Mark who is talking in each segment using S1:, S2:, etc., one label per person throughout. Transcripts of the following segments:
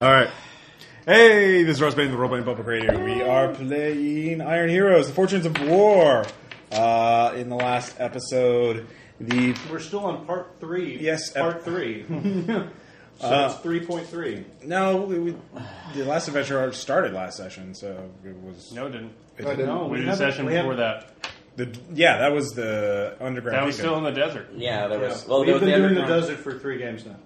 S1: All right. Hey, this is Russ Bain, the Roleplaying Public Radio. We are playing Iron Heroes: The Fortunes of War. Uh, in the last episode, the
S2: We're still on part three.
S1: Yes,
S2: part
S1: ep- Uh,
S2: three. so it's three point three.
S1: no, we, we, the last adventure arc started last session, so it was
S3: No, it didn't.
S2: No,
S3: We did a
S2: haven't-
S3: session
S2: we haven't-
S3: before that.
S1: the yeah that was the underground.
S3: That was
S1: Beacon.
S3: still in the desert.
S4: Yeah, there
S2: yeah.
S4: was. Well,
S2: We've
S4: there was
S2: been
S4: the
S2: doing the
S4: underground.
S2: desert for three games now.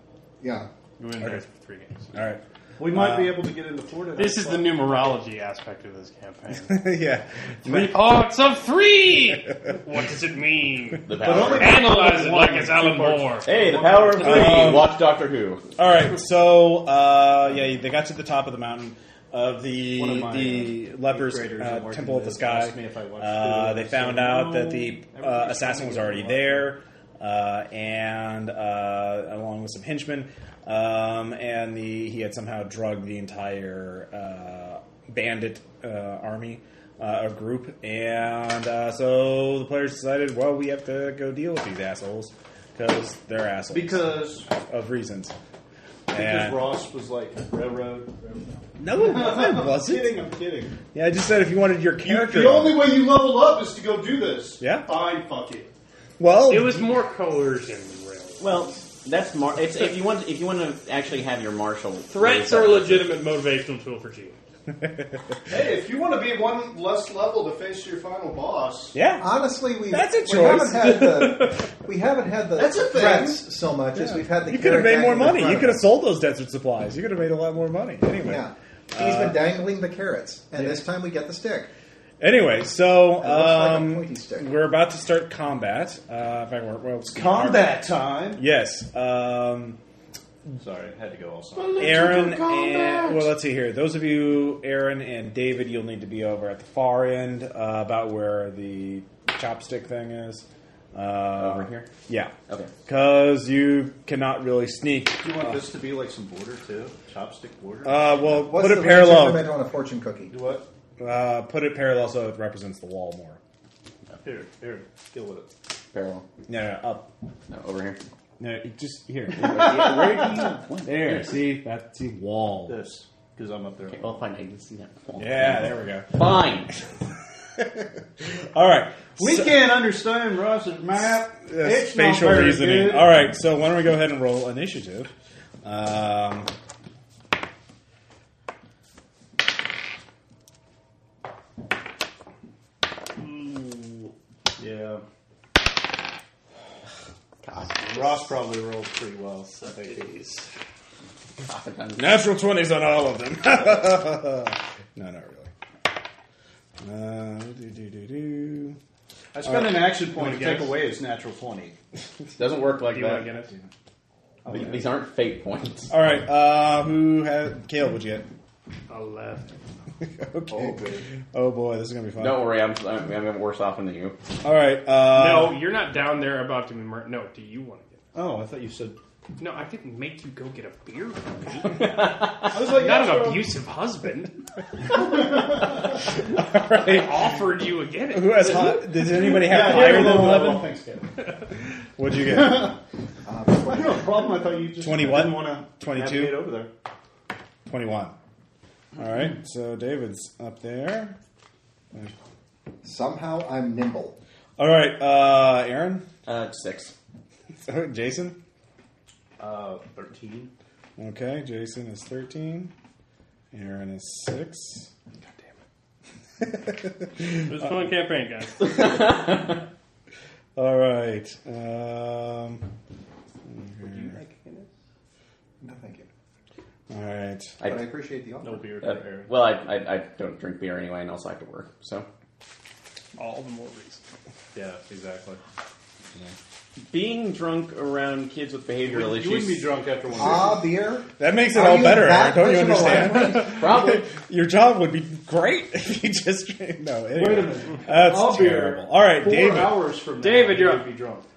S5: Yeah.
S3: We were in the
S1: Okay.
S3: desert for three games.
S1: all right.
S2: We might
S1: Uh,
S2: be able to get into Florida.
S3: This is the numerology aspect of this campaign.
S1: yeah,
S3: three parts of three! What does it mean?
S4: The power.
S3: Analyze it like it's Alan Moore.
S4: hey, the power of three.
S1: Um,
S4: Watch Doctor Who.
S1: All right, so uh, yeah, they got to the top of the mountain of the
S2: One of my,
S1: the
S2: uh,
S1: lepers'
S2: eighth graders
S1: uh,
S2: at work
S1: temple of the
S2: asked
S1: sky.
S2: me if I watched
S1: Uh,
S2: Hulu.
S1: they
S2: I
S1: found
S2: said,
S1: out
S2: "No,
S1: that the uh,
S2: everybody's
S1: assassin was
S2: trying to
S1: already
S2: get
S1: there, uh, and uh, along with some henchmen, um, and the he had somehow drugged the entire uh, bandit uh, army. Uh, of group, and uh, so the players decided, well, we have to go deal with these assholes because they're assholes
S2: because
S1: of reasons.
S2: because
S1: And-
S2: Ross was like railroad. railroad.
S1: no, it- I
S2: I'm kidding.
S1: wasn't.
S2: I'm kidding.
S1: Yeah, I just said if you wanted your character.
S2: The only way you level up is to go do this.
S1: Yeah.
S2: Fine. Fuck it.
S1: well,
S3: It was more coercion than real.
S4: Well, that's mar- it's, if you want if you want to actually have your martial
S3: Threats are a legitimate motivational tool for GM.
S2: Hey, if you want to be one less level to face your final boss,
S1: yeah.
S5: Honestly, we
S1: That's a
S5: we
S1: choice.
S5: haven't had the we haven't had the
S2: That's a thing.
S5: threats so much as we've had the.
S1: you could have made more money. You could have sold
S5: sold.
S1: those desert supplies. You could have made a lot more money. Anyway.
S5: Yeah, he's
S1: Uh,
S5: been dangling the carrots, and this time we get the stick.
S1: Anyway, so
S5: It looks like a
S1: um,
S5: pointy stick.
S1: we're about to start combat. Uh, in fact, we're, well,
S2: combat time.
S1: Yes. Um,
S2: Sorry, I had to go also.
S1: Aaron and well, let's see here. Those of you, Aaron and David, you'll need to be over at the far end, uh, about where the chopstick thing is. Uh,
S4: Over here?
S1: Yeah.
S4: Okay.
S1: Because you cannot really sneak.
S2: You want this to be like some border too, chopstick border.
S1: Uh, well,
S5: What's
S1: put
S5: the
S1: it
S5: range
S1: parallel.
S5: increment on a fortune cookie?
S2: do what?
S1: Uh, put it parallel so it represents the wall more.
S2: Here, here, deal with it.
S4: parallel.
S1: No, no, up.
S4: No, over here.
S1: No, it just here.
S4: Where do you?
S1: there. See that's the wall.
S2: This, because I'm up there. Oh.
S4: Okay, well, fine. I can see that. Wall.
S1: Yeah, there we go.
S4: Fine.
S1: All right.
S2: We
S1: So-
S2: can't understand Ross's map.
S1: That's
S2: It's not
S1: spatial
S2: very
S1: reasoning.
S2: good.
S1: All right, so why don't we go ahead and roll initiative? Um,
S2: Yeah,
S4: God,
S2: Ross probably rolled pretty well. I think.
S4: God.
S1: natural twenties on all of them. no, not really. Uh, do, do, do, do.
S2: I spent an action point to
S3: guess?
S2: take away his natural twenty.
S4: Doesn't work like
S3: Do you want
S4: that.
S3: to get it?
S4: These- These aren't fate points.
S1: All right, uh, who had Caleb? Would you get?
S3: I'll left.
S1: okay. Oh, oh boy, this is gonna be fun.
S4: Don't worry, I'm I'm, I'm worse off than you.
S1: All right. Uh,
S3: no, you're not down there about to be murdered. No, do you want to get
S2: Oh, I thought you said.
S3: it? No, I didn't make you go get a beer.
S2: I was like, that's what
S3: Not an
S2: I'm-
S3: abusive husband.
S1: All right.
S3: Offered you again.
S1: Who has hot? Does anybody have
S2: Yeah,
S1: higher than
S2: yeah,
S1: eleven?
S2: Thanks, Kevin.
S1: What'd you get?
S2: I don't have a problem. I thought you just
S1: 21?
S2: didn't want to
S1: 22?
S2: navigate over there.
S1: Twenty-one. All right. So David's up there.
S5: Somehow I'm nimble.
S1: All right, uh, Aaron,
S4: Uh, six.
S1: Jason.
S2: Uh, thirteen.
S1: Okay, Jason is thirteen. Aaron is six.
S3: It was a fun campaign, guys.
S1: All right. Um,
S5: No, thank you.
S1: all right.
S5: But I
S4: I,
S5: appreciate the offer.
S2: No beer for
S4: uh,
S2: Aaron.
S4: well, I, I I don't drink beer anyway, and also I have to work. So
S3: All the more reason.
S2: Yeah, exactly.
S4: being drunk around kids with behavioral
S2: You wouldn't be drunk after one.
S5: Ah, beer.
S1: That makes it
S5: Are
S1: all
S5: you
S1: better, Aaron.
S5: that
S1: Don't you
S5: much of a
S1: understand?
S5: lightweight?
S4: Probably.
S1: Your job would be great if you just no. Anyway.
S2: Wait a minute.
S1: That's
S2: I'll be here
S1: terrible. All right,
S2: four
S1: David.
S2: hours from now,
S3: David, you're
S2: you
S3: up.
S2: Be drunk.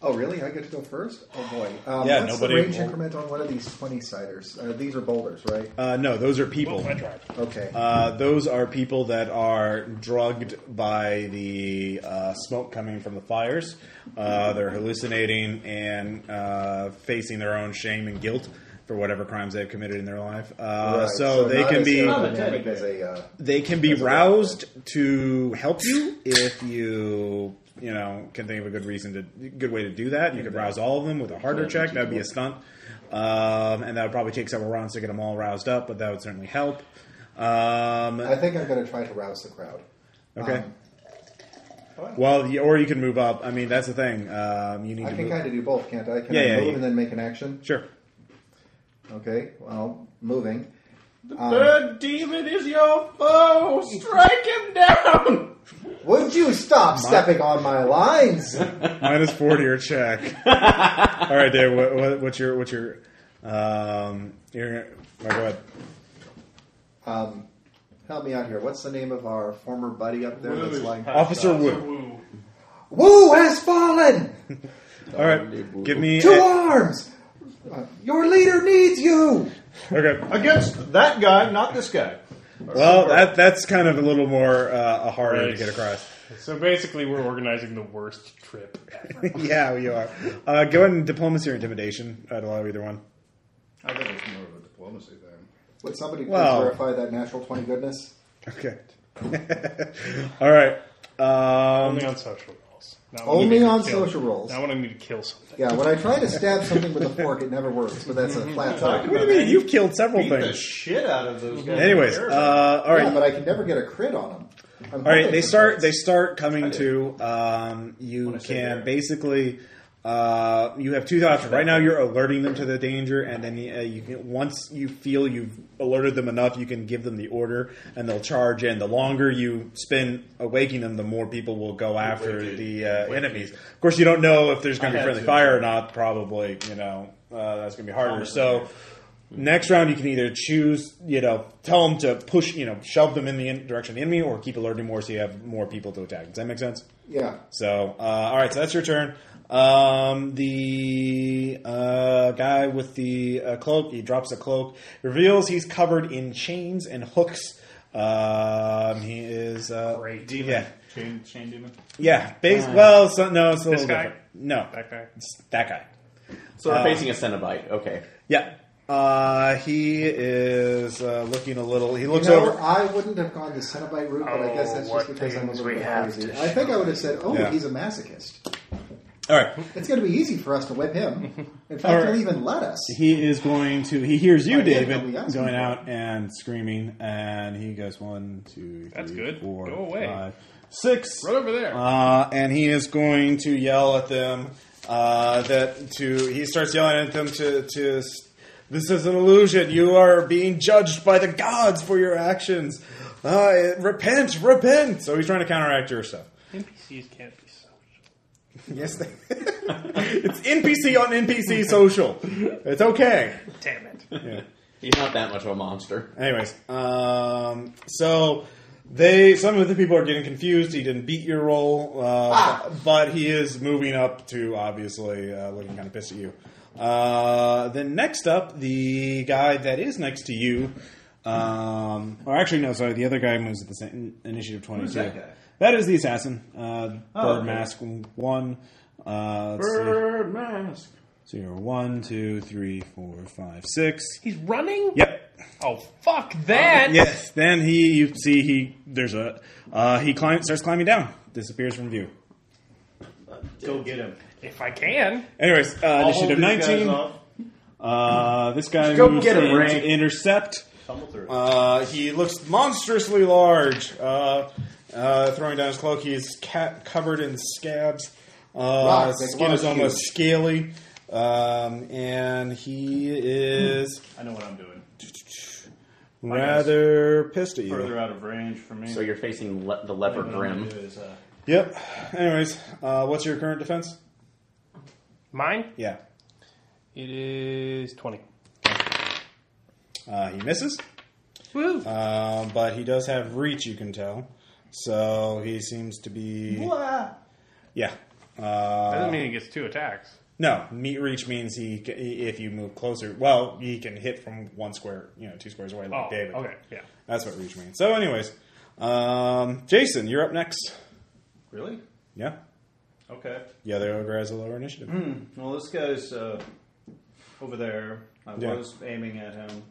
S5: Oh, really? I get to go first? Oh boy. Um,
S1: Yeah,
S5: What's
S1: nobody
S5: the range
S1: will-
S5: increment on one of these twenty ciders? Uh, these are boulders, right?
S1: Uh, no, those are people.
S3: I tried.
S5: Okay.
S1: Uh, those are people that are drugged by the uh, smoke coming from the fires. Uh, they're hallucinating and uh, facing their own shame and guilt for whatever crimes they've committed in their life. Uh,
S5: Right,
S1: So, they
S5: not
S1: can
S5: as
S1: be
S5: aerodynamic as a uh,
S1: they can be
S5: That's a lot.
S1: roused to help you if you you know can think of a good reason to good way to do that. You could rouse all of them with a harder check. That would be a stunt, um, and that would probably take several rounds to get them all roused up, but that would certainly help. Um,
S5: I think I'm going to try to rouse the crowd.
S1: okay.
S5: Um,
S1: Well, y- or you can move up. I mean, that's the thing. Um, you need
S5: I
S1: to
S5: can
S1: move.
S5: kind of do both, can't I? Can
S1: Yeah,
S5: I
S1: yeah,
S5: move
S1: you-
S5: and then make an action?
S1: Sure.
S5: Okay, well, moving. Um,
S1: Uh,
S6: demon is your foe. Strike him down.
S5: would you stop stepping on my lines?
S1: Minus four to your check. all right, Dave. What, what, what's your what's your um, your oh, go ahead.
S5: um, help me out here. What's the name of our former buddy up there that's like,
S1: Officer Wu.
S3: Woo.
S5: Woo has fallen!
S1: All right, give me
S5: Two
S1: a-
S5: arms! Uh, your leader needs you!
S1: okay.
S7: Against that guy, not this guy.
S1: Well, that that's kind of a little more uh, a harder to
S3: Right.
S1: get across.
S3: So basically, we're organizing the worst trip ever.
S1: yeah, you are. Uh, go ahead and diplomacy or intimidation. I'd allow either one.
S7: I think it's more of a diplomacy thing.
S5: Would somebody please
S1: Well-
S5: verify that natural 20 goodness?
S1: Okay. All right. Um,
S3: Only on social rolls. Not when
S5: Only
S3: I need to
S5: on
S3: kill-
S5: social rolls.
S3: Not when I need to kill something.
S5: Yeah, when I try to stab something with a fork, it never works, but that's a flat top.
S1: what do you mean? You've killed several
S7: Beat the
S1: things.
S7: shit out of those guys.
S1: Anyways, uh, all right.
S5: Yeah, but I can never get a crit on them. I'm
S1: All right,
S5: hoping
S1: they
S5: for
S1: start.
S5: crits.
S1: They start coming to. Um, you can basically. Uh, you have two options right now. You're alerting them to the danger, and then uh, you can, once you feel you've alerted them enough, you can give them the order, and they'll charge in. The longer you spend awaking them, the more people will go after the uh, enemies. Of course, you don't know if there's going to be
S7: had
S1: friendly
S7: to.
S1: fire or not. Probably, you know, uh, that's going to be harder. So. Next round, you can either choose, you know, tell them to push, you know, shove them in the in- direction of the enemy, or keep alerting more so you have more people to attack. Does that make sense?
S5: Yeah.
S1: So, uh, all right, so that's your turn. Um, the uh, guy with the uh, cloak, he drops the cloak, reveals he's covered in chains and hooks. Um, he is uh,
S3: Great. Uh,
S7: Demon.
S1: Yeah,
S7: Chain, chain demon.
S1: yeah. Base, well, so, no, it's a
S3: This
S1: little
S3: guy?
S1: different. No,
S3: That guy.
S1: It's that guy.
S6: So we're facing a Cenobite. Okay.
S1: Yeah. Uh, he is uh, looking a little. He looks
S5: You know,
S1: over.
S5: I wouldn't have gone the Cenobite route, but I guess that's
S3: Oh,
S5: just
S3: what
S5: because I'm a
S3: things
S5: little
S3: we
S5: bit
S3: have
S5: crazy.
S3: to
S5: I think I would have said, "Oh,
S1: Yeah.
S5: he's a masochist."
S1: All right.
S5: It's going to be easy for us to whip him. In
S1: All
S5: fact,
S1: right.
S5: he'll even let us.
S1: He is going to. He hears you,
S5: I did, but
S1: David,
S5: we asked
S1: going
S5: him.
S1: out and screaming, and he goes one, two,
S3: That's
S1: three,
S3: good.
S1: four,
S3: Go away.
S1: five, six.
S3: Right over there.
S1: Uh, and he is going to yell at them uh, that to. He starts yelling at them to to. s- This is an illusion. You are being judged by the gods for your actions. Uh, repent, repent. So he's trying to counteract your stuff.
S3: NPCs can't be social.
S1: Yes, they, it's NPC on NPC social. It's okay.
S3: Damn it.
S1: Yeah.
S6: He's not that much of a monster.
S1: Anyways, um, so they some of the people are getting confused. He didn't beat your roll, uh,
S7: Ah.
S1: but he is moving up to obviously uh, looking kind of pissed at you. Uh, then next up, the guy that is next to you, um, or actually no, sorry, the other guy moves at the same initiative twenty two.
S7: that guy? Oh,
S1: that is the assassin, uh, Bird
S7: okay.
S1: Mask One. Uh, let's see.
S6: Bird mask.
S1: So you're one, two, three, four, five, six.
S3: He's running?
S1: Yep,
S3: Oh, fuck that.
S1: Yes. Then he, you see, he there's a uh, he climbs, starts climbing down, disappears from view.
S7: Go get him.
S3: If I can.
S1: Anyways, uh,
S7: I'll hold
S1: initiative
S7: these guys
S1: nineteen.
S7: off.
S1: Uh, this guy
S6: go
S1: moves
S6: get him,
S1: in
S6: Ray.
S1: to intercept.
S7: Tumble through.
S1: Uh, he looks monstrously large. Uh, uh, throwing down his cloak, he is cat covered in scabs. Uh,
S5: Rocks, like
S1: skin is
S5: large
S1: almost
S5: huge.
S1: scaly, um, and he is
S7: I know what I'm doing.
S1: rather pissed at you.
S7: Further out of range for me.
S6: So you're facing le- the leper
S7: what I'm
S6: grim.
S7: gonna do is, uh,
S1: Yep. Anyways, uh, what's your current defense?
S3: Mine?
S1: Yeah.
S3: It is 20.
S1: Uh, he misses,
S3: Woo.
S1: um, but he does have reach, you can tell. So he seems to be.
S7: Blah.
S1: Yeah. Uh,
S3: Doesn't mean he gets two attacks.
S1: no, meet reach means he, ca- if you move closer, well, he can hit from one square, you know, two squares away, like
S3: Oh,
S1: David.
S3: okay. Yeah.
S1: That's what reach means. So, anyways, um, Jason, you're up next.
S7: Really?
S1: Yeah.
S7: Okay.
S2: Mm-hmm.
S6: Hmm,
S1: The other ogre has a lower initiative.
S7: Well, this guy's uh, over there.
S6: I
S1: Yeah.
S6: was aiming at him.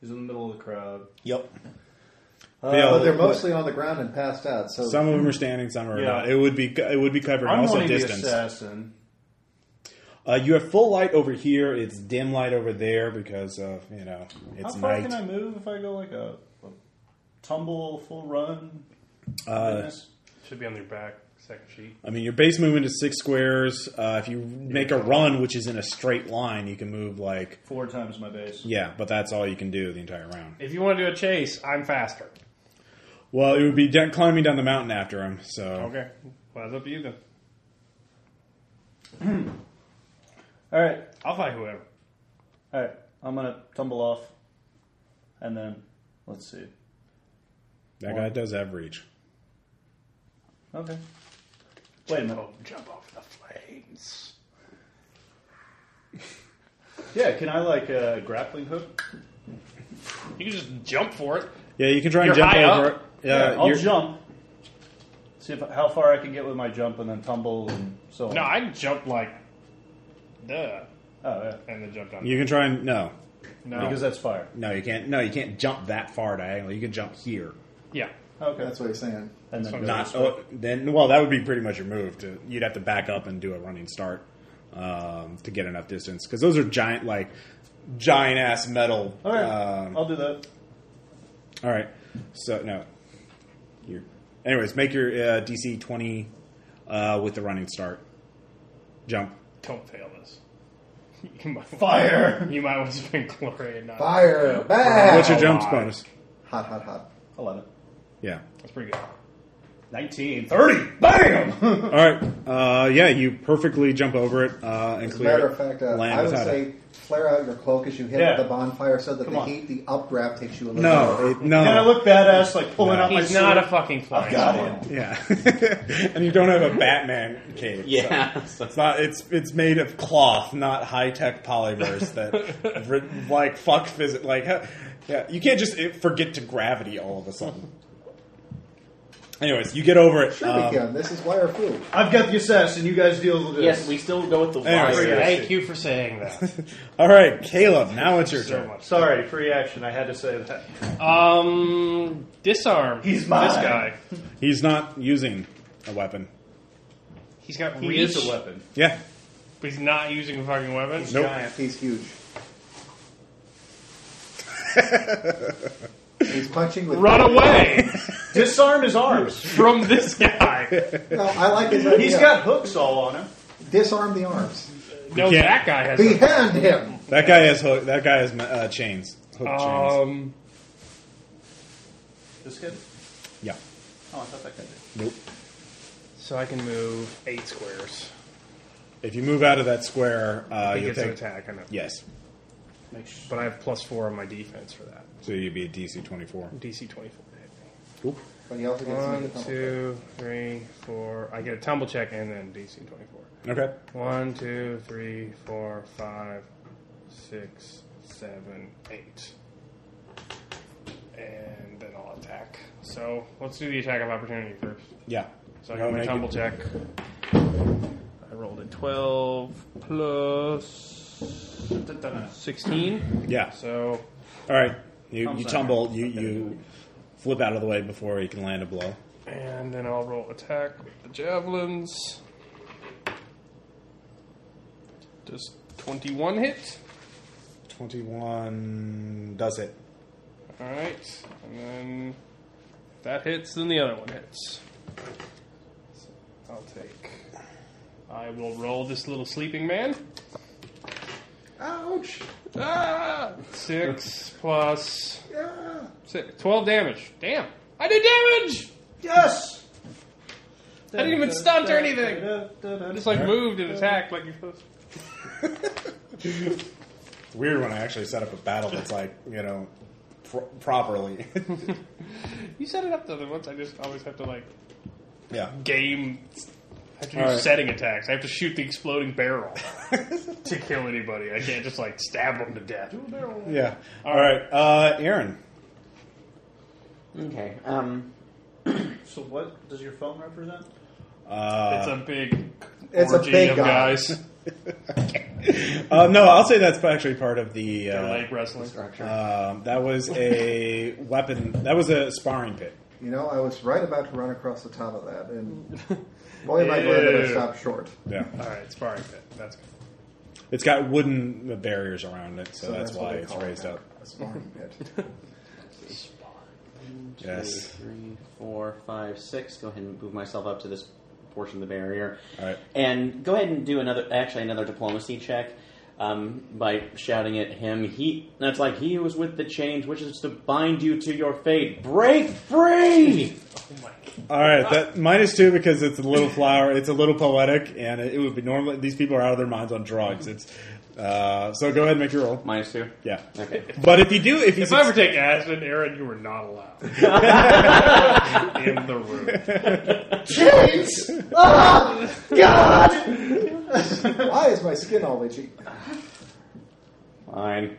S6: He's in the middle of the crowd.
S1: Yep.
S5: Uh,
S1: Yeah,
S5: but they're
S1: but-
S5: mostly on the ground and passed out. So
S1: Some of them are standing, some are
S6: Yeah.
S1: not. It would be it would be covered. and
S6: I'm
S1: also
S6: wanting
S1: distance.
S6: the assassin.
S1: Uh, you have full light over here. It's dim light over there because of you know it's
S6: How far
S1: night.
S6: can I move if I go like a, a tumble, full run?
S1: Uh,
S6: Goodness.
S3: Should be on your back, second sheet.
S1: I mean, your base movement is six squares. Uh, if you make a run, which is in a straight line, you can move like
S6: Four times my base.
S1: yeah, but that's all you can do the entire round.
S3: If you want to do a chase, I'm faster.
S1: Well, it would be down, climbing down the mountain after him. So
S3: Okay. Well, it's up to you then.
S6: All right,
S3: I'll fight whoever.
S6: all right. I'm gonna tumble off, and then let's see.
S1: that guy does have reach.
S6: Okay. Wait a minute.
S3: Don't jump off the flames.
S6: Yeah, can I like uh, grappling hook?
S3: You can just jump for it.
S1: Yeah, you can try and
S3: You're
S1: jump
S3: high
S1: over.
S3: up.
S1: it.
S6: Yeah, I'll
S1: you're-
S6: jump. See if, how far I can get with my jump and then tumble and so on.
S3: No, I can jump like, duh,
S6: Oh, yeah.
S3: and then jump down.
S1: You can try and no,
S3: no.
S6: Because that's fire.
S1: no, you can't. No, you can't jump that far diagonally. You can jump here.
S3: yeah.
S6: Okay.
S5: that's what he's saying.
S6: and then
S3: fine.
S6: go
S3: Not-
S6: this
S1: Not
S6: way.
S1: oh, then. Well, that would be pretty much your move. To, you'd have to back up and do a running start um, to get enough distance because those are giant, like giant ass metal.
S6: All right.
S1: um,
S6: I'll do that.
S1: all right. So no. You're, anyways, make your uh, DC twenty uh, with the running start. Jump.
S3: Don't fail this. You might,
S6: Fire!
S3: You might want to spend glory and not.
S5: Fire! Back!
S1: Oh. What's your jumps
S3: my.
S1: bonus?
S5: hot, hot, hot.
S6: 11.
S1: Yeah.
S3: That's pretty good.
S6: 19. 30.
S3: Oh.
S6: Bam!
S1: All right. Uh, yeah, you perfectly jump over it uh, and
S5: As a
S1: clear.
S5: matter
S1: it,
S5: of fact, uh,
S1: land
S5: I would
S1: without it.
S5: say flare out your cloak as you hit
S6: Yeah.
S5: the bonfire so that
S6: Come
S5: the
S6: on.
S5: heat, the up wrap takes you a little
S1: no,
S5: bit.
S1: it, no.
S6: and I look badass, like pulling
S1: No.
S6: out my
S3: He's not a
S6: sword.
S3: fucking flying
S6: Got
S3: squirrel.
S6: him.
S1: Yeah, and you don't have a Batman cape.
S4: Yeah.
S1: It's not. It's it's made of cloth, not high tech polymers that re- like fuck physics. Like, huh, yeah, you can't just eh, forget to gravity all of a sudden. Anyways, you get over it.
S5: Sure
S1: Um,
S5: we can. This is wire food.
S6: I've got the assassin. You guys deal with this.
S4: yes, we still go with the
S1: Anyway,
S4: wire.
S1: yeah.
S4: Thank
S3: Thank you for saying that.
S1: all right, Caleb. Now it's your
S3: so
S1: turn.
S3: much.
S6: Sorry, free action. I had to say that.
S3: Um, disarm.
S6: He's
S3: this
S6: mine.
S3: guy.
S1: He's not using a weapon.
S3: He's got
S6: He
S3: reach,
S6: is a weapon.
S1: Yeah,
S3: but he's not using a fucking weapon.
S1: Nope.
S6: Giant.
S5: He's huge. He's punching with.
S3: Run away
S6: Disarm his arms.
S3: from this guy.
S5: No, I like his idea.
S6: He's got hooks all on him.
S5: disarm the arms.
S3: No,
S1: You can't.
S3: that guy has. a-
S5: Behind him.
S1: that guy has hook. That guy has uh, chains. Hook chains.
S3: Um,
S6: This kid?
S1: Yeah.
S6: Oh, I thought that guy did.
S1: Nope.
S3: so I can move eight squares.
S1: If you move out of that square, uh,
S3: he
S1: you
S3: gets an
S1: take
S3: attack. I know.
S1: yes.
S6: Make sure.
S3: But I have plus four on my defense for that.
S1: So you'd be a DC twenty four.
S3: DC twenty four. to hit me.
S5: But he also gets
S3: One,
S5: some-
S3: two, three, four. I get a tumble check and then DC 24.
S1: Okay.
S3: One, two, three, four, five, six, seven, eight. And then I'll attack. So let's do the attack of opportunity first.
S1: Yeah.
S3: So I
S1: Go
S3: got my
S1: make
S3: tumble
S1: it.
S3: check. I rolled a 12 plus 16.
S1: Yeah.
S3: So
S1: All right. You,
S6: Thumbs
S1: you
S6: up.
S1: tumble. You, you flip out of the way before you can land a blow.
S3: And then I'll roll attack with the javelins. Does 21 hit?
S1: 21 does it.
S3: Alright. And then if that hits, then the other one hits. So I'll take. I will roll this little sleeping man.
S5: Ouch!
S3: Ah! Six plus
S5: Yeah.
S3: six. 12 damage. Damn. I did damage!
S6: Yes!
S3: I didn't even stunt or anything. I just like moved and attacked like you're supposed to.
S1: It's weird when I actually set up a battle that's like, you know, pro properly.
S3: You set it up the other ones. I just always have to like
S1: yeah.
S3: game. I have to do
S1: All right.
S3: setting attacks. I have to shoot the exploding barrel to kill anybody. I can't just like stab them to death.
S1: Yeah. All right. Uh, Aaron.
S4: Okay. Um,
S6: So what does your phone represent?
S1: Uh,
S3: it's a big
S5: It's a
S3: orgy
S5: big
S3: of
S5: guy.
S3: guys.
S1: Uh, no, I'll say that's actually part of the.
S3: Or
S1: Uh,
S3: leg wrestling.
S5: Structure.
S1: um, that was a weapon. That was a sparring pit.
S5: You know, I was right about to run across the top of that, and boy, am I glad that I
S3: Ew.
S5: stopped short.
S1: Yeah,
S3: All right, sparring pit. That's good.
S1: it's got wooden barriers around it, so,
S5: So
S1: that's,
S5: what
S1: why
S5: they
S1: it's
S5: call it
S1: raised
S5: now,
S1: up.
S5: A sparring pit.
S4: Two,
S1: Yes.
S4: three, four, five, six. Go ahead and move myself up to this portion of the barrier.
S1: All right.
S4: And go ahead and do another, actually, another diplomacy check um, by shouting at him. He, that's like, he who is with the change wishes to bind you to your fate. Break free!
S1: All right, that minus two because it's a little flower. It's a little poetic, and it, it would be normal. These people are out of their minds on drugs. It's uh, so go ahead and make your roll.
S4: Minus two.
S1: Yeah,
S4: Okay.
S1: but if you do, if you
S3: If I ever take acid, Aaron, you were not allowed in the room.
S5: Jeez! Ah, God! Why is my skin all itchy?
S4: Fine.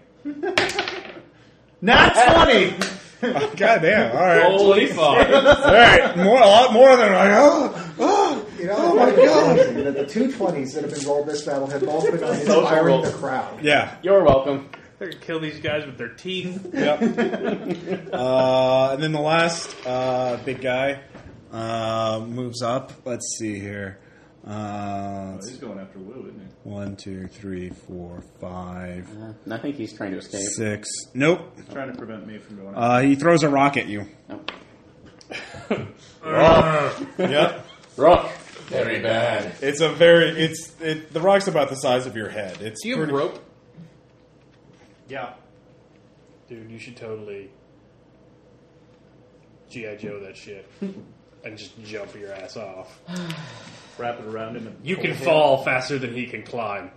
S6: Not 20!
S1: suc- Oh, goddamn, all right,
S4: Holy fuck.
S1: all right, more, a lot more than like, oh, oh.
S5: You know, oh my God! That the two twenties that have been rolled this battle have both been on inspiring the crowd.
S1: yeah,
S4: You're welcome.
S3: They're gonna kill these guys with their teeth.
S1: yeah. Uh, and then the last uh, big guy uh, moves up. Let's see here. Uh,
S7: He's going after Will, isn't he?
S1: one, two, three, four, five,
S4: Uh, I think he's trying to escape.
S1: six. Nope.
S7: Trying to prevent me from going.
S1: Uh, he throws a rock at you.
S4: Oh.
S1: Yep.
S4: Rook. Very bad.
S1: It's a very it's it, the rock's about the size of your head. It's
S2: Do you have
S1: pretty-
S2: rope?
S7: yeah.
S3: Dude, you should totally GI Joe that shit and just jump your ass off.
S7: Wrap it around him. And
S3: You can fall faster than he can climb.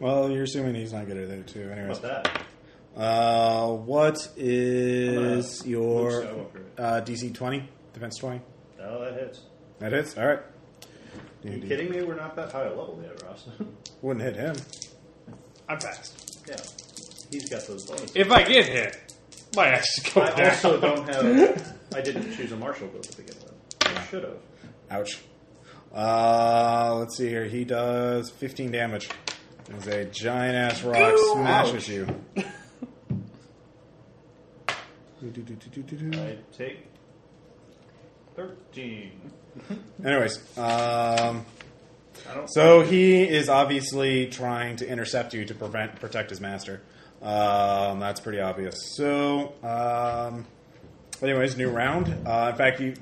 S1: well, you're assuming he's not good at it too.
S7: What's
S1: Anyways,
S7: that?
S1: uh, what is
S7: I'm gonna
S1: your
S7: Luke Skywalker.
S1: uh, DC twenty defense twenty?
S7: Oh, that hits.
S1: That hits. All right.
S7: Are you
S1: Dude,
S7: kidding me? We're not that high a level yet, Ross.
S1: Wouldn't hit him.
S3: I'm fast.
S7: yeah. He's got those bones.
S3: If I get hit, my ass is going
S7: I
S3: down.
S7: also don't have. I didn't choose a martial build to begin with. I should have.
S1: Ouch. Uh, let's see here. He does 15 damage. As a giant ass rock smashes you.
S7: I take thirteen.
S1: Anyways,
S7: I
S1: um,
S7: don't.
S1: so he is obviously trying to intercept you to prevent protect his master. Um, that's pretty obvious. So, um, anyways, new round. Uh, in fact, you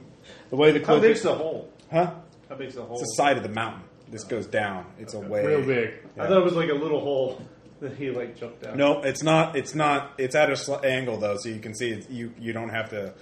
S1: the way the
S7: How
S1: clip
S7: big's the hole?
S1: huh?
S7: How big's the hole?
S1: It's the side of the mountain. This goes down. It's a way
S3: Real big.
S7: I thought it was like a little hole that he like jumped down.
S1: No, it's not. It's not. It's at a sl- angle though, so you can see it's, you. You don't have to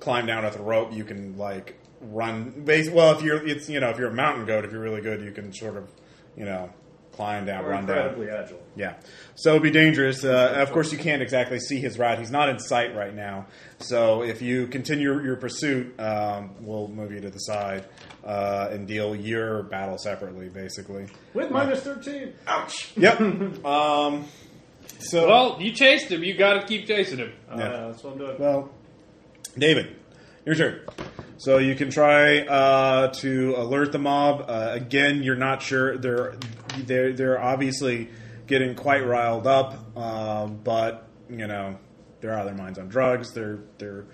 S1: climb down with a rope. You can like run. Base, well, if you're, it's you know, if you're a mountain goat, if you're really good, you can sort of, you know, climb down,
S7: We're
S1: run down.
S7: incredibly agile.
S1: Yeah. So it'd be dangerous. Uh, of course, you can't exactly see his route. He's not in sight right now. So if you continue your pursuit, um, we'll move you to the side uh, and deal your battle separately, basically.
S7: With minus thirteen.
S1: Yep. um, so.
S3: Well, you chased him. You gotta keep chasing him.
S7: Uh,
S1: Yeah.
S7: That's what I'm doing.
S1: Well, David, your turn. So you can try uh, to alert the mob. Uh, again, you're not sure. They're they're they're obviously getting quite riled up, um, but you know they're out of their minds on drugs. They're they're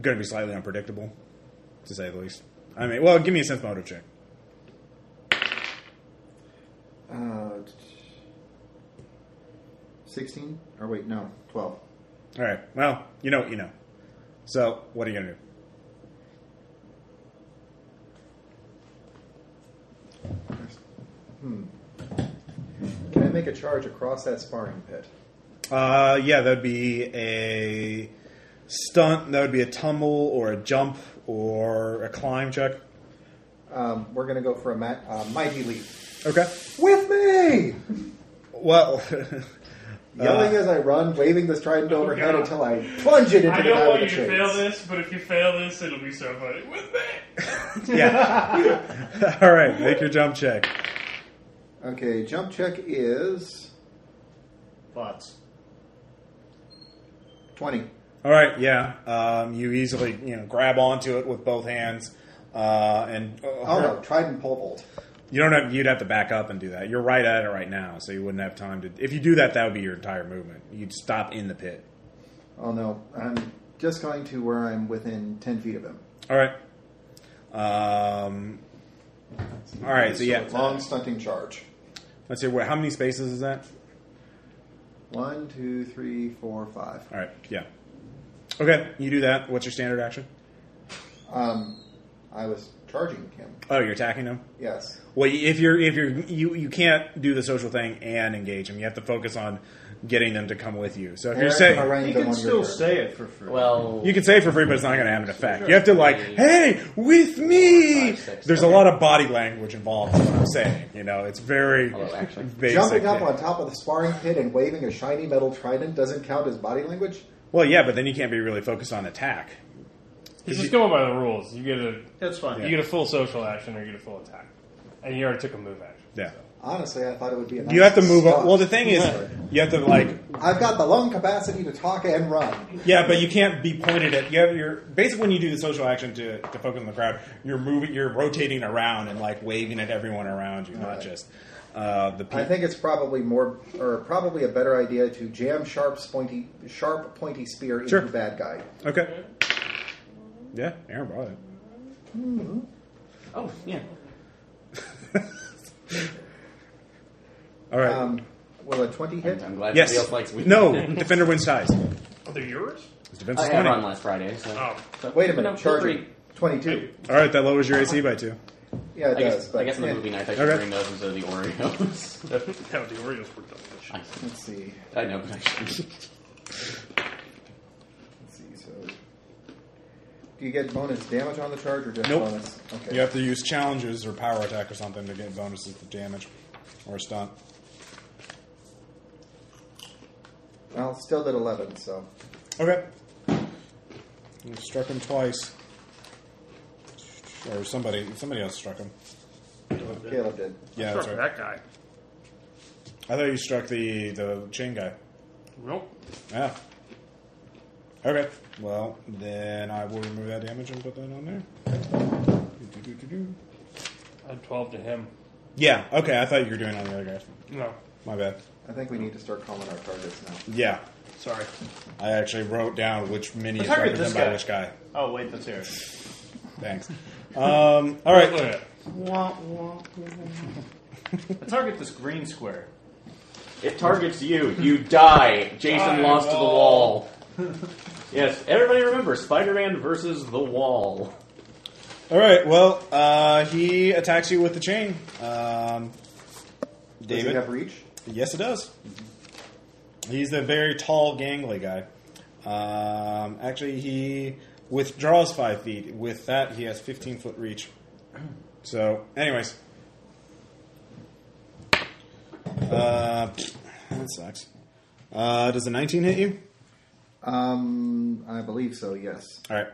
S1: going to be slightly unpredictable, to say the least. I mean, well, give me a sense motive check.
S5: Uh, Sixteen? Or wait, no, twelve.
S1: All right. Well, you know what you know. So what are you going to do?
S5: Can I make a charge across that sparring pit?
S1: Uh, yeah, that'd be a stunt. That would be a tumble or a jump or a climb check.
S5: Um, we're going to go for a ma- uh, mighty leap.
S1: Okay.
S5: With me!
S1: Well, uh,
S5: Yelling as I run, waving this trident overhead until I plunge it into the guy with the chains.
S3: this, but if you fail this, it'll be so funny. With me!
S1: yeah. All right, make your jump check.
S5: Okay, jump check is
S7: Bots.
S5: 20.
S1: All right, yeah. Um, you easily you know grab onto it with both hands uh, and
S5: Oh no, trident pole vault.
S1: You don't have. You'd have to back up and do that. You're right at it right now, so you wouldn't have time to. If you do that, that would be your entire movement. You'd stop in the pit.
S5: Oh no, I'm just going to where I'm within ten feet of him.
S1: All right. Um. All right. So yeah.
S5: long stunting charge.
S1: Let's see. What? How many spaces is that?
S5: One, two, three, four, five.
S1: All right. Yeah. Okay. You do that. What's your standard action?
S5: Um, I was charging him.
S1: Oh, you're attacking them.
S5: Yes.
S1: Well, if you're if you're you you can't do the social thing and engage them. You have to focus on getting them to come with you. So if you're
S5: Eric, I
S1: saying
S5: rang
S7: He
S5: them
S7: can
S5: on
S7: still
S5: your turn.
S7: say it for free.
S4: Well,
S1: you can say it for free, but it's not going to have an effect. You have to like, hey, with me.
S4: Five, six,
S1: There's a
S4: okay.
S1: lot of body language involved in what I'm saying. You know, it's very
S4: Hello, actually.
S1: basic.
S5: Jumping up
S1: yeah.
S5: on top of the sparring pit and waving a shiny metal trident doesn't count as body language.
S1: Well, yeah, but then you can't be really focused on attack.
S3: He's just going by the rules. You get a
S7: That's fine.
S3: you get a full social action or you get a full attack, and you already took a move action.
S1: Yeah.
S5: Honestly, I thought it would be. A nice
S1: You have to move
S5: stop.
S1: on. Well, the thing is, you have to like
S5: I've got the lung capacity to talk and run.
S1: Yeah, but you can't be pointed at. You have your basically when you do the social action to, to focus on the crowd, you're moving, you're rotating around and like waving at everyone around you, not
S5: right.
S1: just uh, the
S5: I
S1: people.
S5: think it's probably more, or probably a better idea to jam sharp's pointy, sharp pointy spear into
S1: Sure.
S5: the bad guy.
S1: Okay. Yeah, Aaron brought it.
S4: oh yeah,
S1: All right.
S5: Um, will a twenty hit?
S4: I'm glad
S1: yes.
S4: somebody else likes weed.
S1: No. Defender wins ties.
S3: Are they yours?
S1: His defense
S4: I
S1: is
S4: had
S1: 20.
S4: on last Friday. So.
S3: Oh,
S4: But-
S5: Wait a
S4: but
S5: minute,
S4: no, feel
S5: charging
S4: free.
S5: twenty-two.
S1: All right, that lowers your AC by two.
S5: Yeah, it
S4: I
S5: does.
S4: guess,
S5: but
S4: I guess on the
S5: eh,
S4: movie night I should
S1: Okay.
S4: bring those instead of the Oreos.
S3: no, the Oreos were delicious.
S4: I,
S5: Let's see.
S4: I know, but I should.
S5: Let's see. So, do you get bonus damage on the charge or just
S1: Nope.
S5: bonus? Okay.
S1: You have to use challenges or power attack or something to get bonuses to damage or stunt.
S5: Well, still did eleven. So,
S1: Okay. You struck him twice. Or somebody somebody else struck him.
S5: Caleb did.
S1: Yeah,
S3: Sure,
S1: that's right.
S3: that guy.
S1: I thought you struck the the chain guy.
S3: Nope.
S1: Yeah. Okay. Well, then I will remove that damage and put that on there. Do-do-do-do-do.
S3: I'm 12 to him.
S1: Yeah. Okay. I thought you were doing it on the other guys.
S3: No,
S1: My bad.
S5: I think we need to start calling our targets now.
S1: Yeah.
S3: sorry.
S1: I actually wrote down which mini is
S7: Let's target
S1: represented
S7: this
S1: by
S7: guy.
S1: which guy.
S7: Oh wait, that's Eric.
S1: Thanks. um, all right.
S3: Look at it.
S7: target this green square.
S4: It targets you. You die. Jason
S3: Die,
S4: lost to the
S3: wall.
S4: wall. yes, everybody remember Spider-Man versus the wall.
S1: All right. Well, uh, he attacks you with the chain. Um,
S5: Does he
S1: David.
S5: have reach?
S1: Yes, it does. He's the very tall, gangly guy. Um, actually, he withdraws five feet. With that, he has 15 foot reach. So, anyways. Uh, that sucks. Uh, does a 19 hit you?
S5: Um, I believe so. Yes.
S1: All right.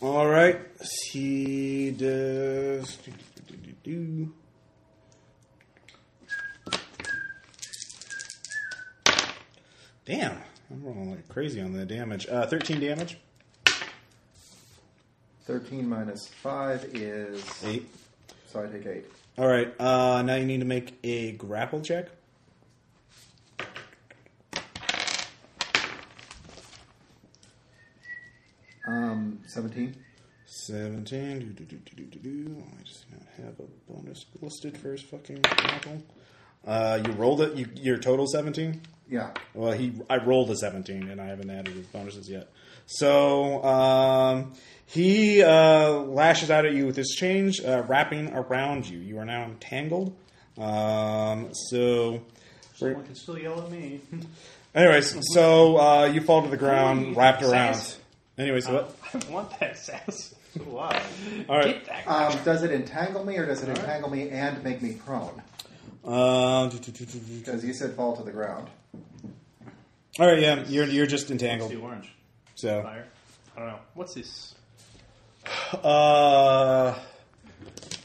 S1: All right. He does. do, do, do, do, do. Damn, I'm rolling like crazy on the damage. Uh, Thirteen damage.
S5: Thirteen minus five is.
S1: Eight.
S5: So I take eight.
S1: All right. Uh, now you need to make a grapple check.
S5: Um, seventeen.
S1: Seventeen. Do, do, do, do, do, do, do. I just do not have a bonus listed for his fucking grapple. Uh, you rolled it. You, your total seventeen.
S5: Yeah.
S1: Well, he I rolled a 17, and I haven't added his bonuses yet. So um, he uh, lashes out at you with his change, uh, wrapping around you. You are now entangled. Um, so,
S7: Someone can still yell at me.
S1: anyways, so uh, you fall to the ground, wrapped around. Anyways, what?
S3: I want that sass.
S7: So why?
S1: All right.
S5: Um, does it entangle me or does it entangle me and make me prone?
S1: Uh, do, do, do, do, do, do.
S5: Because you said fall to the ground.
S1: all right. Yeah, you're you're just entangled.
S7: The orange.
S1: So.
S7: Fire.
S3: I don't know. What's this?
S1: Uh,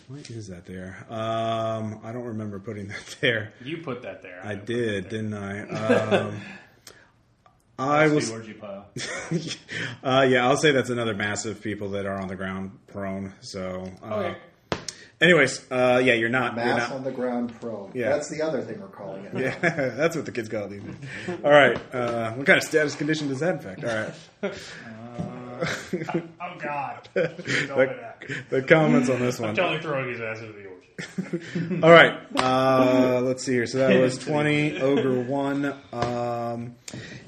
S1: what is that there? Um, I don't remember putting that there.
S3: You put that there.
S1: I
S3: know.
S1: did, didn't I? Um, I was.
S7: The orgy pile.
S1: uh, yeah, I'll say that's another massive people that are on the ground prone. So, uh,
S3: Okay.
S1: Anyways, uh, yeah, you're not. you're
S5: Mass
S1: not.
S5: on the ground pro.
S1: Yeah.
S5: That's the other thing we're calling it.
S1: Yeah, that's what the kids call it these days. All right. Uh, what kind of status condition does that affect? All right.
S2: Oh God!
S1: The, the comments on this one.
S2: Totally throwing his ass into the ocean.
S1: All right. Uh, let's see here. So that was 20, Ogre 1. Um,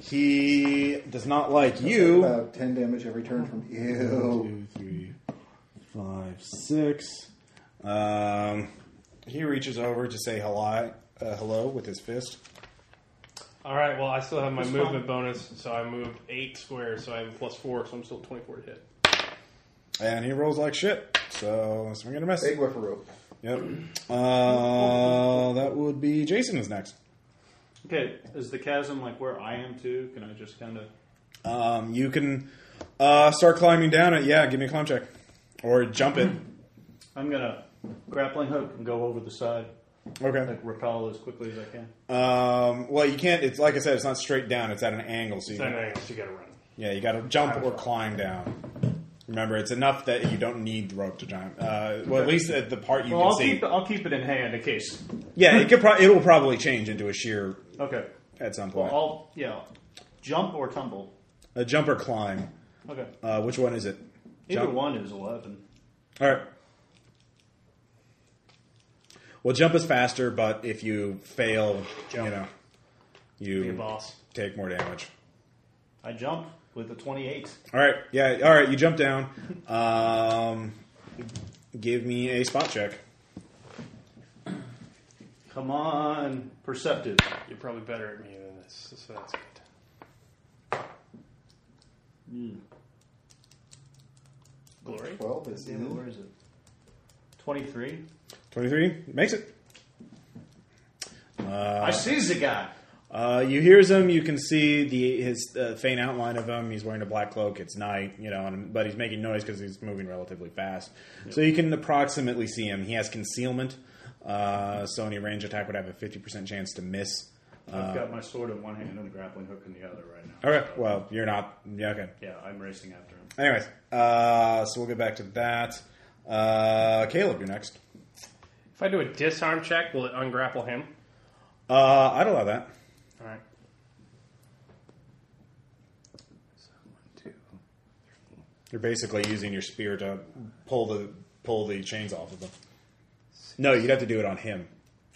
S1: he does not like you.
S5: About ten damage every turn from
S1: One,
S5: you.
S1: two, three, five, six. Um, he reaches over to say hello, uh, hello with his fist.
S3: All right. Well, I still have my movement bonus, so I moved eight squares, so I have a plus four, so I'm still 24 to hit.
S1: And he rolls like shit. So swing and a miss.
S5: Big whifferoo.
S1: Yep. Uh, that would be Jason is next.
S2: Okay, is the chasm like where I am too? Can I just kind of?
S1: Um, you can uh, start climbing down it. Yeah, give me a climb check. Or jump it.
S2: I'm gonna grappling hook and go over the side,
S1: Okay.
S2: like repel as quickly as I can.
S1: Um, well, you can't. It's like I said. It's not straight down. It's at an angle. So you
S2: Same
S1: can,
S2: thing, you gotta run.
S1: yeah, you got to jump or climb down. Remember, it's enough that you don't need the rope to jump. Uh, well, at least at the part you
S2: Well,
S1: can
S2: I'll
S1: see.
S2: keep I'll keep it in hand in case.
S1: yeah, it could. Pro- it will probably change into a sheer
S2: Okay.
S1: at some
S2: Well,
S1: point.
S2: I'll yeah, jump or tumble.
S1: a jump or climb.
S2: Okay.
S1: Uh, which one is it?
S2: Either
S1: Jump.
S2: one is eleven.
S1: All right. Well, jump is faster, but if you fail, you know,
S2: Be a
S1: you
S2: boss.
S1: take more damage.
S2: I jump with a twenty-eight.
S1: All right, yeah, all right, you jump down. Um, give me a spot check.
S2: Come on, perceptive.
S3: You're probably better at me than this, so that's good. Hmm. Glory.
S5: Twelve is
S2: Damn it,
S5: in.
S2: where is it? Twenty-three.
S1: Twenty-three makes it.
S2: I see the guy.
S1: Uh, you hears him. You can see the his uh, faint outline of him. He's wearing a black cloak. It's night, you know, and, but he's making noise because he's moving relatively fast. So you can approximately see him. He has concealment, uh, so any range attack would have a fifty percent chance to miss.
S2: I've got my sword in one hand and a grappling hook in the other right now.
S1: Okay,
S2: So,
S1: well, you're not. Yeah, okay.
S2: yeah, I'm racing after him.
S1: Anyways, uh, so we'll get back to that. Uh, Caleb, you're next.
S3: If I do a disarm check, will it ungrapple him?
S1: Uh, I'd allow that.
S3: All right.
S1: You're basically using your spear to pull the pull the chains off of them. No, you'd have to do it on him.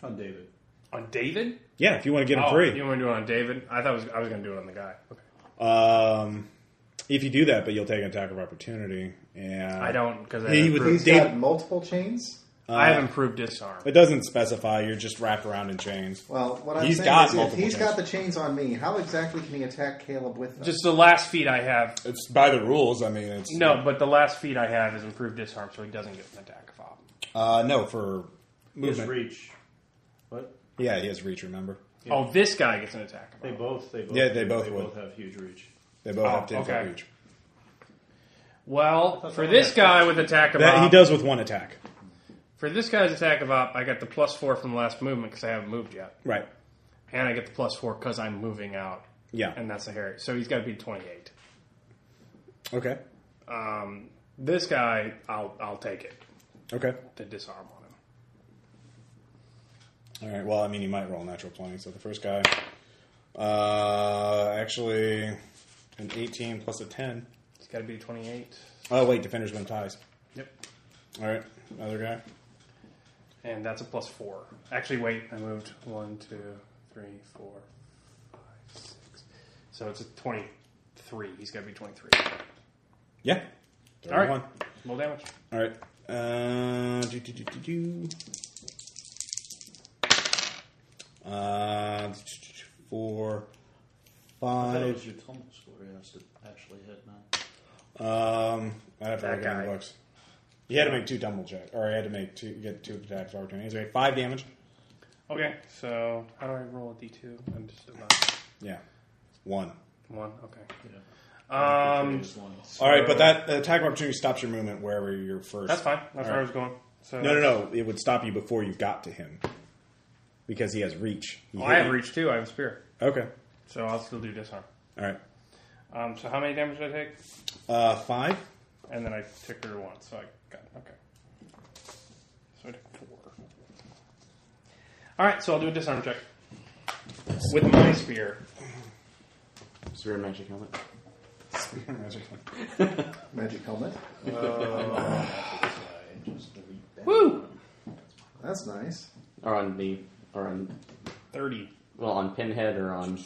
S2: On David.
S3: On David?
S1: Yeah, if you want to get him
S3: Oh,
S1: free.
S3: you want to do it on David? I thought it was, I was going to do it on the guy. Okay.
S1: Um, if you do that, but you'll take an attack of opportunity, and
S3: I don't because I,
S1: He
S3: have
S1: would-
S3: improved-
S5: He's
S1: David-
S5: got multiple chains.
S3: I have improved disarm.
S1: It doesn't specify. You're just wrapped around in chains.
S5: Well, what I'm
S1: He's
S5: saying
S1: got
S5: is, if
S1: multiple
S5: he's
S1: chains.
S5: got the chains on me, how exactly can he attack Caleb with them?
S3: Just the last feat I have.
S1: It's by the rules. I mean, it's
S3: No, but the last feat I have is improved disarm, so he doesn't get an attack of op.
S1: Uh, no, for
S2: His
S1: movement.
S2: reach. What?
S1: yeah, he has reach. Remember,
S3: Oh, this guy gets an attack of
S2: They
S3: op.
S2: both. They both.
S1: Yeah, they both
S2: They
S1: would.
S2: both have huge reach.
S1: they both
S3: Oh,
S1: have to
S3: okay.
S1: have reach.
S3: Well,
S2: that
S3: for
S2: was
S3: this
S2: that
S3: guy with attack of
S1: That he
S3: op,
S1: does with one attack.
S3: for this guy's attack of op, I got the plus four from the last movement because I haven't moved yet,
S1: Right.
S3: and I get the plus four because I'm moving out,
S1: Yeah.
S3: and that's a Harry. So he's got to be twenty eight.
S1: okay.
S3: Um, this guy, I'll I'll take it.
S1: Okay.
S3: The disarm on him.
S1: All right. Well, I mean, you might roll a natural twenty. So the first guy, uh, actually, an eighteen plus a ten.
S3: It's got to be twenty eight.
S1: Oh wait, defenders win ties.
S3: Yep.
S1: All right, another guy.
S3: And that's a plus four. Actually, wait, I moved one, two, three, four, five, six. So it's a 23. He's got to be 23.
S1: Yeah.
S3: All right.
S1: Thirty-one.
S3: Roll damage.
S1: All right. Uh, do, do, do, do, do. Uh, four,
S2: I thought it
S1: five.
S2: was your tumble score. It has to actually hit now.
S1: Um, I have to
S3: That
S1: look in
S3: guy.
S1: the books. He had to make two tumble checks, or he had to make two get two attacks of opportunity. Anyway, five damage.
S3: Okay, so how do I roll a d2? I'm just about
S1: Yeah, one.
S3: one. Okay.
S2: Yeah.
S3: Um,
S2: Just one.
S1: All right, but that attack of opportunity stops your movement wherever you're first.
S3: That's fine. That's
S1: All
S3: where I
S1: right.
S3: was going. So
S1: No, no, no. It would stop you before you got to him because he has reach. He
S3: Well, Oh, I
S1: hit
S3: have
S1: you.
S3: reach too. I have a spear.
S1: Okay.
S3: So I'll still do disarm.
S1: All right.
S3: Um, so how many damage did I take?
S1: Uh, five.
S3: And then I took her one, so I got. Okay. So I took four. All right, so I'll do a disarm check with my spear.
S4: Spirit magic helmet.
S5: Magic helmet.
S3: Woo!
S5: That's nice.
S4: Or on the, or on,
S3: Thirty.
S4: well, on pinhead or on.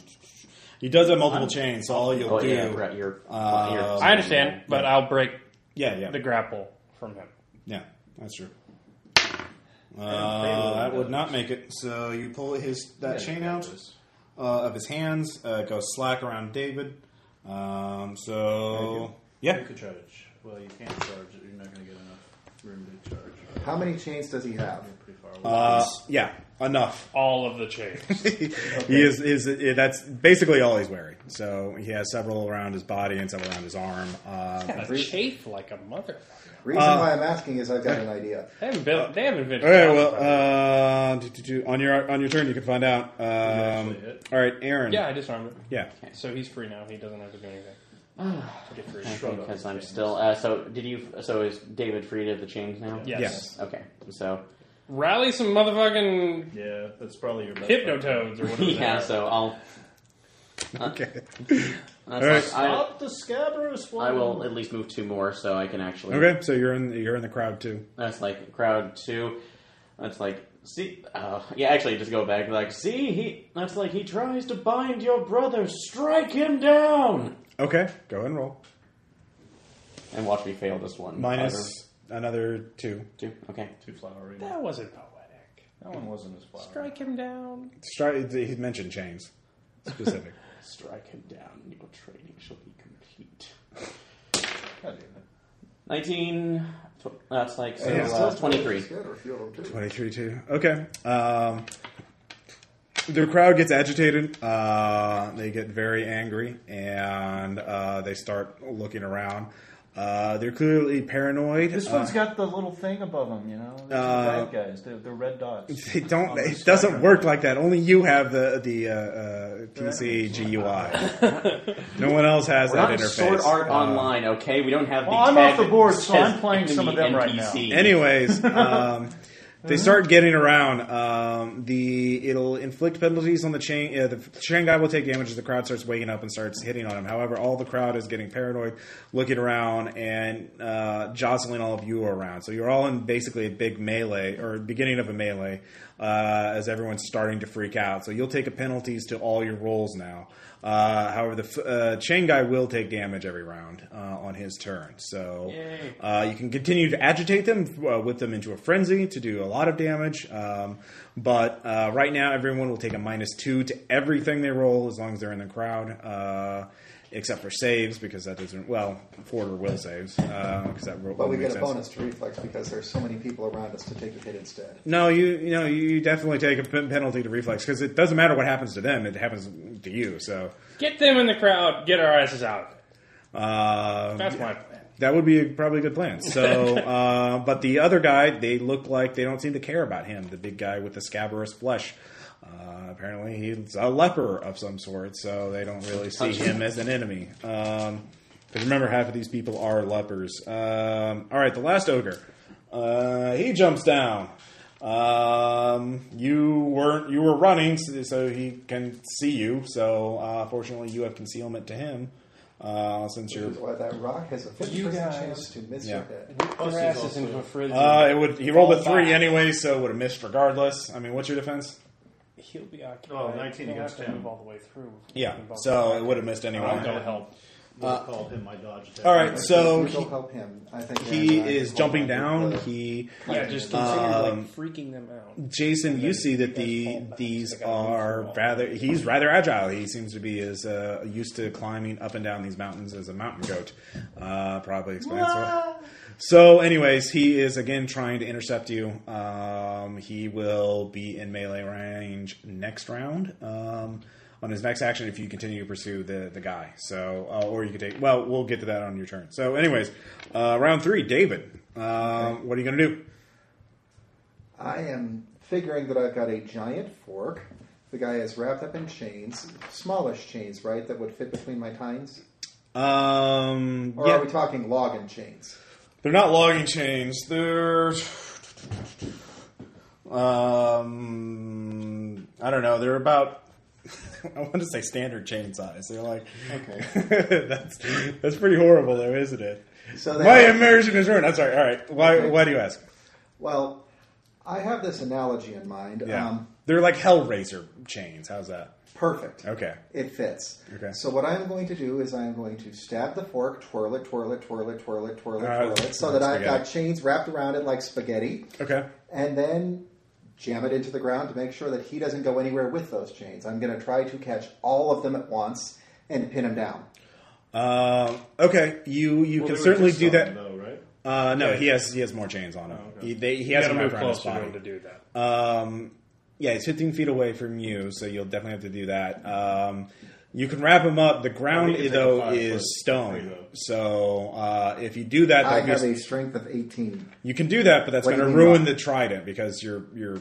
S1: He does have multiple chains, so all you'll
S4: Oh
S1: do.
S4: yeah, right. Your,
S1: Uh,
S4: your-
S3: I understand, but I'll break
S1: yeah, yeah,
S3: the grapple from him.
S1: yeah. That's true. Uh, that would not make it. So you pull his that chain out uh, of his hands. Uh, it goes slack around David. Um, so yeah,
S2: You could charge. Well, you can't charge. You're not going to get enough room to charge.
S5: How many chains does he have?
S2: You're pretty far away.
S1: uh, yeah, enough.
S3: All of the chains.
S1: He is, is is- that's basically all he's wearing. So he has several around his body and several around his arm. Um,
S3: I chafe like a motherfucker.
S5: Reason
S1: Uh,
S5: why I'm asking is I've got an idea.
S3: They haven't built. They haven't invented.
S1: all right, well, uh, do, do, do, on your on your turn, you can find out. Um,
S2: actually hit?
S1: all right, Aaron.
S3: yeah, I disarmed him.
S1: yeah.
S3: So he's free now. He doesn't have to do anything. to get free.
S4: because I'm still. Uh, so did you? So is David freed of the chains now?
S3: Yes.
S1: Yes.
S4: Okay. So
S3: Rally some motherfucking
S2: yeah, that's probably your best. bet.
S3: hypnotoads or whatever. they
S4: yeah.
S3: are.
S4: So I'll.
S1: Okay.
S4: that's
S1: All right.
S4: fine. I,
S2: Stop the scabrous one.
S4: I will at least move two more, so I can actually.
S1: Okay. So you're in you're in the crowd too.
S4: That's like crowd two. That's like see. Uh, yeah, actually, just go back. Like see, he. That's like he tries to bind your brother. Strike him down.
S1: Okay. Go ahead and roll.
S4: And watch me fail this one.
S1: Minus another two.
S4: Either. two. Okay.
S2: Too flowery. That
S3: That wasn't poetic.
S2: one wasn't as flowery.
S3: Strike him down.
S1: Stri- He mentioned chains. Specific.
S4: Strike him down. Your training shall be complete.
S2: God damn it.
S4: 19. Tw- that's like so,
S1: Yeah,
S4: uh, 23.
S5: Good, or a few of them too.
S1: Twenty-three two. Okay. Um, the crowd gets agitated. Uh, they get very angry and uh, they start looking around. Uh, they're clearly paranoid.
S2: This
S1: Uh,
S2: one's got the little thing above them, you know. They're
S1: Uh,
S2: bad guys. They're, they're red dots.
S1: They don't.
S4: Oh,
S2: on the
S1: It doesn't
S2: side.
S1: work like that. Only you have the the uh, uh, PC GUI. no one else has
S4: We're
S1: that
S4: not in
S1: interface.
S4: Sword Art
S1: Uh,
S4: Online, okay? We don't have the
S2: Well, I'm
S4: tag
S2: off the board,
S4: that
S2: so I'm
S4: says
S2: playing some of
S4: enemy
S2: them right now.
S4: NPC.
S1: Anyways, um, they start getting around. Um, the it'll inflict penalties on the chain. Uh, the chain guy will take damage as the crowd starts waking up and starts hitting on him. However, all the crowd is getting paranoid, looking around and uh, jostling all of you around. So you're all in basically a big melee or beginning of a melee uh, as everyone's starting to freak out. So you'll take a penalties to all your rolls now. Uh, however, the f- uh, chain guy will take damage every round uh, on his turn. So uh, you can continue to agitate them, uh, whip them into a frenzy to do a lot of damage. Um, but uh, right now, everyone will take a minus two to everything they roll as long as they're in the crowd. Uh, Except for saves, because that doesn't. Well, Porter will saves because that.
S5: But we get a bonus to reflex because there's so many people around us to take a hit instead.
S1: No, you you know you definitely take a pen- penalty to reflex because it doesn't matter what happens to them; it happens to you. So
S3: Get them in the crowd. Get our asses out. of it.
S1: um,
S3: That's my plan.
S1: that would be a, probably a good plan. So, uh, but the other guy, they look like they don't seem to care about him. The big guy with the scabrous flesh. Uh, apparently, he's a leper of some sort, so they don't really see him as an enemy. Um 'cause remember, half of these people are lepers. Um, all right, the last ogre. Uh, he jumps down. Um, you weren't. You were running, so, so he can see you. So, uh, fortunately, you have concealment to him. Uh, since you're
S5: Which is why that rock has a 50% chance to miss
S1: Yeah.
S5: your hit.
S2: Plus,
S3: Our
S2: he's
S3: asses
S2: also-
S3: into a frizzy.
S1: Uh, it would. He rolled a
S3: Fall
S1: three
S3: back.
S1: anyway, so would have missed regardless. I mean, what's your defense?
S3: He'll be occupied.
S2: Oh, 19
S3: He'll
S2: against
S3: have to
S2: him.
S3: move all the way through.
S1: Yeah.
S3: Move all
S1: So
S3: the
S1: it
S3: way
S1: would have missed
S3: back. I'll
S1: anyway.
S3: go help.
S2: We'll call him my dodge attack.
S1: Uh, All right. So
S5: we
S1: he,
S5: will help him. I think
S1: he
S5: Aaron and I
S1: is
S5: will
S1: jumping
S5: help
S1: down.
S5: him.
S1: He,
S3: Yeah, just
S5: Um,
S3: consider like freaking them out.
S1: Jason, you see that
S3: guys
S1: the
S3: fall back, so
S1: these
S3: they gotta move
S1: are
S3: through all.
S1: rather. He's rather agile. He seems to be as uh, used to climbing up and down these mountains as a mountain goat. Uh, probably explains. why. So, anyways, he is again trying to intercept you. Um, he will be in melee range next round. Um, on his next action, if you continue to pursue the, the guy, so uh, or you could take. Well, we'll get to that on your turn. So, anyways, uh, round three, David. Um, What are you going to do?
S5: I am figuring that I've got a giant fork. The guy is wrapped up in chains, smallish chains, right, that would fit between my tines?
S1: Um,
S5: Or
S1: yeah.
S5: are we talking log and chains?
S1: They're not logging chains. They're Um, I don't know. They're about. I want to say standard chain size. They're like,
S5: Okay.
S1: that's that's pretty horrible, though, isn't it?
S5: So they
S1: My
S5: have-
S1: immersion is ruined. I'm sorry. All right. Why?
S5: Okay.
S1: Why do you ask?
S5: Well, I have this analogy in mind.
S1: Yeah,
S5: Um,
S1: they're like Hellraiser chains. How's that?
S5: perfect.
S1: Okay.
S5: It fits.
S1: Okay.
S5: So what I'm going to do is I'm going to stab the fork, twirl it, twirl it, twirl it, twirl it, twirl it,
S1: Ah,
S5: twirl it,
S1: it's
S5: so
S1: like
S5: that I've got
S1: spaghetti.
S5: chains wrapped around it like spaghetti,
S1: Okay.
S5: and then jam it into the ground to make sure that he doesn't go anywhere with those chains. I'm going to try to catch all of them at once and pin him down.
S1: Um, okay. You you can
S2: Well, they were
S1: certainly
S2: just
S1: do
S2: on
S1: that.
S2: them, though, right?
S1: Uh, no, he has he has more chains on him.
S2: okay.
S1: He, they, he
S3: You
S1: has
S3: gotta
S1: them
S3: move
S1: wrapped around his
S3: closer to
S1: body.
S3: him to do that.
S1: Um, yeah, he's 15 feet away from you, so you'll definitely have to do that. Um, you can wrap him up. The ground
S2: Well, we can take a
S1: though
S2: five foot
S1: is
S2: free,
S1: stone,
S2: though.
S1: so uh, if you do that,
S5: I
S1: that'll
S5: have
S1: be-
S5: a strength of 18.
S1: you can do that, but that's
S5: What
S1: going
S5: do
S1: to
S5: you mean
S1: ruin
S5: by-
S1: the trident because you're you're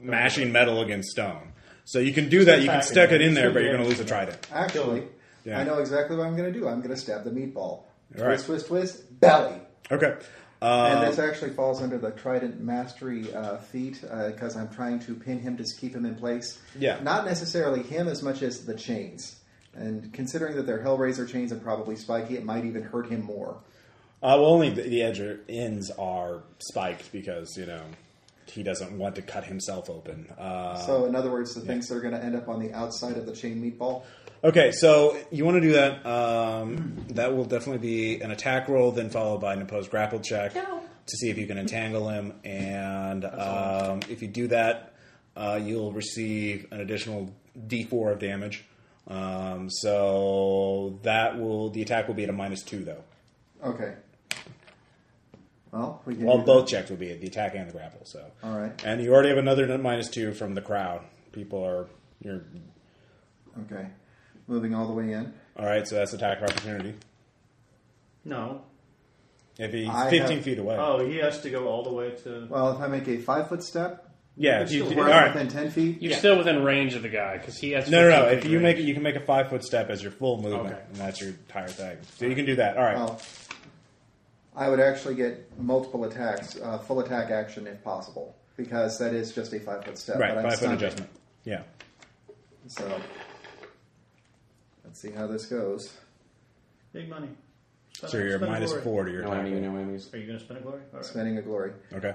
S1: smashing metal against stone. So you can do that. You can
S2: attacking
S1: stick it
S2: him.
S1: in there,
S2: Still
S1: but you're going to
S2: damage
S1: lose the trident.
S5: Actually,
S1: Yeah.
S5: I know exactly what I'm going to do. I'm going to stab the meatball.
S1: All
S5: Twist,
S1: right.
S5: twist, twist, belly.
S1: Okay.
S5: And
S1: Um,
S5: this actually falls under the Trident Mastery uh, feat because I'm trying to pin him to keep him in place.
S1: Yeah.
S5: Not necessarily him as much as the chains. And considering that they're Hellraiser chains and probably spiky, it might even hurt him more.
S1: Uh, well, only the, the edge ends are spiked because you know he doesn't want to cut himself open. Uh,
S5: so, in other words, the things that are going to end up on the outside of the chain meatball.
S1: okay, so you want to do that? Um, that will definitely be an attack roll, then followed by an opposed grapple check to see if you can entangle him. And um, if you do that, uh, you'll receive an additional D4 of damage. Um, so that will the attack will be at a minus two though.
S5: Okay. Well, we can.
S1: Well,
S5: do
S1: both checks will be the attack and the grapple. So,
S2: Uh.
S5: All right.
S1: and you already have another minus two from the crowd. People are you're
S5: that. Okay. Moving all the way in.
S1: all right. So that's attack of opportunity.
S2: No.
S1: If he's
S5: I
S1: fifteen
S5: have-
S1: feet away,
S2: Oh, he has to go all the way to.
S5: Well, if I make a five foot step,
S1: yeah. If
S2: it's
S1: you,
S2: still
S1: all
S2: worth
S5: we're
S1: right.
S5: within 10 feet.
S3: You're still within range of the guy because he has.
S1: No, no, no.
S3: 15
S1: If
S3: feet
S1: you
S3: range.
S1: make it, you can make a five foot step as your full movement,
S2: Okay.
S1: and that's your entire thing. So you can do that. All right.
S5: Well, I would actually get multiple attacks, uh, full attack action if possible, because that is just a five foot step.
S1: right.
S5: but I'm
S1: Five foot
S5: stunned.
S1: adjustment. Yeah.
S5: So let's see how this goes.
S2: Big money. Spend-
S1: So you're
S2: spend a
S1: minus
S2: glory.
S1: four to your
S4: No, I
S1: attack.
S4: don't even know what it means.
S2: Are you going to spend a glory? All right.
S5: Spending a glory.
S1: Okay.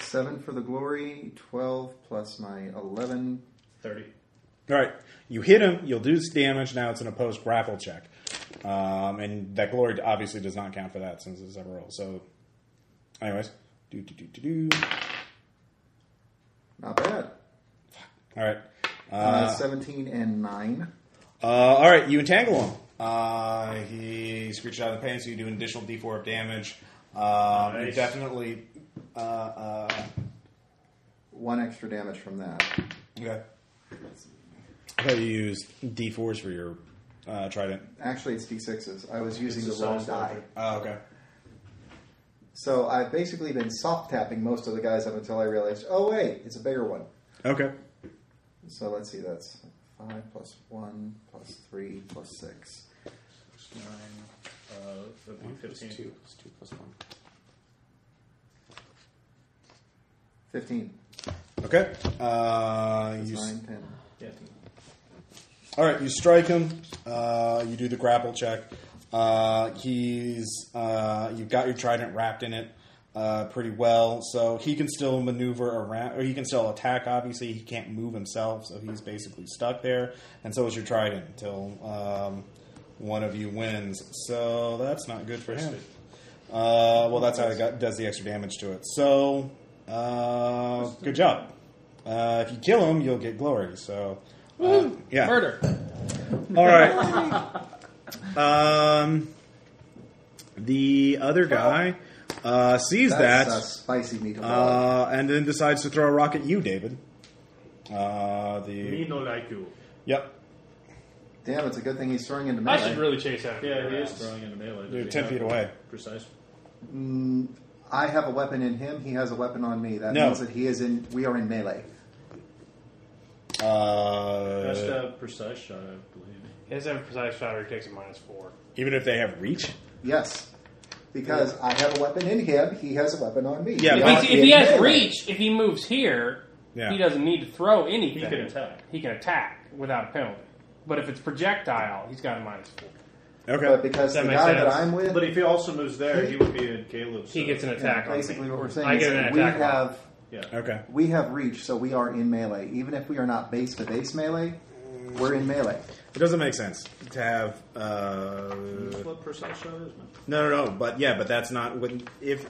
S5: Seven for the glory, 12 plus my 11.
S2: 30.
S1: All right. You hit him. You'll do s- damage. Now it's an opposed grapple check, um, and that glory obviously does not count for that since it's a roll. So, anyways, do do do do do.
S5: Not bad.
S1: All right.
S5: Uh, 17 and 9.
S1: Uh, all right. You entangle him. Uh, he screeches out of the pain, so you do an additional D4 of damage. Um, You
S2: Nice.
S1: definitely. Uh, uh,
S5: One extra damage from that.
S1: okay. I thought you used D4s for your uh, trident.
S5: Actually, it's d6s. I was using
S2: It's a
S5: the wrong
S2: size
S5: die.
S2: lever.
S1: Oh, okay.
S5: So I've basically been soft tapping most of the guys up until I realized, oh, wait, it's a bigger one.
S1: Okay.
S5: So let's see, that's 5 plus 1 plus 3 plus 6.
S2: Uh, that'd be 15.
S4: Two. It's two plus one.
S5: 15.
S1: Okay. Uh, you s-
S5: 9, 10.
S2: Yeah.
S1: All right, you strike him. Uh, you do the grapple check. Uh, he's uh, you've got your trident wrapped in it uh, pretty well, so he can still maneuver around, or he can still attack. Obviously, he can't move himself, so he's basically stuck there. And so is your trident until um, one of you wins. So that's not good for him. Uh, well, that's how it got, does the extra damage to it. So uh, good job. Uh, if you kill him, you'll get glory. So. Uh, yeah.
S3: murder.
S1: All right. um, the other guy uh, sees
S5: That's a
S1: that
S5: spicy meatball.
S1: uh, and then decides to throw a rock at you, David. Uh,
S2: Me
S1: the
S2: no like you.
S1: yep,
S5: Damn, it's a good thing he's throwing into
S3: I should
S5: melee.
S3: really chase after.
S2: Yeah,
S3: that.
S2: he is throwing in the melee.
S1: you're
S2: Does he
S1: ten
S2: have
S1: feet away.
S2: Precise.
S5: I have a weapon in him, he has a weapon on me. That
S1: No.
S5: means that he is in, we are in melee.
S2: That's
S1: Uh,
S2: a precise shot, I believe.
S3: He has to have a precise shot or he takes a minus four.
S1: even if they have reach,
S5: Yes. because I have a weapon in him, he has a weapon on me.
S1: Yeah,
S5: We
S1: but-
S3: If,
S5: are
S3: he- if he
S5: in
S3: has
S5: melee.
S3: reach, if he moves here,
S1: Yeah.
S3: he doesn't need to throw anything.
S2: He can attack.
S3: He can attack without a penalty. But if it's projectile, he's got a minus four.
S1: Okay.
S5: But because
S3: That
S5: the
S3: makes
S5: guy that
S3: sense.
S5: I'm with,
S2: But if he also moves there, he would be in Caleb's.
S3: He
S2: uh,
S3: gets an
S5: yeah,
S3: attack. on
S5: basically
S3: me.
S5: what we're saying
S3: I
S5: is
S3: get an
S5: that
S3: attack.
S5: we
S3: on him.
S5: have
S2: Yeah.
S1: okay.
S5: we have reach, so we are in melee. Even if we are not base to base melee, we're in melee.
S1: It doesn't make sense to have. Uh,
S2: That's what precise shot is, man.
S1: no, no, no. But yeah, but that's not when if.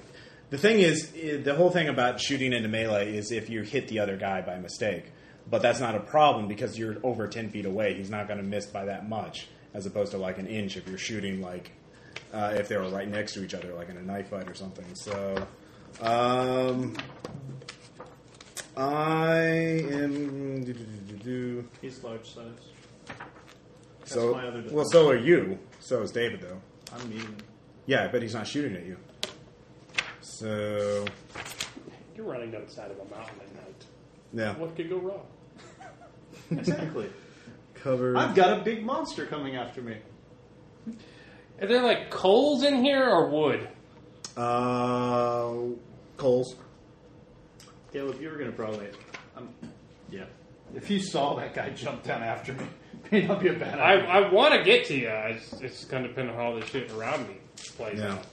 S1: The thing is, i- the whole thing about shooting into melee is if you hit the other guy by mistake. But that's not a problem because you're over 10 feet away. He's not going to miss by that much, as opposed to like an inch if you're shooting like uh, if they were right next to each other, like in a knife fight or something. So, um, I am.
S2: He's large size.
S1: So,
S2: my other
S1: well, so are you. So is David, though.
S2: I'm medium.
S1: Yeah, but he's not shooting at you. So,
S3: You're running down the side of a mountain at night.
S1: yeah.
S3: What could go wrong?
S2: Exactly.
S1: Cover.
S2: I've got a big monster coming after me.
S3: Are there like coals in here or wood?
S1: Uh, Coles.
S2: Caleb, you were gonna probably. Um, yeah. If you saw that guy jump down after me, may not be a bad
S3: I,
S2: idea.
S3: I want to get to you. It's, it's going to depend on how this shit around me plays
S1: Yeah.
S3: out.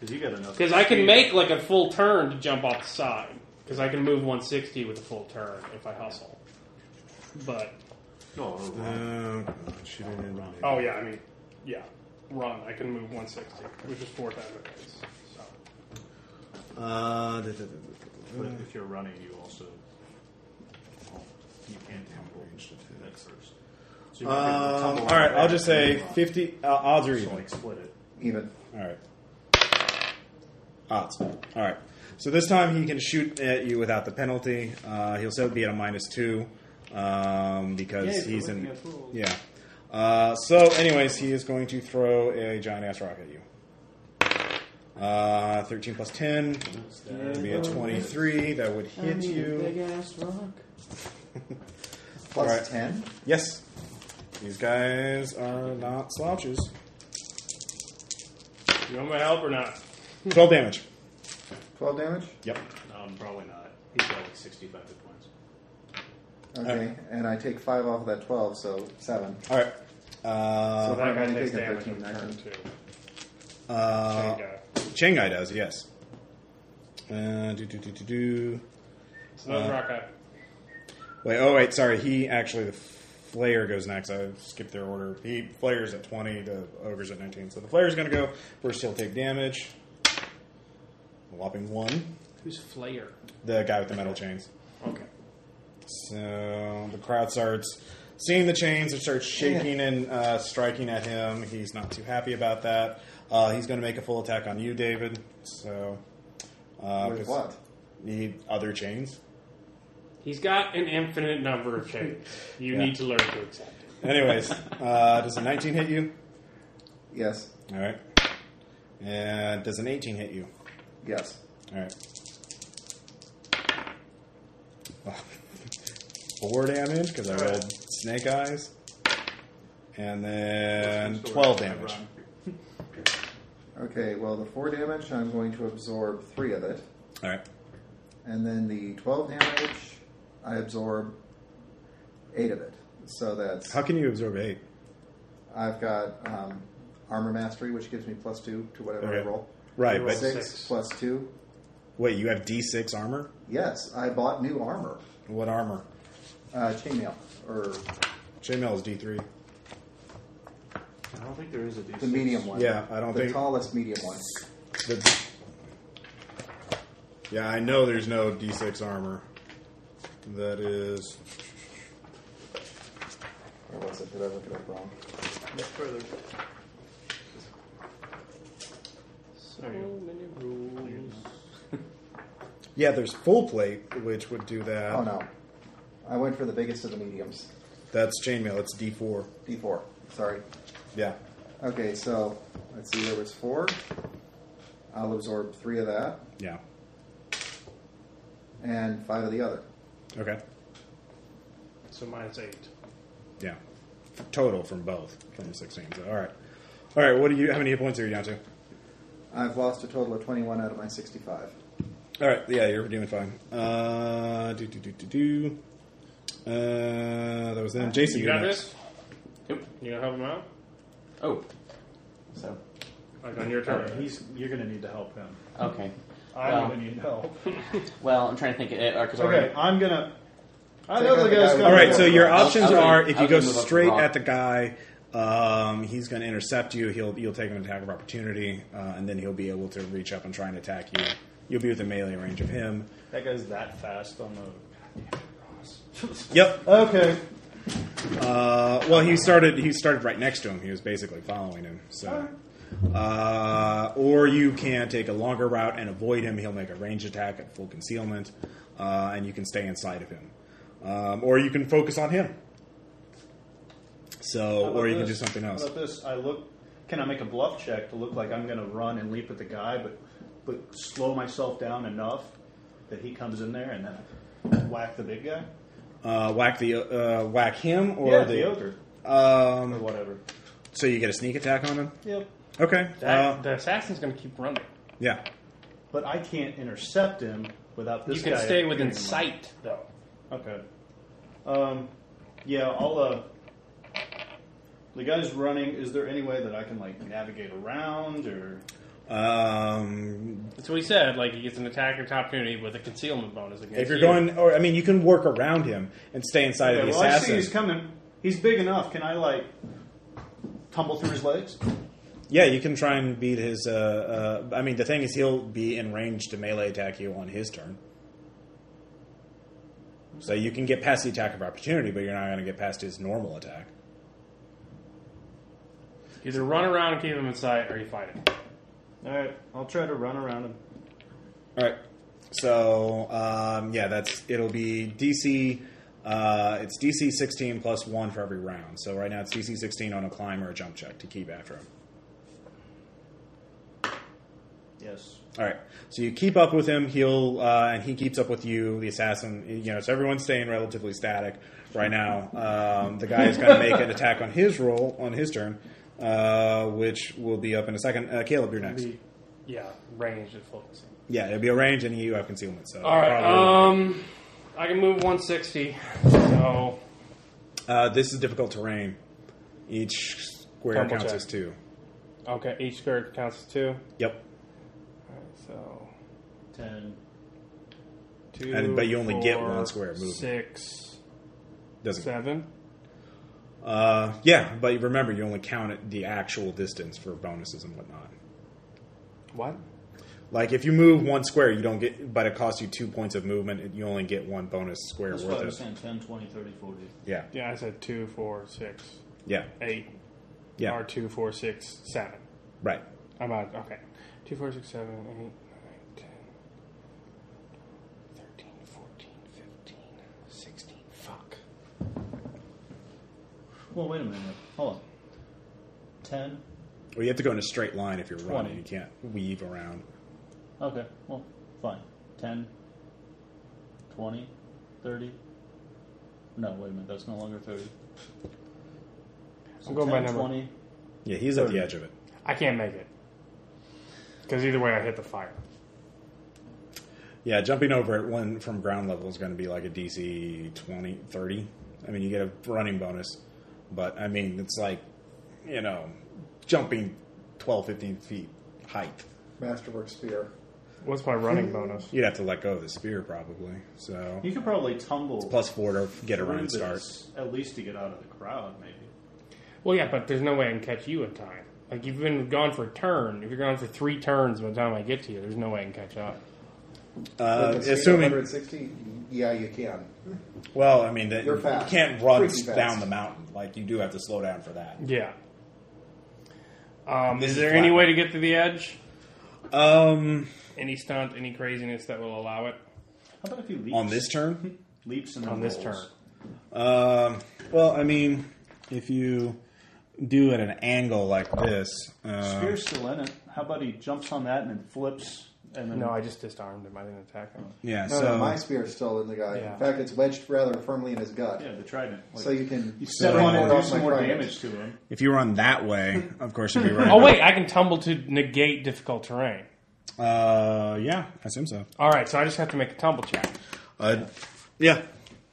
S2: Because you got enough.
S3: Because I can
S2: speed.
S3: make like a full turn to jump off the side. Because I can move 160 with a full turn if I hustle. But
S2: No,
S1: Uh, shooting and running.
S3: oh yeah, I mean yeah, run. I can move 160, which is four times my pace. So
S1: Uh, da, da, da,
S2: but
S1: da, da, da.
S2: if you're running, you also you can't tumble that first. So you might be able to
S1: Um,
S2: tumble
S1: all
S2: on
S1: right,
S2: the
S1: I'll
S2: back
S1: just
S2: and
S1: say
S2: then run.
S1: 50. Uh, odds are
S2: So
S1: even.
S2: like split it.
S5: Even
S1: All right. Odds. All right. So this time he can shoot at you without the penalty. Uh, he'll still be at a minus two um, because
S2: Yay, for
S1: he's
S2: looking
S1: in.
S2: at rules.
S1: Yeah. Uh, so, anyways, he is going to throw a giant ass rock at you. Uh, 13 plus 10 would be a 23. That would hit you.
S5: plus
S1: Alright.
S5: ten.
S1: Yes. These guys are not slouches.
S3: you want my help or not?
S1: 12 damage.
S5: Twelve damage.
S1: Yep.
S2: Um, probably not. He's got like 65 hit points.
S5: Okay, and I take five off of that twelve, so seven.
S1: All right. Uh,
S5: So
S3: That
S5: I've
S3: guy
S5: already
S3: takes
S5: taken
S3: damage
S5: 13
S3: on turn
S5: action.
S3: two.
S1: uh,
S3: Same guy.
S1: Chengai does, yes. Uh, do, do, do, do, do.
S3: So
S1: uh,
S3: those rock up.
S1: Wait, oh, wait, sorry. He actually, the Flayer goes next. I skipped their order. He Flayer's at 20, the Ogre's at 19. So the Flayer's going to go. First, he'll take damage. A whopping one.
S3: Who's Flayer?
S1: The guy with the metal chains.
S3: Okay.
S1: So the crowd starts seeing the chains and starts shaking and uh, striking at him. He's not too happy about that. Uh, he's going to make a full attack on you, David. So. Uh,
S5: With
S1: 'cause-
S5: what?
S1: Need other chains.
S3: He's got an infinite number of chains. You
S1: Yeah.
S3: need to learn to accept it.
S1: Anyways, uh, does a 19 hit you?
S5: Yes,
S1: All right. And does an 18 hit you?
S5: yes.
S1: All right. Four damage because I rolled snake eyes, and then
S2: Sword,
S1: 12
S2: I
S1: damage.
S2: run.
S5: Okay, well the four damage I'm going to absorb three of it,
S1: All right.
S5: and then the twelve damage I absorb eight of it. So that's
S1: How can you absorb eight?
S5: I've got um, armor mastery, which gives me plus two to whatever I
S1: Okay.
S5: roll.
S1: Right, but
S5: Six,
S3: six.
S5: plus two.
S1: wait, you have D6 armor.
S5: Yes, I bought new armor,
S1: What armor?
S5: uh, chainmail, or
S1: Chainmail is D3.
S2: I don't think there is a D6.
S5: the medium one.
S1: Yeah, I don't
S5: the
S1: think-
S5: tallest medium one.
S1: The- yeah, I know there's no D6 armor. That is
S5: Or was it? Did I look it up wrong?
S2: Look further. There you go.
S1: Yeah, there's full plate, which would do that.
S5: Oh no, I went for the biggest of the mediums.
S1: That's chainmail. It's D4.
S5: D4. Sorry.
S1: Yeah.
S5: Okay, so let's see. There was four. I'll absorb three of that
S1: Yeah.
S5: and five of the other.
S1: Okay.
S3: So minus eight.
S1: Yeah. Total from both from 16. So, all right. All right. What do you? How many hit points are you down to?
S5: I've lost a total of 21 out of my 65.
S1: All right, yeah, you're doing fine. Uh, do do do do do. Uh, that was them. Jason,
S3: You
S1: you're
S3: got
S1: next.
S3: this?
S4: Yep.
S3: You gonna help him out?
S4: Oh. So.
S3: Like on
S1: Uh,
S3: your turn.
S2: He's, you're going to need to help him.
S4: Okay.
S2: I'm
S4: Well.
S2: going to need help.
S4: Well, I'm trying to think. uh, 'cause I already-
S2: Okay, I'm going to. I
S5: Take
S2: know
S5: out
S2: the
S5: the
S2: guy's
S5: guy with-
S2: coming.
S1: All right, so
S2: over.
S1: your options
S4: I'll-
S1: are if
S4: I'll
S1: you go
S4: move up
S1: straight
S4: rock.
S1: at the guy, um, he's going to intercept you. He'll you'll take an attack of opportunity, uh, and then he'll be able to reach up and try and attack you. You'll be within melee range of him.
S2: That guy's that fast on the.
S1: Yep.
S2: Okay.
S1: Uh, well, he started. He started right next to him. He was basically following him. So, uh, or you can take a longer route and avoid him. He'll make a range attack at full concealment, uh, and you can stay inside of him. Um, or you can focus on him. So,
S2: How
S1: or you can
S2: about
S1: do
S2: this?
S1: something else.
S2: How about this? I look. Can I make a bluff check to look like I'm going to run and leap at the guy, but but slow myself down enough that he comes in there and then I whack the big guy?
S1: Uh, whack the uh, whack him or
S2: yeah, the,
S1: the
S2: ogre or
S1: um.
S2: whatever.
S1: So you get a sneak attack on him.
S2: Yep.
S1: Okay.
S3: That-
S1: Uh,
S3: the assassin's gonna keep running.
S1: yeah.
S2: But I can't intercept him without this
S3: You can
S2: guy
S3: stay within
S2: appearing.
S3: sight, though.
S2: Okay. Um, yeah, I'll. Uh, the guy's running. Is there any way that I can like navigate around or?
S1: Um,
S3: That's what he said. Like he gets an attacker opportunity with a concealment bonus against
S1: if you're
S3: you.
S1: going, or I mean, you can work around him and stay inside
S2: Okay,
S1: of the
S2: well, I see
S1: assassin.
S2: he's coming. He's big enough. Can I like tumble through his legs?
S1: Yeah, you can try and beat his. Uh, uh, I mean, the thing is, he'll be in range to melee attack you on his turn. So you can get past the attack of opportunity, but you're not going to get past his normal attack.
S3: Either run around and keep him in sight, or you fight him.
S2: All right, I'll try to run around him.
S1: All right. So um, yeah, that's it'll be DC. Uh, it's DC 16 plus one for every round. So right now it's DC 16 on a climb or a jump check to keep after him.
S2: Yes.
S1: All right. So you keep up with him. He'll uh, and he keeps up with you, the assassin. You know, so everyone's staying relatively static right now. Um, the guy is going to make an attack on his roll on his turn, uh, which will be up in a second. Uh, Caleb, you're next.
S3: Yeah, range and focusing.
S1: Yeah, it'll be a range, and you have concealment. So
S3: All right.
S1: probably-
S3: Um, I can move 160. So
S1: uh, this is difficult terrain. Each square
S3: Temple
S1: counts
S3: check.
S1: as two.
S3: okay, each square counts as two.
S1: Yep.
S3: All right, so
S2: Ten.
S3: two.
S1: And- but you only get
S3: four,
S1: one square movement.
S3: Six,
S1: Doesn't.
S3: seven.
S1: Uh, yeah, but remember, you only count it the actual distance for bonuses and whatnot.
S3: What?
S1: Like if you move one square, you don't get, but it costs you two points of movement. and You only get one bonus square
S2: That's what I was
S1: worth of.
S2: saying. 10, 20, 30, 40.
S1: Yeah,
S3: Yeah, I said two, four, six,
S1: yeah,
S3: eight.
S1: yeah.
S3: Or two, four, six, seven.
S1: Right.
S3: I'm out. Okay. Two, four, six, seven, eight, nine, ten, thirteen, fourteen, fifteen, sixteen. Fuck.
S2: Well, wait a minute. Hold on. Ten.
S1: Well, you have to go in a straight line if you're running.
S2: Twenty.
S1: You can't weave around.
S2: Okay. Well, fine. Ten. Twenty. Thirty. No, wait a minute. That's no longer thirty. So
S3: I'm going by
S2: 10,
S3: number.
S2: 20.
S1: Yeah, he's at the edge of it.
S3: I can't make it. Because either way, I hit the fire.
S1: Yeah, jumping over it one from ground level is going to be like a DC 20, 30. I mean, you get a running bonus, but I mean, it's like, you know, jumping 12, 15 feet height.
S5: Masterwork Spear.
S3: What's my running bonus?
S1: You'd have to let go of the spear probably. So
S2: You could probably tumble.
S1: plus four to get a
S2: through
S1: run
S2: this,
S1: start.
S2: At least to get out of the crowd, maybe.
S3: Well, yeah, but there's no way I can catch you in time. Like, you've been gone for a turn. If you're gone for three turns by the time I get to you, there's no way I can catch up.
S1: Uh,
S5: With the speed of
S1: assuming
S5: 160. Yeah, you can.
S2: Mm-hmm.
S1: Well, I mean, that
S5: You're
S1: you
S5: fast.
S1: can't run
S5: Freaking
S1: s-
S5: fast.
S1: down the mountain. Like you do have to slow down for that.
S3: Yeah. Um,
S1: This
S3: is
S1: is
S3: there
S1: flat.
S3: any way to get to the edge?
S1: Um,
S3: Any stunt, any craziness that will allow it
S2: How about if he leaps
S1: on this turn,
S2: leaps and
S3: on this turn?
S2: rolls?
S1: um, well, I mean, if you do it at an angle like this, uh,
S2: Spear's still in it. How about he jumps on that and then flips And then
S3: No, I just disarmed him. I didn't attack him.
S1: Yeah,
S5: No,
S1: so
S5: no, Uh, my spear's still in the guy.
S3: Yeah.
S5: In fact, it's wedged rather firmly in his gut.
S2: yeah, the trident. Like,
S5: So you can
S2: you step
S5: bring
S2: on it
S5: more
S2: and do
S5: off
S2: some
S5: my
S2: more
S5: target.
S2: damage to him.
S1: if you run that way, of course you'd be right.
S3: Oh wait, I can tumble to negate difficult terrain.
S1: Uh, yeah, I assume so.
S3: All right, so I just have to make a tumble check.
S1: Uh, yeah.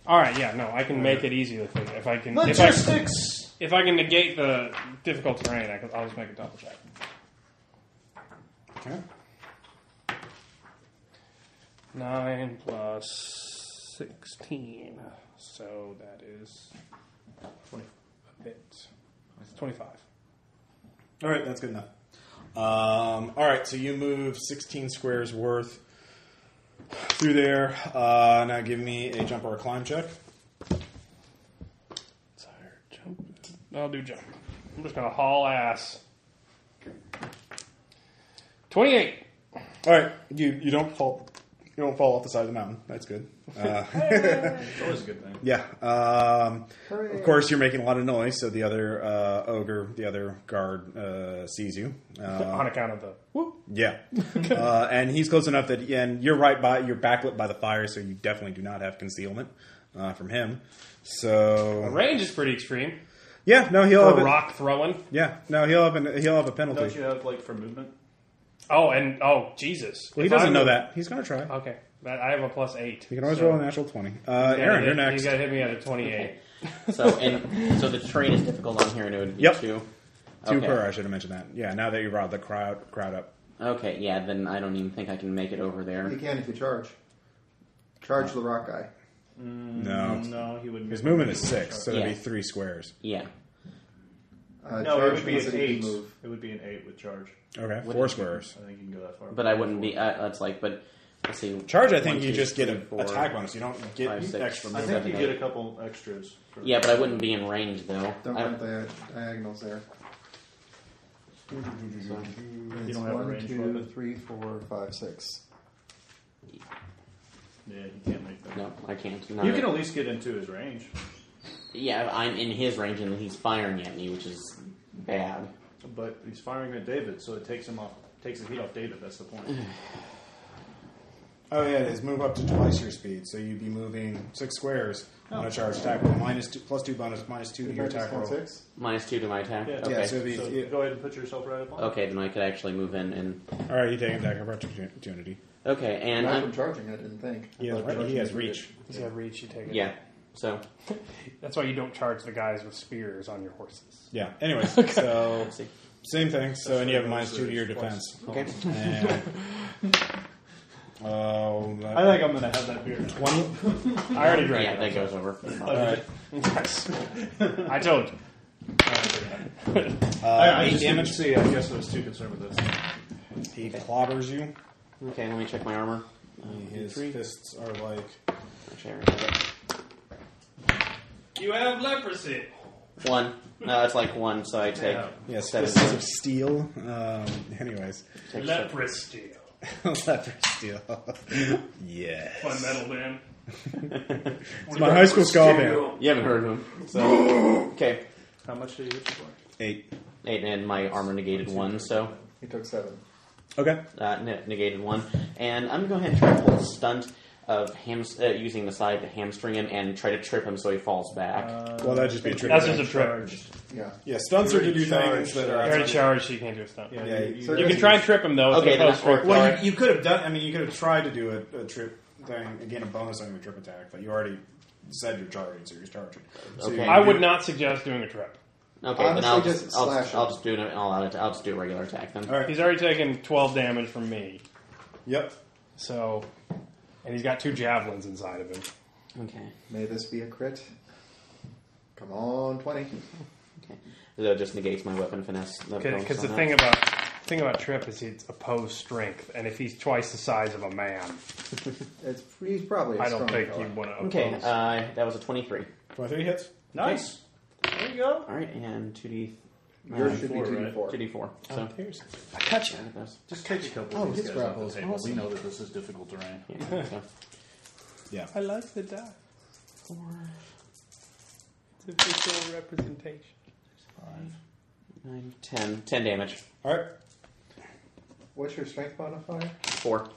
S3: All right, yeah, no, I can make it easy with it. if I can. If I,
S7: Logistics.
S3: if I can negate the difficult terrain, I can, I'll just make a tumble check.
S1: Okay.
S3: Nine plus sixteen, so that is twenty a bit. It's twenty-five.
S1: All right, that's good enough. Um, all right, so you move 16 squares worth through there. Uh, now give me a jump or a climb check.
S3: Desire jump. I'll do jump. I'm just gonna haul ass. Twenty-eight.
S1: All right, you you don't fall you don't fall off the side of the mountain. That's good. Uh,
S2: It's always a good thing.
S1: yeah. Um, of course, you're making a lot of noise, so the other uh, ogre, the other guard, uh, sees you. Uh,
S3: on account of the whoop.
S1: Yeah, uh, and he's close enough that, and you're right by, you're backlit by the fire, so you definitely do not have concealment uh, from him.
S3: The
S1: So
S3: range is pretty extreme.
S1: yeah, no, he'll
S3: For
S1: have a-
S3: rock throwing.
S1: yeah, no, he'll have an, he'll have a
S2: Don't
S1: penalty.
S2: you have like for movement?
S3: Oh, and oh, Jesus.
S1: Well, he
S3: If Uh,
S1: doesn't
S3: I'm-
S1: know that. He's gonna try. You
S3: Okay, that, I have a plus eight. You
S1: can always roll a natural twenty. Uh, Aaron, you're next.
S3: He's got to hit me at a twenty-eight.
S4: So and so the terrain is difficult on here, and it would be
S1: Yep.
S4: two.
S1: Two
S4: okay.
S1: per. I should have mentioned that. Yeah, now that you brought the crowd crowd up.
S4: Okay, yeah. Then I don't even think I can make it over there.
S5: You can if you charge. Charge the rock guy.
S1: No,
S2: No, he wouldn't.
S1: his movement is six, so it'd be
S4: Yeah.
S1: three squares.
S4: Yeah.
S5: Uh,
S2: No, it
S5: charge
S2: would be
S5: means
S2: an
S5: that you
S2: eight.
S5: can move.
S2: It would be an eight with charge.
S1: Okay,
S4: What
S1: four
S4: is-
S1: squares.
S2: I think you can go that far.
S4: But I wouldn't be. I, that's like, but let's see.
S1: Charge, I
S4: One,
S1: think you
S4: two,
S1: just get
S4: three,
S1: an
S4: four.
S1: attack bonus. You don't get
S4: five, six.
S1: extra
S2: I
S1: movement.
S2: think you
S4: Seven,
S2: get a couple extras. For
S4: Yeah, but I wouldn't be in range though.
S5: Don't
S4: I-
S5: count the diagonals there.
S2: You
S5: It's
S2: don't have a
S5: one,
S2: range
S5: two,
S2: weapon.
S5: three, four, five, six.
S2: Yeah, he can't make that.
S4: No, I can't.
S2: You
S4: Not-
S2: can at least get into his range.
S4: Yeah, I'm in his range, and he's firing at me, which is bad.
S2: But he's firing at David, so it takes him off, takes the heat off David. That's the point.
S1: Oh yeah, it is. Move up to twice your speed, so you'd be moving six squares on
S4: Oh.
S1: a charge attack roll. Minus two, plus two bonus, minus two to your attack roll.
S5: Six.
S4: Minus two to my attack.
S2: Yeah.
S4: okay.
S1: Yeah, so it'd be-
S2: So
S1: it-
S2: go ahead and put yourself right up on.
S4: okay, then I could actually move in and.
S1: all right, you take an attack of opportunity.
S4: Okay, and
S5: Not
S4: I'm,
S5: from charging, I didn't think. I
S1: He has,
S5: thought charging
S1: he has
S5: was good.
S1: reach.
S3: He's got reach. You take it.
S4: yeah. So
S3: That's why you don't charge the guys with spears on your horses.
S1: Yeah. Anyways, so
S4: let's see.
S1: same thing. So and you have a minus two to your
S2: Twice.
S1: defense.
S4: Okay.
S1: And, oh,
S2: I think I'm gonna have that beard.
S1: twenty.
S3: I already drank.
S4: Yeah,
S3: it.
S4: that goes over.
S1: All right.
S3: Nice. I told you.
S1: Uh,
S2: I, I
S1: eight
S2: just didn't
S1: damage.
S2: see. I guess I was too concerned with this.
S1: He clobbers you.
S4: Okay, let me check my armor. Um,
S1: His
S4: three.
S1: fists are like
S4: Actually, I already have
S3: You have leprosy.
S4: it. One. No, that's like one, so I take.
S1: yes,
S4: Seven.
S1: fists of steel. Um, anyways,
S4: take seven.
S3: Leprosy.
S1: leopard steel. yes.
S3: Fun metal band.
S1: It's my high school ska band.
S4: You haven't heard of him. So okay,
S2: How much did you get for?
S1: Eight.
S4: eight and my armor negated one, so
S5: He took seven.
S1: Okay.
S4: uh, ne- negated one. And I'm gonna go ahead and try a little stunt of ham uh, using the side to hamstring him and try to trip him so he falls back.
S2: Uh,
S1: Well, that'd just be a trick.
S3: That's just a trip.
S5: Yeah.
S1: yeah, stunts are to do
S2: Charged.
S1: things that are
S3: You already
S1: outside.
S3: charged, so you can't do a stunt.
S2: Yeah,
S1: Yeah,
S2: you,
S5: so
S2: you-
S3: You can try and trip him though. It's
S4: Okay,
S3: okay,
S4: then
S3: close
S4: I-
S3: work.
S1: Well, you, you could have done. I mean, you could have tried to do a, a trip thing again, a bonus on your trip attack, but you already said you're charging, so you're charging. So
S4: Okay.
S1: you-
S3: I would not suggest doing a trip.
S4: Okay,
S5: Honestly,
S4: then I'll
S5: just
S4: just I'll,
S5: slash
S4: I'll
S5: him.
S4: just do an all out. I'll just do a regular attack then.
S1: All right.
S3: He's already taken 12 damage from me,
S1: Yep.
S3: so. And he's got two javelins inside of him.
S4: Okay.
S5: May this be a crit. Come on, 20.
S4: Okay. That just negates my weapon finesse. That bonus
S3: Because the
S4: on
S3: thing
S4: that.
S3: about thing about Trip is it's opposed strength, and if he's twice the size of a man,
S5: It's, he's probably a
S3: I don't
S5: strong
S3: think
S5: fella.
S3: you want to oppose.
S4: Okay, uh, that was a twenty-three.
S1: Twenty-three hits.
S2: nice. There you go.
S4: All right, and two D.
S5: Yours should be
S2: Four, right?
S5: 2d4.
S4: Two D four. So
S1: Here's-
S3: I got you.
S4: I got those.
S2: Just take a couple
S5: Oh,
S2: of these
S5: his
S2: guys off
S5: grapple is
S2: the table.
S5: awesome.
S2: We know that this is difficult terrain.
S4: Yeah, so
S1: Yeah.
S3: I like the die.
S4: four,
S3: It's a visual representation.
S4: nine, ten. Ten damage.
S1: All right.
S5: What's your strength modifier?
S4: Four.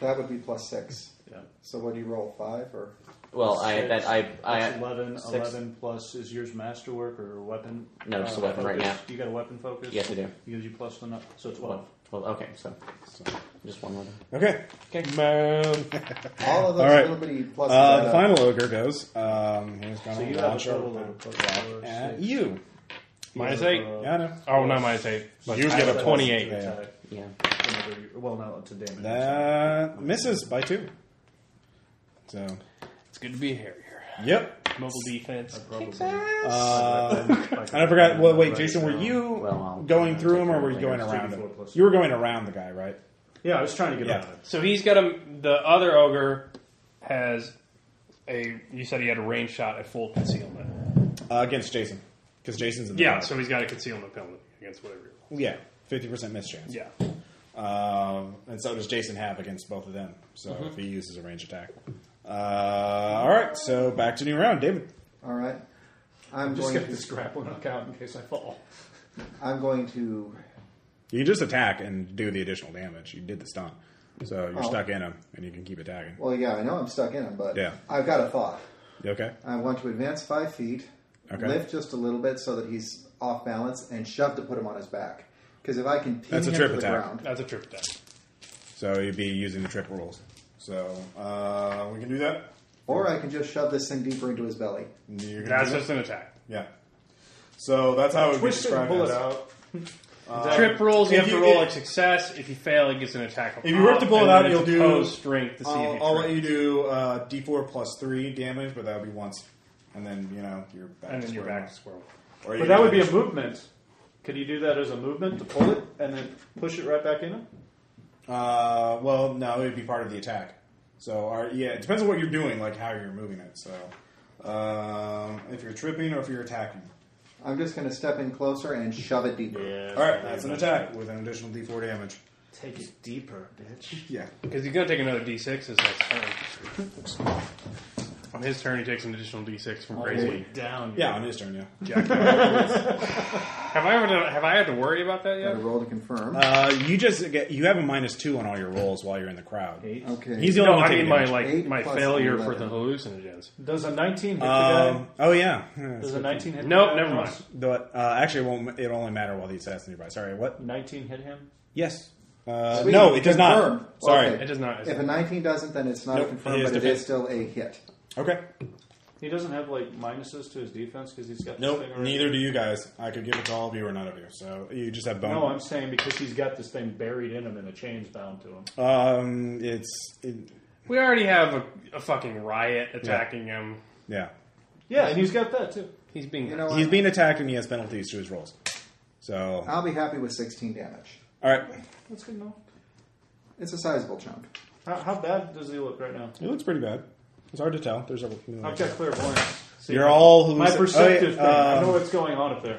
S5: That would be plus six.
S2: Yeah.
S5: So what do you roll? Five or
S4: Well, I that I
S2: That's
S4: I
S2: 11,
S4: six.
S2: 11 plus is yours masterwork or weapon? Uh,
S4: No, just a weapon right
S2: focus?
S4: now.
S2: You got a weapon focus?
S4: Yes, I do.
S2: Gives you plus one up, so it's
S4: well,
S2: 12.
S4: well, okay, so, so just one more.
S1: Okay.
S5: all of those
S1: All right.
S5: little bitty pluses?
S1: Uh,
S5: add
S1: the
S5: up.
S1: final ogre goes. Um, he's
S2: So
S1: going
S2: you
S1: to
S2: have a
S1: launch
S2: total
S1: over
S2: of plus
S1: at
S2: six.
S1: Uh,
S2: uh,
S1: you.
S3: Minus eight.
S1: Yeah, I know.
S3: Oh, not minus eight. But
S1: You
S3: I
S1: get
S3: have
S1: a plus
S3: twenty-eight.
S1: three. Yeah.
S2: Attack
S4: Yeah.
S2: whenever you- Well, no, it's a damage.
S1: That misses by two. So,
S3: It's good to be here.
S1: yep.
S3: Mobile defense.
S2: Probably. Uh,
S1: Um,
S2: Like
S1: and I forgot. Well, wait,
S2: right
S1: Jason, were
S2: now.
S1: you
S4: Well, I'll-
S1: going
S4: I'll
S1: through
S4: take
S1: him, or
S4: care
S1: were
S4: of
S1: you
S4: it
S1: going
S4: later.
S1: around
S2: 34
S1: him?
S2: plus
S1: You were going around the guy, right?
S2: Yeah, I was trying to get
S1: Yeah.
S2: out of it.
S3: So he's got a. The other ogre has a. You said he had a range shot at full concealment.
S1: Uh, against Jason, because Jason's in the
S3: Yeah,
S1: dark.
S3: so he's got a concealment penalty against whatever. you roll.
S1: yeah, fifty percent mischance.
S3: Yeah.
S1: Um, and so does Jason have against both of them. So if he uses a range attack. Uh, all right, so back to new round, David.
S5: All right. I'm
S2: Just
S5: going
S2: get
S5: to.
S2: this grapple knock out in case I fall.
S5: I'm going to.
S1: You can just attack and do the additional damage. You did the stun, so you're
S5: Oh.
S1: stuck in him, and you can keep attacking.
S5: Well, yeah, I know I'm stuck in him, but
S1: Yeah.
S5: I've got a thought.
S1: You okay?
S5: I want to advance five feet,
S1: Okay.
S5: lift just a little bit so that he's off balance, and shove to put him on his back. Because if I can pin
S1: That's a
S5: him
S1: trip
S5: to the
S1: attack.
S5: ground,
S3: That's a trip attack.
S1: So you'd be using the trip rules. So uh, we can do that.
S5: or I can just shove this thing deeper into his belly.
S1: You're gonna
S3: That's
S1: do
S3: just an attack.
S1: that? yeah. So that's how it would be
S2: Twist it and
S1: described. as-
S2: pull it out.
S3: Trip rolls, you
S1: Um, if
S3: have to
S1: you
S3: roll
S1: get-
S3: a success. If you fail, it gets an attack.
S1: If you work to pull it out, you'll do-
S3: strength to see if
S1: I'll,
S3: you
S1: I'll
S3: trip.
S1: let you do uh, D4 plus three damage, but that would be once, and then you know you're back.
S3: and
S1: to
S3: then you're
S1: square
S3: back
S1: one.
S3: to square one.
S1: Or you
S2: But that
S1: can-
S2: would be a movement. Could you do that as a movement to pull it and then push it right back in him?
S1: Uh, well, no, it would be part of the attack. So, our, yeah, it depends on what you're doing, like how you're moving it. So, um, if you're tripping or if you're attacking.
S5: I'm just going to step in closer and shove it deeper.
S1: All right, that's an attack with an additional D4 damage.
S2: Take it deeper, bitch.
S1: Yeah.
S3: Because he's going to take another d6 as next turn. oh, On his turn, he takes an additional d6 from Crazy.
S2: Down.
S1: Yeah, on his turn. Yeah.
S3: Have I ever done, have I had to worry about that
S5: Got to
S3: yet?
S5: roll to confirm.
S1: Uh, you just get you have a minus two on all your rolls while you're in the crowd.
S5: okay.
S1: He's the
S3: No,
S1: only one
S3: I
S1: taking
S3: mean my
S1: damage.
S3: like
S5: Eight
S3: my
S5: plus
S3: failure for the
S5: 11.
S3: hallucinogens.
S2: Does a 19 hit the
S1: Um,
S2: guy?
S1: oh yeah.
S2: Does a 19 hit
S3: Nope,
S2: the guy?
S3: never mind.
S1: The, uh, actually, it won't. It only matter while the assassin's nearby. Sorry. What?
S2: 19 hit him?
S1: Yes. Uh,
S5: Sweet,
S1: no, it does
S5: confirmed.
S1: not. Sorry.
S5: Okay.
S3: It does not.
S5: If a 19 doesn't, then it's not
S1: Nope,
S5: a confirm,
S1: it is
S5: but it
S1: defense.
S5: is still a hit.
S1: Okay.
S2: He doesn't have, like, minuses to his defense because he's got
S1: Nope.
S2: this thing already?
S1: Neither do you guys. I could give it to all of you or none of you. So you just have
S2: No,
S1: bone.
S2: I'm saying because he's got this thing buried in him and the chain's bound to him.
S1: um, it's it,
S3: we already have a, a fucking riot attacking him.
S1: yeah.
S2: Yeah, and he's got that, too.
S3: He's being
S5: You know
S1: He's
S5: what?
S1: being attacked and he has penalties to his rolls. So all
S2: Uh,
S5: I'll be happy with 16 damage.
S1: right.
S2: That's good enough.
S5: It's a sizable chunk.
S2: How, how bad does he look right now?
S1: It looks pretty bad. It's hard to tell. There's a.
S2: I've got clairvoyance. See,
S1: You're all
S2: my
S1: hallucin-
S2: perceptive
S1: oh, yeah,
S2: thing. I
S1: um,
S2: know what's going on up there.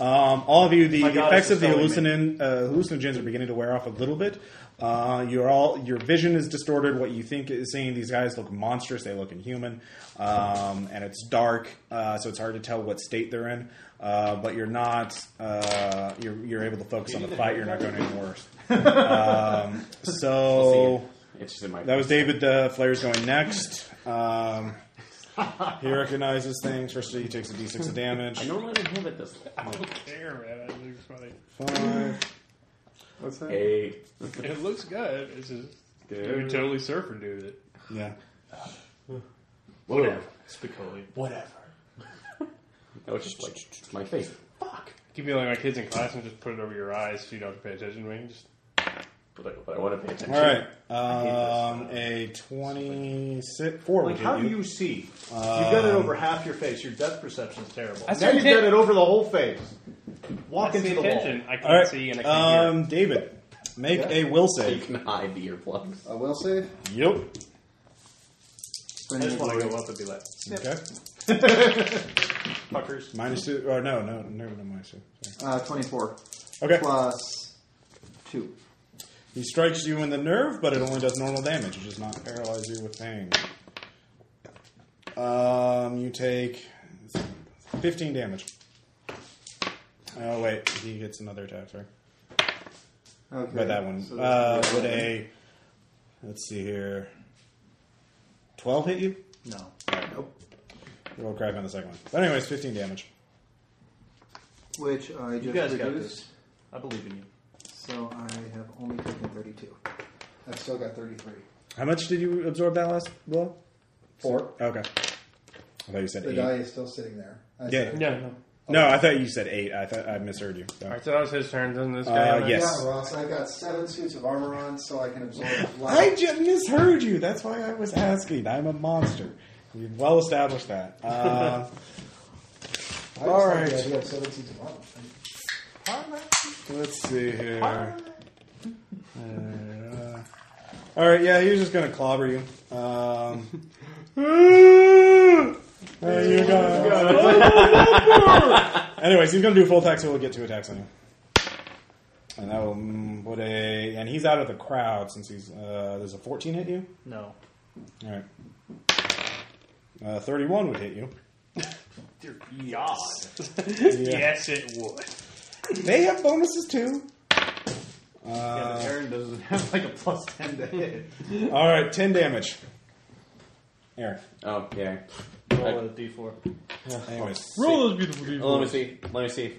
S1: Um, all of you, the
S2: My goddess
S1: effects
S2: is
S1: of the
S2: telling me.
S1: hallucinin, uh, hallucinogens are beginning to wear off a little bit. Uh, you're all, your vision is distorted. What you think is seeing these guys look monstrous. They look inhuman, um, and it's dark, uh, so it's hard to tell what state they're in. Uh, but you're not. Uh, you're, you're able to focus on the fight. You're not going any worse. Um,
S4: Oh.
S1: so
S4: It's just in my.
S1: that was David. The flare's going next. Um, he recognizes things. First, he takes a d6 of damage.
S4: I normally don't have it this way.
S3: there, man. I think it's funny.
S1: Five.
S5: What's that?
S4: Hey.
S3: It looks good. It's just
S4: Good.
S3: you would totally surfer dude it.
S1: Yeah.
S4: Whatever.
S2: Spicoli.
S4: Whatever. No, it's just like my face. Fuck.
S3: Keep me like my kids in class and just put it over your eyes so you don't have to pay attention to me. Just
S4: But I, but I want to pay attention.
S1: All right. Um, a 26. Four
S2: Like,
S1: would
S2: how
S1: hit
S2: do
S1: you.
S2: you Um, see? You've got it over half your face. Your depth perception is terrible. now
S3: said
S2: you've
S3: ten-
S2: got it over the whole face. Walk
S3: That's
S2: into the
S3: attention. I can't
S1: All right.
S3: see and I can't hear.
S1: Um, David, make
S5: Yeah.
S1: a will
S4: You
S1: save.
S4: can hide the earplugs.
S5: A will save?
S1: Yep.
S2: wall. I just want to go up and be like,
S1: Okay.
S2: fuckers.
S1: Minus two. Or no, no, no, no, minus two. Sorry.
S5: Uh, 24.
S1: Okay.
S5: Plus 2.
S1: He strikes you in the nerve, but it only does normal damage. It does not paralyze you with pain. Um, you take 15 damage. Oh, wait. He gets another attack, sorry.
S5: Okay.
S1: But that one.
S5: So
S1: Uh,
S5: that's-
S1: would a let's see here, twelve hit you?
S2: No.
S5: Nope.
S1: Roll crack on the second one. But anyways, fifteen damage.
S5: Which I
S2: You
S5: just
S2: guys
S5: reduced,
S2: got this. I believe in you.
S5: so I have only taken 32. I've still got 33.
S1: How much did you absorb that last blow?
S5: Four.
S1: Okay. I thought you said
S5: The
S1: eight.
S5: die is still sitting there. I
S1: Yeah.
S5: said-
S3: Yeah, no.
S1: No, I thought you said eight. I thought I misheard you.
S3: All right, so that was his turn. Doesn't this guy?
S1: Uh,
S3: have it?
S1: yes.
S5: Yeah, Ross, I've got seven suits of armor on, so I can absorb a lot.
S1: I just misheard you. That's why I was asking. I'm a monster. We've well established that. Uh,
S5: I
S1: All
S5: just like the
S1: right.
S5: idea of seven suits of armor.
S1: let's see here. Uh, all right, yeah, he was just gonna clobber you. Um, uh, you got- Anyways, he's gonna do full attack, so we'll get two attacks on you. And that will mm, put a and he's out of the crowd since he's uh, there's a 14 hit you.
S2: No.
S1: All right, uh, 31 would hit you.
S3: Dear God.
S1: Yeah.
S3: Yes, it would.
S1: They have bonuses too.
S2: yeah, but Aaron doesn't have like a plus 10 to hit.
S1: All right, 10 damage. Aaron.
S4: Okay.
S2: Roll a d4.
S1: Anyways,
S3: Roll those beautiful
S4: Well, let me see. Let me see.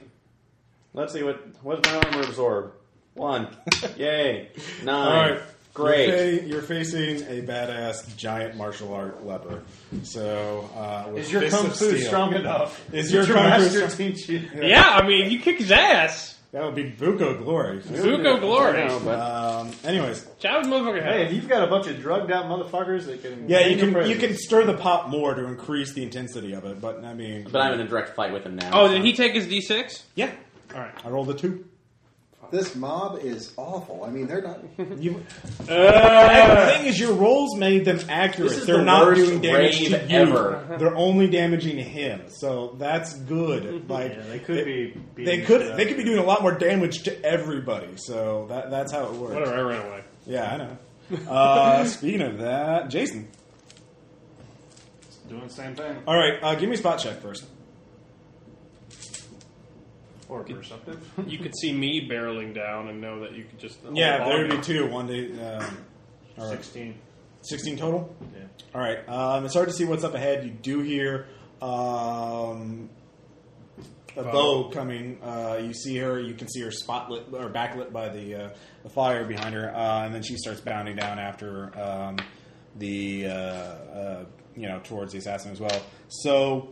S4: Let's see what what does my armor absorb. One. Yay.
S1: All
S4: Nine.
S1: right.
S4: Great.
S1: You're, fa- you're facing a badass giant martial art leper. So, uh, with
S2: Is your
S1: fists
S2: kung
S1: of
S2: fu
S1: steel-
S2: strong enough?
S1: Is
S2: Did
S1: your kung fu
S2: master
S1: strong-
S2: teach you?
S3: Yeah, I mean, you kick his ass.
S1: That would be Buko glory.
S3: Zuko glory.
S4: No, but
S1: Um, anyways,
S3: Chop his motherfucking
S2: Hey,
S3: head.
S2: if you've got a bunch of drugged out motherfuckers that can.
S1: yeah, you
S2: Hang your
S1: can you
S2: presence.
S1: can stir the pot more to increase the intensity of it. But I mean,
S4: but I'm in a direct fight with him now.
S3: Oh, did he take his D6?
S1: yeah,
S3: All right.
S1: I rolled a two.
S5: This mob is awful. I mean, they're not.
S1: You, the
S3: Uh,
S1: thing is, your rolls made them accurate.
S4: This is
S1: They're
S4: the
S1: not
S4: worst
S1: doing damage to
S4: raid
S1: you.
S4: ever.
S1: They're only damaging him. So that's good. Like
S2: Yeah, they could be.
S1: They
S2: beating the shit
S1: could
S2: out
S1: they
S2: of
S1: could be
S2: you.
S1: doing a lot more damage to everybody. So that that's how it works.
S3: whatever, I ran away.
S1: Yeah, I know. Uh, speaking of that, Jason.
S2: Doing the same thing.
S1: All right, uh, give me a spot check first.
S2: Or perceptive.
S3: You could see me barreling down and know that you could just.
S1: Yeah, there would be
S3: Oh,
S1: two. One to um, all right.
S2: 16.
S1: sixteen total.
S2: Yeah.
S1: All right, um, it's hard to see what's up ahead. You do hear um, a bow coming. Uh, you see her. You can see her spotlit or backlit by the, uh, the fire behind her, uh, and then she starts bounding down after um, the uh, uh, you know towards the assassin as well. So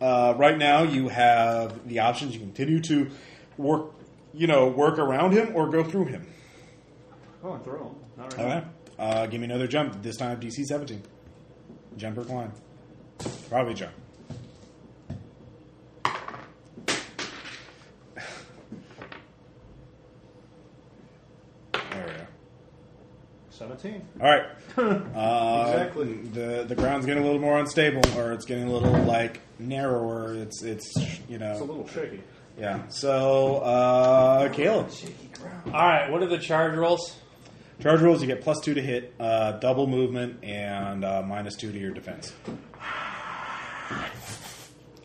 S1: uh, right now, you have the options. You continue to work, you know, work around him or go through him.
S2: Oh, and throw 'em. All right.
S1: All right. Uh, give me another jump. This time DC 17. Jump or climb. Probably jump. There we go.
S2: 17.
S1: All right. Uh,
S2: Exactly.
S1: The the ground's getting a little more unstable, or it's getting a little like narrower. It's it's you know
S2: It's a little tricky.
S1: yeah. So uh, Caleb,
S3: All right, what are the charge rolls?
S1: charge rules. You get plus two to hit, uh, double movement, and uh, minus two to your defense.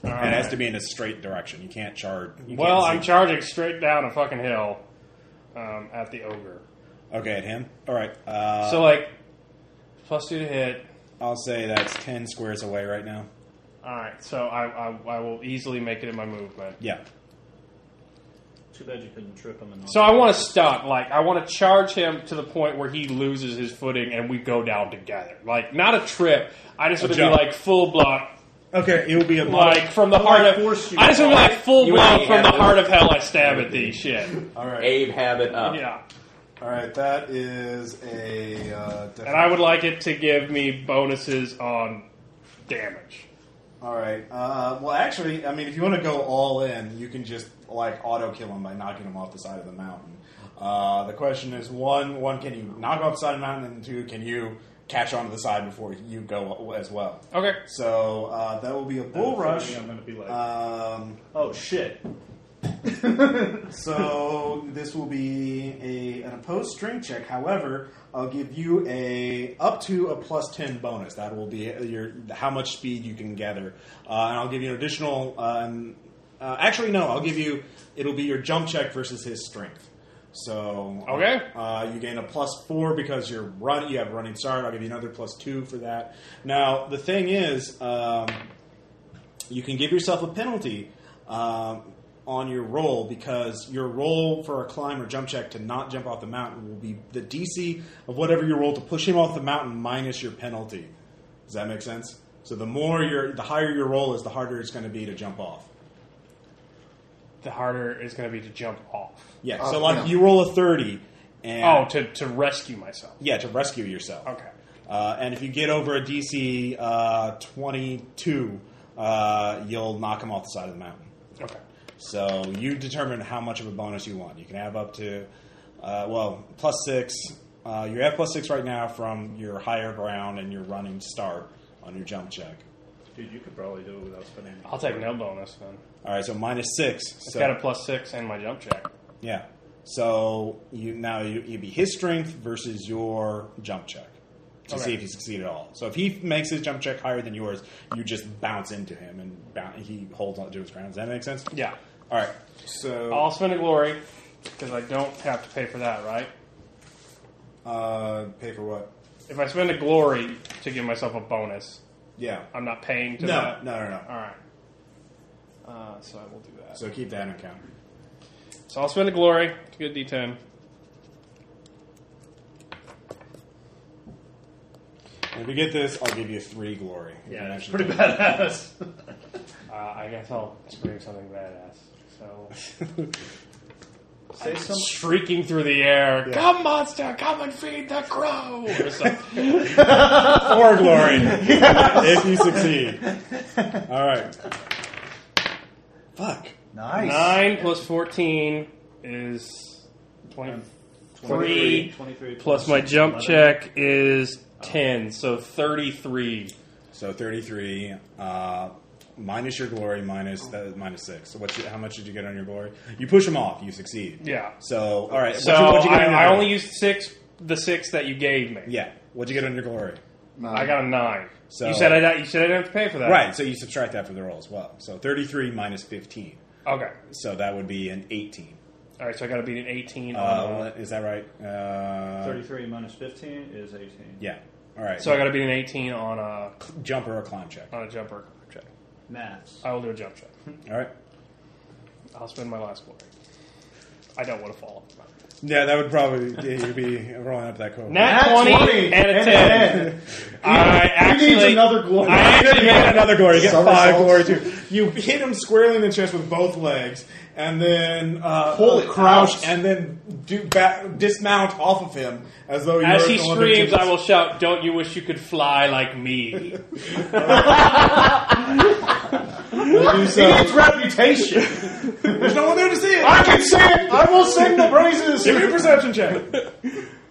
S3: All
S1: And it has
S3: right.
S1: to be in a straight direction. You can't charge. you
S3: Well, I'm
S1: can't zoom.
S3: charging straight down a fucking hill um, at the ogre.
S1: okay at him. All right. Uh,
S3: so like, plus two to hit.
S1: I'll say that's ten squares away right now.
S3: All right, so I, I I will easily make it in my movement.
S1: Yeah.
S2: Too bad you couldn't trip him. And
S3: So I want to stop. Like I want to charge him to the point where he loses his footing and we go down together. Like not a trip. I just
S1: A
S3: want to be
S1: jump.
S3: like full block,
S1: Okay. It will be a
S3: like from the
S2: Well,
S3: heart
S2: I
S3: of.
S2: forced you
S3: I just want to be
S2: to.
S3: like full
S4: You
S3: blown
S4: ain't
S3: from the
S4: having
S3: heart
S4: it.
S3: of hell. I stab at these shit.
S1: All right.
S4: Abe habit up.
S3: Yeah,
S1: All right. That is a. Uh,
S3: and I would like it to give me bonuses on damage.
S1: All right. Uh, well, actually, I mean, if you want to go all in, you can just like auto kill him by knocking him off the side of the mountain. Uh, the question is: one, one, can you knock off the side of the mountain? And two, can you catch onto the side before you go as well?
S3: Okay.
S1: So uh, that will be a bull rush.
S2: I'm going to be like,
S1: Um,
S2: oh, shit.
S1: so this will be a, an opposed string check. However, I'll give you a up to a plus ten bonus. That will be your how much speed you can gather, uh, and I'll give you an additional. Um, uh, actually, no, I'll give you. It'll be your jump check versus his strength. So uh,
S3: Okay.
S1: uh, you gain a plus four because you're run. You have running start. I'll give you another plus two for that. Now the thing is, um, you can give yourself a penalty um, on your roll because your roll for a climb or jump check to not jump off the mountain will be the DC of whatever you roll to push him off the mountain minus your penalty. Does that make sense? So the more your, the higher your roll is, the harder it's going to be to jump off.
S3: The harder it's going to be to jump off.
S1: Yeah.
S5: Oh,
S1: so like
S5: yeah.
S1: you roll a thirty, and
S3: Oh, to, to rescue myself.
S1: yeah, to rescue yourself.
S3: Okay.
S1: Uh, and if you get over a DC uh, 22, uh, you'll knock him off the side of the mountain.
S3: Okay.
S1: So you determine how much of a bonus you want. You can have up to, uh, well, plus six. Uh, you have plus six right now from your higher ground and your running start on your jump check.
S2: Dude, you could probably do it without spending.
S3: I'll take no bonus then.
S1: All right, so minus six.
S3: It's
S1: so,
S3: got a plus six and my jump check.
S1: yeah. So you now you, it'd be his strength versus your jump check to
S3: Okay.
S1: see if he succeeded at all. So if he makes his jump check higher than yours, you just bounce into him and bounce, he holds on to his ground. Does that make sense?
S3: Yeah.
S1: All right. So
S3: I'll spend a glory because I don't have to pay for that, right?
S1: uh, pay for what?
S3: If I spend a glory to give myself a bonus,
S1: Yeah.
S3: I'm not paying to
S1: No,
S3: that.
S1: no, no, no.
S3: All right. Uh, so I will do that.
S1: So keep that in account.
S3: So I'll spend a glory to get a D10.
S1: And if you get this, I'll give you three glory.
S2: Yeah, that's
S1: Actually,
S2: pretty badass.
S3: Uh, I guess I'll scream something badass. So
S2: Say some.
S3: shrieking through the air, "Come, monster! Come and feed the crow!" Or something.
S1: Four glory if you succeed. All right. Fuck.
S2: Nice.
S3: Nine plus fourteen is twenty.
S2: 23,
S3: Three
S2: 23
S3: Plus my jump
S2: 11.
S3: check is ten, so thirty-three.
S1: So thirty-three uh, minus your glory minus that minus six. So what's your, how much did you get on your glory? You push him off. You succeed.
S3: Yeah.
S1: So all right.
S3: So
S1: what'd you- what'd you get on your
S3: I, I
S1: glory?
S3: only used six, the six that you gave me.
S1: Yeah. What'd you get on your glory?
S5: No.
S3: I got a nine.
S1: So-
S3: you said I you said I didn't have to pay for that.
S1: Right. So you subtract that from the roll as well. So thirty-three minus fifteen.
S3: Okay.
S1: So that would be an eighteen.
S3: All right. So I got to beat an eighteen. on
S1: Uh,
S3: the-
S1: is that right? Uh,
S2: 33 minus 15 is 18.
S1: Yeah. All right.
S3: so I got to beat an eighteen on a
S1: jump or a climb check.
S3: on a jumper check.
S2: Maths.
S3: I will do a jump check.
S1: All right.
S3: I'll spend my last glory. I don't want to fall.
S1: Yeah, that would probably yeah, you'd be rolling up that code.
S3: Nat,
S2: Nat
S3: 20,
S2: 20
S3: and a
S2: and a
S3: 10. I actually,
S2: needs another glory.
S3: I actually
S1: you get
S3: made
S1: another glory. You get five glory
S5: Somersaults.
S1: too. You hit him squarely in the chest with both legs, and then uh, pull it, crouch, and then do ba- dismount off of him as though you
S3: As
S1: were
S3: he
S1: the one that
S3: screams,
S1: did
S3: I will shout, Don't you wish you could fly like me?
S1: this. You do so.
S2: reputation.
S1: There's no one there to see it.
S2: I can sing it. I will sing the praises.
S1: Give me a perception check.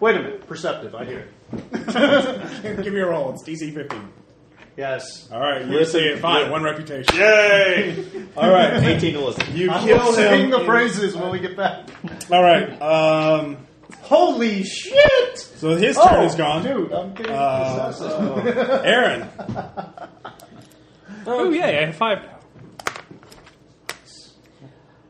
S2: Wait a minute. Perceptive. I hear.
S1: Give me a roll. It's DC 15.
S2: Yes.
S1: All right, you're seeing it. Fine, one reputation.
S2: Yay!
S1: All right,
S4: 18 to listen.
S1: you
S2: I will
S1: kill
S2: sing
S1: him.
S2: the praises when we get back.
S1: All right, um,
S2: Holy shit!
S1: so his turn
S4: Oh.
S1: is gone.
S2: dude. I'm getting
S1: Uh,
S2: possessive.
S1: Aaron.
S3: oh, yeah, I have five now.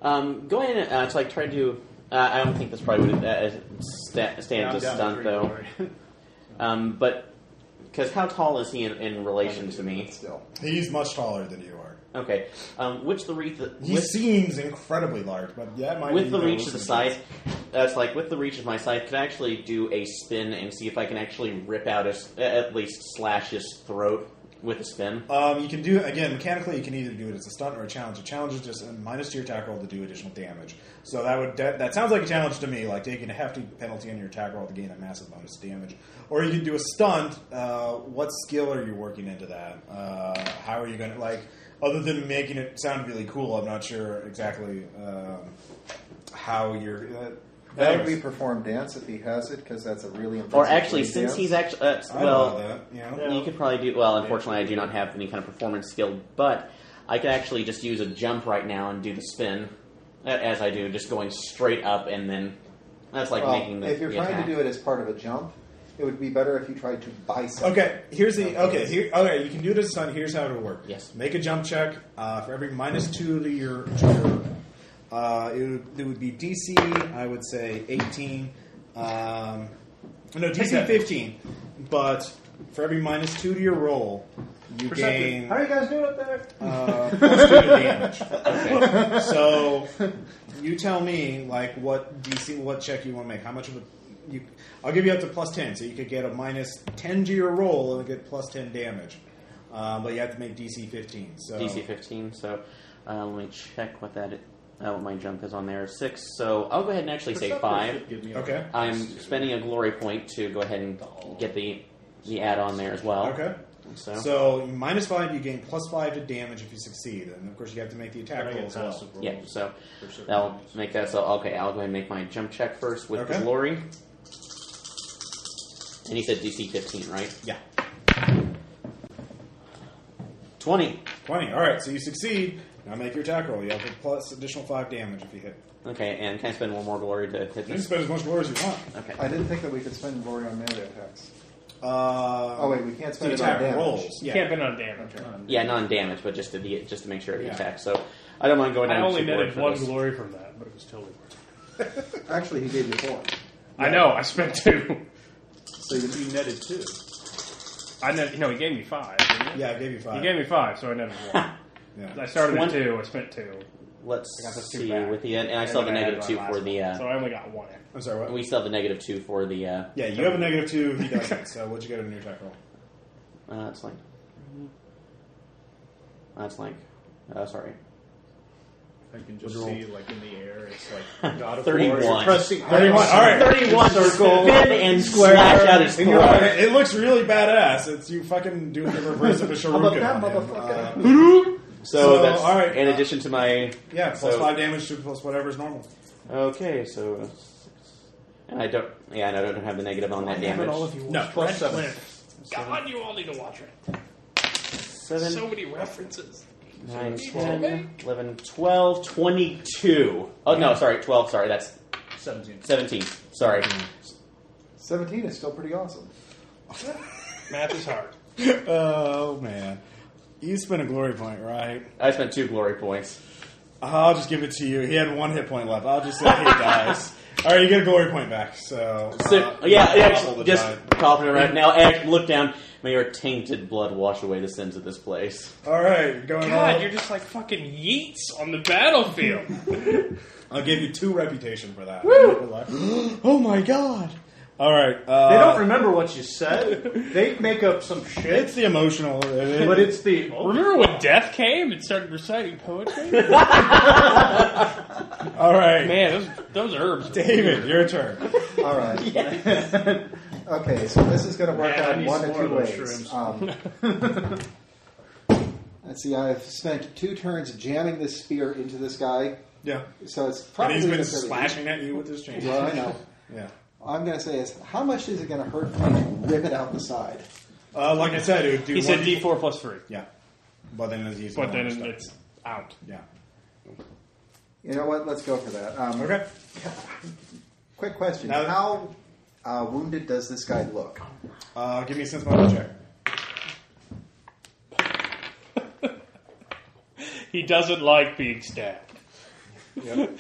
S4: Um, go ahead and uh, so I tried to. Uh, I don't think this probably would uh, sta stand
S2: I'm
S4: as a
S2: down
S4: stunt
S2: three,
S4: though.
S2: don't worry.
S4: Um, but because how tall is he in, in relation to me?
S5: still.
S1: He's much taller than you are.
S4: Okay, um, which the reach the,
S1: He
S4: with,
S1: seems incredibly large, but that might be
S4: with the reach of the
S1: hallucination.
S4: scythe. That's like with the reach of my scythe, could I actually do a spin and see if I can actually rip out his at least slash his throat with a spin?
S1: Um, you can do again mechanically. You can either do it as a stunt or a challenge. A challenge is just a minus to your attack roll to do additional damage. So that would that, that sounds like a challenge to me, like taking a hefty penalty on your attack roll to gain a massive bonus to damage. Or you can do a stunt. Uh, what skill are you working into that? Uh, how are you going to like? Other than making it sound really cool, I'm not sure exactly um, how you're. Uh,
S5: That would be perform dance if he has it, because that's a really impressive.
S4: Or actually,
S5: lead
S4: since
S5: dance.
S4: he's actually uh,
S1: I know
S4: well,
S1: that, you know?
S4: You could probably do well. Unfortunately, I do not have any kind of performance skill, but I could actually just use a jump right now and do the spin, uh, as I do, just going straight up, and then that's like
S5: Well,
S4: making the.
S5: if you're
S4: the
S5: trying
S4: attack.
S5: to do it as part of a jump, it would be better if you tried to bicep.
S1: Okay, here's the okay. Here, okay, you can do this on. Here's how it'll work.
S4: Yes.
S1: Make a jump check uh, for every minus two to your. To your Uh, it, would, it would be DC, I would say 18. Um, no, DC 15. But for every minus two to your roll, you gain
S2: How are you guys doing up there?
S1: uh, plus two to damage. So you tell me, like, what DC, what check you want to make? How much of a you? I'll give you up to plus ten, so you could get a minus ten to your roll and get plus ten damage. Uh, but you have to make DC fifteen. So
S4: DC 15. So uh, let me check what that uh, what my jump is on there. Six. So I'll go ahead and actually say
S2: Perceptive
S4: five.
S2: should give me a-
S1: Okay.
S4: I'm spending a glory point to go ahead and get the the add on there as well.
S1: Okay.
S4: So,
S1: So minus five, you gain plus five to damage if you succeed, and of course you have to make the attack
S2: I
S1: roll
S2: get
S1: as well.
S2: passive rolls.
S4: yeah. So
S2: for certain
S4: that'll
S2: things.
S4: make that. So okay, I'll go ahead and make my jump check first with
S1: Okay.
S4: glory. And he said DC 15, right?
S1: Yeah,
S4: 20.
S1: twenty. All right, so you succeed. Now make your attack roll. You have a plus additional five damage if you hit.
S4: Okay, and can I spend one more glory to hit
S1: You can
S4: this?
S1: spend as much glory as you want.
S3: Mm-hmm.
S4: Okay.
S5: I didn't think that we could spend glory on melee attacks.
S1: Uh,
S5: Oh wait, we can't
S1: the
S5: spend it on
S1: attack
S5: damage.
S1: rolls.
S3: You
S1: Yeah.
S3: can't bend on damage.
S4: Yeah, non damage, but just to be just to make sure it
S1: Yeah.
S4: attacks. So I don't mind going
S3: I
S4: down
S3: only
S4: two glory
S3: netted
S4: for
S3: one
S4: this.
S3: glory from that, but it was totally worth it.
S5: Actually, he gave you four.
S3: I know. I spent two.
S5: So you,
S2: You netted two.
S3: I net. No, he gave me five. Didn't he?
S1: Yeah, I gave you five.
S3: He gave me five, so I netted one.
S1: yeah.
S3: I started
S4: One-
S3: at two. I spent two.
S4: Let's
S3: I got the two
S4: see
S3: back.
S4: with the and I still have the
S3: then I
S4: negative
S3: added
S4: two
S3: my
S4: for
S3: last
S4: the
S3: one. So
S4: uh,
S3: I only got one.
S1: I'm sorry. What?
S4: we still have the negative two for the uh,
S1: Yeah, you have a negative two. He doesn't. so what'd you get on your attack roll?
S4: Uh, it's like. That's like. Uh, sorry.
S2: I can just
S4: What'd you
S2: see, like, in the air, it's like God of
S4: 31.
S2: War. You're pressing-
S1: Thirty-one. All right.
S4: 31 circle. Spin and slash out his
S1: All
S4: throat.
S1: right, It looks really badass. It's you fucking doing the reverse of a shuriken.
S5: about that
S1: on him.
S5: motherfucker?
S1: Uh,
S4: So,
S1: So,
S4: that's
S1: all right. uh,
S4: in addition to my.
S1: yeah, plus
S4: So-
S1: five damage to plus whatever is normal.
S4: Okay, so. And I don't. Yeah, and I don't have the negative on that damage.
S1: No,
S2: Plus seven.
S3: God, you all need to watch it.
S4: Seven,
S3: many references.
S4: nine,
S3: so
S4: 10, 11, 12, 22. Oh, no, sorry, 12, sorry, that's
S2: 17.
S4: 17. Sorry.
S1: Mm.
S5: Seventeen is still pretty awesome.
S3: Math is hard.
S1: Oh man, you spent a glory point, right?
S4: I spent two glory points.
S1: I'll just give it to you. He had one hit point left. I'll just say he dies. All right, you get a glory point back. So,
S4: So,
S1: uh,
S4: yeah,
S1: you
S4: actually,
S1: roll the
S4: just
S1: die. Mm.
S4: coughing right now. Act, look down. May your tainted blood wash away the sins of this place.
S1: all right, going
S3: God,
S1: on.
S3: you're just like fucking yeets on the battlefield.
S1: I'll give you two reputation for that. oh my god! All right, uh,
S2: They don't remember what you said. They make up some
S1: It's
S2: shit,
S1: the emotional. uh,
S2: but it's the
S3: Remember when death came and started reciting poetry?
S1: all right,
S3: Man, those those herbs.
S1: David, your turn.
S5: All right. okay, so this is going to work
S2: Man, I
S5: out
S2: need
S5: one
S2: some
S5: of
S2: more
S5: two
S2: of those
S5: ways. Um, let's see. I've spent two turns jamming this spear into this guy,
S1: Yeah,
S5: so it's
S1: and
S5: probably
S1: he's been
S5: gonna be-
S1: slashing at you with his chain.
S5: Well, I know.
S1: Yeah.
S5: All I'm going to say is, how much is it going to hurt if I rip it out the side?
S1: Uh, like I said, it would do
S3: He said
S1: one-
S3: D4 plus three,
S1: Yeah, but then it's using
S3: but then
S1: stuff.
S3: it's out.
S1: yeah.
S5: You know what? Let's go for that. Um,
S1: Okay.
S5: Quick question:
S1: Now-
S5: How uh, wounded does this guy look?
S1: Uh, give me a sense motive check.
S3: He doesn't like being stabbed.
S1: Yep.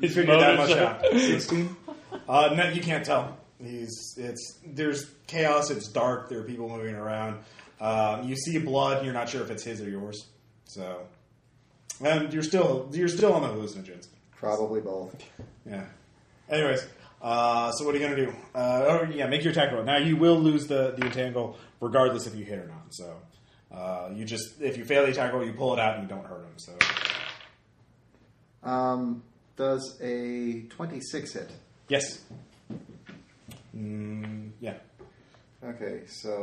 S3: His
S1: Figured that
S3: motives
S1: much
S3: are-
S1: out.
S5: Sixteen.
S1: Uh, no, you can't tell. He's it's there's chaos. It's dark. There are people moving around. Um, you see blood. and You're not sure if it's his or yours. So, and you're still you're still on the hallucinogens.
S5: Probably both.
S1: Yeah. Anyways, uh, so what are you gonna do? Uh, oh yeah, make your attack roll. Now you will lose the the entangle regardless if you hit or not. So uh, you just if you fail the attack roll, you pull it out and you don't hurt him. So
S5: Um, does a twenty-six hit?
S1: yes. Mm, yeah.
S5: Okay, so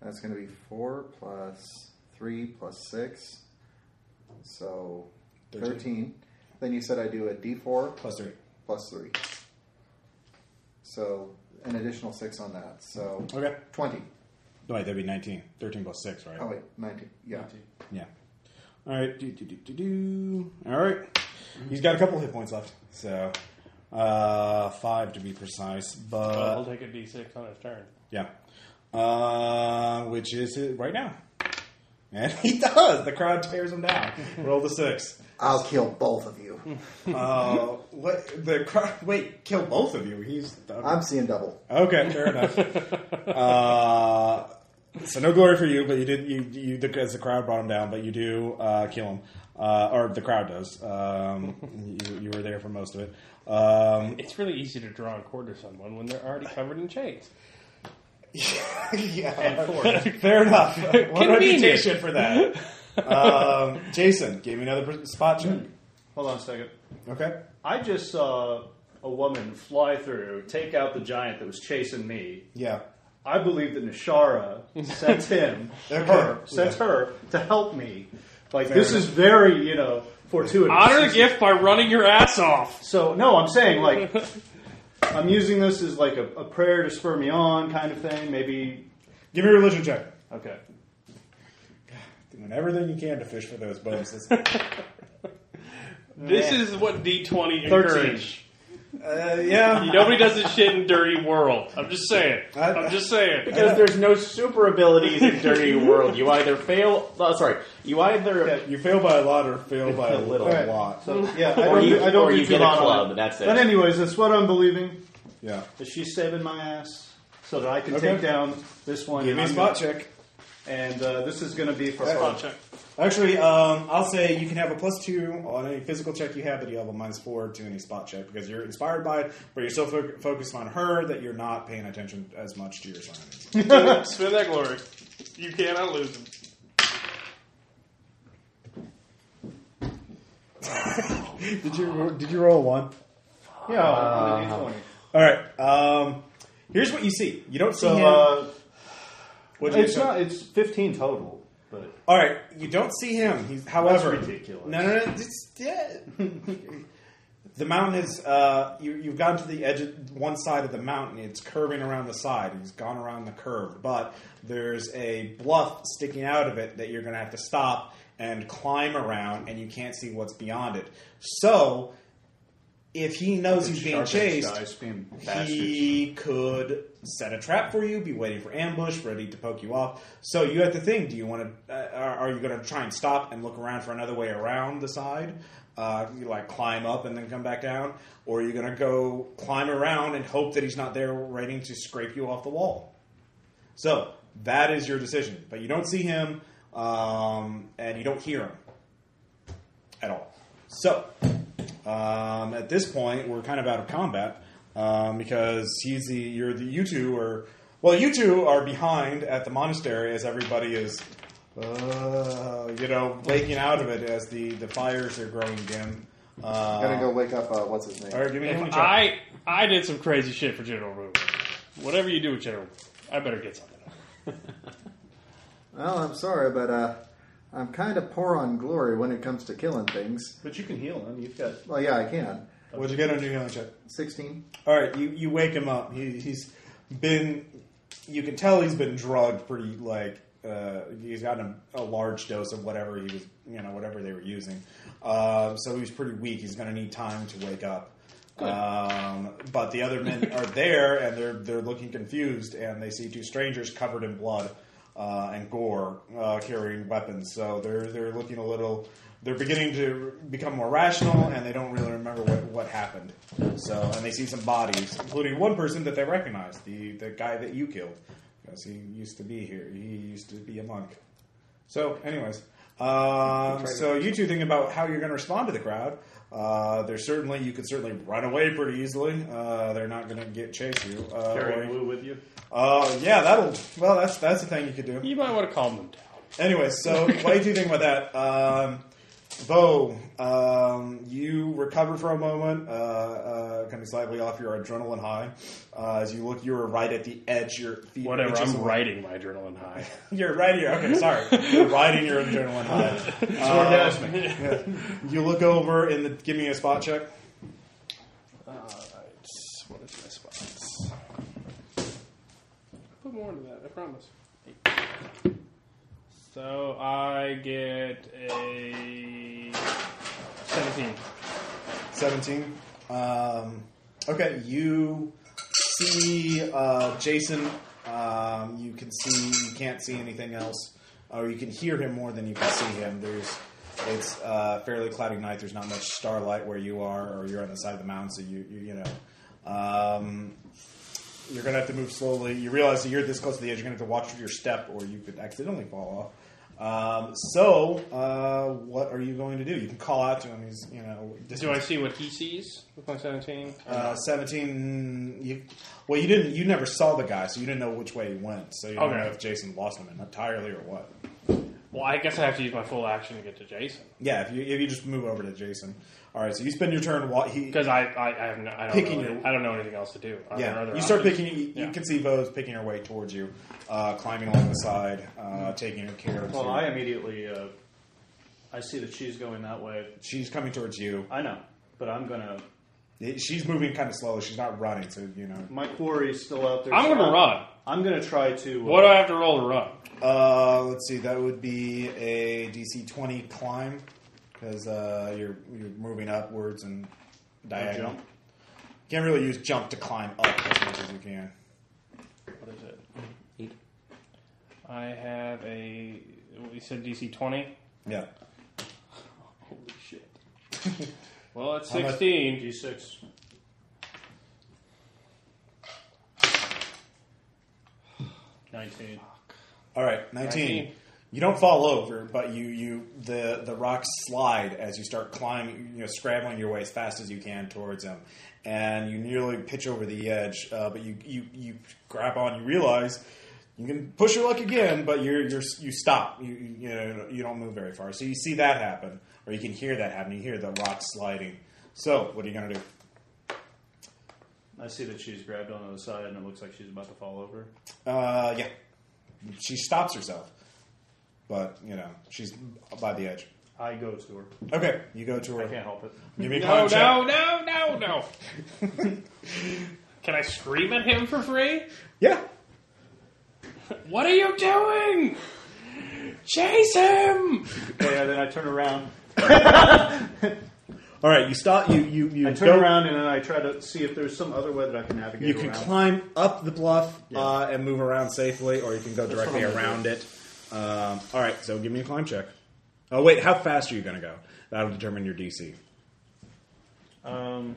S5: that's going to be four plus three plus six, so
S1: Thirteen.
S5: thirteen. Then you said I do a D four
S1: Plus three.
S5: plus three, so an additional six on that. So
S1: Okay.
S5: twenty.
S1: No, wait, that'd be 19. 13 plus 6, right?
S5: Oh wait, nineteen. Yeah.
S1: Yeah. All right. Do, do, do, do, do. All right. He's got a couple hit points left. So, uh, five to be precise.
S3: Well, he'll
S1: But,
S3: take a D6 on his turn.
S1: yeah. Uh, which is it right now. And he does. The crowd tears him down. Roll the six.
S5: I'll kill both of you.
S1: Uh, what the crowd? Wait, kill both of you. He's
S5: I'm seeing double.
S1: okay. Fair enough. Uh, so no glory for you, but you did. You you the, as the crowd brought him down, but you do uh, kill him, uh, or the crowd does. Um, you, you were there for most of it. Um,
S3: It's really easy to draw and quarter someone when they're already covered in chains.
S1: yeah, fair enough. One reputation for that. Um, Jason, gave me another pr- spot check.
S2: Hold on a second.
S1: Okay.
S2: I just saw a woman fly through, take out the giant that was chasing me.
S1: Yeah.
S2: I believe that Nishara sent him,
S1: Okay.
S2: her, sent
S1: Yeah.
S2: her to help me. Like
S1: Fair
S2: this
S1: enough.
S2: is very, you know, fortuitous.
S3: Honor the gift by running your ass off.
S2: So no, I'm saying like I'm using this as like a, a prayer to spur me on, kind of thing. Maybe
S1: Give me a religion check.
S2: okay.
S1: Doing everything you can to fish for those bonuses.
S3: This is what D20
S2: Thirteen.
S3: encourage.
S1: Uh, yeah.
S3: Nobody does this shit in Dirty World. I'm just saying.
S1: I-
S3: I'm just saying.
S4: Because there's no super abilities in Dirty World. You either fail. Oh, sorry. You either.
S1: You fail by a lot or fail by a little
S2: Alright.
S1: lot.
S2: So yeah, I
S4: Or
S2: don't,
S4: you-
S2: I don't
S4: or
S2: do
S4: you
S2: too
S4: get a
S2: hot on
S4: club,
S2: it.
S4: that's it.
S2: But anyways, that's what I'm believing.
S1: Yeah.
S2: That she's saving my ass so that I can
S1: Okay.
S2: take down this one.
S1: Give me a
S2: and I'm
S1: spot
S2: gonna-
S1: check.
S2: And uh, this is going to be for
S3: Spot
S2: her.
S3: check.
S1: Actually, um, I'll say you can have a plus two on any physical check you have, but you have a minus four to any spot check because you're inspired by it, but you're so fo- focused on her that you're not paying attention as much to your surroundings.
S3: Spin that glory. You cannot lose him.
S1: Did you did you roll a one?
S2: Yeah, on
S4: Uh,
S2: the D20.
S1: All right. Um, here's what you see. You don't see
S2: So
S1: him.
S2: uh,
S1: What'd you
S2: it's
S1: say?
S2: not. It's 15 total, but
S1: All right. You don't see him. He's however
S2: ridiculous.
S1: No, no, no. It's, yeah. the mountain is. Uh, you, you've gotten to the edge of one side of the mountain. It's curving around the side. He's gone around the curve, but there's a bluff sticking out of it that you're going to have to stop and climb around, and you can't see what's beyond it. So. If he knows he's being
S2: Sharp-edged
S1: chased,
S2: dice being bastards.
S1: he could set a trap for you, be waiting for ambush, ready to poke you off. So you have to think: Do you want to? Uh, are are you going to try and stop and look around for another way around the side? Uh, you like climb up and then come back down, or are you going to go climb around and hope that he's not there, waiting to scrape you off the wall? So that is your decision. But you don't see him, um, and you don't hear him at all. So, um, at this point, we're kind of out of combat um, because he's the you're the you two are well you two are behind at the monastery as everybody is uh, you know waking out of it as the the fires are growing dim. Uh,
S5: I'm gonna go wake up. Uh, what's his
S1: All
S5: name?
S1: right, give me a hand
S3: If
S1: check.
S3: I I did some crazy shit for General Rubin. Whatever you do with General, Rubin, I better get something.
S5: Well, I'm sorry, but uh, I'm kind of poor on glory when it comes to killing things.
S2: But you can heal him. You've got
S5: Well, yeah, I can.
S1: What'd you get on your healing check?
S5: Sixteen.
S1: All right, you, you wake him up. He, he's been, you can tell he's been drugged pretty, like, uh, he's gotten a, a large dose of whatever he was, you know, whatever they were using. Uh, so he's pretty weak. He's going to need time to wake up. Um, but the other men are there and they're, they're looking confused and they see two strangers covered in blood uh, and gore uh, carrying weapons. So they're, they're looking a little, they're beginning to become more rational and they don't really remember what, what happened. So, and they see some bodies, including one person that they recognize, the, the guy that you killed. Because he used to be here, he used to be a monk. So, anyways, uh, so you two think about how you're going to respond to the crowd. Uh, there's certainly you could certainly run away pretty easily. Uh, they're not going to get chase you. Uh,
S2: Barry
S1: or-
S2: Blue with you.
S1: uh, yeah, that'll. Well, that's that's the thing you could do.
S3: You might want to calm them down.
S1: Anyway, so what did you think about that? Um, Bo, um, you recover for a moment, uh, uh, coming slightly off your adrenaline high. Uh, as you look, you were right at the edge. Your feet.
S3: Whatever,
S1: inches
S3: I'm
S1: away.
S3: riding my adrenaline high.
S1: You're right here. Okay, sorry. You're riding your adrenaline high. Um,
S2: That's me.
S1: You look over in the. Give me a spot check.
S3: Uh, Alright, what is my spots? Put more into that, I promise. So I get a 17.
S1: 17. Um, okay, you see uh, Jason. Um, you can see, you can't see anything else. or you can hear him more than you can see him. There's it's uh, fairly cloudy night. There's not much starlight where you are, or you're on the side of the mountain, so you you, you know. Um, you're gonna have to move slowly. You realize that you're this close to the edge. You're gonna have to watch your step, or you could accidentally fall off. Um, so, uh, what are you going to do? You can call out to him. He's, you know,
S3: Do I see what he sees with my 17?
S1: uh, seventeen. You, well, you didn't. You never saw the guy, so you didn't know which way he went. So you don't
S3: Okay.
S1: know if Jason lost him entirely or what.
S3: Well, I guess I have to use my full action to get to Jason.
S1: Yeah, if you if you just move over to Jason. All right, so you spend your turn. While he,
S3: Because I, I, I, have no, I, don't
S1: Picking
S3: know,
S1: your-
S3: I don't know anything else to do. Are there
S1: Yeah,
S3: other
S1: you start
S3: options?
S1: picking. You,
S3: Yeah.
S1: you can see Vo's picking her way towards you, uh, climbing along the side, uh, taking her care. of
S2: Well,
S1: you.
S2: I immediately uh, I see that she's going that way.
S1: She's coming towards you.
S2: I know, but I'm gonna.
S1: It- She's moving kind of slowly. She's not running, so you know.
S2: My quarry's still out there.
S3: I'm
S2: so
S3: going to run.
S2: I'm gonna try to. Uh,
S3: What do I have to roll to run?
S1: Uh, let's see. That would be a DC twenty climb because uh, you're you're moving upwards and diagonal.
S2: jump?
S1: Can't really use jump to climb up as much as you can.
S3: What is it?
S4: Eight.
S3: I have a. You said DC 20?
S1: Yeah.
S3: Holy shit. well, it's
S1: How much-
S3: 16.
S2: D6. Nineteen.
S1: All right, 19.
S3: 19.
S1: You don't fall over, but you, you the the rocks slide as you start climbing, you know, scrabbling your way as fast as you can towards them, and you nearly pitch over the edge. Uh, but you, you you grab on. You realize you can push your luck again, but you're you're you stop. You you you know you don't move very far. So you see that happen, or you can hear that happen. You hear the rocks sliding. So what are you gonna do?
S2: I see that she's grabbed onto the side, and it looks like she's about to fall over.
S1: Uh, yeah, she stops herself, but you know she's by the edge.
S2: I go to her.
S1: Okay, you go to her.
S2: I can't help it.
S1: Give me a
S3: No,
S1: con check.
S3: no, no, no, no. Can I scream at him for free?
S1: Yeah.
S3: What are you doing? Chase him!
S2: Yeah, then I turn around.
S1: All right. You stop. You you you
S2: I turn
S1: go-
S2: around and then I try to see if there's some other way that I can navigate.
S1: You can
S2: around.
S1: climb up the bluff uh,
S2: Yeah.
S1: and move around safely, or you can go directly
S2: what I'm gonna
S1: around it. Um, all right. So give me a climb check. Oh wait, how fast are you going to go? That'll determine your DC.
S2: Um,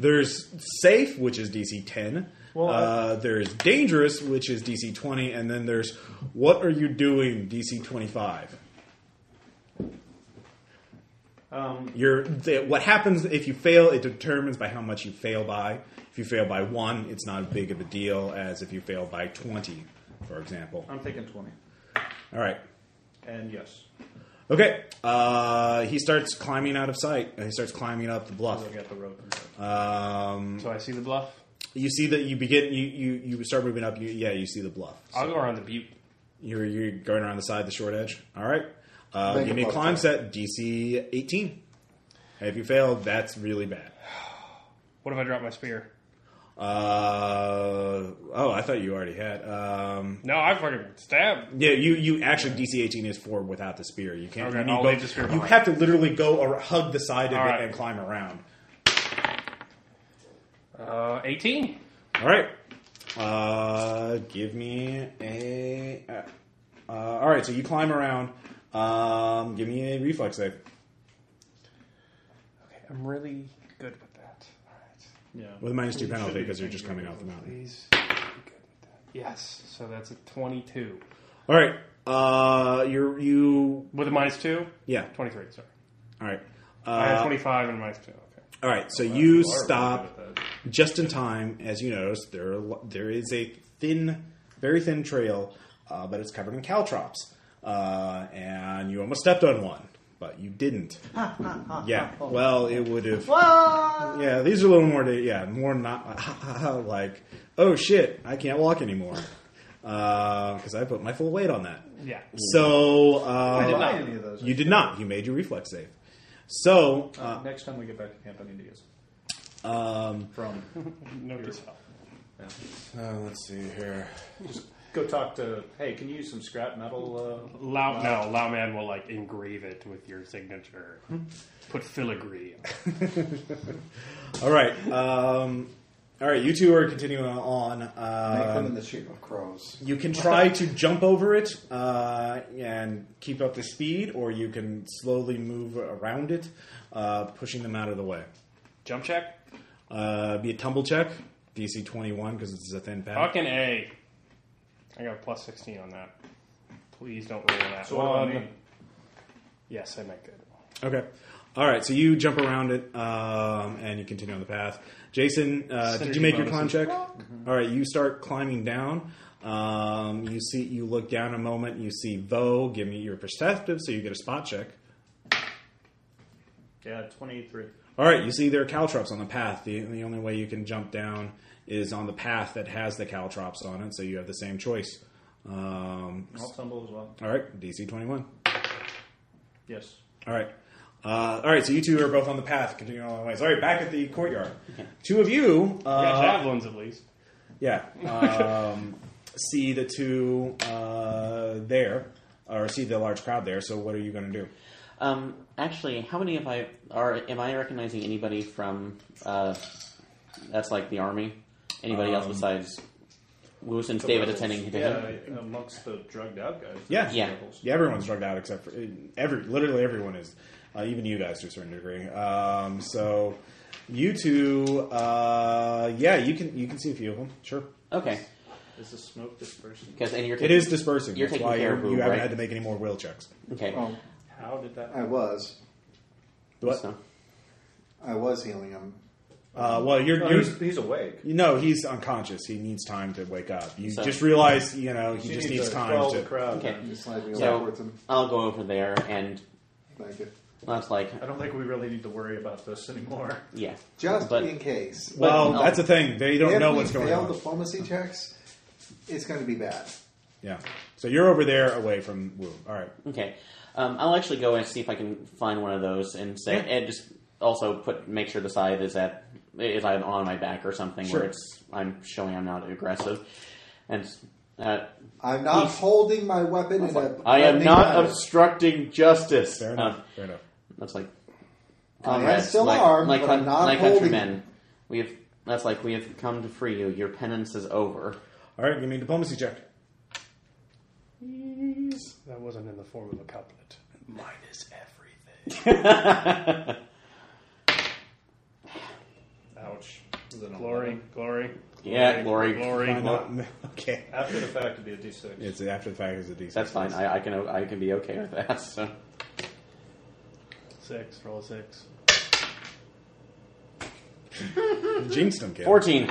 S1: There's safe, which is DC 10.
S2: Well, I-
S1: uh, there's dangerous, which is DC 20, and then there's what are you doing, DC 25.
S2: um,
S1: Your the, what happens if you fail? It determines by how much you fail by. If you fail by one, it's not as big of a deal as if you fail by twenty, for example.
S2: I'm thinking twenty.
S1: All right.
S2: And yes,
S1: Okay. Uh, he starts climbing out of sight. and He starts climbing up the bluff.
S2: I got the rope.
S1: Um,
S3: So I see the bluff.
S1: you see that you begin. You, you you start moving up. You, yeah, you see the bluff.
S3: I'll go around the butte.
S1: You're you're going around the side, the short edge. All right. Uh,
S5: Make
S1: give
S5: a
S1: me a
S5: bluff
S1: climb set.
S5: check.
S1: DC eighteen. And if you fail, that's really bad.
S3: What if I drop my spear?
S1: Uh, oh, I thought you already had. Um,
S3: No, I fucking stab.
S1: yeah, you, you actually DC eighteen is four without the spear. You can't.
S3: Okay,
S1: you, need
S3: I'll
S1: to go-
S3: leave the spear
S1: you
S3: behind.
S1: have to literally go or hug the side of
S3: All
S1: it
S3: right.
S1: and climb around.
S3: Uh, 18?
S1: All right. Uh, give me a. Uh, uh, all right, so you climb around. Um, give me a reflex save.
S3: Okay, I'm really good with that. All right.
S2: Yeah.
S1: with a minus two
S2: You should
S1: penalty
S2: be
S1: because you're just
S2: thinking
S1: coming off the mountain.
S3: Please be good with that. Yes, so that's a 22.
S1: All right. Uh, you're you
S3: With a minus 2?
S1: yeah.
S3: 23, sorry.
S1: All right.
S3: I have
S1: Uh,
S3: 25 and a minus 2. Okay.
S1: all right. So
S2: you are
S1: you
S2: really good
S1: stop.
S2: at that.
S1: just in time, as you notice, there are, there is a thin, very thin trail, uh, but it's covered in caltrops, uh, and you almost stepped on one, but you didn't. yeah, well, it would have. Yeah, these are a little more, to, yeah, more not like, oh shit, I can't walk anymore, because I put my full weight on that.
S3: Yeah.
S1: So uh,
S2: I did not any of those.
S1: you did not. You made your reflex save. So
S2: Uh, next time we get back to camp, I need to get some. Um, from
S3: No yourself.
S1: uh, let's see here.
S2: go talk to. Hey, can you use some scrap metal? Uh,
S3: Lao, no, Lao Man will like engrave it with your signature. Put filigree.
S1: All right. Um, All right, you two are continuing on.
S5: Make them
S1: Um,
S5: in the shape of crows.
S1: you can try to jump over it uh, and keep up the speed, or you can slowly move around it, uh, pushing them out of the way.
S3: Jump check?
S1: Uh, be a tumble check, DC 21, because it's a thin pad.
S3: Fucking A. I got a plus 16 on that. Please don't roll that
S2: So what do I
S3: one.
S2: mean?
S3: Yes, I make that.
S1: Okay. All right, so you jump around it um, and you continue on the path. Jason, uh, did you
S3: Synergy
S1: make your climb
S3: bonuses.
S1: check? Mm-hmm. All right, you start climbing down. Um, you see, you look down a moment. You see Vo. Give me your perceptive, so you get a spot check.
S2: Yeah, 23.
S1: All right, you see there are caltrops on the path. The, the only way you can jump down is on the path that has the caltrops on it, so you have the same choice. Um,
S2: I'll tumble as well.
S1: all right, DC twenty one.
S2: Yes.
S1: All right. Uh, all right, so you two are both on the path, continuing along the ways. All right, back at the courtyard. Two of you,
S3: I got
S1: uh,
S3: javelins at least.
S1: yeah, um, see the two uh, there, or see the large crowd there. So, what are you going to do?
S4: Um, actually, how many of I are? Am I recognizing anybody from? Uh, that's like the army. Anybody
S1: Um,
S4: else besides? Wu since David attending to him?
S2: Yeah, amongst the drugged out guys.
S1: Yeah,
S4: Yeah.
S1: Yeah, everyone's drugged out except for every. Literally, everyone is, uh, even you guys to a certain degree. Um, so, you two, uh, yeah, you can you can see a few of them. Sure,
S4: Okay,
S2: Is the smoke dispersing?
S4: because and you're
S1: it is dispersing.
S4: You're
S1: That's
S4: taking
S1: why
S4: care of
S1: you,
S4: Wu,
S1: you haven't
S4: right?
S1: had to make any more will checks.
S4: okay.
S5: Oh,
S2: How did that
S1: Uh,
S5: I was.
S1: What?
S4: So,
S5: I was healing them.
S1: Uh, well, you're,
S2: No,
S1: you're
S2: Oh, he's, he's awake.
S1: You know, he's unconscious. He needs time to wake up. You
S4: So-
S1: just realize, you know, he
S2: She
S1: just
S2: needs
S1: needs
S2: to
S1: time
S2: quell the
S1: to.
S2: crowd.
S4: okay.
S5: Just slightly
S4: So-
S5: over towards them.
S4: I'll go over there and
S5: Thank you.
S4: that's like
S2: I don't think we really need to worry about this anymore.
S4: yeah.
S5: Just
S4: But-
S5: in case.
S1: Well,
S4: no.
S1: that's the thing. They don't
S5: if
S1: know
S5: we
S1: what's going
S5: fail
S1: on.
S5: diplomacy checks, it's going to be bad.
S1: Yeah. So you're over there, away from Wu. All right.
S4: Okay, um, I'll actually go and see if I can find one of those and say
S1: Yeah.
S4: and just also put make sure the side is at is either on my back or something
S1: Sure.
S4: where it's I'm showing I'm not aggressive and. Uh,
S5: I'm not
S4: He's-
S5: holding my weapon in a.
S4: I am
S5: threatening
S4: not
S5: manner.
S4: obstructing justice.
S1: Fair
S4: Um,
S1: enough. Fair enough.
S4: that's like
S5: I am
S4: comrades,
S5: still
S4: like,
S5: armed,
S4: like,
S5: but I'm not
S4: like
S5: holding-
S4: countrymen. We have that's like we have come to free you. Your penance is over.
S1: All right. Give me a diplomacy check.
S3: That wasn't in the form of a couplet. Mine is everything.
S2: Ouch.
S3: Glory, glory.
S4: Yeah, glory.
S3: Glory.
S1: Why not? Okay.
S2: After the fact, it'd be a D6.
S1: It's after the fact is a decent.
S4: That's fine. I, I can I can be okay with that. So
S3: Six, roll a six.
S1: Jinxed him, kid.
S4: fourteen.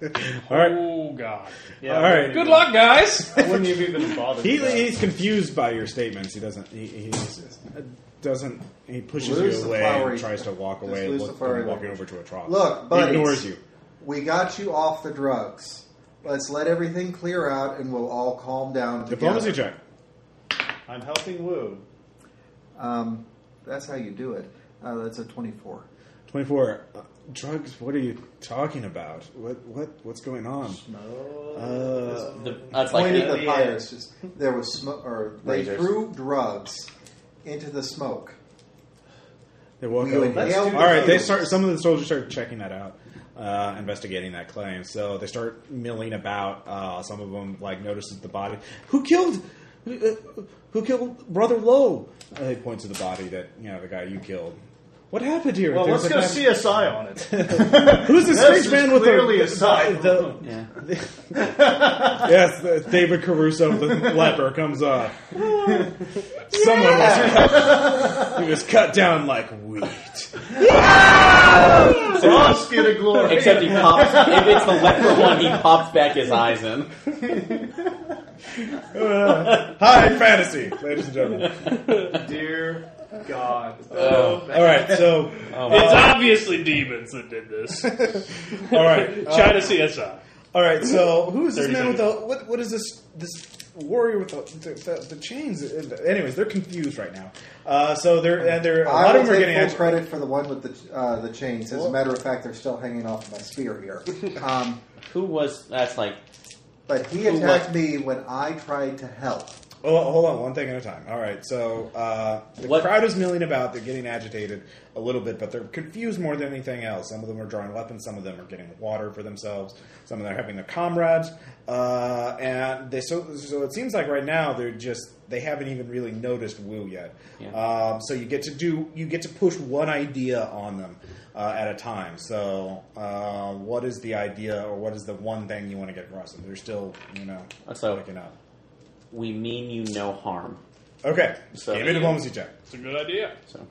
S1: All right.
S3: Oh, God.
S2: Yeah,
S1: All right.
S3: Good luck, guys!
S2: I wouldn't have even bothered.
S1: He,
S2: with that.
S1: he's confused by your statements. He doesn't. He he's, uh, doesn't. He pushes
S5: Lose
S1: you
S5: the
S1: away
S5: flowery-
S1: and tries to walk
S5: just
S1: away,
S5: lose the
S1: look,
S5: flowery
S1: walking
S5: language.
S1: over to a trough.
S5: Look,
S1: He
S5: buddies.
S1: ignores you.
S5: We got you off the drugs. Let's let everything clear out, and we'll all calm down.
S1: Diplomacy
S5: together.
S1: check.
S2: I'm helping Wu.
S5: Um, that's how you do it. Uh, that's a twenty-four.
S1: 24 uh, drugs what are you talking about what what what's going on uh,
S4: The, that's like
S5: Point
S4: the,
S5: of the
S1: E
S2: the
S5: fires. Just there was smoke, or they
S4: Razors.
S5: threw drugs into the smoke.
S1: they walk
S5: We
S1: over
S5: inhaled
S1: all
S5: the
S1: right they
S5: fumes.
S1: start some of the soldiers start checking that out uh, investigating that claim so they start milling about uh, some of them like notices the body who killed who, uh, who killed brother lowe uh, he points to the body that you know the guy you killed what happened here
S2: Well,
S1: There's
S2: let's
S1: a
S2: go
S1: guy-
S2: CSI on it.
S1: who's this
S2: This
S1: strange
S2: is
S1: man with
S2: clearly
S1: the,
S2: a side.
S1: the
S4: yeah.
S1: Yes, the David Caruso, the leper, comes off. Someone was cut. He was cut down like wheat.
S2: Basket of glory.
S4: Except he pops. if it's the leper one, he pops back his eyes in.
S1: High fantasy, ladies and gentlemen.
S2: Dear God.
S1: All right, so
S3: It's obviously demons that did this.
S1: all right, uh,
S3: China CSI.
S1: all right. So who is this
S3: 30
S1: man with the what? What is this this warrior with the the, the, the chains? Anyways, they're confused right now. Uh, so they're and they're a lot
S5: I
S1: of
S5: will
S1: them are
S5: take
S1: getting
S5: full
S1: agitated.
S5: credit for the one with the uh, the chains. As a matter of fact, they're still hanging off my spear here. Um,
S4: Who was? That's like
S5: but he
S4: Who
S5: attacked me when I tried to help.
S1: Oh, hold on, one thing at a time. All right, so uh, the
S4: What-
S1: crowd is milling about. They're getting agitated a little bit, but they're confused more than anything else. Some of them are drawing weapons. Some of them are getting water for themselves. Some of them are helping their comrades. Uh, and they so so it seems like right now they're just they haven't even really noticed Wu yet.
S4: Yeah.
S1: Um, so you get to do you get to push one idea on them uh, at a time. So uh, what is the idea, or what is the one thing you want to get across? them? They're still you know
S4: So-
S1: waking up.
S4: We mean you no harm.
S1: Okay.
S4: So-
S1: Give me a diplomacy check.
S3: It's a good idea.
S4: So.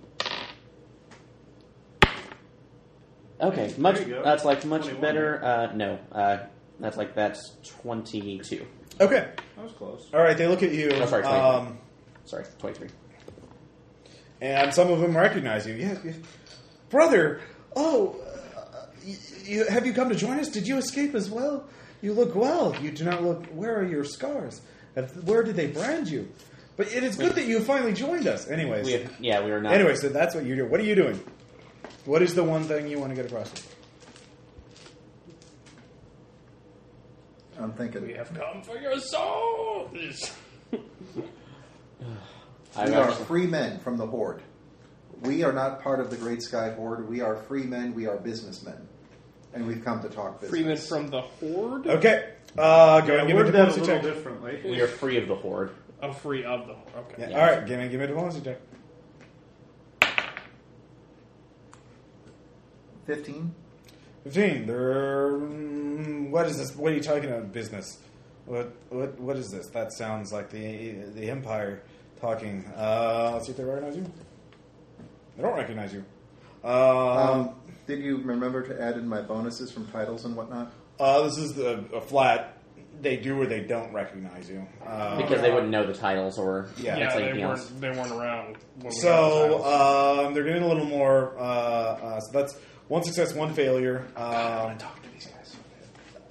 S4: Okay, much.
S2: you go.
S4: That's like much
S2: 21,
S4: better. Uh, no, uh, that's like that's twenty-two.
S1: Okay.
S2: That was close.
S1: All right. They look at you.
S4: Oh, sorry, 23.
S1: um,
S4: Sorry, twenty-three.
S1: and some of them recognize you. Yeah, yeah. brother. Oh, uh, you, you, have you come to join us? Did you escape as well? You look well. You do not look. Where are your scars? Have, where did they brand you? But it is good that you finally joined us. Anyways.
S4: We have, yeah, we are not.
S1: Anyway, so that's what you do. What are you doing? What is the one thing you want to get across?
S5: I'm thinking.
S3: We have come for your souls.
S4: I
S5: We are
S4: actually,
S5: free men from the Horde. We are not part of the Great Sky Horde. We are free men. We are businessmen. And we've come to talk business.
S3: Freeman from the Horde?
S1: Okay. Uh, go
S2: Yeah,
S1: and
S2: I
S1: give me a
S2: worded that a
S1: diplomacy
S2: little
S1: check.
S2: differently.
S4: we are free of the horde.
S3: Oh, free of the Horde. Okay.
S1: Yeah,
S4: Yeah.
S1: All right. Give me, give me a diplomacy check.
S5: 15?
S1: 15. They're, mm, what is this? What are you talking about? Business. What what what is this? That sounds like the the empire talking. Uh, let's see if they recognize you. They don't recognize you. Um,
S5: Um, did you remember to add in my bonuses from titles and whatnot?
S1: uh, this is the, a flat. They do or they don't recognize you. Uh,
S4: Because they wouldn't know the titles or
S1: Yeah.
S3: Yeah,
S4: it's like
S3: they,
S4: anything else.
S3: weren't, they weren't around. When we
S1: So
S3: got the
S1: um, they're getting a little more. Uh, uh, so that's one success, one failure. Um,
S3: titles. Talk to these guys.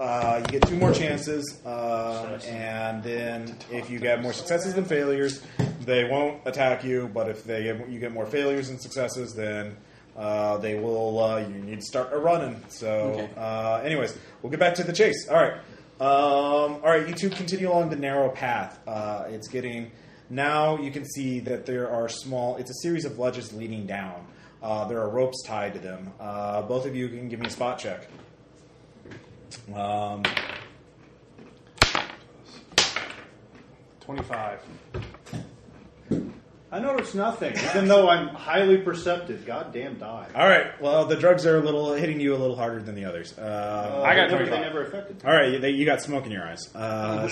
S1: Uh, you get two more chances, um, and then if you get more successes than failures, they won't attack you. But if they get, you get more failures than successes, then uh, they will. Uh, you need to start a running. So,
S4: Okay.
S1: uh, anyways, we'll get back to the chase. All right, um, all right. You two continue along the narrow path. Uh, it's getting now. You can see that there are small. It's a series of ledges leading down. Uh, there are ropes tied to them. Uh, both of you can give me a spot check. Um,
S3: 25.
S2: I noticed nothing, even though I'm highly perceptive. Goddamn die.
S1: all right. Well, the drugs are a little hitting you a little harder than the others. Uh,
S3: I got
S2: they never,
S3: 25.
S2: they never affected. me.
S1: all right, you, they- you got smoke in your eyes. Uh,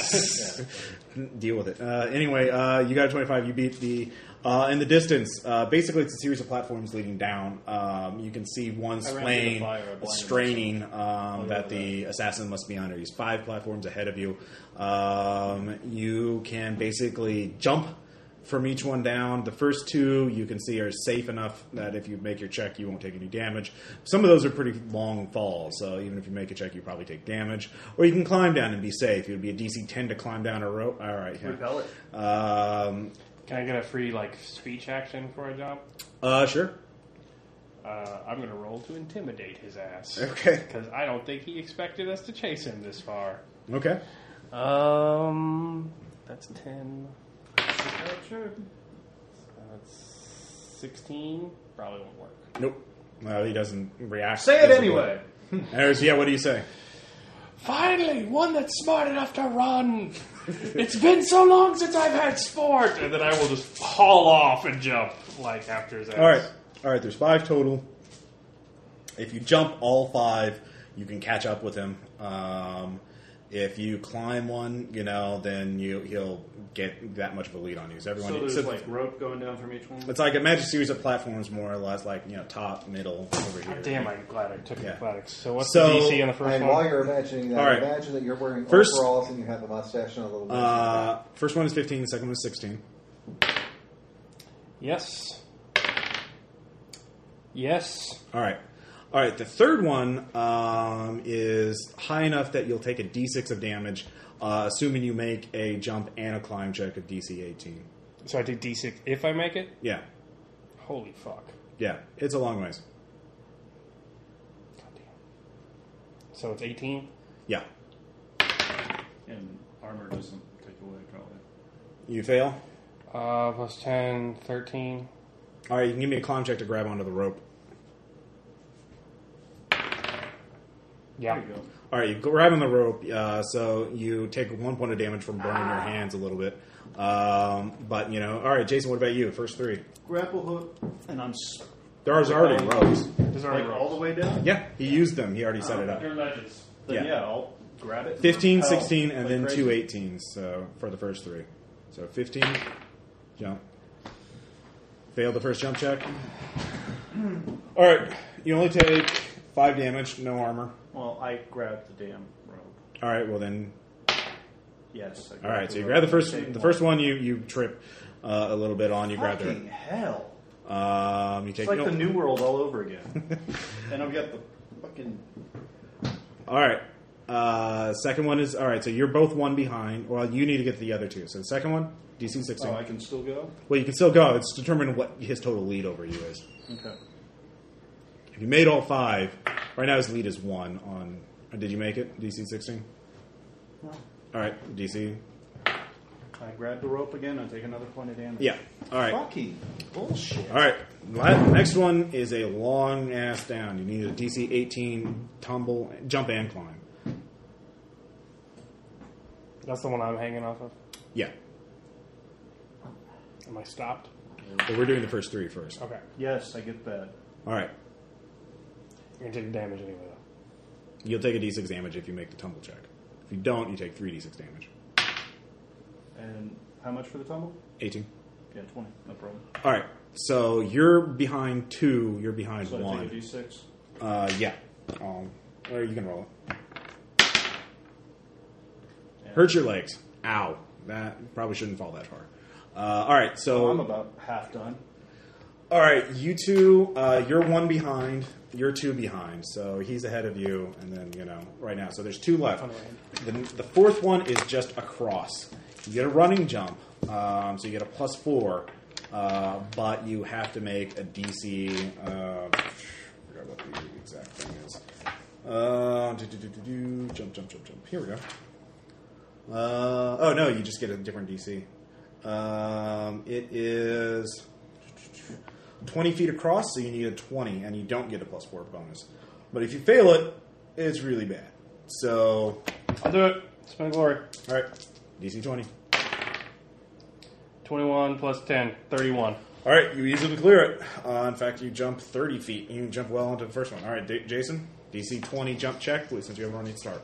S1: deal with it. Uh, anyway, uh, you got a twenty-five. You beat the uh, in the distance. Uh, basically, it's a series of platforms leading down. Um, you can see one
S2: through the
S1: swaying,
S2: fire, I blinded
S1: straining um, that
S2: Oh, yeah,
S1: the assassin must be on. Or he's five platforms ahead of you. Um, you can basically jump from each one down. The first two you can see are safe enough that if you make your check, you won't take any damage. Some of those are pretty long falls, so even if you make a check, you probably take damage. Or you can climb down and be safe. It would be a DC 10 to climb down a rope. All right, yeah.
S2: Repel it.
S1: Um,
S3: Can I get a free, like, speech action for a job?
S1: uh, sure.
S3: Uh, I'm going to roll to intimidate his ass.
S1: Okay.
S3: Because I don't think he expected us to chase him this far.
S1: Okay.
S3: Um, that's 10.
S2: Uh,
S3: That's 16. Probably won't work.
S1: Nope. Well, he doesn't react.
S2: Say it
S1: visibly.
S2: anyway.
S1: Anyways, yeah, what do you say?
S3: Finally, one that's smart enough to run. it's been so long since I've had sport. And then I will just haul off and jump, like, after his ass.
S1: All right. All right, there's five total. If you jump all five, you can catch up with him. Um, if you climb one, you know, then you he'll get that much of a lead on you. So everyone,
S2: So there's
S1: so
S2: like rope going down from each one.
S1: it's like a magic series of platforms, more or less, like you know, top, middle, over here.
S3: Damn, I'm glad I took
S1: Yeah.
S3: athletics. So what's
S1: So-
S3: the DC on the first
S5: And
S3: one?
S5: while you're imagining that,
S1: All right.
S5: imagine that you're wearing
S1: First-
S5: overalls and you have a mustache and a little.
S1: Uh, first one is 15, the second one is 16.
S3: Yes. Yes.
S1: All right. All right. The third one um, is high enough that you'll take a d6 of damage, uh, assuming you make a jump and a climb check of DC 18.
S3: So I take D6 if I make it?
S1: Yeah.
S3: Holy fuck.
S1: Yeah. It's a long ways.
S3: Goddamn. So it's 18?
S1: Yeah.
S2: And armor doesn't take away probably.
S1: You fail.
S3: Uh, plus 10, 13.
S1: All right, you can give me a climb check to grab onto the rope.
S3: Yeah.
S1: All right, you grab on the rope, uh, so you take one point of damage from burning your hands a little bit. Um, but you know, all right, Jason, what about you? First three.
S2: Grapple hook, and I'm s-
S1: There's already ropes.
S3: These are
S2: like
S3: rolls.
S2: all the way down.
S1: Yeah, he used them. He already set it up.
S3: They're ledges.
S2: Then
S1: Yeah.
S2: yeah, I'll grab it.
S1: 15,
S2: Hell,
S1: 16, and
S2: like
S1: then
S2: crazy.
S1: two 18s so, for the first three. So 15, jump. Fail the first jump check. All right, you only take five damage, no armor.
S2: Well, I grabbed the damn rope.
S1: All right, well then.
S2: Yes. I
S1: All right,
S2: grabbed
S1: so you
S2: rope.
S1: grab the first
S2: Same
S1: the first one. You you trip uh, a little bit on. You grab
S2: Fucking hell!
S1: the um. You take
S2: It's like
S1: no-
S2: the New World all over again. and I've got the fucking
S1: All right. Uh, second one is all right. So you're both one behind. Well, you need to get the other two. So the second one, DC sixteen.
S2: Oh, I can still go?
S1: Well, you can still go. It's determined what his total lead over you is.
S2: Okay.
S1: If you made all five, right now his lead is one on. or Did you make it? DC 16?
S2: No.
S1: All right, DC.
S2: I grab the rope again, I take another point of damage.
S1: Yeah. All right. All
S2: Fucking bullshit.
S1: right. La- Next one is a long ass down. You need a DC 18 tumble, jump, and climb.
S3: That's the one I'm hanging off of.
S1: Yeah.
S3: Am I stopped?
S1: But we're doing the first three first.
S3: Okay.
S2: Yes, I get that.
S1: All right.
S3: You're going to take damage anyway, though.
S1: You'll take a D6 damage if you make the tumble check. If you don't, you take 3D6 damage.
S2: And how much for the tumble?
S1: 18.
S2: Yeah, 20. No problem.
S1: All right. So you're behind two. You're behind
S2: So I
S1: one.
S2: take a d6.
S1: Uh, yeah. Um, or you can roll it. Hurt your legs. Ow. That probably shouldn't fall that far. Uh, all right. So
S2: I'm about half done.
S1: all right, you two. Uh, you're one behind. You're two behind. So he's ahead of you, and then you know right now. So there's two left. The, the fourth one is just a cross. You get a running jump, um, so you get a plus four, uh, but you have to make a DC. Uh, I forgot what the exact thing is. Uh, do, do, do, do, do, jump, jump, jump, jump. Here we go. Uh, oh no, you just get a different DC. Um, it is 20 feet across, so you need a 20, and you don't get a plus 4 bonus. But if you fail it, it's really bad. So,
S3: I'll do it. Spin glory.
S1: alright, DC 20.
S3: 21 plus 10, 31.
S1: Alright, you easily clear it. Uh, in fact, you jump 30 feet. You jump well onto the first one. Alright, D- Jason, DC 20 jump check, please, since you have a running start.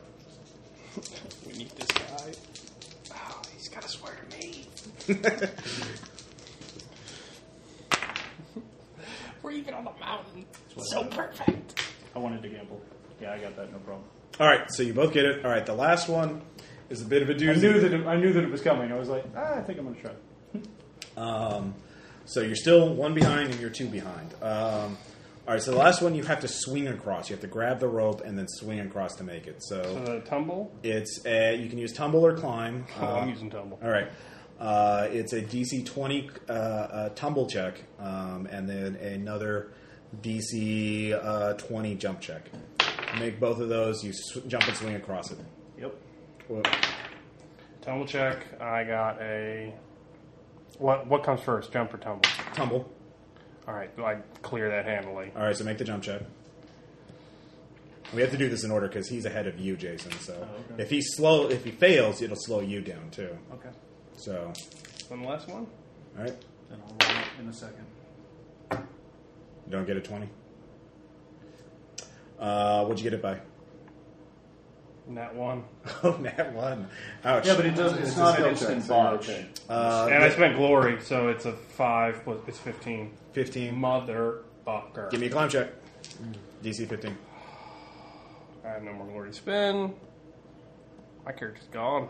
S3: We need this guy. Oh, he's got to swear to me. We're even on the mountain. So perfect.
S2: I wanted to gamble. Yeah, I got that. No problem.
S1: Alright, so you both get it. Alright, the last one is a bit of a doozy.
S2: I knew that it, I knew that it was coming. I was like, ah, I think I'm going to try. it."
S1: Um, so you're still one behind and you're two behind. Um, all right, so the last one you have to swing across. You have to grab the rope and then swing across to make it.
S3: So
S1: So
S3: the tumble.
S1: it's a, you can use tumble or climb.
S3: Oh,
S1: Uh,
S3: I'm using tumble.
S1: all right. Uh, it's a DC 20 uh, uh, tumble check um, and then another DC uh, 20 jump check. Make both of those. You sw- jump and swing across it.
S2: Yep.
S1: Well,
S3: Tumble check. I got a. What what comes first, jump or tumble?
S1: tumble.
S3: All right, I clear that handily.
S1: All right, so make the jump check. We have to do this in order because he's ahead of you, Jason. So
S3: Oh,
S1: if he slow, if he fails, it'll slow you down too.
S2: Okay.
S1: So,
S3: One last one.
S1: all right,
S2: Then I'll roll it in a second.
S1: you don't get a twenty. Uh, what'd you get it by?
S3: Nat one.
S1: Oh, nat one. Ouch.
S2: Yeah, but it does. It's, not an
S5: still
S2: instant
S5: check, so you're
S2: botch.
S5: okay.
S1: uh,
S3: and I spent glory, so it's a five plus it's fifteen.
S1: fifteen.
S3: Motherfucker.
S1: Give me a climb check. DC fifteen.
S3: I have no more glory to spin. My character's gone.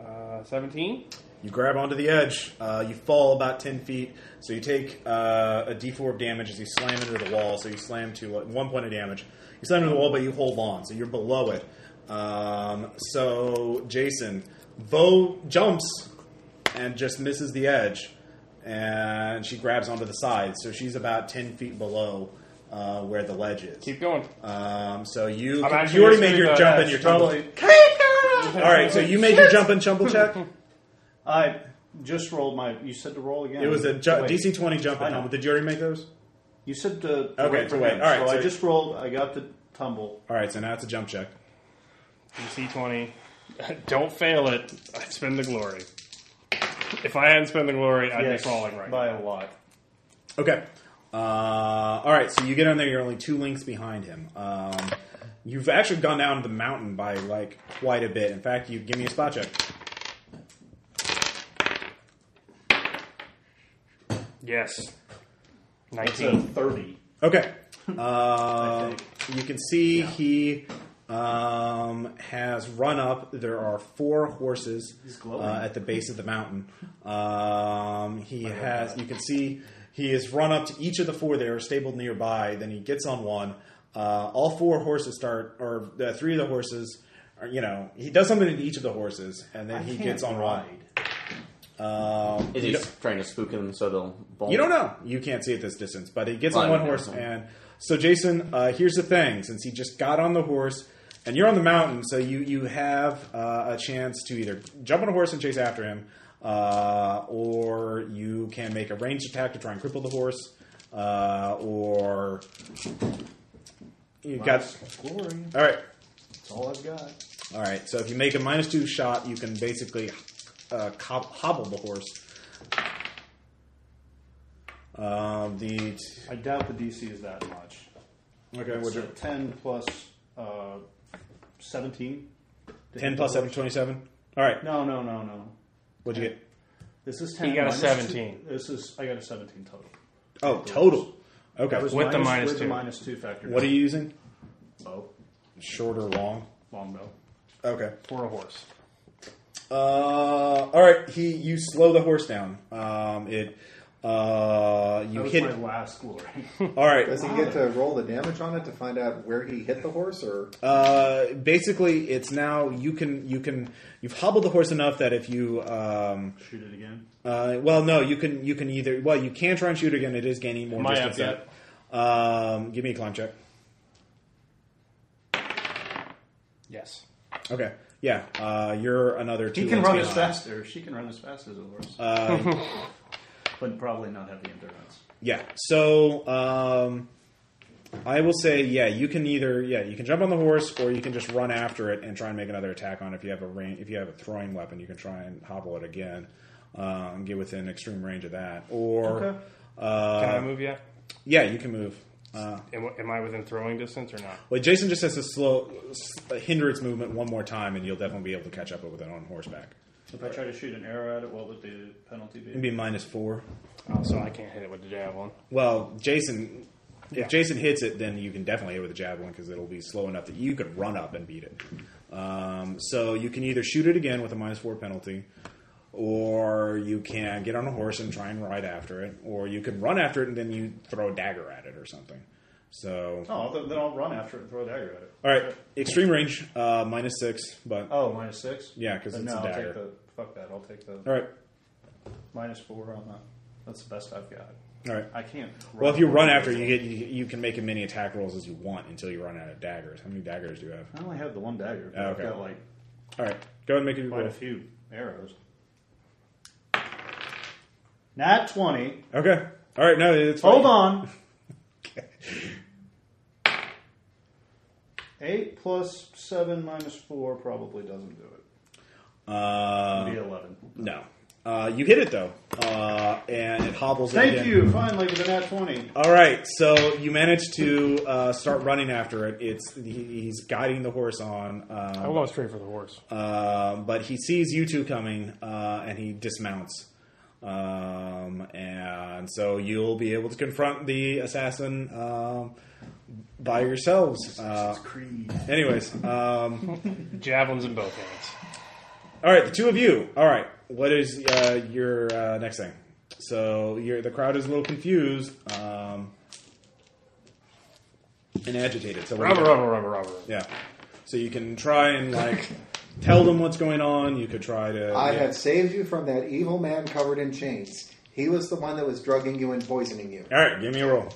S3: Uh, 17?
S1: You grab onto the edge. Uh, you fall about ten feet, so you take uh, a D4 of damage as you slam into the wall. So you slam to uh, one point of damage. You slam into the wall, but you hold on, so you're below it. Um, so Jason, Vo jumps and just misses the edge, and she grabs onto the side. So she's about ten feet below uh, where the ledge is.
S3: Keep going.
S1: Um, so you
S3: I'm
S1: you
S3: actually
S1: already made
S3: gonna
S1: your
S3: go
S1: jump and
S3: next.
S1: your tumble.
S2: Probably-
S1: All right, so you made your jump and chumble check.
S2: I just rolled my. You said to roll again.
S1: It was a ju-
S2: Wait.
S1: DC 20 jump
S2: I
S1: and
S2: know.
S1: chumble. Did you already make those?
S2: You said to, to
S1: Okay,
S2: wait for
S1: to wait.
S2: him.
S1: All right,
S2: So,
S1: so-
S2: I just rolled. I got the tumble.
S1: All right, so now it's a jump check.
S3: DC 20. Don't fail it. I spend the glory. If I hadn't spent the glory, I'd
S2: Yes,
S3: be crawling right
S2: by a lot.
S1: Okay. Uh, all right, so you get on there. You're only two links behind him. Um, you've actually gone down the mountain by like quite a bit. In fact, you give me a spot check.
S3: Yes.
S2: It's a
S3: 19.
S2: thirty.
S1: Okay. Um, you can see he um, has run up. There are four horses
S2: glowing.
S1: uh, at the base of the mountain. Um, he has. You can see he has run up to each of the four. They are stabled nearby. Then he gets on one. Uh, all four horses start, or uh, three of the horses. Are, you know, he does something to each of the horses, and then
S2: I
S1: he
S2: can't
S1: gets on one.
S2: ride.
S1: Um,
S4: Is
S1: you
S4: he
S1: don't-
S4: trying to spook them so they'll bolt?
S1: you don't know. You can't see at this distance, but he gets on
S4: Fine,
S1: one
S4: okay.
S1: horse, and so Jason. Uh, here's the thing: since he just got on the horse, and you're on the mountain, so you you have uh, a chance to either jump on a horse and chase after him, uh, or you can make a ranged attack to try and cripple the horse, uh, or you've got.
S2: glory.
S1: All right,
S2: That's all I've got.
S1: all right. So if you make a minus two shot, you can basically uh, cop- hobble the horse. Um, the
S2: I doubt the DC is that much.
S1: okay,
S2: It's
S1: what's
S2: a
S1: your
S2: ten plus uh, seventeen.
S1: 10 plus 7, 27. All right.
S2: No, no, no, no.
S1: What'd you get?
S2: This is ten.
S3: got a
S2: minus
S3: 17.
S2: two- This is I got a seventeen total.
S1: Oh, total. Okay.
S2: That was
S3: With the minus
S2: with
S3: two.
S2: the minus two factor.
S1: What are you using?
S2: Bow,
S1: Short or long?
S2: longbow.
S1: Okay.
S3: For a horse.
S1: Uh, all right. He, you slow the horse down. Um, it, uh, you
S2: That was
S1: hit.
S2: my last glory.
S1: All right.
S5: Does he get to roll the damage on it to find out where he hit the horse, or
S1: Uh, basically, it's now you can you can you've hobbled the horse enough that if you um,
S2: Shoot it again.
S1: Uh, well, no, you can you can either well you can try and shoot again. It is gaining more
S3: Am I
S1: distance.
S3: up
S1: up. Um, give me a climb check.
S3: Yes.
S1: Okay, yeah, uh, you're another. Two
S2: He can
S1: lengths
S2: run as
S1: behind.
S2: fast, or she can run as fast as a horse,
S1: Uh,
S2: but probably not have the endurance.
S1: yeah, so um, I will say, yeah, you can either yeah you can jump on the horse or you can just run after it and try and make another attack on. It. If you have a rain, if you have a throwing weapon, you can try and hobble it again uh, and get within extreme range of that. Or
S2: Okay.
S3: Can I
S1: uh,
S3: move yet?
S1: yeah, you can move. Uh,
S3: Am, am I within throwing distance or not?
S1: Well, Jason just has to slow, s- hinder its movement one more time, and you'll definitely be able to catch up with it on horseback.
S2: If I try to shoot an arrow at it, what would the penalty
S1: It'd
S2: be?
S1: be minus four.
S3: Oh, so I can't hit it with the javelin.
S1: Well, Jason, if
S3: Yeah.
S1: Jason hits it, then you can definitely hit with a javelin because it'll be slow enough that you could run up and beat it. Um, so you can either shoot it again with a minus four penalty, or you can get on a horse and try and ride after it, or you can run after it and then you throw a dagger at it or something. So,
S2: Oh, th- then I'll run after it and throw a dagger at it.
S1: all right, extreme range, uh, minus six, but all
S2: Oh, minus six.
S1: Yeah, 'cause
S2: Then
S1: it's
S2: no,
S1: a
S2: I'll
S1: dagger.
S2: Take the, fuck that. I'll take the
S1: right,
S2: minus four on that. That's the best I've got.
S1: all right.
S2: I can't.
S1: Well, if you run after, it, you get you, you can make as many attack rolls as you want until you run out of daggers. How many daggers do you have?
S2: I only have the one dagger. but
S1: Oh,
S2: I've
S1: okay.
S2: got like
S1: All right, go ahead and make a
S2: quite
S1: roll.
S2: a few arrows. Nat twenty.
S1: Okay. All right. No, it's fine.
S2: Hold on. Eight plus seven minus four probably doesn't do it.
S1: Uh,
S2: It'd be eleven.
S1: no, uh, you hit it though, uh, and it hobbles. in
S2: Thank
S1: again.
S2: you. Finally, with a nat twenty.
S1: All right, so you manage to uh, start running after it. It's he, he's guiding the horse on.
S3: I
S1: Um,
S3: will go straight for the horse.
S2: Oh.
S1: Um, but he sees you two coming, uh, and he dismounts. Um, and so you'll be able to confront the assassin um, by yourselves. Uh,
S2: Creed.
S1: anyways, um,
S3: Javelins in both hands.
S1: all right, the two of you. All right, what is uh, your uh, next thing? So you're, the crowd is a little confused um, and agitated. So what do you
S3: Rubber,
S1: do?
S3: rubber, rubber, rubber.
S1: yeah. So you can try and like tell them what's going on. You could try to.
S5: I
S1: Oh, yeah.
S5: have saved you from that evil man covered in chains. He was the one that was drugging you and poisoning you.
S1: All right, give me a roll.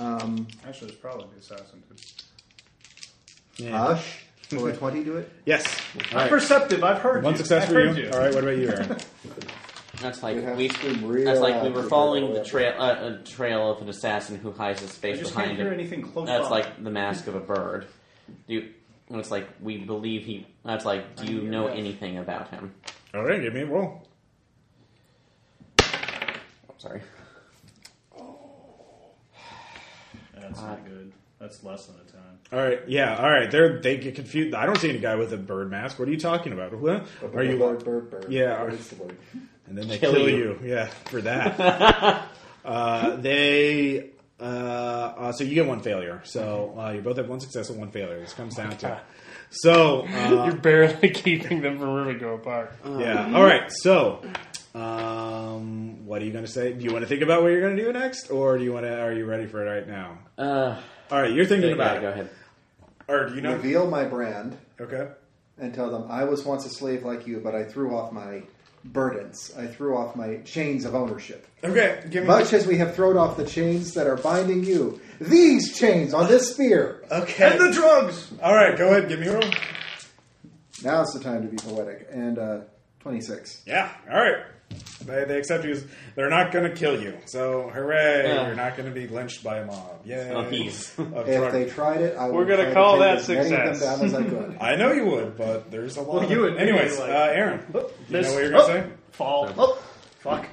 S5: Um,
S2: Actually, it's probably the assassin. Too.
S1: Yeah.
S5: Hush. Will a 20 do it?
S1: Yes. All right.
S2: Perceptive, I've heard
S1: One
S2: you.
S1: success
S2: I've
S1: for
S2: heard
S1: you. All right. What about you, Aaron?
S4: That's like
S5: You'd have
S4: we.
S5: to swim real
S4: That's like we
S5: out
S4: were
S5: to
S4: following
S5: go
S4: the
S5: up.
S4: trail, uh, a trail of an assassin who hides his
S2: I
S4: face
S2: just
S4: behind
S2: can't hear
S4: him.
S2: anything close
S4: That's
S2: by.
S4: like the mask of a bird. Do you, and it's like we believe he. That's like do you know anything about him?
S1: All right. Give me a roll.
S4: Sorry.
S2: That's not good. That's less than a ten.
S1: All right. Yeah. All right. They're they get confused. I don't see any guy with a bird mask. What are you talking about? Huh? Are you?
S5: Bird, bird, bird.
S1: Yeah,
S5: What
S1: are-
S5: is the word?
S1: and then they kill,
S4: Kill
S1: you.
S4: you.
S1: Yeah, for that. uh, they. Uh, uh, so you get one failure. So uh, you both have one success and one failure. This comes down to. it. So uh,
S3: You're barely keeping them from really going apart.
S1: yeah. All right. So. Um, what are you going to say? Do you want to think about what you're going to do next, or do you want to? Are you ready for it right now?
S4: Uh,
S1: All right, you're thinking
S4: yeah,
S1: about it.
S4: go ahead.
S1: Or do you know?
S5: Reveal my brand
S1: Okay.
S5: and tell them I was once a slave like you, but I threw off my burdens. I threw off my chains of ownership.
S1: Okay. Give me.
S5: Much as we have thrown off the chains that are binding you, these chains on this spear.
S1: Okay.
S2: And the drugs.
S1: All right. Go ahead. Give me a roll.
S5: Now's the time to be poetic. And uh, 26.
S1: Yeah. All right. They, they accept you. as- They're not going to kill you. So hooray!
S4: Yeah.
S1: You're not going to be lynched by a mob. Yay!
S4: Oh, geez.
S1: Of
S5: If
S1: drug-
S5: they tried it, I would
S3: We're gonna
S5: try
S3: call
S5: to take
S3: that
S5: as many of
S3: success.
S5: them down as I could.
S1: I know you would, but there's a lot.
S2: Well,
S1: of-
S2: you would be
S1: Anyways,
S2: like-
S1: uh, Aaron, do you know
S2: Oh, This-
S1: what you're going to
S2: oh,
S1: say?
S2: Fall. Oh, fuck.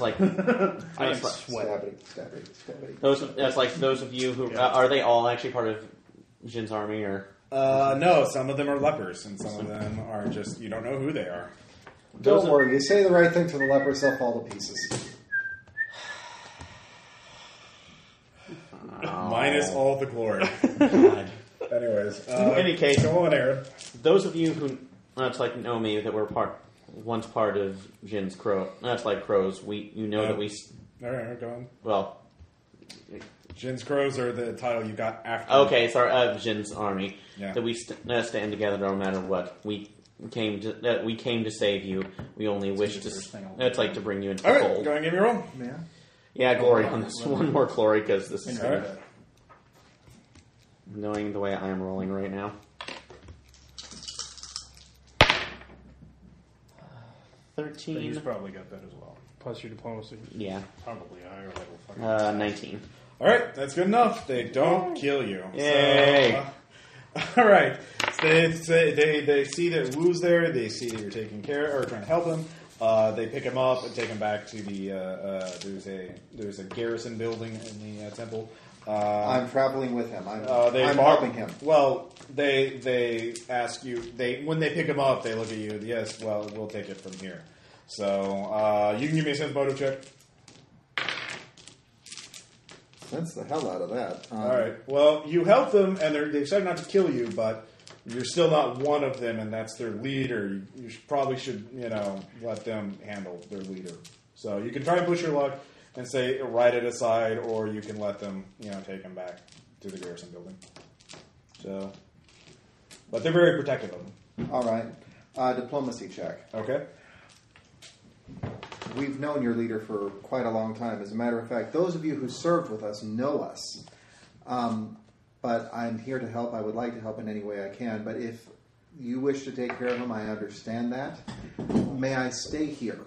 S4: like that's like-
S5: Stabby, stabby, stabby.
S4: those. That's like those of you who uh, are they all actually part of Jin's army or?
S1: Uh, no, some of them are lepers, and some of them are just you don't know who they are.
S5: Don't worry, you say the right thing to the lepers, they'll fall to pieces.
S1: Minus all the glory.
S4: God.
S1: Anyways, uh,
S4: any case,
S1: go on, Aaron.
S4: those of you who that's like know me that were part once part of Jin's crow. That's like crows. We you know that we s-
S1: All right, go on.
S4: well
S1: Jin's crows are the title you got after.
S4: okay sorry of Jin's army
S1: Yeah.
S4: that we st- uh, stand together no matter what we came to that we came to save you. We only wish to s- that's like to bring you into
S1: All
S4: the
S1: right,
S4: fold.
S1: go ahead and give me a roll.
S5: Yeah?
S4: Yeah, glory on this one more glory because this is
S1: All right.
S4: knowing the way I am rolling right now.
S2: He's
S4: Thirteen.
S2: probably got that as well.
S3: Plus your diplomacy.
S4: Yeah,
S2: Probably higher level. Fucking.
S4: uh, nineteen.
S1: All right, that's good enough. They don't kill you.
S4: Yay.
S1: So, uh, all right. So they, say they they see that Woo's there. They see that you're taking care or trying to help him. Uh, they pick him up and take him back to the uh, uh, there's a there's a garrison building in the uh, temple. Uh,
S5: I'm traveling with him. I'm,
S1: uh, they
S5: I'm
S1: bar-
S5: helping him.
S1: Well, they they ask you they when they pick him up they look at you. Yes, well we'll take it from here. So uh, you can give me a sense motive check.
S5: That's the hell out of that. Um,
S1: All right. Well, you help them, and they're, they decide not to kill you, but you're still not one of them, and that's their leader. You, you should, probably should, you know, let them handle their leader. So you can try and push your luck and say write it aside, or you can let them, you know, take him back to the garrison building. So, but they're very protective of him.
S5: All right. Uh, diplomacy check.
S1: Okay.
S5: We've known your leader for quite a long time. As a matter of fact, those of you who served with us know us. Um, but I'm here to help. I would like to help in any way I can. But if you wish to take care of him, I understand that. May I stay here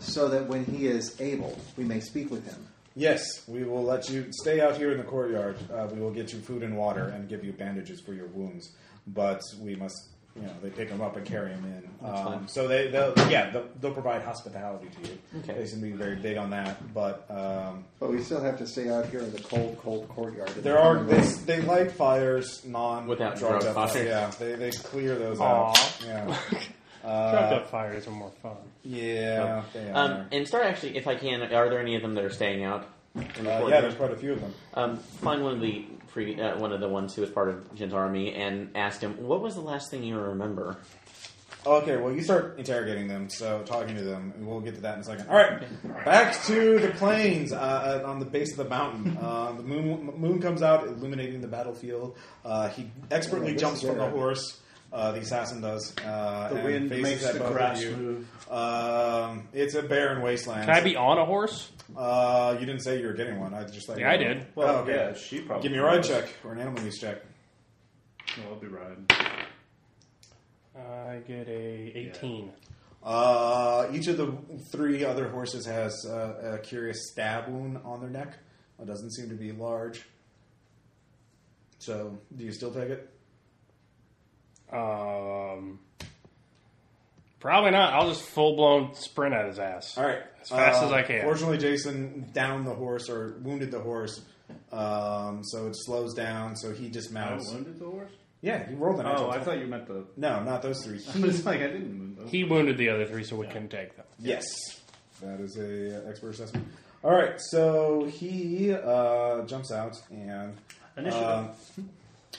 S5: so that when he is able, we may speak with him?
S1: Yes, we will let you stay out here in the courtyard. Uh, we will get you food and water and give you bandages for your wounds. But we must, you know, they pick him up and carry him in. Um,
S4: fine.
S1: so they, they'll, yeah, they'll, they'll provide hospitality to you.
S4: Okay.
S1: They seem to be very big on that. But um,
S5: But we still have to stay out here in the cold, cold courtyard. in the
S1: there are
S5: coming
S1: they,
S5: rain.
S1: they light fires, non
S4: Without
S1: drugged
S4: drug
S1: up-
S4: fires.
S1: Yeah, they, they clear those out.
S3: Aw.
S1: Yeah, Uh,
S3: Dropped up fires are more fun.
S1: yeah, they are. Uh,
S4: Um, and start actually, if I can, are there any of them that are staying out? In the
S1: uh, yeah,
S4: courtyard?
S1: there's quite a few of them.
S4: Um, find one of the pre, uh, one of the ones who was part of Jin's army and ask him what was the last thing you remember.
S1: Okay, well, you start interrogating them, so talking to them, and we'll get to that in a second. All right, back to the plains uh, uh, on the base of the mountain. Uh, the moon moon comes out, illuminating the battlefield. Uh, he
S5: Yeah,
S1: expertly
S5: this
S1: jumps
S5: is
S1: from the
S5: Aaron.
S1: horse. Uh, the assassin does. Uh,
S2: The
S1: and
S2: wind
S1: faces
S2: makes
S1: at
S2: the
S1: both of
S2: grass
S1: you.
S2: move.
S1: Um, it's a barren wasteland.
S3: Can I be on a horse?
S1: Uh, you didn't say you were getting one. I just like.
S3: Yeah, I did.
S2: Well,
S1: oh, okay.
S2: yeah, she probably.
S1: Give me a ride check or an animal use check.
S2: Well, I'll be riding.
S3: I get a 18.
S1: Uh, each of the three other horses has uh, a curious stab wound on their neck. It doesn't seem to be large. So, do you still take it?
S3: Um, probably not. I'll just full blown sprint at his ass.
S1: All right,
S3: As fast as I can.
S1: Fortunately, Jason downed the horse or wounded the horse, um, so it slows down. So he
S2: I
S1: dismounts.
S2: wounded the horse.
S1: yeah, he rolled an
S2: Oh,
S1: actual
S2: I
S1: attack.
S2: thought you meant the.
S1: No, not those three.
S2: I was like, I didn't wound those.
S3: He wounded the other three, so we can take them.
S1: Yes, that is a uh, expert assessment. All right, so he uh, jumps out and.
S2: Initiative.
S1: um,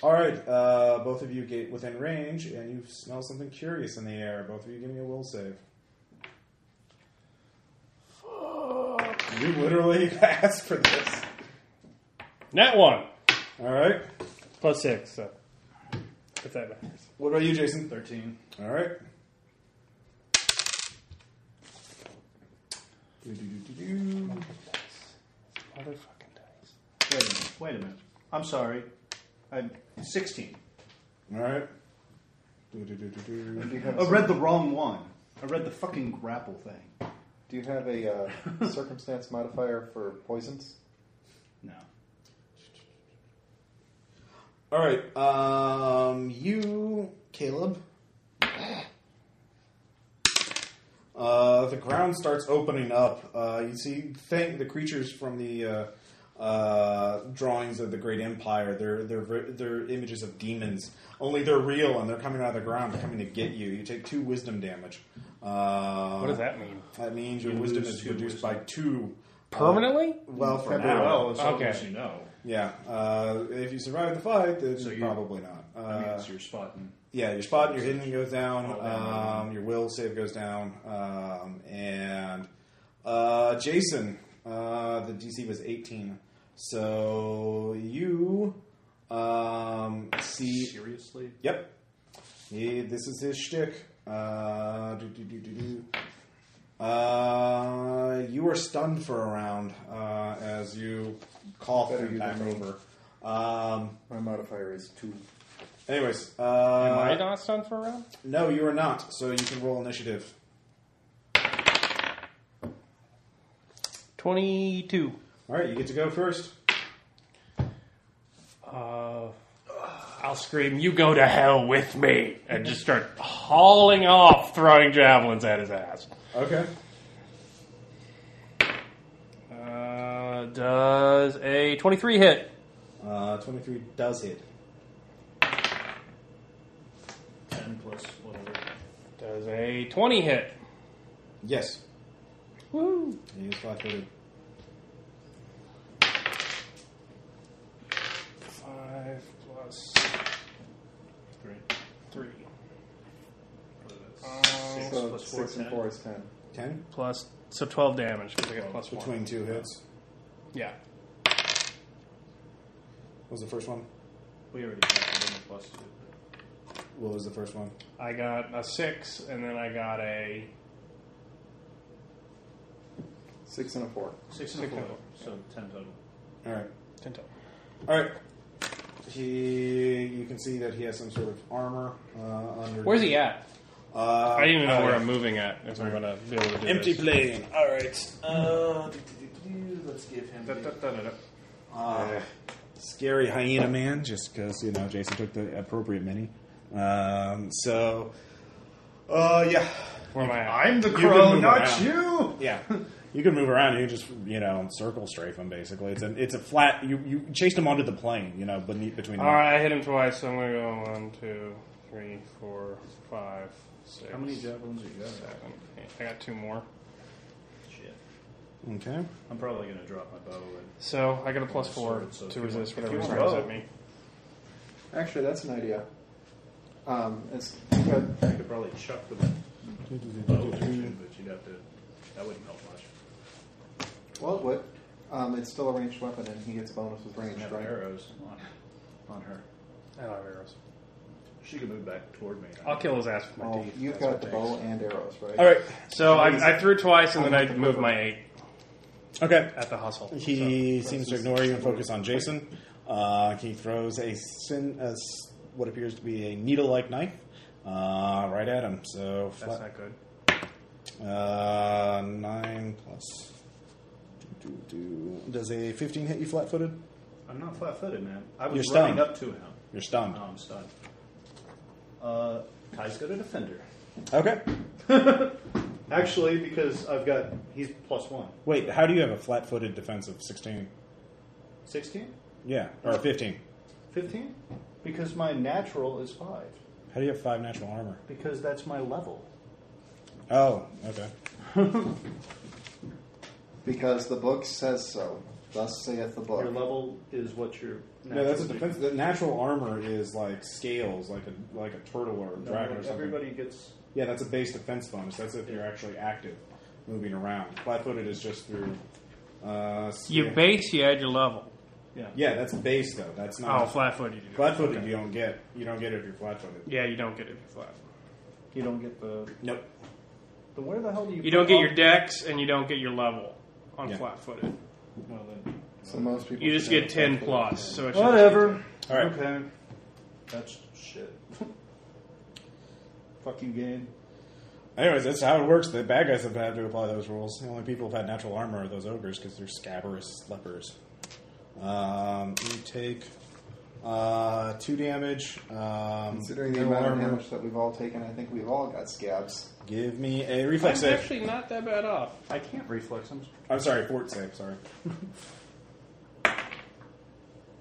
S1: all right, uh, both of you get within range, and you smell something curious in the air. Both of you give me a will save. You literally asked for this.
S3: Net one
S1: All right.
S3: plus six. So if that matters.
S1: What about you, Jason?
S2: Thirteen.
S1: All right.
S3: Motherfucking dice.
S2: Wait a minute. Wait a minute. I'm sorry. I'm sixteen.
S1: All right. Do, do, do, do,
S5: Do
S1: do.
S5: you have,
S2: I read the wrong one. I read the fucking grapple thing.
S5: do you have a uh, circumstance modifier for poisons?
S2: No.
S1: All right. Um, you, Caleb. Uh, the ground starts opening up. Uh, you see thing, the creatures from the uh, uh, drawings of the Great Empire. They're, they're, ver- they're images of demons. Only they're real and they're coming out of the ground. They're coming to get you. You take two wisdom damage. Uh,
S3: What does that mean?
S1: That means your wisdom
S2: lose
S1: is
S2: two
S1: reduced
S2: wisdom.
S1: by two. uh,
S3: Permanently?
S1: well, for
S5: Probably
S1: now.
S2: Well, as long
S3: Okay.
S2: as you know,
S1: Yeah. Uh, if you survive the fight, then
S2: So you-
S1: probably not.
S2: I mean,
S1: Uh,
S2: it's your spot. And
S1: yeah, your spot, your hidden goes
S2: Oh, yeah.
S1: down. Um, your will save goes down. Um, and uh, Jason, uh, the DC was 18. So you um, see.
S2: seriously,
S1: Yep. He, this is his shtick. Uh, do, do, do, do, do. Uh, you are stunned for a round uh, as you cough
S5: Better
S1: and
S5: you
S1: back
S5: than me.
S1: over. Um,
S5: My modifier is two.
S1: anyways, uh,
S3: Am I not stunned for a round?
S1: no, you are not. So you can roll initiative.
S3: 22.
S1: All right, you get to go first.
S3: Uh, I'll scream, you go to hell with me, and just start hauling off, throwing javelins at his ass.
S1: Okay.
S3: Uh, does a 23 hit?
S1: Uh, 23 does hit.
S2: ten plus whatever.
S3: Does a 20 hit?
S1: Yes.
S3: Woo!
S1: He is flat footed.
S3: 5 plus
S2: Three.
S3: 3
S2: What is it?
S3: Um,
S2: Six
S5: So
S2: plus four,
S5: six and
S2: ten.
S5: four is ten.
S1: 10
S3: plus, so 12 damage, because I got plus 1.
S1: between two hits.
S3: Yeah.
S1: What was the first one?
S2: We already counted in the plus two.
S1: What was the first one?
S3: I got a 6, and then I got a
S5: Six and a four.
S2: Six and
S3: Six
S2: four,
S3: and four.
S2: so ten total.
S1: All right.
S3: 10 total.
S1: All right. He, you can see that he has some sort of armor uh, under.
S3: Where's he at?
S1: Uh,
S3: I didn't even know
S1: uh,
S3: where I'm moving at, if I'm going to be able to do
S1: Empty
S3: this.
S1: plane. All right. Uh, do, do, do, do. let's give him. the- Uh, scary hyena man, just because you know Jason took the appropriate mini. Um, so, uh, yeah,
S3: Where am I at?
S2: I'm the
S1: can
S2: crow,
S1: move
S2: not
S1: around.
S2: you.
S1: yeah. You can move around. You can just you know circle strafe him. Basically, it's a it's a flat. You you chased him onto the plane. You know, beneath between.
S3: All right, I hit him twice, so I'm gonna go one, two, three, four, five, six.
S2: How many javelins you got?
S3: Seven, eight. I got two more.
S2: Shit.
S1: them. Okay.
S2: I'm probably gonna drop my bow and
S3: So I got a plus four
S2: Sword, so if
S3: to
S2: you
S3: resist
S2: want- if
S3: whatever
S2: you
S3: throws
S2: want-
S3: at me.
S5: Actually, that's an idea. Um, it's, you've got
S2: I could probably chuck the bow at you, but you'd have to. That wouldn't help much.
S5: Well, it would. Um, it's still a ranged weapon, and he gets bonus with
S2: I
S5: range,
S2: have
S5: right?
S2: arrows on, on her.
S3: I don't have arrows.
S2: She could move back toward me.
S3: I'll kill his ass with my
S5: Oh,
S3: teeth.
S5: you've
S3: That's
S5: got
S3: what
S5: the
S3: it
S5: bow and arrows, right?
S1: All right.
S3: takes. So I, I threw twice, and then I
S5: the
S3: moved
S5: quiver.
S3: my eight
S1: Okay.
S3: at the hustle.
S1: He seems to ignore you and focus on Jason. Uh, he throws a, sin, a s- what appears to be a needle-like knife uh, right at him. So
S3: That's
S1: flat,
S3: not good.
S1: uh, nine plus. Do, do, do. Does a fifteen hit you flat-footed?
S2: I'm not flat-footed, man. I was
S1: You're
S2: running
S1: stunned.
S2: up to him.
S1: You're stunned.
S2: No, I'm stunned. Uh, Ty's got a defender.
S1: Okay.
S2: Actually, because I've got he's plus one.
S1: Wait, how do you have a flat-footed defense of sixteen?
S2: 16?
S1: Yeah, or fifteen.
S2: 15? Because my natural is five.
S1: How do you have five natural armor?
S2: Because that's my level.
S1: Oh, okay.
S5: Because the book says so. Thus saith the
S2: Your
S5: book.
S2: level is what your
S1: No, that's a
S2: natural-
S1: defense. The natural armor is like scales, like a like a turtle or a
S2: No,
S1: dragon or something.
S2: everybody gets
S1: Yeah, that's a base defense bonus. That's if you're actually active, moving around. Flat-footed is just through. Uh,
S3: You
S1: yeah.
S3: base, you add your level.
S2: yeah.
S1: Yeah, that's base though. That's not
S3: Oh, flat footed. You do.
S1: flat-footed. You don't get. You don't get it if you're flat-footed.
S3: Yeah, you don't get it flat.
S2: You don't get the
S1: Nope.
S2: the where the hell do you
S3: You don't get your
S2: deck.
S3: dex, and you don't get your level on
S1: Yeah.
S3: flat footed.
S2: well, then.
S5: So most people
S3: You just
S5: should
S3: get
S5: have
S3: ten plus. So it's
S2: Whatever.
S1: All right.
S2: Okay. That's shit. Fuck you, game.
S1: Anyways, that's how it works. The bad guys have had to apply those rules. The only people who've had natural armor are those ogres because they're scabrous lepers. Um, you take uh, two damage. Um,
S5: Considering the
S1: no
S5: amount of
S1: armor.
S5: damage that we've all taken, I think we've all got scabs.
S1: Give me a
S3: I'm
S1: reflex save.
S3: actually not that bad off.
S2: I can't reflex. I'm s-
S1: I'm sorry, fort save. Sorry.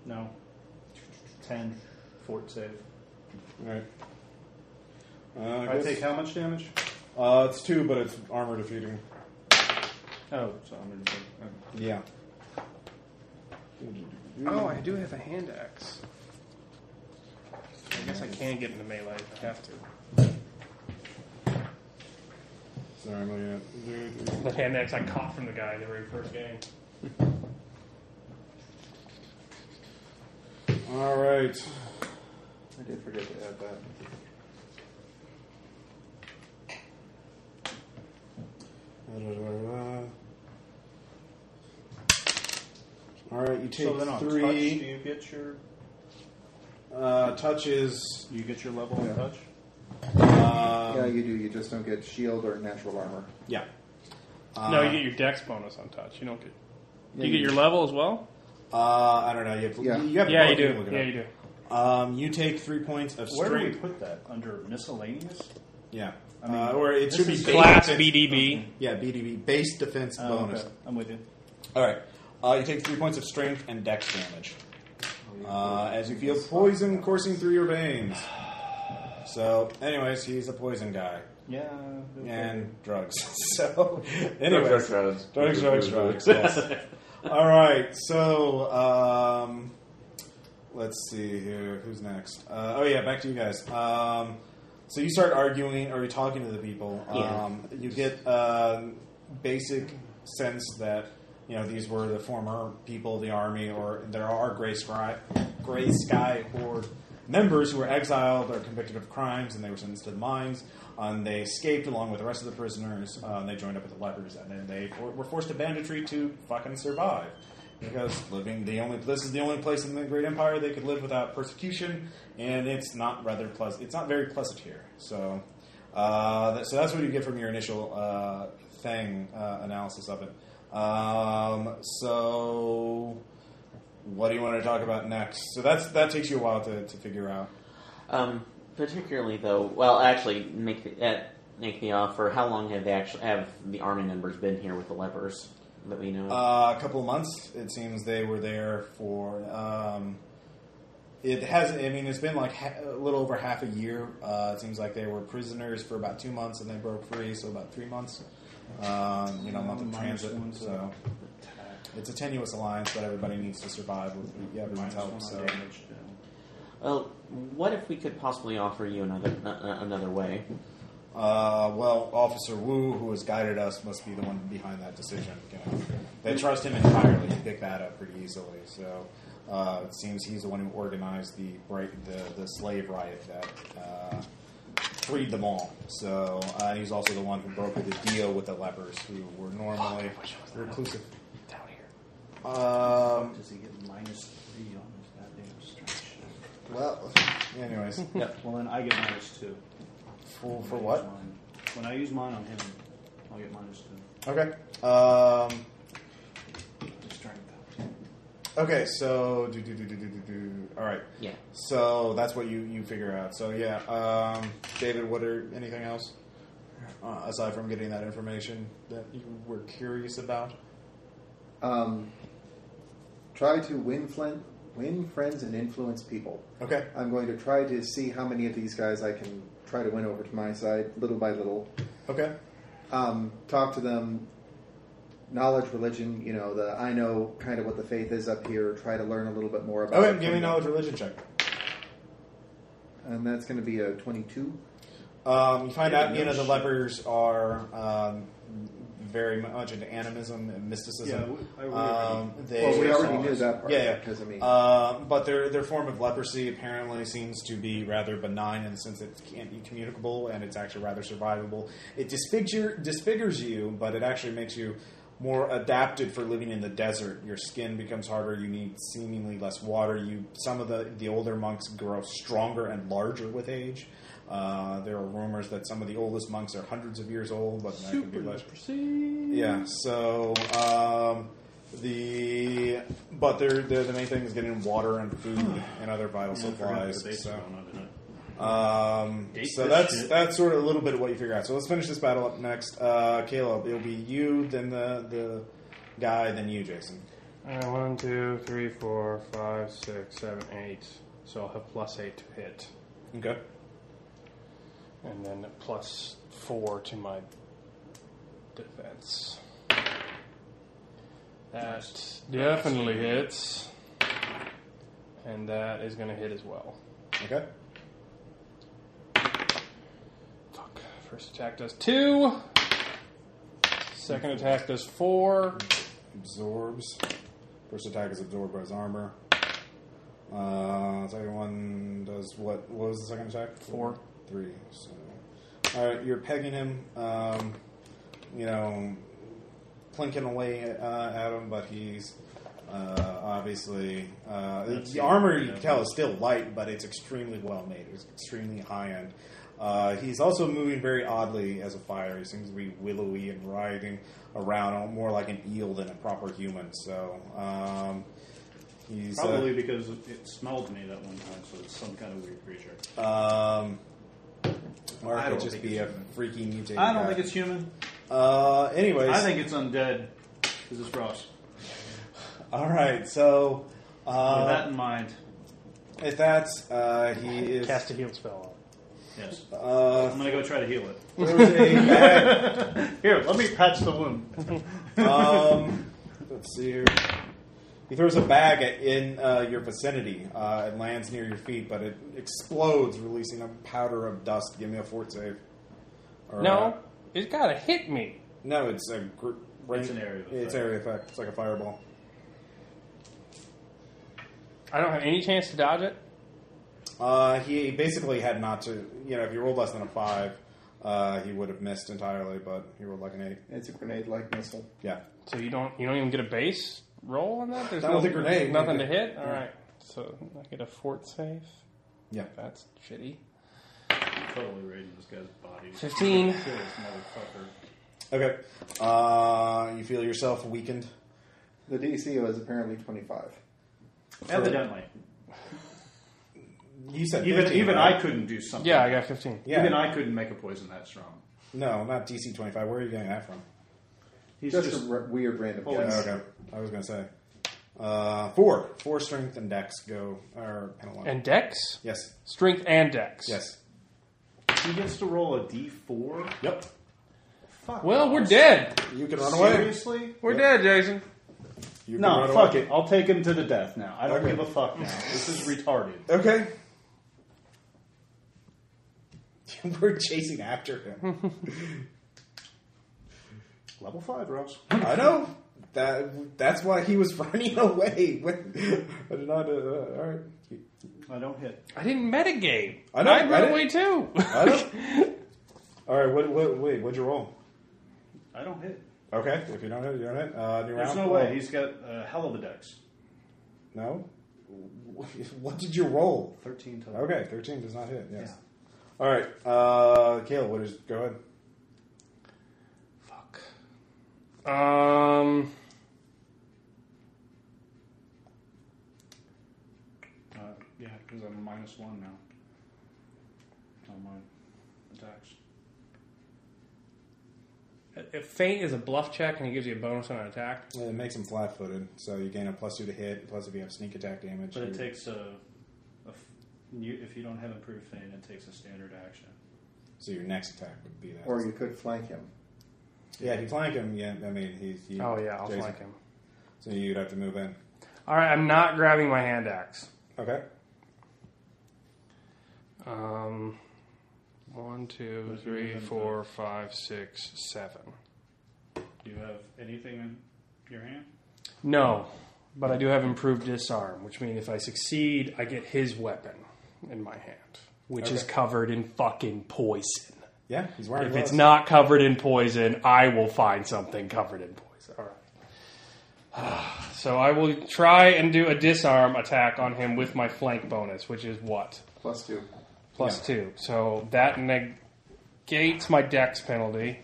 S2: no. Ten. Fort save.
S1: All right. Uh,
S2: I
S1: guess-
S2: take how much damage?
S1: uh, it's two, but it's armor defeating.
S2: Oh, so I'm gonna take. oh.
S1: Yeah. Mm.
S3: Oh, I do have a hand axe. I guess I can get into melee if I have to.
S1: Sorry, I'm looking at.
S3: The hand axe I caught from the guy in the very first game.
S1: All right.
S5: I did forget to add that.
S1: All right, you take
S2: So then on touch, do
S1: three.
S2: you get your
S1: Uh, touches.
S2: you get your level on
S5: Yeah.
S2: touch?
S5: yeah,
S1: Um,
S5: you do. You just don't get shield or natural armor.
S1: yeah.
S3: no,
S1: Uh,
S3: you get your dex bonus on touch. You don't get.
S5: Yeah,
S3: you get
S5: you
S3: your
S5: do.
S3: level as well.
S1: Uh, I don't know. You have,
S5: Yeah.
S1: you have
S3: Yeah, you
S1: both
S3: do.
S1: people
S3: Yeah,
S1: look
S3: you
S1: it
S3: do.
S1: up. Um, you take three points of
S2: Where do we
S1: strength.
S2: put that? Under miscellaneous?
S1: Yeah.
S2: I mean,
S1: uh, or it
S2: this
S1: should be
S2: is
S1: base
S3: Class
S1: defense-
S3: BDB.
S1: Yeah, BDB base defense
S2: Oh,
S1: bonus.
S2: okay. I'm with you.
S1: All right. Uh, you take three points of strength and dex damage uh, as you feel poison coursing through your veins. So, anyways, he's a poison guy
S2: Yeah. okay.
S1: and drugs. So, anyways,
S4: Drugs, drugs, drugs.
S1: drugs, drugs, drugs, yes. All right. So, um, let's see here. Who's next? Uh, oh yeah, back to you guys. Um, so you start arguing or you talking to the people.
S4: Yeah.
S1: Um, you get um basic sense that you know these were the former people of the army, or there are gray sky, gray sky horde members who were exiled or convicted of crimes, and they were sentenced to the mines. And they escaped along with the rest of the prisoners. Uh, and they joined up with the lepers, and then they for- were forced to banditry to fucking survive. Because living the only this is the only place in the Great Empire they could live without persecution, and it's not rather pleasant. It's not very pleasant here. So uh, that, so that's what you get from your initial uh, thing uh, analysis of it. Um, so, what do you want to talk about next? So that's that takes you a while to, to figure out.
S4: Um, particularly though, well, actually, make the, uh, make the offer. How long have they actually have the army members been here with the lepers that we know?
S1: Uh, a couple of months. It seems they were there for. Um, it has. I mean, it's been like ha- a little over half a year. Uh, it seems like they were prisoners for about two months, and they broke free, so about three months. Um, you know, month of
S2: Minus
S1: transit.
S2: one to
S1: So it's a tenuous alliance, but everybody needs to survive with everyone's
S2: Minus
S1: help.
S2: one
S1: So
S2: damage, yeah.
S4: well, what if we could possibly offer you another uh, uh, another way?
S1: Uh, well, Officer Wu, who has guided us, must be the one behind that decision. You know. They trust him entirely. You pick that up pretty easily. So uh, it seems he's the one who organized the break, the, the slave riot that uh, freed them all. So uh, he's also the one who brokered the deal with the lepers, who were normally reclusive.
S3: Down here.
S1: Um,
S2: Does he get minus three on his goddamn strength?
S1: well, anyways.
S2: Well, then I get minus two.
S1: For, for
S2: When I
S1: what?
S2: use mine- When I use mine on him, I'll get minus two.
S1: Okay. Um,
S2: Strength.
S1: okay. So do do do do do do do. All right.
S4: Yeah.
S1: So that's what you you figure out. So yeah. Um, David, what are anything else uh, aside from getting that information that you were curious about?
S5: Um, try to win, flint, win friends and influence people.
S1: Okay.
S5: I'm going to try to see how many of these guys I can try to win over to my side, little by little.
S1: uh, Okay.
S5: Um, talk to them, knowledge, religion, you know, the I know kind of what the faith is up here, try to learn a little bit more about it.
S1: Okay. Oh, Give me
S5: from them.
S1: knowledge religion check.
S5: And that's going to be a 22.
S1: Um, you find out, you know, the lepers are um, very much into animism and
S2: Yeah,
S1: mysticism.
S2: we- I- we
S1: um, they,
S5: well, we already
S2: saw
S5: knew
S2: us.
S5: that part.
S1: Yeah, yeah.
S5: Because, I mean,
S1: Uh, but their their form of leprosy apparently seems to be rather benign in the sense that it can't be communicable and it's actually rather survivable. It disfigure disfigures you, but it actually makes you more adapted for living in the desert. Your skin becomes harder. You need seemingly less water. You some of the the older monks grow stronger and larger with age. Uh, there are rumors that some of the oldest monks are hundreds of years old, but that could be less. Yeah. So um, the but they're, they're the main thing is getting water and food and other vital supplies. So, um,
S2: Date
S1: so
S2: this
S1: that's
S2: shit.
S1: that's sort of a little bit of what you figure out. So let's finish this battle up next. Uh, Caleb, it'll be you, then the the guy, then you, Jason.
S3: Uh, one, two, three, four, five, six, seven, eight. So I'll have plus eight to hit,
S1: Okay.
S3: and then plus four to my defense. That definitely hits, and that is going to hit as well.
S1: Okay.
S3: Fuck. First attack does two. Second
S1: Mm-hmm.
S3: attack does four.
S1: Absorbs. First attack is absorbed by his armor. Uh, second one does what? What was the second attack?
S3: Four.
S1: three. So, all right, you're pegging him. Um, you know, plinking away uh, at him, but he's uh, obviously uh, the armor. You can tell is still light, but it's extremely well made. It's extremely high end. Uh, he's also moving very oddly as a fire. He seems to be willowy and writhing around, uh, more like an eel than a proper human. So um, he's uh,
S2: Probably because it smelled me that one time, so it's some kind of weird creature.
S1: Um, or
S2: I
S1: it could
S2: don't
S1: just
S2: think
S1: be
S2: it's
S1: a
S2: human.
S1: freaky mutated.
S2: I don't
S1: guy.
S2: think it's human.
S1: Uh, anyways,
S2: I think it's undead. Because it's Ross.
S1: all right. So,
S2: With
S1: uh,
S2: that in mind,
S1: if that's uh, he is.
S3: Cast a heal spell.
S2: yes.
S1: Uh,
S2: I'm going to go try to heal it.
S1: there's a bag.
S2: Here, let me patch the wound.
S1: Um, let's see here. He throws a bag at, in uh, your vicinity. Uh, it lands near your feet, but it explodes, releasing a powder of dust. Give me a fort save. Or, uh,
S3: No, it's got to hit me.
S1: no, it's a gr-
S2: It's an area of
S1: It's
S2: effect.
S1: area effect. It's like a fireball.
S3: I don't have any chance to dodge it.
S1: Uh, he basically had not to, you know, if he rolled less than a five, uh, he would have missed entirely, but he rolled like an eight.
S5: it's a grenade like missile.
S1: Yeah.
S3: So you don't you don't even get a base roll on that. There's
S1: That was
S3: no-
S1: a grenade.
S3: Nothing to hit. All right. So I get a fort save.
S1: Yeah.
S3: That's shitty.
S2: totally raiding this guy's body.
S3: Fifteen.
S2: Kill this motherfucker.
S1: Okay. Uh, you feel yourself weakened.
S5: The DC was apparently 25.
S2: Evidently.
S1: You said
S2: Even
S1: 15,
S2: even
S1: right?
S2: I couldn't do something.
S3: Yeah, I got fifteen.
S1: Yeah.
S2: Even I couldn't make a poison that strong.
S1: No, not DC 25. Where are you getting that from? Oh,
S2: He's
S5: Just,
S2: just,
S5: a r- weird random
S2: Holy
S5: guess.
S2: Yes.
S1: Okay. I was going to say. Uh, four. Four strength and dex go, or penalty.
S3: And dex,
S1: yes.
S3: strength, and dex.
S1: Yes.
S2: he gets to roll a d4.
S1: Yep.
S2: Fuck.
S3: Well, we're dead.
S1: You can run away.
S2: Seriously?
S3: We're dead, Jason.
S1: You can
S2: No,
S1: run
S2: fuck
S1: away.
S2: it. I'll take him to the death now. I don't
S1: Okay.
S2: give a fuck now. This is retarded.
S1: Okay. We're chasing after him.
S2: Level five, Ross.
S1: I know that. That's why he was running away. When, I did not. Uh, uh, all right.
S2: I don't hit.
S3: I didn't metagame.
S1: I know,
S3: I'd
S1: I
S3: run
S1: didn't-
S3: away too.
S1: I don't- all right. What, what? Wait. What'd you roll?
S2: I don't hit.
S1: Okay. If you don't hit, you don't hit. Uh, new
S2: There's
S1: round.
S2: no way. He's got a hell of a dex.
S1: No. What did you roll?
S2: 13 total.
S1: Okay. Thirteen does not hit. Yes. All right, uh, Caleb, what is? Go ahead.
S3: Fuck. Um.
S2: Uh, yeah, because I'm minus one now on my attacks.
S3: If faint is a bluff check and he gives you a bonus on an attack,
S1: Well, It makes him flat-footed, so you gain a plus two to hit. Plus, if you have sneak attack damage,
S2: But it
S1: you-
S2: takes a, a f- you, if you don't have improved feint, it takes a standard action.
S1: so your next attack would be that.
S5: Or you could flank him.
S1: yeah, if you flank him, yeah, I mean he's. You,
S3: oh yeah, I'll
S1: Jason.
S3: flank him.
S1: So you'd have to move in.
S3: All right, I'm not grabbing my hand axe.
S1: Okay.
S3: Um, one, two, three, four, five, six, seven.
S2: Do you have anything in your hand?
S3: No, but I do have improved disarm, which means if I succeed, I get his weapon in my hand, which is
S1: Okay.
S3: covered in fucking poison.
S1: Yeah, he's wearing.
S3: If
S1: gloves.
S3: it's not covered in poison, I will find something covered in poison. All right. So I will try and do a disarm attack on him with my flank bonus, which is what
S5: Plus two.
S3: plus two. So that negates my dex penalty.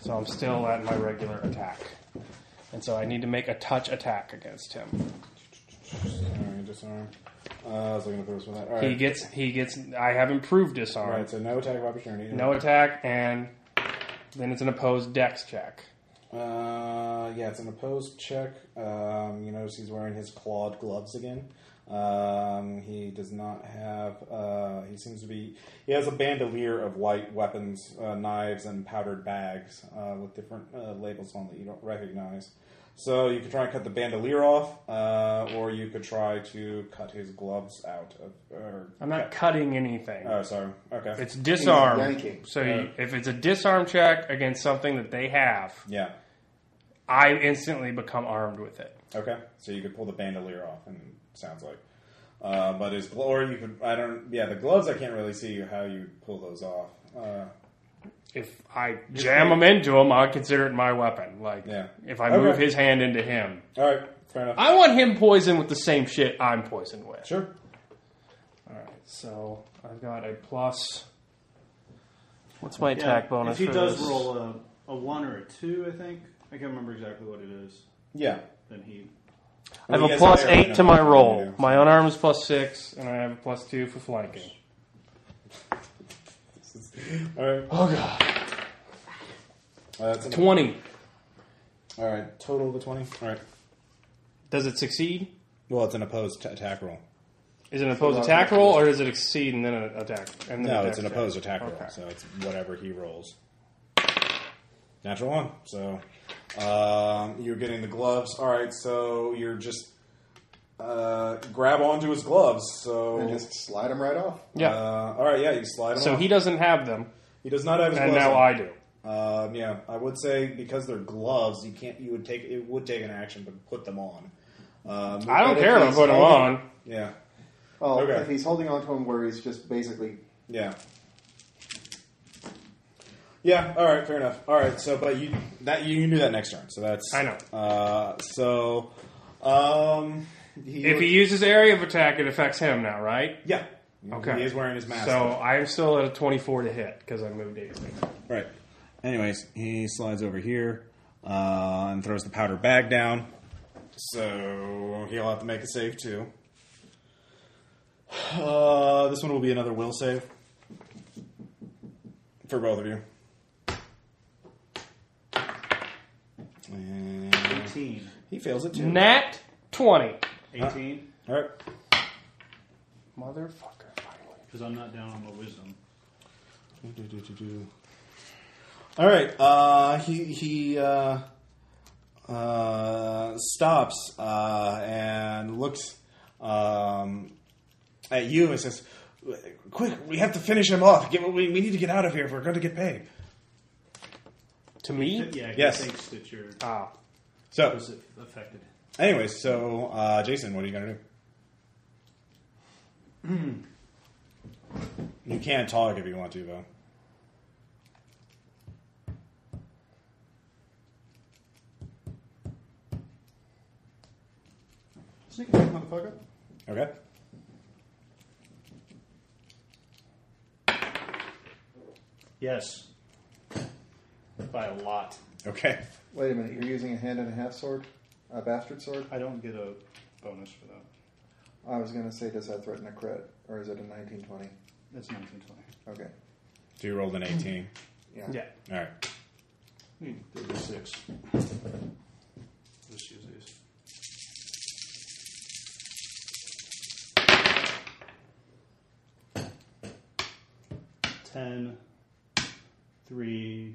S3: So I'm still at my regular attack, and so I need to make a touch attack against him.
S1: Alright, disarm. Uh, I was looking at the first one. All right.
S3: He gets he gets. I have improved disarm.
S1: All right, so no attack of opportunity.
S3: No attack, and then it's an opposed dex check.
S1: Uh, yeah, it's an opposed check. Um, you notice he's wearing his clawed gloves again. Um, he does not have. Uh, he seems to be. He has a bandolier of white weapons, uh, knives, and powdered bags uh, with different uh, labels on that you don't recognize. So you could try and cut the bandolier off, uh, or you could try to cut his gloves out. Of, or,
S3: I'm not cutting anything.
S1: oh, sorry. Okay.
S3: It's disarm.
S5: yanking.
S1: Uh,
S3: So you, if it's a disarm check against something that they have,
S1: yeah.
S3: I instantly become armed with it.
S1: Okay, so you could pull the bandolier off, and sounds like. Uh, but his glory, you could. I don't. Yeah, the gloves. I can't really see how you pull those off. Uh,
S3: If I jam them into him, I'll consider it my weapon. Like
S1: Yeah.
S3: if I
S1: Okay.
S3: move his hand into him,
S1: all right, fair enough.
S3: I want him poisoned with the same shit I'm poisoned with.
S1: Sure.
S3: All right. So I've got a plus. What's my attack bonus?
S2: If he
S3: for
S2: does
S3: this?
S2: roll a, a one or a two, I think I can't remember exactly what it is.
S1: Yeah.
S2: Then he
S3: I have
S1: Well,
S3: a
S1: yes,
S3: plus
S1: I already
S3: eight
S1: know
S3: to my
S1: what you
S3: roll.
S1: do.
S3: My unarmed is plus six, and I have a plus two for flanking.
S1: All right.
S3: Oh god,
S1: Uh, that's enough.
S3: twenty.
S1: all right. Total of the twenty. All right.
S3: Does it succeed?
S1: Well, it's an opposed t- attack roll.
S3: Is it an opposed attack roll, or does it exceed and then an attack? And then
S1: No,
S3: attack
S1: it's an opposed attack roll,
S3: Okay.
S1: so it's whatever he rolls. Natural one. So um, you're getting the gloves. All right. So you're just uh, grab onto his gloves. So
S5: And just slide him right off.
S3: Yeah.
S1: Uh, all right, yeah, you slide him.
S3: so
S1: off.
S3: he doesn't have them,
S1: he does not have his
S3: and
S1: gloves.
S3: now
S1: on.
S3: I do.
S1: Um, yeah, I would say because they're gloves, you can't. You would take it would take an action to put them on. Um,
S3: I don't
S5: But
S3: care
S5: if
S3: if I
S5: he's
S3: put them
S5: holding-
S3: on.
S1: yeah,
S5: Well,
S1: Okay.
S5: if he's holding on to him where he's just basically
S1: yeah, yeah. All right, fair enough. All right, so but you that you can do that next turn. So that's
S3: I know.
S1: Uh, so um, he
S3: If he uses area of attack, it affects him now, right?
S1: yeah,
S3: Okay.
S1: he is wearing his mask.
S3: So I'm still at a 24 to hit because I moved eight.
S1: Right. Anyways, he slides over here uh, and throws the powder bag down. So he'll have to make a save too. Uh, this one will be another will save for both of you. And
S2: 18.
S1: he fails it too.
S3: Nat 20.
S2: 18?
S1: All right.
S3: Motherfucker, finally.
S2: Because I'm not down on the wisdom.
S1: All right. Uh, he he uh, uh, stops uh, and looks um, at you and says, "Quick, we have to finish him off. Get, we, we need to get out of here if we're going to get paid."
S3: To me?
S2: Yeah, he
S1: Yes.
S2: thinks that your
S3: Ah.
S1: So,
S2: was affected.
S1: anyways, so uh, Jason, what are you going to do? Hmm. you can talk if you want to, though.
S5: sneak attack, motherfucker.
S1: Okay.
S2: Yes. By a lot.
S1: Okay.
S5: Wait a minute, you're using a hand and a half sword? A bastard sword?
S2: I don't get a bonus for that.
S5: I was going to say, does that threaten a crit? Or is it a 1920?
S2: That's 1920.
S5: Okay.
S1: So you rolled an 18.
S5: Yeah.
S3: Yeah.
S1: All right.
S2: Need 36. Just use these. Ten, three,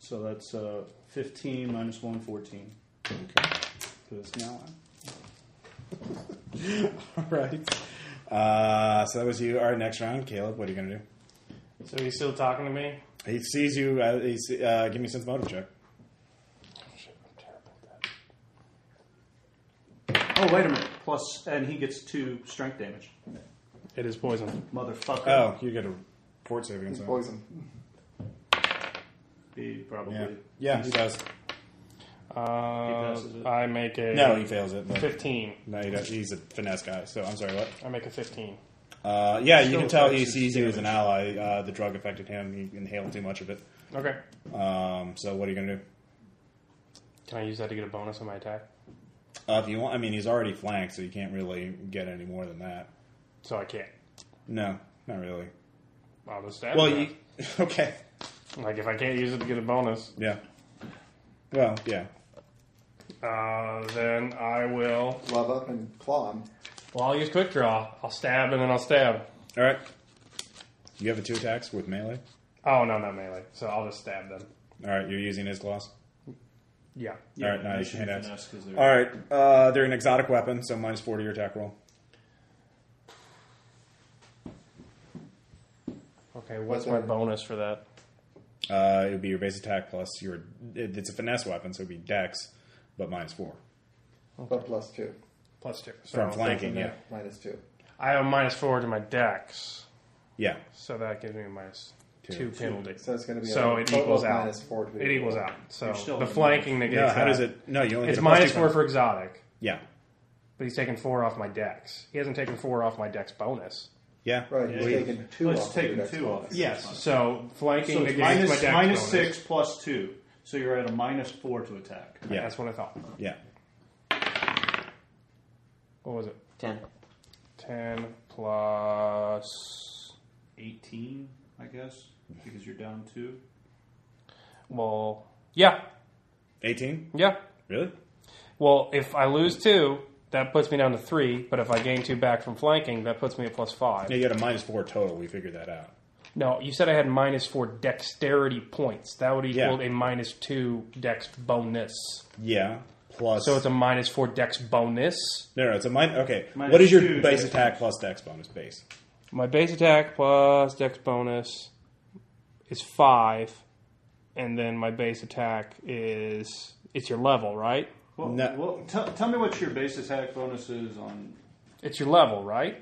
S2: so that's uh, fifteen minus one, fourteen.
S1: Okay.
S2: Because it's now
S1: All right. Uh, so that was you. All right, next round, Caleb. What are you gonna do?
S3: So he's still talking to me?
S1: He sees you. Uh, he see, uh, give me a sense motive check.
S2: Oh wait a minute! Plus, and he gets two strength damage.
S3: It is poison.
S2: Motherfucker.
S1: Oh, you get a fort save against
S5: It's
S1: him.
S5: poison.
S2: He probably.
S1: Yeah. Yeah, he does.
S3: Uh,
S2: passes it.
S3: I make a
S1: No, he fails it. But
S3: 15.
S1: no, he does. He's a finesse guy. So I'm sorry. What?
S3: I make a 15.
S1: Uh, yeah, you
S2: Still
S1: can tell he
S2: affects his
S1: sees you as an ally.
S2: damage.
S1: Uh, the drug affected him. He inhaled too much of it.
S3: Okay.
S1: Um, so what are you gonna do?
S3: Can I use that to get a bonus on my attack?
S1: Uh, if you want, I mean, he's already flanked, so you can't really get any more than that.
S3: So I can't.
S1: No, not really.
S3: I'll just add
S1: Well,
S3: that.
S1: you okay?
S3: Like, if I can't use it to get a bonus,
S1: Yeah. Well, yeah.
S3: uh, then I will.
S5: Glove up and claw him.
S3: Well, I'll use quick draw. I'll stab and then I'll stab.
S1: All right. You have the two attacks with melee.
S3: Oh, no, not melee. So I'll just stab them.
S1: All right, you're using his claws.
S3: Yeah.
S1: All right, nice.
S2: They should
S1: Nice.
S2: finesse 'cause they're-
S1: All right, uh, they're an exotic weapon, so minus four to your attack roll.
S3: Okay, what's my bonus for that?
S1: Uh, it would be your base attack plus your. It, it's a finesse weapon, so it'd be dex, but minus four
S5: But plus two.
S3: Plus two. So
S1: from
S3: I'll-
S1: flanking. Yeah,
S5: Minus two.
S3: I have a minus four to my dex,
S1: yeah.
S3: so that gives me a minus
S1: Two.
S3: two, penalty.
S5: So it's going to be
S3: So
S5: a
S3: it
S5: total
S3: equals
S5: of
S3: out.
S5: minus four. To
S3: It equals out.
S2: You're
S3: So
S2: still
S3: the
S2: in the
S3: flanking
S1: No,
S3: negates.
S1: how
S3: that.
S1: does it? No, you only
S3: uh, It's
S1: get a plus
S3: minus
S1: two
S3: four
S1: bonus.
S3: for exotic,
S1: Yeah,
S3: but he's taken four off my dex. He hasn't taken four off my dex bonus.
S1: yeah.
S5: Right, he's
S1: We-
S5: taking two
S2: Let's
S5: off. of
S2: take
S5: your
S2: the
S5: dex
S2: two off.
S5: bonus.
S3: Yes. So flanking
S2: So it's
S3: negates my
S2: minus,
S3: dex
S2: minus
S3: bonus.
S2: six plus two. So you're at a minus four to attack.
S1: Yeah.
S3: That's what I thought.
S1: yeah.
S3: What was it?
S4: Ten.
S3: Ten plus.
S2: 18, I guess, because you're down two.
S3: Well, yeah,
S1: Eighteen.
S3: yeah.
S1: Really?
S3: Well, if I lose two, that puts me down to three. But if I gain two back from flanking, that puts me at plus five.
S1: Yeah, you had a minus four total. We figured that out.
S3: No, you said I had minus four dexterity points. That would equal
S1: Yeah.
S3: a minus two dex bonus.
S1: Yeah. Plus.
S3: So it's a minus four dex bonus.
S1: no, no. It's a minus. Okay.
S2: Minus
S1: what is your
S2: two,
S1: base
S2: so-
S1: attack plus dex bonus base?
S3: My base attack plus dex bonus is five, and then my base attack is it's your level, right?
S2: Well,
S1: No.
S2: well tell tell me what your base attack bonus is on.
S3: It's your level, right?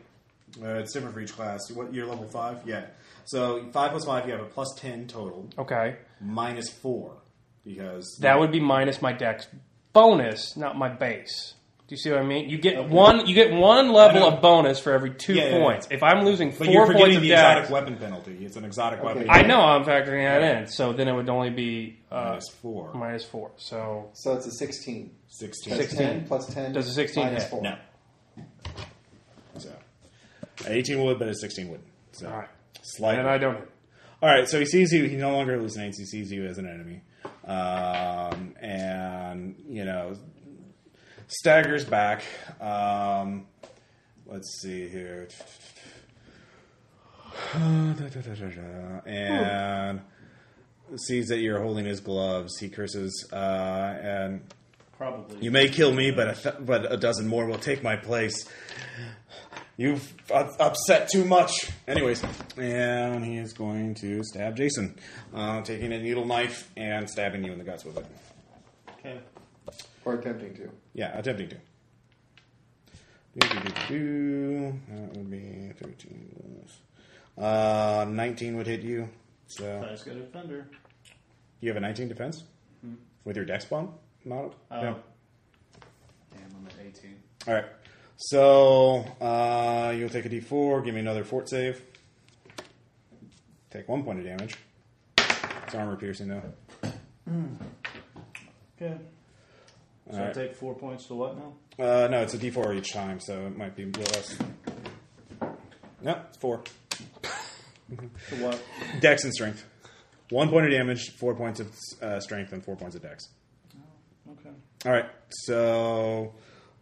S1: Uh, it's different for each class. What you're level five? Yeah. So five plus five, you have a plus ten total,
S3: Okay,
S1: minus four because
S3: that would be minus my dex bonus, not my base. Do you see what I mean? You get one, you get one level
S1: I know.
S3: of bonus for every two
S1: Yeah, yeah, yeah.
S3: points. If I'm losing
S1: But
S3: 4
S1: you're
S3: points
S1: forgetting
S3: of
S1: the
S3: dex,
S1: exotic weapon penalty. It's an exotic weapon.
S3: I know I'm factoring that in, so then it would only be uh,
S1: Minus four.
S3: minus four. So
S5: So it's a 16.
S1: Sixteen.
S5: That's 10 plus 10.
S3: Does a 16
S5: minus
S3: hit?
S5: 4.
S1: No. So eighteen would, but a sixteen would. So
S3: all right,
S1: slightly.
S3: and I don't.
S1: All right, so he sees you. He no longer hallucinates. He sees you as an enemy, um, and you know staggers back. Um, let's see here, and sees that you're holding his gloves. He curses, uh, and
S2: Probably.
S1: you may kill me, but a th- but a dozen more will take my place. You've u- upset too much. Anyways, and he is going to stab Jason, uh, taking a needle knife and stabbing you in the guts with it.
S2: Okay.
S5: Or attempting to.
S1: Yeah, attempting to. Do-do-do-do. That would be 13. Uh, 19 would hit you. So
S2: Ty's got a defender.
S1: you have a 19 defense with your dex bomb mod. Yeah.
S2: Uh, Damn, I'm at 18.
S1: All right. So uh, you'll take a D4. Give me another fort save. Take one point of damage. It's armor piercing though.
S2: Okay. So I
S1: Alright.
S2: take four points to what now?
S1: Uh, no, it's a D4 each time, so it might be a little less. No, it's four.
S2: To what?
S1: Dex and strength. One point of damage, four points of uh, strength, and four points of dex.
S2: Okay.
S1: All right, so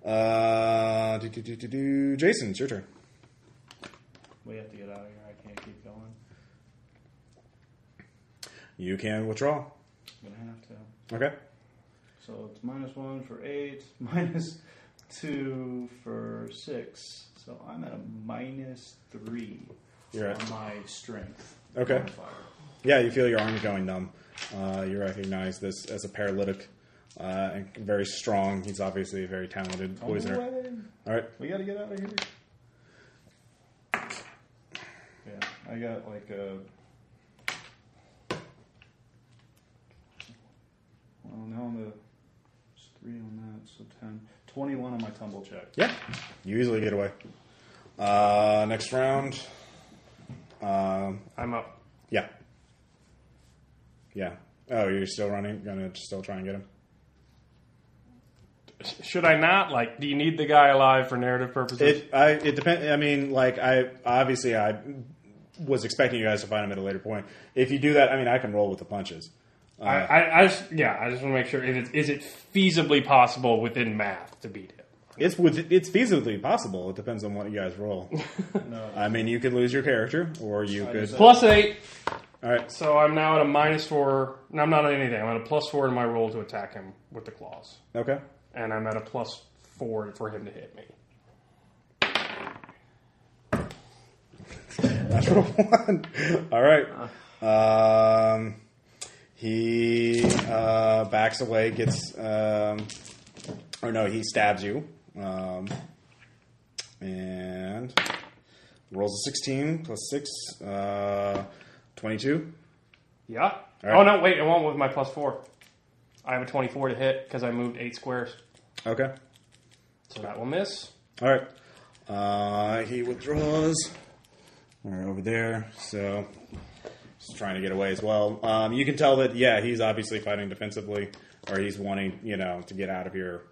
S1: uh, do, do, do, do, do. Jason, it's your turn.
S2: We have to get out of here. I can't keep going.
S1: You can withdraw.
S2: I'm gonna have to.
S1: Okay.
S2: So it's minus one for eight, minus two for six. So I'm at a minus three
S1: You're
S2: on
S1: at-
S2: my strength.
S1: Okay.
S2: modifier.
S1: Yeah, you feel your arms going numb. Uh, you recognize this as a paralytic. Uh, and very strong. He's obviously a very talented poisoner.
S2: Away.
S1: All right.
S2: We gotta get out of here. Yeah, I got like a. Well, now I'm the. It's three on that, so ten. 21 on my tumble check.
S1: Yeah. You easily get away. Uh, next round. Um,
S3: I'm up.
S1: yeah. Yeah. Oh, you're still running? Gonna still try and get him?
S3: Should I not? Like, do you need the guy alive for narrative purposes?
S1: It I it depends. I mean, like I obviously I was expecting you guys to find him at a later point. If you do that, I mean, I can roll with the punches.
S3: I,
S1: uh,
S3: I, I just, yeah, I just want to make sure. If it's, is it feasibly possible within math to beat him?
S1: It's with it's feasibly possible. It depends on what you guys roll. I mean, you could lose your character, or you could.
S3: Plus eight.
S1: All right.
S3: So I'm now at a minus four. No, I'm not at anything. I'm at a plus four in my roll to attack him with the claws,
S1: Okay.
S3: and I'm at a plus four for him to hit me.
S1: Natural one. All right. Um, he uh, backs away, gets, um, or no, he stabs you, um, and rolls a sixteen plus six, uh, 22.
S3: Yeah.
S1: right.
S3: Oh no, wait. I won't with my plus four. I have a twenty-four to hit because I moved eight squares,
S1: Okay.
S3: so that will miss.
S1: All right. Uh, he withdraws. We're over there, so he's trying to get away as well. Um, you can tell that, yeah, he's obviously fighting defensively, or he's wanting, you know, to get out of here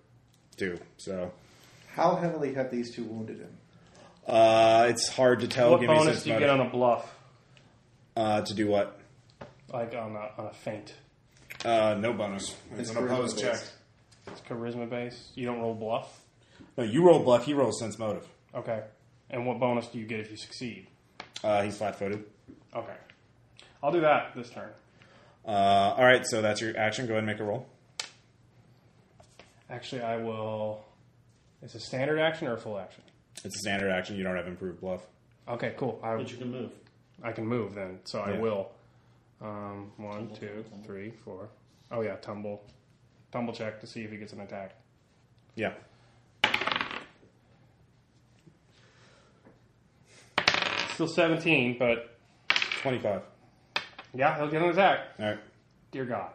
S1: too. So
S5: How heavily have these two wounded him?
S1: uh, it's hard to tell.
S3: What
S1: Give me
S3: bonus
S1: sense
S3: do you get
S1: motive.
S3: on a bluff?
S1: uh, to do what?
S3: Like on a, on a feint?
S1: Uh, no bonus. It's
S5: It's
S1: an opposed
S5: charisma
S1: check.
S5: based.
S3: It's charisma based. You don't roll bluff.
S1: No, you roll bluff. He rolls sense motive.
S3: Okay. And what bonus do you get if you succeed?
S1: Uh, he's flat-footed.
S3: Okay. I'll do that this turn.
S1: Uh, all right, so that's your action. Go ahead and make a roll.
S3: Actually, I will. It's a standard action or a full action?
S1: It's a standard action. You don't have improved bluff.
S3: Okay, cool. I,
S2: But you can move.
S3: I can move then, so I
S1: Yeah.
S3: will. Um, one, two, three, four. Oh yeah, tumble, tumble check to see if he gets an attack.
S1: Yeah.
S3: Still seventeen, but
S1: Twenty-five.
S3: yeah, he'll get an attack.
S1: All right.
S3: Dear God,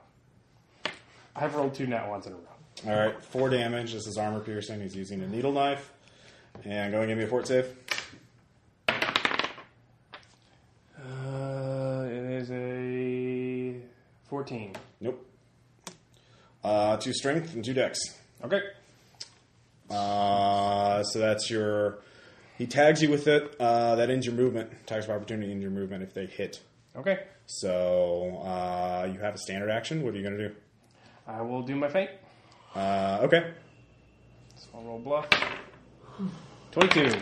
S3: I've rolled two net ones in a row.
S1: All right, four damage. This is armor piercing. He's using a needle knife. And go and give me a fort save.
S3: Uh, it is a fourteen.
S1: Nope. Uh, two strength and two dex.
S3: Okay.
S1: Uh, so that's your. He tags you with it. Uh, that ends your movement. Tags of opportunity ends your movement if they hit.
S3: Okay.
S1: So uh, you have a standard action. What are you going to do?
S3: I will do my feint.
S1: Uh, okay.
S3: So I'll roll bluff. Twenty-two.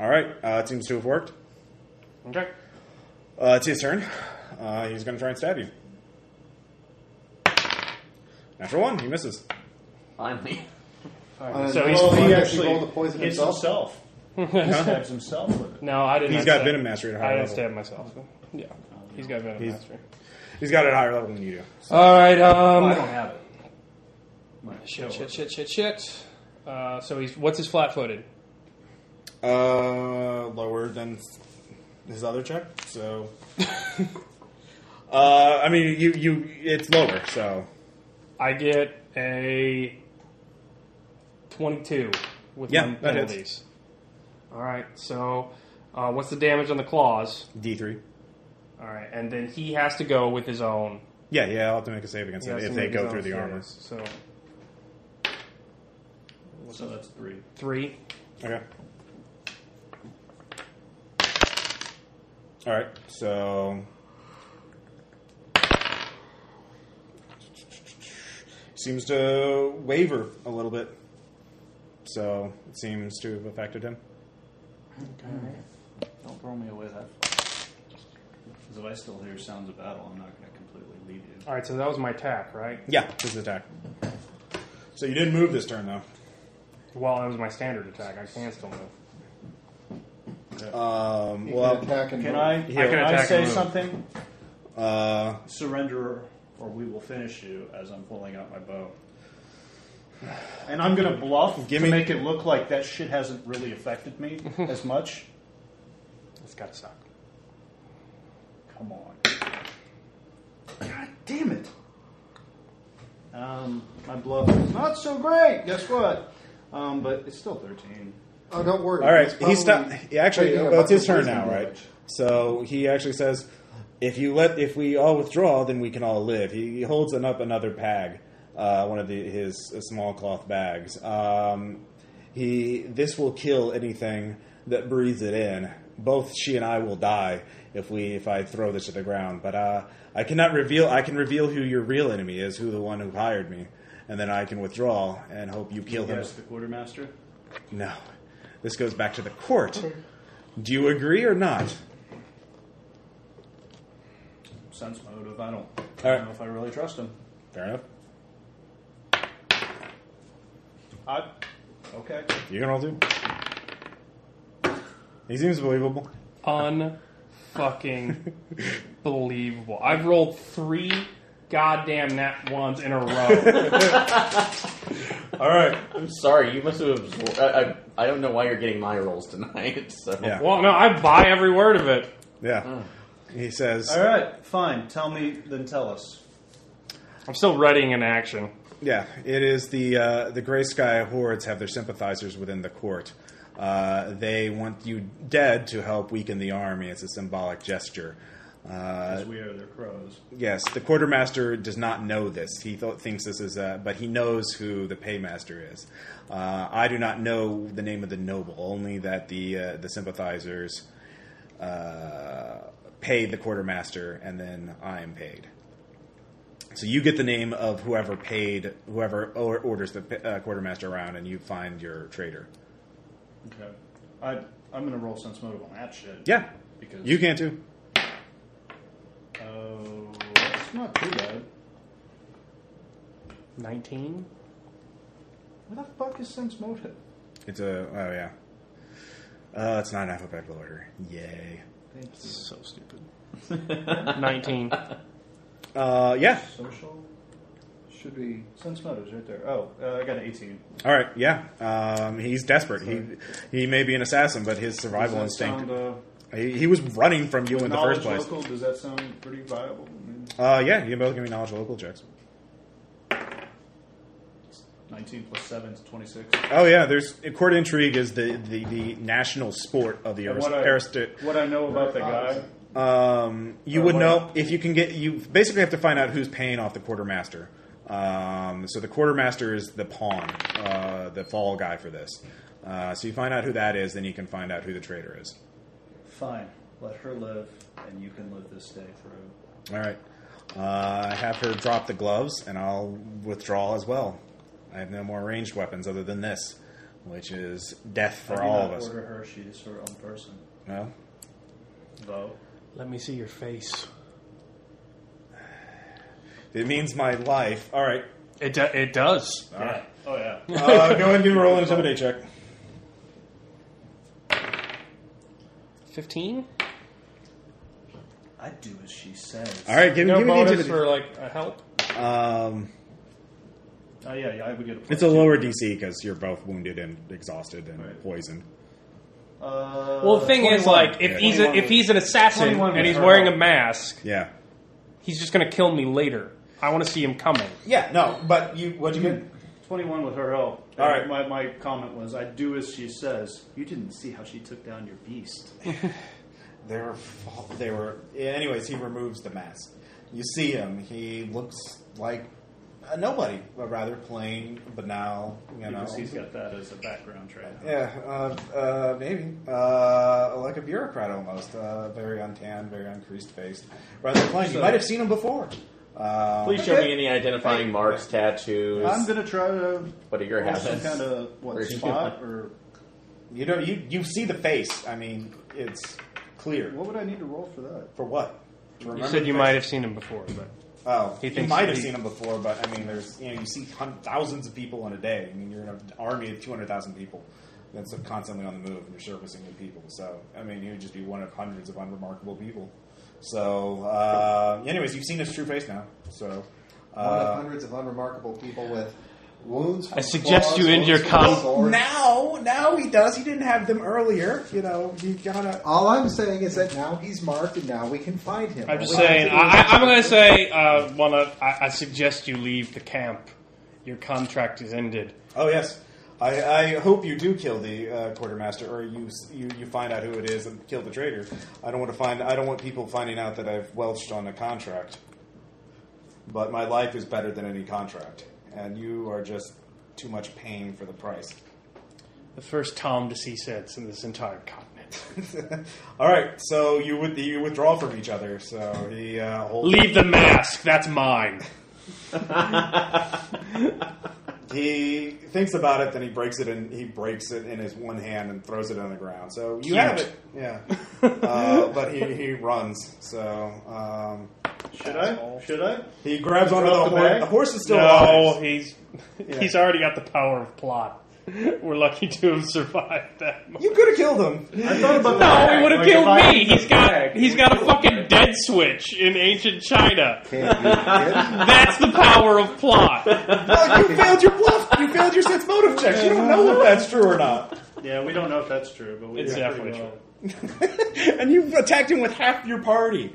S1: All right. Uh, it seems to have worked.
S3: Okay.
S1: Uh, it's his turn. Uh, he's going to try and stab you. Natural one. He misses.
S4: Finally.
S5: Uh,
S3: so he's
S5: well,
S2: he
S5: he
S2: actually
S5: actually rolled the poison
S2: hits
S5: himself.
S2: himself. Stabs himself with it.
S3: No, I didn't.
S1: He's got Venom Mastery at a
S3: I
S1: higher
S3: didn't
S1: level.
S3: stab myself. Yeah, he's got venom
S1: He's-
S3: mastery.
S1: He's got it at a higher level than you do.
S3: All right.
S2: I
S3: Um.
S2: don't have it. My
S3: Shit, shit,
S2: shoulder.
S3: shit, shit, shit. Uh, so he's what's his flat-footed?
S1: Uh, lower than his other check. So, uh, I mean, you you it's lower. So,
S3: I get a twenty-two with
S1: Yeah,
S3: my
S1: that hits.
S3: penalties. All right. So, uh, what's the damage on the claws?
S1: D three.
S3: All right, and then he has to go with his own.
S1: Yeah, yeah, I'll have to make a save against
S3: he has
S1: it
S3: to
S1: if they
S3: make his
S1: go
S3: own
S1: through the
S3: saves.
S1: armor.
S3: So
S2: So that's three.
S3: three.
S1: Okay. All right, so. Seems to waver a little bit. So it seems to have affected him.
S2: Don't throw me away that. Because if I still hear sounds of battle, I'm not going to completely leave you.
S3: All right, so that was my attack, right?
S1: Yeah, this is attack. So you didn't move this turn, though.
S3: Well, that was my standard attack. I can still move.
S1: Um,
S5: You
S1: well,
S5: can attack and
S2: Can
S5: move.
S2: I?
S1: Yeah. I
S2: Can
S3: can
S2: I
S3: attack
S2: say
S3: and move.
S2: something?
S1: uh,
S2: Surrender, or we will finish you. As I'm pulling out my bow, and I'm going to bluff
S1: Give me-
S2: to make it look like that shit hasn't really affected me as much.
S3: It's got to stop.
S2: Come on. God damn it. Um, my bluff is not so great. Guess what? Um, but it's still 13.
S5: Oh, don't worry.
S1: all right,
S5: He's
S1: he
S5: probably
S1: stopped. Actually,
S5: taking a
S1: well, it's his
S5: bunch
S1: turn
S5: of
S1: now,
S5: poison
S1: right?
S5: damage.
S1: So he actually says, "If you let, if we all withdraw, then we can all live." He, he holds an, up another bag, uh, one of the, his uh, small cloth bags. Um, he this will kill anything that breathes it in. Both she and I will die if we if I throw this to the ground. But uh, I cannot reveal. I can reveal who your real enemy is, who the one who hired me, and then I can withdraw and hope you kill him.
S2: Yes, the quartermaster.
S1: No. This goes back to the court. Do you agree or not?
S2: Sense motive. I don't, I
S1: Alright.
S2: don't know if I really trust him.
S1: Fair enough.
S2: I, okay.
S1: You can all do. He seems believable.
S3: Unfucking believable. I've rolled three goddamn nat ones in a row.
S1: All right.
S4: I'm sorry, you must have absorbed. I, I, I don't know why you're getting my rolls tonight. So.
S1: Yeah.
S3: well, no, I buy every word of it.
S1: Yeah. He says,
S2: All right, fine. Tell me, then tell us.
S3: I'm still readying an action.
S1: "Yeah, it is the uh, the Gray Sky hordes have their sympathizers within the court. Uh, they want you dead to help weaken the army. It's a symbolic gesture. Uh,
S2: As we are their crows.
S1: Yes, the quartermaster does not know this. He th- thinks this is, uh, but he knows who the paymaster is. Uh, I do not know the name of the noble, only that the uh, the sympathizers uh, pay the quartermaster, and then I am paid. So you get the name of whoever paid, whoever or- orders the p- uh, quartermaster around, and you find your traitor.
S2: Okay. I, I'm going to roll sense motive on that shit.
S1: Yeah,
S2: Because
S1: you can too.
S2: Oh, it's not too bad.
S3: 19?
S2: Where the fuck is sense motive?
S1: It's a oh yeah. Uh, it's not an alphabetical order. Yay.
S2: Thank you.
S3: So stupid. 19.
S1: Uh, yeah.
S2: Social.
S5: Should we?
S2: Sense motives right there. Oh, uh, I got an 18.
S1: All right, yeah. Um, he's desperate. He he may be an assassin, but his survival
S2: Does that
S1: instinct.
S2: sound, uh,
S1: he, he was running from you in the
S2: knowledge
S1: first place.
S2: local, does that sound pretty viable? I mean,
S1: Uh, yeah, you both give me knowledge local checks.
S2: 19 plus 7 is 26.
S1: Oh yeah, there's court intrigue is the, the, the national sport of the
S2: And
S1: arist-
S2: what, I,
S1: arist-
S2: what I know about the guy,
S1: Um, you
S2: Uh,
S1: would
S2: what-
S1: know if you can get. You basically have to find out who's paying off the quartermaster. Um, so the quartermaster is the pawn, uh, the fall guy for this. Uh, so you find out who that is, then you can find out who the traitor is.
S2: fine. Let her live, and you can live this day through.
S1: All right. Uh, I have her drop the gloves, and I'll withdraw as well. I have no more ranged weapons other than this, which is death for
S2: I do
S1: all
S2: not
S1: of us.
S2: order her. She is her own person.
S1: No?
S2: Though.
S3: Let me see your face.
S1: It means my life. All right.
S3: It, do- it does.
S1: All right.
S2: Oh, yeah.
S1: Uh, go ahead and give a roll and intimidate check.
S3: 15?
S2: I do as she says.
S1: All right, give, me
S3: No
S1: give me the
S3: bonus
S1: intimidate.
S3: for, like, a help?
S1: um,
S2: Oh, yeah, yeah, I would get a plus
S1: it's a
S2: two.
S1: lower DC because you're both wounded and exhausted and
S2: Right.
S1: poisoned.
S2: Uh,
S3: Well, the thing is,
S2: 21.
S3: like, if
S1: Yeah.
S3: he's a, if he's an assassin
S2: 21
S3: and
S2: was
S3: he's
S2: her
S3: wearing a
S2: help.
S3: mask,
S1: Yeah.
S3: he's just gonna kill me later. I want to see him coming.
S1: Yeah, no, but you, what'd you get?
S2: 21 with her help.
S1: All right.
S2: My, my comment was, I do as she says. You didn't see how she took down your beast.
S1: They were. fa- They were. yeah, Anyways, he removes the mask. You see him. He looks like a nobody, but rather plain, banal. You know,
S2: Because he's got that as a background trait.
S1: yeah, uh, uh, maybe uh, like a bureaucrat almost. Uh, very untanned, very uncreased faced, rather plain. you
S2: So-
S1: might have seen him before. Um,
S4: Please show me any identifying marks, tattoos,
S2: I'm gonna try to
S4: what are your
S2: roll some
S4: habits?
S2: kind of
S4: Or
S2: what
S4: is he-
S2: spot or
S1: You know, you you see the face. I mean, it's clear.
S2: what would I need to roll for that?
S1: For what?
S3: You said you might have seen him before, but
S1: Oh,
S3: He
S1: you
S3: thinks
S1: might have
S3: he-
S1: seen him before, but I mean, there's you know, you see hun- thousands of people in a day. I mean, you're in an army of two hundred thousand people that's constantly on the move, and you're servicing new people. So, I mean, you would just be one of hundreds of unremarkable people. So, uh, anyways, you've seen his true face now. So,
S5: One of
S1: uh,
S5: hundreds of unremarkable people with wounds. From
S3: I suggest
S5: claws,
S3: you end
S5: wounds
S3: your
S5: from
S3: con-
S5: swords.
S1: now, now he does. He didn't have them earlier. You know, you gotta.
S5: All I'm saying is that now he's marked and now we can find him.
S3: I'm just
S5: All we have
S3: saying.
S5: to
S3: I,
S5: do is-
S3: I- I'm going to say, uh, one of, I, I suggest you leave the camp. Your contract is ended.
S1: Oh yes, I, I hope you do kill the uh, quartermaster, or you, you you find out who it is and kill the traitor. I don't want to find. I don't want people finding out that I've welched on a contract. But my life is better than any contract, and you are just too much pain for the price.
S3: The first Tom to see sets in this entire continent.
S1: All right, so you with, you withdraw from each other. So he uh, holds.
S3: Leave the mask. That's mine.
S1: He thinks about it, then he breaks it, and he breaks it in his one hand and throws it on the ground. So you
S3: Cute.
S1: have it, yeah. uh, but he, he runs. So um,
S2: Should I? Should I?
S1: he grabs onto the
S2: Drop the
S1: horse.
S2: bag?
S1: The horse is still
S3: No,
S1: alive.
S3: he's he's already got the power of plot. We're lucky to have survived that.
S1: You could have killed him.
S2: I thought about
S3: No,
S2: that.
S3: he would have
S2: Like, if
S3: killed
S2: I-
S3: me. He's got he's got a fucking dead switch in ancient China.
S5: Can't you get him?
S3: That's the power of plot.
S1: Look, you failed your bluff. You failed your sense motive checks. You don't know if that's true or not.
S2: Yeah, we don't know if that's true, but we
S3: It's
S2: did pretty
S3: definitely
S2: well.
S3: true.
S1: And you attacked him with half your party.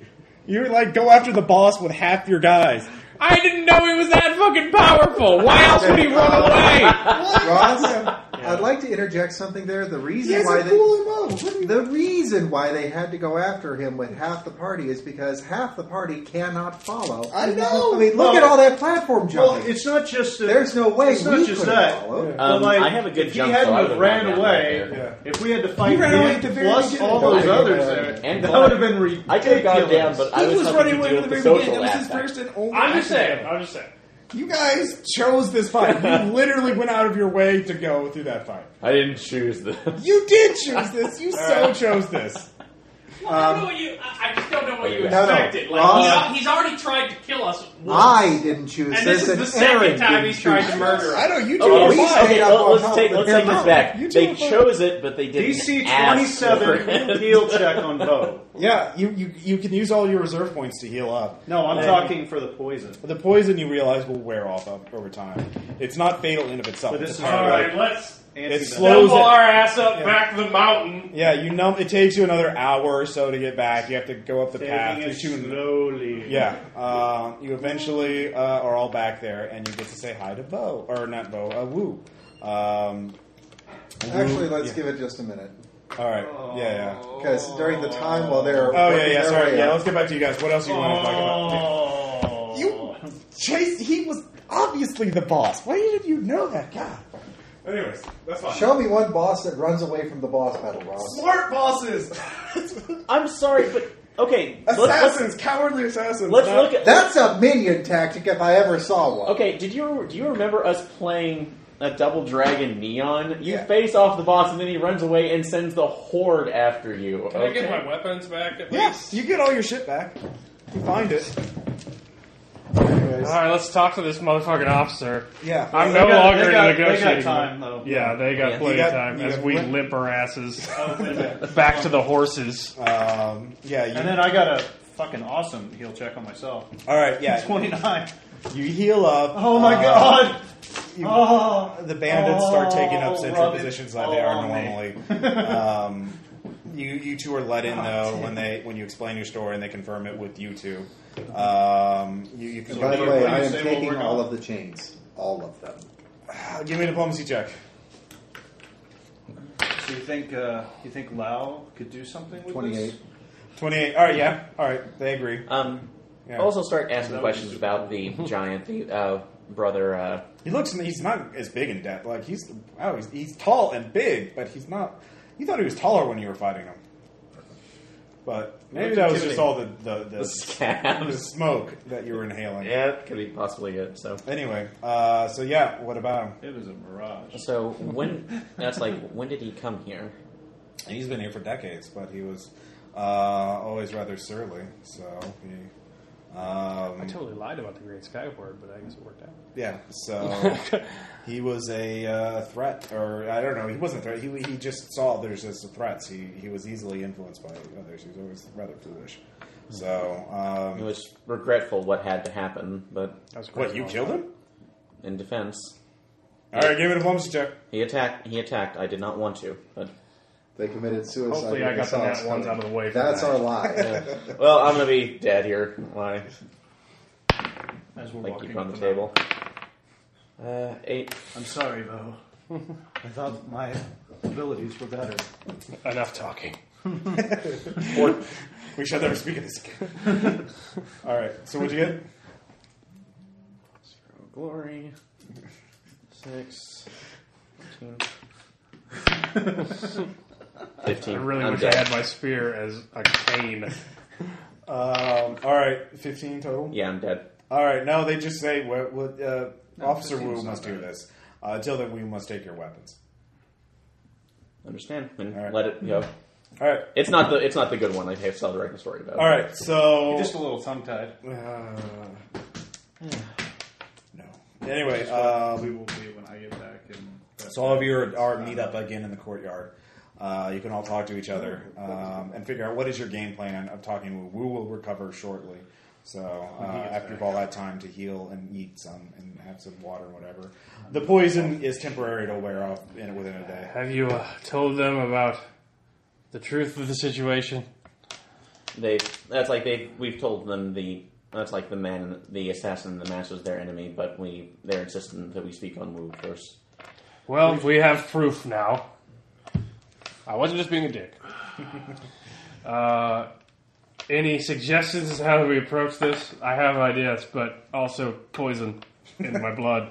S1: You like go after the boss with half your guys.
S3: I didn't know he was that fucking powerful. Why else would he run away?
S5: Ross, um, I'd like to interject something there. The reason
S1: Yes,
S5: why
S1: a
S5: they
S1: cool mode. What do you-
S5: the reason why they had to go after him with half the party is because half the party cannot follow.
S1: I know.
S5: I mean, look
S2: Well-
S5: at all that platform
S2: Well,
S5: jumping.
S2: it's not just that
S5: There's no way
S2: It's
S5: we
S2: not just
S5: could've
S2: that.
S5: followed.
S2: But,
S4: Um,
S2: like,
S4: I have a good
S2: if
S4: jump,
S2: he hadn't
S4: so I
S2: have
S4: would've
S2: ran
S4: gone down
S2: away,
S4: right there.
S2: if we had to fight
S1: ran away
S2: him
S1: at the very
S2: plus
S1: beginning.
S2: all
S5: Don't
S2: those
S5: I-
S2: others
S5: uh,
S2: there,
S4: and
S2: that
S4: Vlad.
S2: would have been ridiculous.
S4: I could have gone down, but I
S1: He
S4: was,
S1: was
S4: having
S1: running
S4: to
S1: away
S4: deal
S1: from
S4: with
S1: the
S4: the
S1: very beginning.
S4: social
S1: That was his
S4: aspect.
S1: first and only.
S3: I'm
S1: action.
S3: just saying. I'm just saying.
S1: You guys chose this fight. You literally went out of your way to go through that fight.
S4: I didn't choose this.
S1: You did choose this. You so chose this.
S3: I don't know what you. I I just don't know what you
S5: No, no.
S3: expected.
S5: Ross-
S3: Like he's, he's already tried to kill us. Once.
S5: I didn't choose
S3: And this
S5: this,
S3: is
S5: and
S3: the second
S5: Aaron
S3: time
S5: didn't
S3: he's tried
S5: choose
S3: to
S5: this.
S3: murder us.
S1: I know you
S4: Okay,
S2: Oh,
S1: chose.
S5: we
S1: this.
S5: stayed
S4: okay
S5: up
S4: well,
S5: on
S4: let's
S5: top
S4: take
S5: of
S4: let's
S5: him.
S4: take this back.
S1: You two
S4: They
S1: are fine.
S4: chose it, but they didn't.
S2: DC
S4: ask for it.
S2: 27 heal check on Bo.
S1: Yeah, you, you you can use all your reserve points to heal up.
S2: No, I'm
S1: Yeah.
S2: talking for the poison.
S1: The poison you realize will wear off o- over time. It's not fatal in of itself.
S2: But
S1: it's
S2: this
S1: a
S2: is
S1: part
S3: All
S1: of
S3: right,
S1: it.
S3: let's
S1: It
S2: Antidote.
S1: slows
S3: double
S1: it.
S3: our ass up
S1: Yeah.
S3: back the mountain.
S1: Yeah, you numb. It takes you another hour or so to get back. You have to go up the path.
S2: Taking
S1: You're
S2: it
S1: shooting-
S2: slowly.
S1: Yeah, uh, you eventually uh, are all back there, and you get to say hi to Bo or not Bo, uh, Woo. Um,
S5: Actually, let's
S1: Yeah.
S5: give it just a minute.
S1: all right,
S2: Oh.
S1: yeah, yeah.
S5: Because during the time while they're
S1: Oh yeah, yeah.
S5: their
S1: Sorry,
S5: way
S1: yeah.
S5: up-
S1: Let's get back to you guys. What else do you want to talk about?
S3: Oh.
S1: You chase. He was obviously the boss. Why did you know that? God. Anyways, that's fine.
S5: show me one boss that runs away from the boss battle, Ross.
S1: Smart bosses,
S4: I'm sorry, but okay. Let's, let's,
S1: assassins, cowardly assassins.
S4: let's
S1: No.
S4: look at
S5: That's a minion tactic if I ever saw one.
S4: Okay, did you do you remember us playing a Double Dragon Neon? You
S1: Yeah.
S4: face off the boss, and then he runs away and sends the horde after you.
S3: Can I get my weapons back at
S1: Yes, you get all your shit back. You find it.
S3: All right, let's talk to this motherfucking officer.
S1: Yeah.
S3: I'm
S2: They
S3: no
S2: got-
S3: longer
S2: they got- they got
S3: negotiating.
S2: time, though.
S3: Yeah, they got
S4: Yeah.
S3: plenty
S1: You
S3: of
S1: got-
S3: time
S1: you
S3: as
S1: got
S3: we
S1: plenty-
S3: limp our asses
S2: Oh, wait a minute.
S3: back to the horses.
S1: Um, yeah. You,
S2: And then I got a fucking awesome heal check on myself.
S1: all right. Yeah.
S2: 29.
S1: You heal up.
S2: Oh my
S1: Uh,
S2: god!
S1: you-
S2: Oh,
S1: the bandits start taking up
S2: Oh,
S1: central
S2: rub it
S1: positions like
S2: all
S1: they are
S2: on me.
S1: normally. um, you you two are let in though when they when you explain your story and they confirm it with you two. Um, you, you can
S5: By the
S1: give,
S5: way,
S2: What do
S5: I
S2: you
S5: am
S2: say while
S5: taking
S2: we're
S5: all
S2: gone?
S5: of the chains. All of them.
S1: give me a diplomacy check.
S2: So you think uh, you think Lau could do something with
S5: 28.
S2: this?
S1: 28. All right, yeah. All right, they agree.
S4: Um,
S1: Yeah.
S4: Also, start asking
S7: That would be
S4: questions
S7: super
S4: about the giant, the uh, brother. Uh,
S1: He looks, he's not as big in depth. Like, he's, wow, he's, he's tall and big, but he's not, you thought he was taller when you were fighting him. But maybe
S4: Looked
S1: that was just
S4: intimidating.
S1: all the, the, the,
S4: The scabs.
S1: the smoke that you were inhaling.
S4: yeah, that could be possibly it. So,
S1: Anyway, uh, so yeah, what about him?
S2: It was a mirage.
S4: so when that's like, when did he come here?
S1: And he's been here for decades, but he was uh, always rather surly. So he,
S3: I
S1: um,
S3: totally lied about the Great Skyward, but I guess it worked out.
S1: yeah. So he was a uh, threat, or I don't know. He wasn't a threat. He, he just saw others as threats. He he was easily influenced by others. He was always rather foolish. So
S4: He
S1: um,
S4: was regretful what had to happen, but
S3: That was great.
S1: what? You killed him?
S4: in defense,
S1: All right, give me a diplomacy check.
S4: he attacked. He attacked. I did not want to, but
S5: They committed suicide.
S3: Hopefully
S5: when
S3: I
S5: they
S3: got the
S5: saw
S3: nat
S5: us
S3: ones
S5: coming.
S3: out of the way for
S5: That's
S3: that.
S5: our lie.
S4: well, I'm gonna be dead here. Why?
S2: As we're
S4: Like
S2: walking
S4: keep on
S2: up
S4: the
S2: mountain.
S4: table. Uh, eight.
S2: I'm sorry, Bo. I thought my abilities were better.
S3: Enough talking.
S1: We shall never speak of this again. All right. So what'd you get?
S4: Glory. Six. Fifteen.
S3: I really
S4: I'm
S3: wish
S4: dead.
S3: I had my spear as a cane.
S1: Um, all right, fifteen total.
S4: Yeah, I'm dead.
S1: All right. No, they just say, "What, what uh, Officer
S2: 15 's
S1: Wu
S2: not
S1: must do
S2: bad.
S1: this." Uh, until then, we must take your weapons.
S4: Understand and
S1: All right.
S4: let it go.
S1: All right.
S4: It's not the it's not the good one. I have still writing a story about.
S1: All right. So.
S2: Just a little tongue tied.
S1: uh, no. Anyway,
S2: uh, we
S1: um,
S2: will be when I get back. And
S1: so all of you are, are meet up again in the courtyard. Uh, you can all talk to each other um, and figure out what is your game plan of talking. to Wu Wu will recover shortly, so uh, after you've all had time to heal and eat some and have some water and whatever, the poison is temporary to wear off in, within a day.
S3: Have you uh, told them about the truth of the situation?
S4: They that's like they we've told them the that's like the man the assassin the master's their enemy, but we they're insistent that we speak on Wu first.
S3: Well, we have proof now. I wasn't just being a dick. uh, any suggestions as to how we approach this? I have ideas, but also poison in my blood.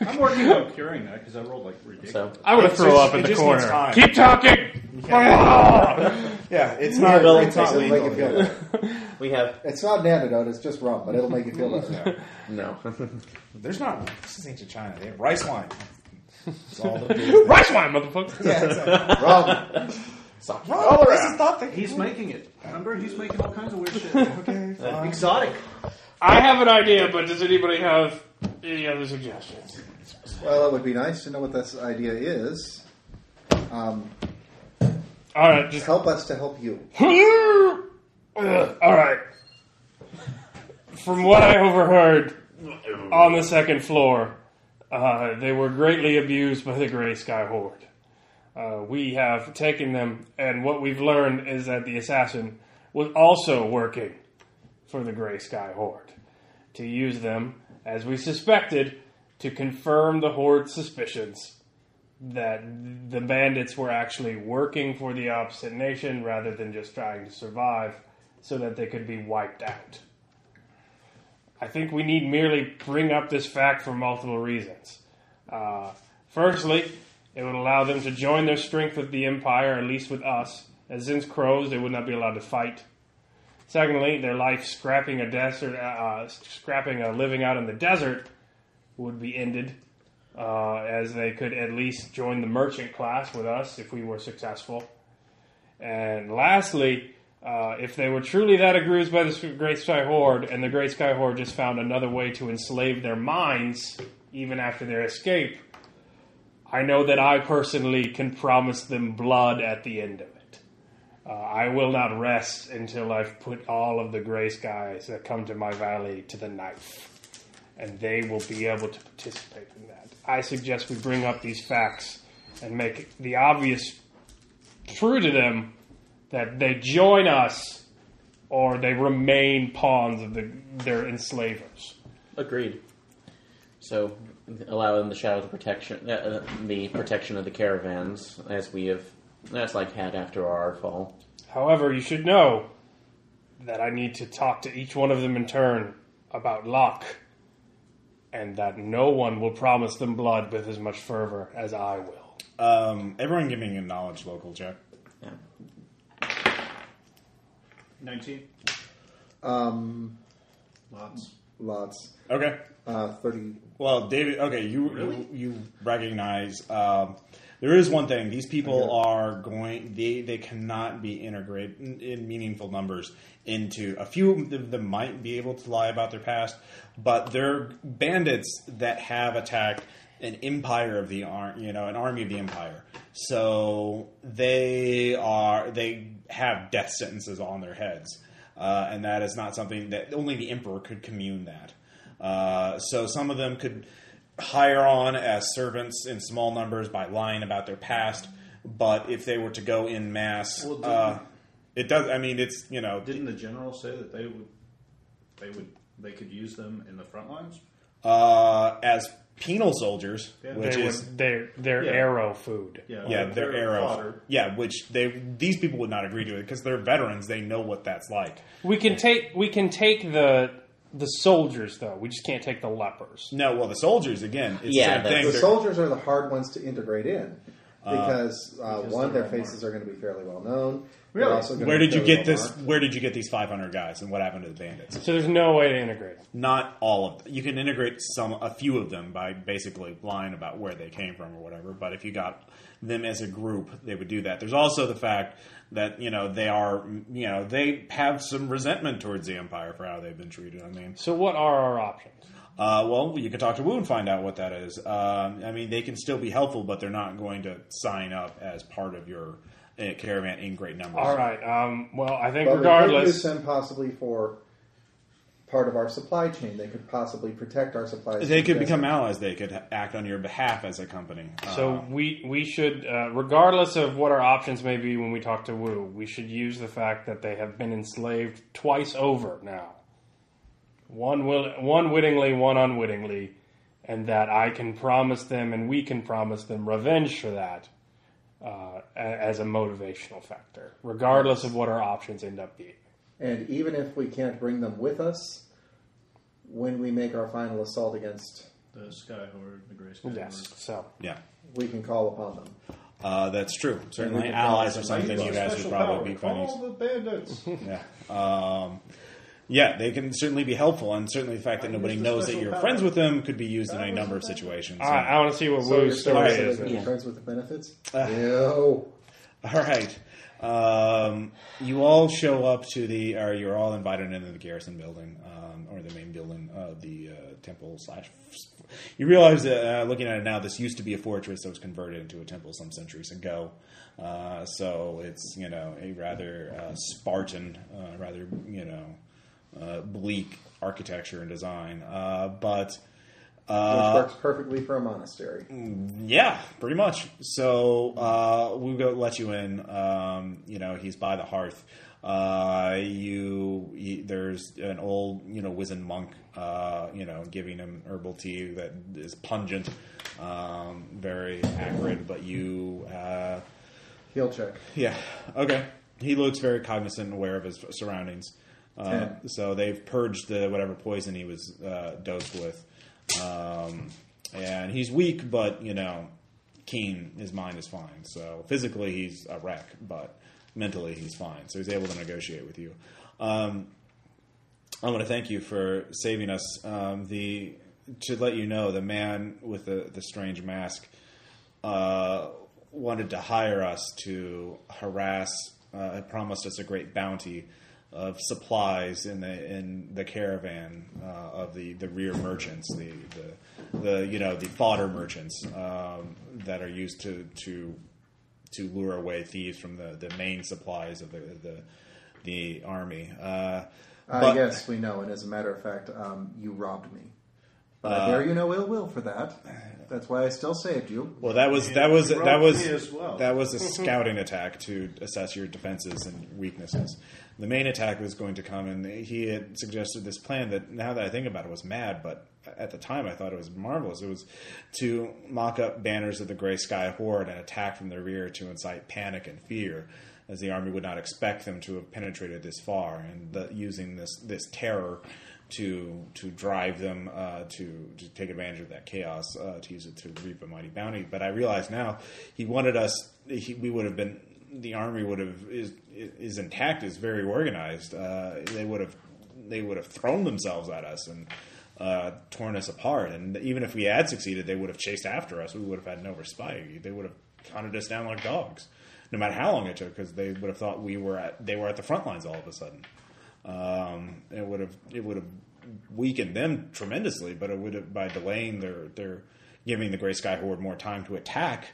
S2: I'm working on curing that because I rolled like ridiculous.
S4: So
S3: I want to
S1: It
S3: throw
S1: just-
S3: up in
S1: it
S3: the
S1: just needs
S3: corner.
S1: time.
S3: Keep talking. Ah!
S1: Yeah, it's not.
S4: Well,
S1: it's not
S5: It'll make you
S1: legal.
S5: feel
S1: here.
S5: better.
S4: we have
S5: It's not an antidote. It's just rum, but it'll make you feel better.
S4: no.
S1: There's not. This is ancient China. They have rice wine. It's all the
S3: Rice wine, motherfucker.
S1: yeah, it's like,
S5: rum.
S4: Sake.
S1: oh, this is not the
S2: He's making it. Remember, he's making all kinds of weird shit. Uh,
S1: Okay, fine.
S2: Exotic.
S3: I have an idea, but does anybody have any other suggestions?
S5: Well, it would be nice to know what this idea is. Um,
S3: All right, just
S5: help us to help you.
S3: Ugh, All right. From what I overheard on the second floor, uh, they were greatly abused by the Grey Sky Horde. Uh, we have taken them, and what we've learned is that the assassin was also working for the Grey Sky Horde to use them, as we suspected, to confirm the Horde's suspicions that the bandits were actually working for the opposite nation rather than just trying to survive so that they could be wiped out. I think we need merely bring up this fact for multiple reasons. Uh, firstly, it would allow them to join their strength with the Empire, at least with us, as since crows, they would not be allowed to fight. Secondly, their life scrapping a desert, uh, scrapping a living out in the desert, would be ended uh, as they could at least join the merchant class with us if we were successful. And lastly, uh, if they were truly that aggrieved by the Great Sky Horde, and the Great Sky Horde just found another way to enslave their minds even after their escape, I know that I personally can promise them blood at the end of it. Uh, I will not rest until I've put all of the Grey Skies that come to my valley to the knife and they will be able to participate in that. I suggest we bring up these facts and make the obvious true to them that they join us or they remain pawns of the, their enslavers.
S4: Agreed. So allow them to shadow the protection, uh, uh, the protection of the caravans, as we have. That's like had after our fall.
S3: However, you should know that I need to talk to each one of them in turn about Locke, and that no one will promise them blood with as much fervor as I will.
S1: Um, everyone give me a knowledge local check.
S2: Nineteen.
S5: Um,
S2: Lots.
S5: lots.
S1: Okay.
S5: Uh, 30.
S1: Well, David. Okay, you you, you recognize um, there is one thing. These people are going. They they cannot be integrated in, in meaningful numbers into a few of them might be able to lie about their past, but they're bandits that have attacked an empire of the ar- you know an army of the empire. So they are they have death sentences on their heads, uh, and that is not something that only the emperor could commune that. Uh, so some of them could hire on as servants in small numbers by lying about their past, but if they were to go in mass,
S2: Well, didn't-
S1: uh, it does. I mean, it's you know,
S2: Didn't the general say that they would, they would, they could use them in the front lines?
S1: uh, as penal soldiers,
S2: Yeah.
S1: which
S3: they
S1: is
S3: would, they're, they're
S2: Yeah.
S3: arrow food.
S2: uh,
S1: yeah, their arrow.
S2: fodder.
S1: Yeah, which they these people would not agree to it because they're veterans. They know what that's like.
S3: We can take we can take the the soldiers though. We just can't take the lepers.
S1: No, well, the soldiers again. It's
S4: Yeah,
S1: the
S4: the-
S1: same thing.
S5: The
S1: They're-
S5: soldiers are the hard ones to integrate in because, uh, one, their faces are going to be fairly well known. They're
S2: Really?
S5: also gonna
S1: where
S5: be
S1: did you
S5: fairly
S1: get
S5: well
S1: this?
S5: marked.
S1: Where did you get these five hundred guys, and what happened to the bandits?
S3: So there's no way to integrate. them.
S1: Not all of them. You can integrate some, a few of them by basically lying about where they came from or whatever. But if you got them as a group, they would do that. There's also the fact that you know they are, you know, they have some resentment towards the empire for how they've been treated. I mean,
S3: So what are our options?
S1: uh, well, you can talk to Wu and find out what that is. Um, I mean, they can still be helpful, but they're not going to sign up as part of your uh, caravan in great numbers.
S3: All right. Um, well, I think
S5: But we could use
S3: regardless,
S5: them possibly for part of our supply chain. They could possibly protect our supply chain.
S1: They could
S5: better.
S1: become allies. They could act on your behalf as a company. Uh,
S3: so we we should uh, regardless of what our options may be when we talk to Wu, we should use the fact that they have been enslaved twice over now. One will one wittingly, one unwittingly, and that I can promise them and we can promise them revenge for that. Uh, a- as a motivational factor, regardless of what our options end up being.
S5: And even if we can't bring them with us, when we make our final assault against,
S2: The Sky Horde, the Gray Sky
S3: Yes. So
S1: yeah.
S5: we can call upon them.
S1: Uh, that's true. Certainly,
S5: we could
S1: allies
S5: probably
S1: or something you guys would
S2: Special
S1: probably be
S2: power.
S1: funny.
S2: Call the bandits.
S1: Yeah. Um, yeah, they can certainly be helpful, and certainly the fact that nobody
S2: use the
S1: knows that
S2: special
S1: you're
S2: power.
S1: friends with them could be used in a number of situations.
S3: I, I want to see what
S5: So you're
S3: Wu's
S5: still
S3: story
S5: so
S3: is.
S5: they can
S3: then.
S5: be
S4: yeah.
S5: friends with the benefits?
S1: Uh,
S5: No.
S1: All right. Um, you all show up to the, or you're all invited into the garrison building, um, or the main building of the uh, temple slash. You realize that uh, looking at it now, this used to be a fortress that was converted into a temple some centuries ago. Uh, so it's you know a rather uh, Spartan, uh, rather you know uh, bleak architecture and design. Uh, but uh,
S5: Which works perfectly for a monastery.
S1: yeah, pretty much. So uh, we'll go let you in. Um, you know, he's by the hearth. Uh, you, he- there's an old, you know, wizened monk. Uh, you know, giving him herbal tea that is pungent, um, very acrid. But you, uh,
S5: Heal check.
S1: yeah, okay. He looks very cognizant and aware of his surroundings. Uh,
S5: Ten.
S1: so they've purged the whatever poison he was uh, dosed with, um, and he's weak, but you know, keen. His mind is fine. So physically, he's a wreck, but mentally, he's fine. So he's able to negotiate with you. Um, I want to thank you for saving us. Um, the to let you know, the man with the, the strange mask uh, wanted to hire us to harass. Uh, had promised us a great bounty of supplies in the in the caravan uh, of the, the rear merchants, the, the the you know the fodder merchants um, that are used to to to lure away thieves from the, the main supplies of the the, the army. Uh,
S5: Uh,
S1: but-
S5: yes, we know. And as a matter of fact, um, you robbed me. But
S1: Uh,
S5: I bear you no ill will for that. That's why I still saved you.
S1: Well, that was that was that
S2: robbed
S1: was
S2: me as well.
S1: that was a scouting attack to assess your defenses and weaknesses. The main attack was going to come, and he had suggested this plan that now that I think about it was mad, but at the time I thought it was marvelous. It was to mock up banners of the Gray Sky Horde and attack from the rear to incite panic and fear. as the army would not expect them to have penetrated this far, and the, using this this terror to to drive them uh, to to take advantage of that chaos uh, to use it to reap a mighty bounty. But I realize now he wanted us. He, we would have been the army would have is is intact is very organized. Uh, they would have they would have thrown themselves at us and uh, torn us apart. And even if we had succeeded, they would have chased after us. We would have had no respite. They would have hunted us down like dogs, no matter how long it took, because they would have thought we were at they were at the front lines all of a sudden. Um, it would have it would have weakened them tremendously, but it would have by delaying their their giving the Gray Sky Horde more time to attack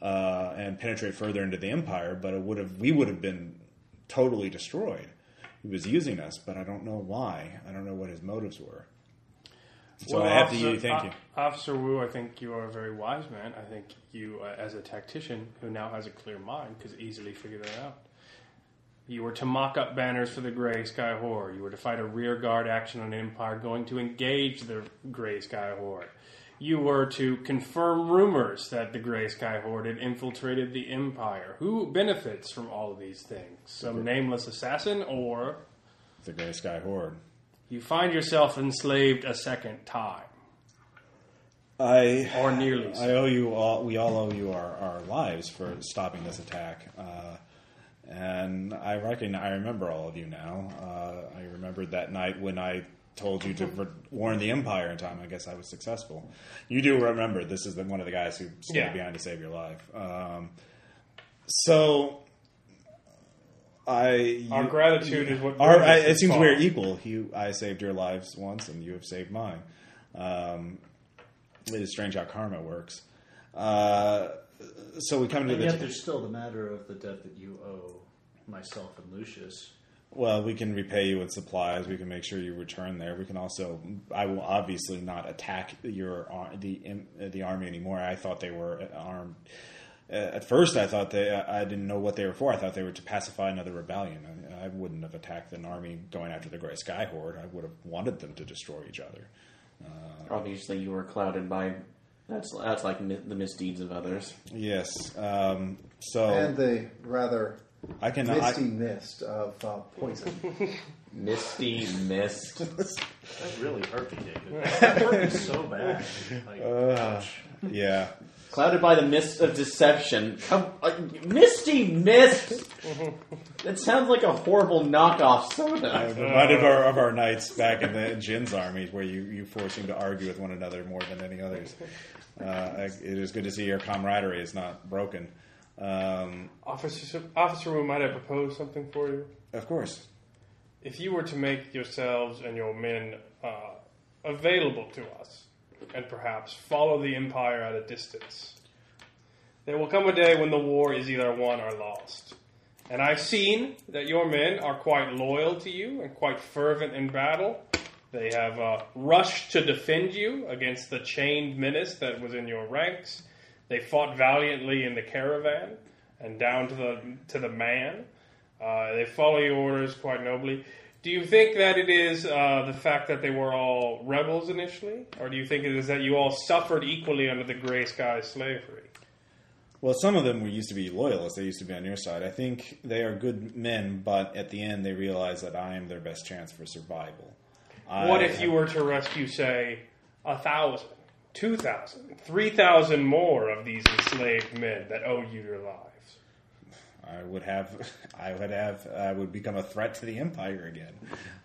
S1: uh, and penetrate further into the Empire. But it would have we would have been totally destroyed. He was using us, but I don't know why. I don't know what his motives were. So I have to you. Thank
S3: O-
S1: you.
S3: Officer Wu, I think you are a very wise man. I think you, uh, as a tactician who now has a clear mind, could easily figure that out. You were to mock up banners for the Grey Sky Horde. You were to fight a rear guard action on Empire going to engage the Grey Sky Horde. You were to confirm rumors that the Grey Sky Horde had infiltrated the Empire. Who benefits from all of these things? Some nameless assassin, or
S1: The Gray Sky Horde.
S3: you find yourself enslaved a second time,
S1: I
S3: or nearly so.
S1: I owe you all. We all owe you our, our lives for stopping this attack. Uh, and I reckon I remember all of you now. Uh, I remembered that night when I told you to ver- warn the Empire in time. I guess I was successful. You do remember this is the, one of the guys who stayed
S3: Yeah.
S1: behind to save your life. Um, so. I you-
S3: Our gratitude is what
S1: Our,
S3: brings
S1: I,
S3: us
S1: it
S3: this
S1: seems
S3: far.
S1: we're equal. You, I saved your lives once, and you have saved mine. Um, it is strange how karma works. Uh, so we come to
S2: And yet
S1: the
S2: there's still the matter of the debt that you owe myself and Lucius.
S1: well. We can repay you with supplies. We can make sure you return there. We can also. I will obviously not attack your ar- the im- the army anymore. I thought they were armed. Uh, At first, I thought they. I didn't know what they were for. I thought they were to pacify another rebellion. I, I wouldn't have attacked an army going after the Grey Sky Horde. I would have wanted them to destroy each other.
S4: Obviously, you were clouded by that's that's like mi- the misdeeds of others.
S1: Yes. Um, so
S5: And the rather
S1: I can. I,
S5: misty mist of uh, poison.
S4: Misty mist.
S2: That really hurt me, David. That hurt me so bad. Like,
S1: Uh, yeah.
S4: clouded by the mist of deception. Come, uh, misty mist. that sounds like a horrible knockoff soda.
S1: I'm reminded of our, of our nights back in the Jin's armies where you, you four seem to argue with one another more than any others. Uh, I- it is good to see your camaraderie is not broken. Um,
S3: Officer, Officer Wu, might I propose something for you?
S1: of course.
S3: If you were to make yourselves and your men uh, available to us, and perhaps follow the Empire at a distance, there will come a day when the war is either won or lost. And I've seen that your men are quite loyal to you and quite fervent in battle. They have uh, rushed to defend you against the chained menace that was in your ranks. They fought valiantly in the caravan and down to the to the man. Uh, they follow your orders quite nobly. Do you think that it is uh, the fact that they were all rebels initially, or do you think it is that you all suffered equally under the gray sky slavery?
S1: Well, some of them were used to be loyalists. They used to be on your side. I think they are good men, but at the end they realize that I am their best chance for survival. I
S3: What if you were to rescue, say, a thousand, two thousand, three thousand more of these enslaved men that owe you your lives?
S1: I would have, I would have, I would become a threat to the empire again.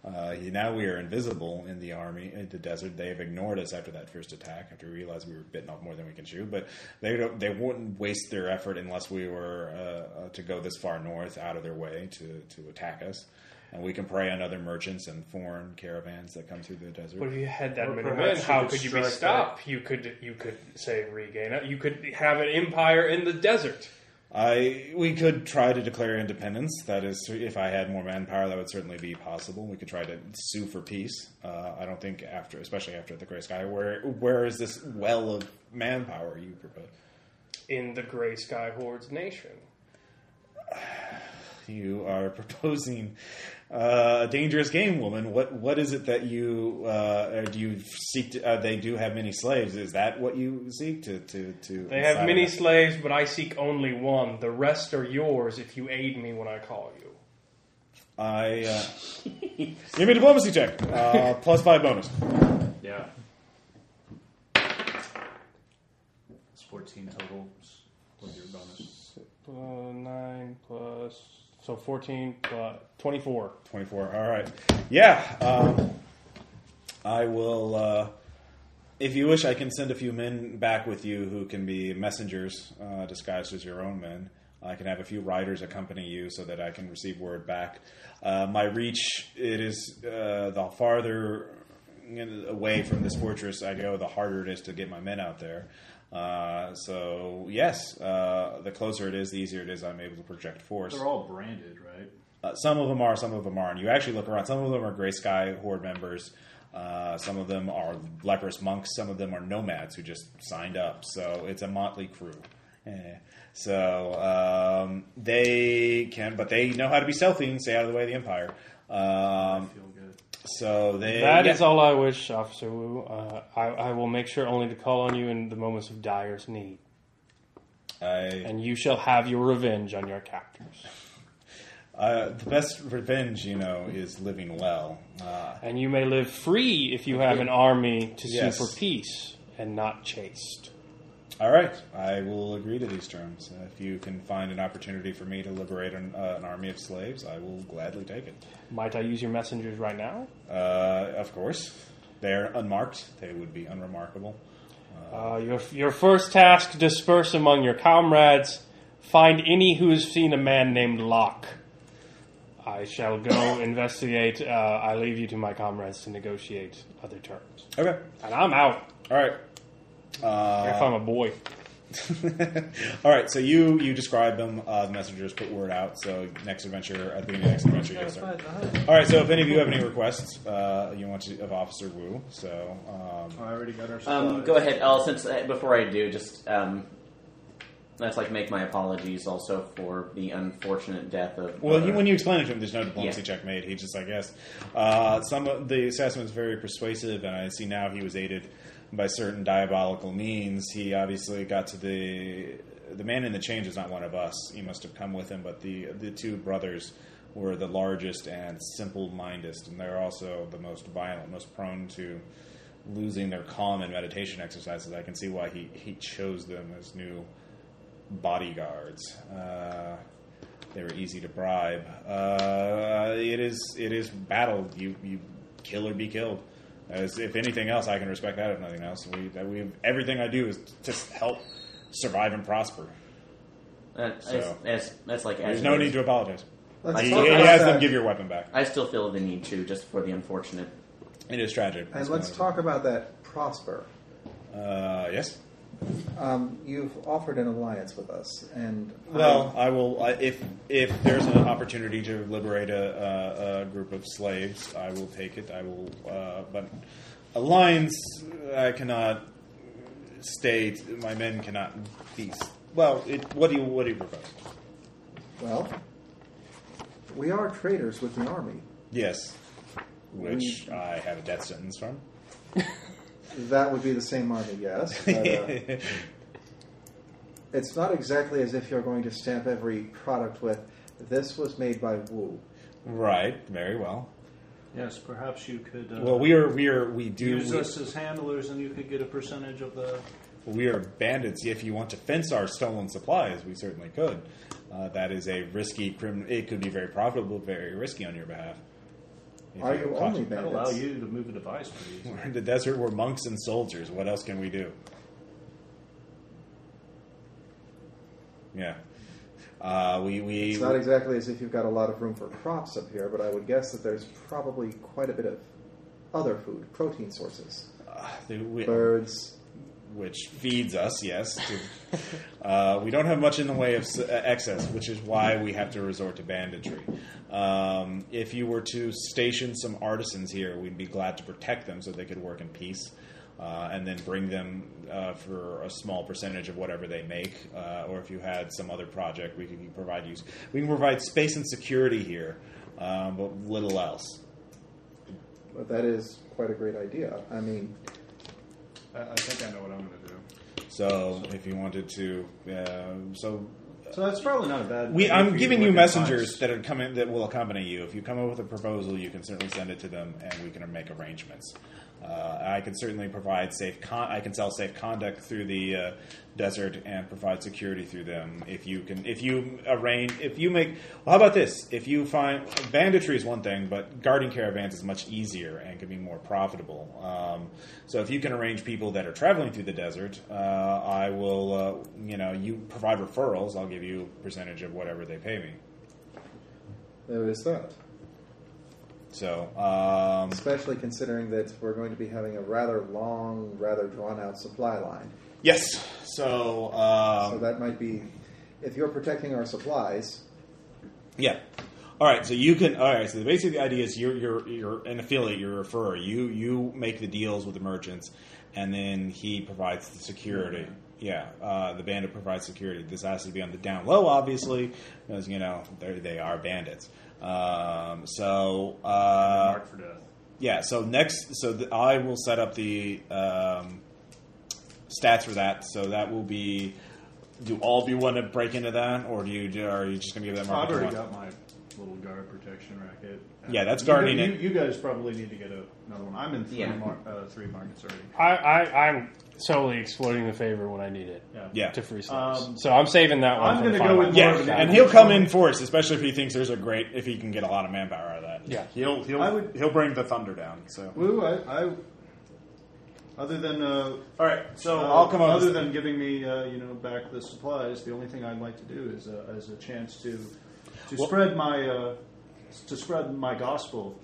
S1: Uh, you- now we are invisible in the army, in the desert. They have ignored us after that first attack. After we realized we were bitten off more than we can chew, but they don't, they wouldn't waste their effort unless we were uh, uh, to go this far north, out of their way to to attack us. And we can prey on other merchants and foreign caravans that come through the desert.
S3: But if you had that
S2: Or
S3: many men,
S2: perhaps you
S3: how
S2: could
S3: could you be
S2: strike
S3: stopped? You could, you could say regain it. You could have an empire in the desert.
S1: I we could try to declare independence. That is, if I had more manpower, that would certainly be possible. We could try to sue for peace. Uh, I don't think after, especially after the Gray Sky, where where is this well of manpower you propose?
S3: in the Gray Sky Horde's nation.
S1: you are proposing uh, a dangerous game, woman. What what is it that you uh, or do you seek? To, uh, they do have many slaves. Is that what you seek to to to?
S3: They have
S1: decide
S3: many
S1: on?
S3: slaves, but I seek only one. The rest are yours if you aid me when I call you.
S1: I uh, give me a diplomacy check uh, plus five bonus.
S2: Yeah. It's 14 total with your bonus.
S3: Uh, nine plus so fourteen plus twenty-four.
S1: 24. All right. Yeah. Um, I will. Uh, if you wish, I can send a few men back with you who can be messengers uh, disguised as your own men. I can have a few riders accompany you so that I can receive word back. Uh, my reach, it is uh, the farther away from this fortress I go, the harder it is to get my men out there. Uh, so, yes, uh, the closer it is, the easier it is I'm able to project force.
S2: They're all branded, right?
S1: Uh, some of them are, some of them aren't. You actually look around. Some of them are Gray Sky Horde members. Uh, some of them are leprous monks. Some of them are nomads who just signed up. So it's a motley crew. Eh. So um, they can, but they know how to be stealthy and stay out of the way of the Empire. Um,
S2: Feel good.
S1: so they.
S3: That is
S1: yeah.
S3: all I wish, Officer Wu. Uh, I, I will make sure only to call on you in the moments of direst need,
S1: I,
S3: and you shall have your revenge on your captors.
S1: uh, the best revenge, you know, is living well. Uh,
S3: And you may live free if you have an army to sue
S1: Yes.
S3: for peace and not chased.
S1: All right, I will agree to these terms. Uh, if you can find an opportunity for me to liberate an, uh, an army of slaves, I will gladly take it.
S3: Might I use your messengers right now?
S1: Uh, of course, they're unmarked; they would be unremarkable.
S3: Uh, your, your first task disperse among your comrades. Find any who has seen a man named Locke. I shall go investigate. Uh, I leave you to my comrades to negotiate other terms.
S1: Okay,
S3: And I'm out.
S1: all right,
S2: Uh,
S3: if I'm a boy.
S1: all right. So you you describe them. Uh, the messengers put word out. So next adventure, at the beginning of next adventure, you can start. All right. So if any of you have any requests, uh, you want to of Officer Wu. So um,
S2: Oh, I already got our
S4: Um,
S2: supplies.
S4: go ahead. I'll, since uh, before I do, just um, let's like make my apologies also for the unfortunate death of.
S1: Well,
S4: uh,
S1: he, when you explain it to him, there's no diplomacy
S4: Yeah.
S1: check made. He just like yes. Uh, some of the assassin was very persuasive, and I see now he was aided by certain diabolical means. He obviously got to the the man in the change is not one of us. He must have come with him, but the the two brothers were the largest and simple mindedest, and they're also the most violent, most prone to losing their calm in meditation exercises. I can see why he he chose them as new bodyguards. Uh, they were easy to bribe. Uh, it is it is battle. You you kill or be killed. As if anything else, I can respect that. If nothing else, we that we everything I do is to help survive and prosper.
S4: uh,
S1: so-
S4: as, as, that's like as
S1: There's
S4: it
S1: no
S4: is.
S1: need to apologize.
S5: Let's
S1: He,
S4: talk
S1: he
S4: about
S1: has them
S5: that.
S1: give your weapon back.
S4: I still feel the need to just for the unfortunate.
S1: It is tragic.
S5: And let's talk about that prosper.
S1: Uh, yes.
S5: Um, you've offered an alliance with us, and
S1: Well, I will I, if if there's an opportunity to liberate a, a, a group of slaves, I will take it. I will, uh, but alliance I cannot state. My men cannot be. Well, it, what do you what do you propose?
S5: I- well, we are traitors with the army.
S1: Yes, which I have a death sentence from.
S5: That would be the same army, yes. But, uh, it's not exactly as if you're going to stamp every product with "This was made by Wu."
S1: right. Very well.
S2: Yes, perhaps you could uh,
S1: Well, we are we are we do
S2: use us as handlers and you could get a percentage of the.
S1: We are bandits. If you want to fence our stolen supplies, we certainly could. Uh, that is a risky criminal. It could be very profitable, very risky on your behalf. If
S5: Are
S1: you're
S5: you
S1: caught-
S5: only
S2: That allow
S5: bandits?
S2: you to move a device pretty easily.
S1: We're in the desert. We're monks and soldiers. What else can we do? Yeah. Uh, we we
S5: It's not exactly as if you've got a lot of room for crops up here, but I would guess that there's probably quite a bit of other food, protein sources,
S1: we-
S5: birds.
S1: which feeds us, yes. to- uh, we don't have much in the way of s- uh, excess, which is why we have to resort to banditry. Um, if you were to station some artisans here, we'd be glad to protect them so they could work in peace. uh, and then bring them uh, for a small percentage of whatever they make. Uh, or if you had some other project, we can provide you. We can provide space and security here, um, but little else.
S5: But that is quite a great idea. I mean,
S7: I, I think I know what I'm going to do.
S1: So if you wanted to, uh, so
S2: So that's probably not a bad.
S1: we,
S2: thing for
S1: I'm giving
S2: to
S1: you
S2: recognize.
S1: messengers that are coming that will accompany you. If you come up with a proposal, you can certainly send it to them, and we can make arrangements. Uh, I can certainly provide safe. Con- I can sell safe conduct through the uh, desert and provide security through them. If you can, if you arrange, if you make. Well, how about this? If you find banditry is one thing, but guarding caravans is much easier and can be more profitable. Um, so if you can arrange people that are traveling through the desert, uh, I will. Uh, you know, you provide referrals. I'll give you a percentage of whatever they pay me.
S5: there is that.
S1: So um,
S5: Especially considering that we're going to be having a rather long, rather drawn out supply line.
S1: yes, so
S5: So
S1: um,
S5: that might be, if you're protecting our supplies,
S1: yeah. All right, so you can. All right, so the basic idea is you're you're you're an affiliate, you're a referrer. You you make the deals with the merchants, and then he provides the security. Yeah, uh, the bandit provides security. This has to be on the down low, obviously, because you know they're- they are bandits. Um, so uh,
S2: Mark for death.
S1: yeah so next so th- i will set up the um, stats for that so that will be do all of you want to break into that or do you or are you just going to give that
S2: I've
S1: market
S2: already
S1: one?
S2: got my little guard protection racket.
S1: Yeah, that's
S2: You
S1: guarding
S2: guys- you,
S1: it.
S2: You, guys probably need to get a, another one. I'm in three,
S4: Yeah.
S2: mar- uh, three markets already.
S3: I, I, I'm solely exploiting the favor when I need it
S1: yeah
S3: to free slaves.
S2: Um,
S3: so I'm saving that one.
S2: I'm
S3: going to
S2: gonna go with
S1: yeah
S2: More of an
S1: and he'll come in force especially if he thinks there's a great if he can get a lot of manpower out of that
S3: Yeah.
S1: he'll he'll
S2: I would-
S1: he'll bring the thunder down so
S2: Woo, I, I other than uh,
S1: all right so
S2: uh,
S1: i'll come up
S2: other
S1: with-
S2: than giving me uh, you know back the supplies, the only thing I'd like to do is uh, is a chance to to
S1: Well-
S2: spread my uh, to spread my gospel.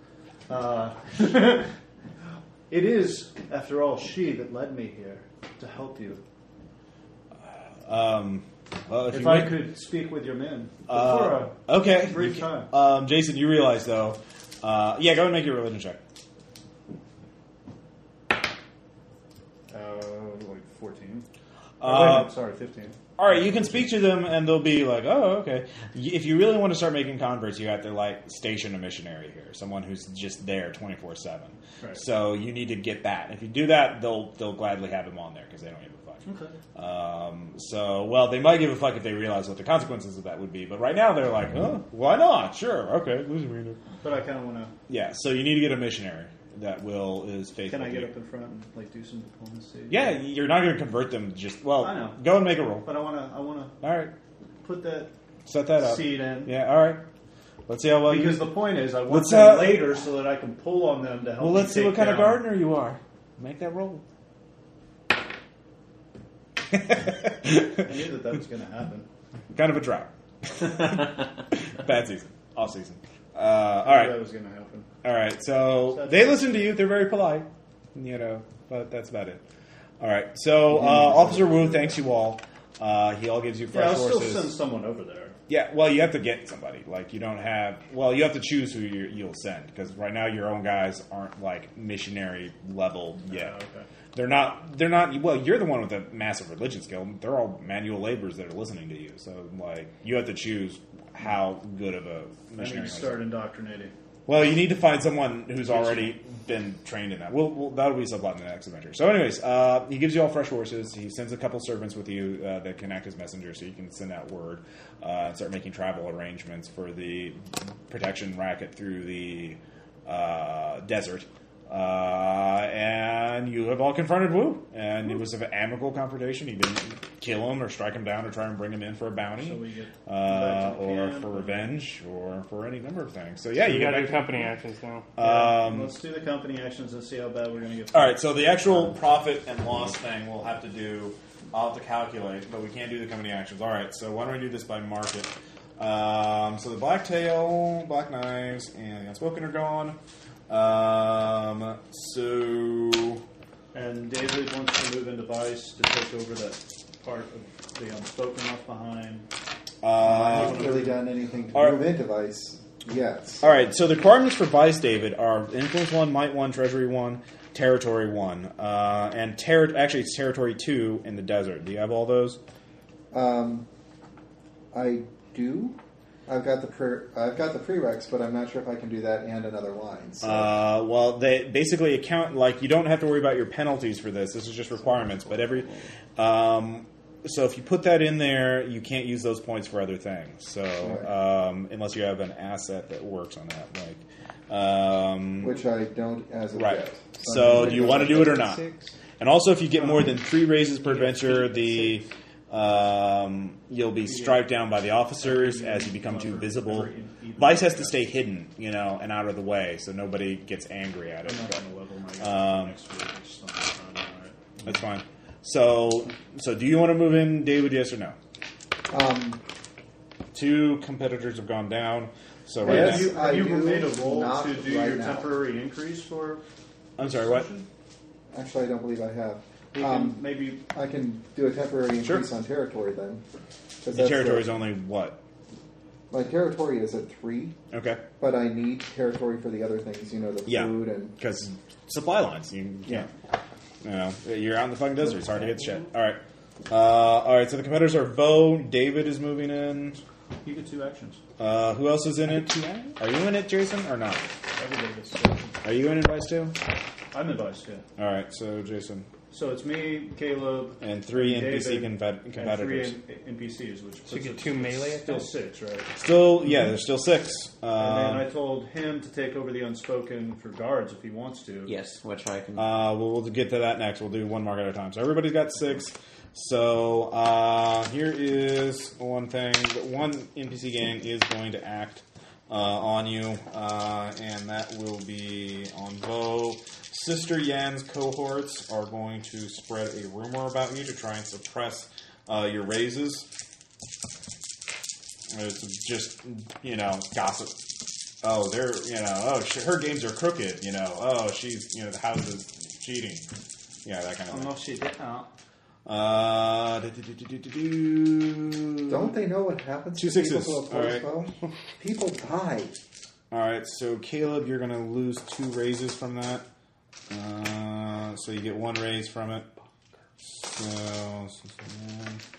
S2: Uh, it is, after all, she that led me here to help you.
S1: um well, if,
S2: If
S1: you
S2: I
S1: make-
S2: could speak with your men
S1: Uh,
S2: before
S1: okay.
S2: Brief
S1: You
S2: time.
S1: Um, Jason, you realize though. Uh, yeah, go ahead and make your religion check.
S2: uh, like fourteen. Wait a
S1: Uh,
S2: minute, sorry, fifteen.
S1: all right, you can speak to them, and they'll be like, "Oh, okay." Y- If you really want to start making converts, you have to like station a missionary here, someone who's just there twenty four seven.
S2: Right.
S1: So you need to get that. If you do that, they'll they'll gladly have him on there because they don't give a fuck.
S2: Hmm.
S1: Um, so, well, they might give a fuck if they realize what the consequences of that would be. But right now, they're like, "Oh,
S2: Mm-hmm.
S1: why not? Sure, okay, lose me."
S2: But I kind of want to.
S1: Yeah, so you need to get a missionary that will is faithful.
S2: Can I
S1: to
S2: get
S1: you.
S2: up in front and like do some diplomacy?
S1: Yeah, you're not going to convert them. Just well,
S2: I know.
S1: go and make a roll.
S2: But I want to. I want
S1: All right,
S2: to put that
S1: set that up.
S2: seed in.
S1: Yeah, all right. Let's see how well
S2: Because
S1: you.
S2: the point is, I want
S1: Let's,
S2: them
S1: uh,
S2: later so that I can pull on them to help.
S1: Well,
S2: me
S1: let's see
S2: take
S1: what kind of
S2: down-
S1: gardener you are. Make that roll.
S2: I knew that that was going to happen.
S1: Kind of a drought. Bad season. Off season. Uh, all
S2: That
S1: right,
S2: was going to happen.
S1: all right. So they listen to you. They're very polite, you know. But that's about it. All right. So uh, Officer Wu thanks you all. Uh, he all gives you
S2: Mm-hmm. Yeah,
S1: fresh
S2: I'll still
S1: horses.
S2: send someone over there.
S1: Yeah, well, you have to get somebody. Like, you don't have. Well, you have to choose who you, you'll send because right now your own guys aren't like missionary level yet.
S2: Oh, okay.
S1: They're not. They're not. Well, you're the one with the massive religion skill. They're all manual laborers that are listening to you. So, like, you have to choose how good of a
S2: I need
S1: missionary.
S2: to start indoctrinating.
S1: Well, you need to find someone who's already been trained in that. Well, well that'll be subplot in the next adventure. So, anyways, uh, he gives you all fresh horses. He sends a couple servants with you uh, that can act as messengers, so you can send out word uh, and start making travel arrangements for the protection racket through the uh, desert. Uh, and you have all confronted Wu, and it was an amicable confrontation. He didn't kill him or strike him down or try and bring him in for a bounty,
S2: So we get
S1: uh,
S2: back to the
S1: or
S2: camp.
S1: for revenge, or for any number of things. So yeah,
S3: You
S1: you
S3: got
S1: get
S3: to
S1: back
S3: do company actions now.
S1: um,
S2: let's do the company actions and see how bad we're going to get.
S1: all right, so the actual profit and loss thing we'll have to do. I'll have to calculate, but we can't do the company actions. All right, so why don't we do this by market? Um, so the black tail, black knives, and the unspoken are gone. Um, so
S2: And David wants to move into Vice to take over that part of the unspoken left behind.
S5: I
S1: uh,
S5: haven't really done anything to
S1: All right.
S5: move into Vice yet.
S1: All right, so the requirements for Vice David are Influence 1, Might 1, Treasury 1, Territory one, uh, and ter- actually it's territory two in the desert. Do you have all those?
S5: I do. I've got the pre- I've got the prereqs, but I'm not sure if I can do that and another line. So
S1: Uh, well, they basically account like you don't have to worry about your penalties for this. This is just requirements. But every um, so if you put that in there, you can't use those points for other things. So um, unless you have an asset that works on that, like um,
S5: which I don't as of
S1: right.
S5: yet.
S1: So do you want to do it or not? And also, if you get more than three raises per adventure, the um, you'll be striped down by the officers as you become too visible. Vice has to stay hidden, you know, and out of the way, so nobody gets angry at it.
S2: I'm not going to level my
S1: Um,
S2: next week or something. All right.
S1: That's fine. So, so do you want to move in, David? Yes or no?
S5: Um,
S1: Two competitors have gone down. So right
S5: Yes.
S2: Have you,
S1: now,
S5: I
S2: have you
S5: do
S2: made a roll
S5: not
S2: to do
S5: right
S2: your
S5: now.
S2: temporary increase for?
S1: I'm sorry. What?
S5: actually, I don't believe I have.
S2: You can
S5: Um,
S2: maybe
S5: I can do a temporary increase
S1: Sure.
S5: on territory then. 'Cause
S1: The
S5: that's
S1: territory
S5: what-
S1: is only what?
S5: my territory is at three,
S1: Okay.
S5: but I need territory for the other things. You know, the
S1: Yeah.
S5: food and
S1: Because supply lines. You
S5: yeah.
S1: can't. You know, you're out in the fucking desert. It's hard to get shit. All right. Uh, all right. So the competitors are Vo. David is moving in.
S2: you get two actions.
S1: Uh, who else is in it? Are you in it, Jason, or not?
S2: Everybody gets two.
S1: Are you in it, Vice Two?
S2: I'm advised yeah.
S1: All right. So Jason
S2: So it's me, Caleb,
S1: and three
S2: David,
S1: NPC compe-
S2: and
S1: competitors.
S2: three N- NPCs, which
S3: So you
S2: puts
S3: get
S2: it-
S3: two melee
S2: Still
S3: attacks?
S2: six, right?
S1: Still, yeah. There's still six.
S2: and then
S1: Um,
S2: I told him to take over the unspoken for guards if he wants to.
S4: Yes, which I can.
S1: Uh, we'll, we'll get to that next. We'll do one mark at a time. So everybody's got six. So uh, here is one thing. that One NPC gang is going to act uh, on you, uh, and that will be on Vo. Sister Yan's cohorts are going to spread a rumor about you to try and suppress uh, your raises. It's just you know gossip. Oh, they're you know oh sh- her games are crooked. You know oh she's you know the house is cheating. Yeah, that kind of thing.
S2: she did not.
S1: Uh, do, do, do, do, do, do.
S5: Don't they know what happens?
S1: Two
S5: to people
S1: sixes.
S5: who oppose
S1: All
S5: well? People die.
S1: All right, so Caleb, you're gonna lose two raises from that. Uh, so you get one raise from it. So,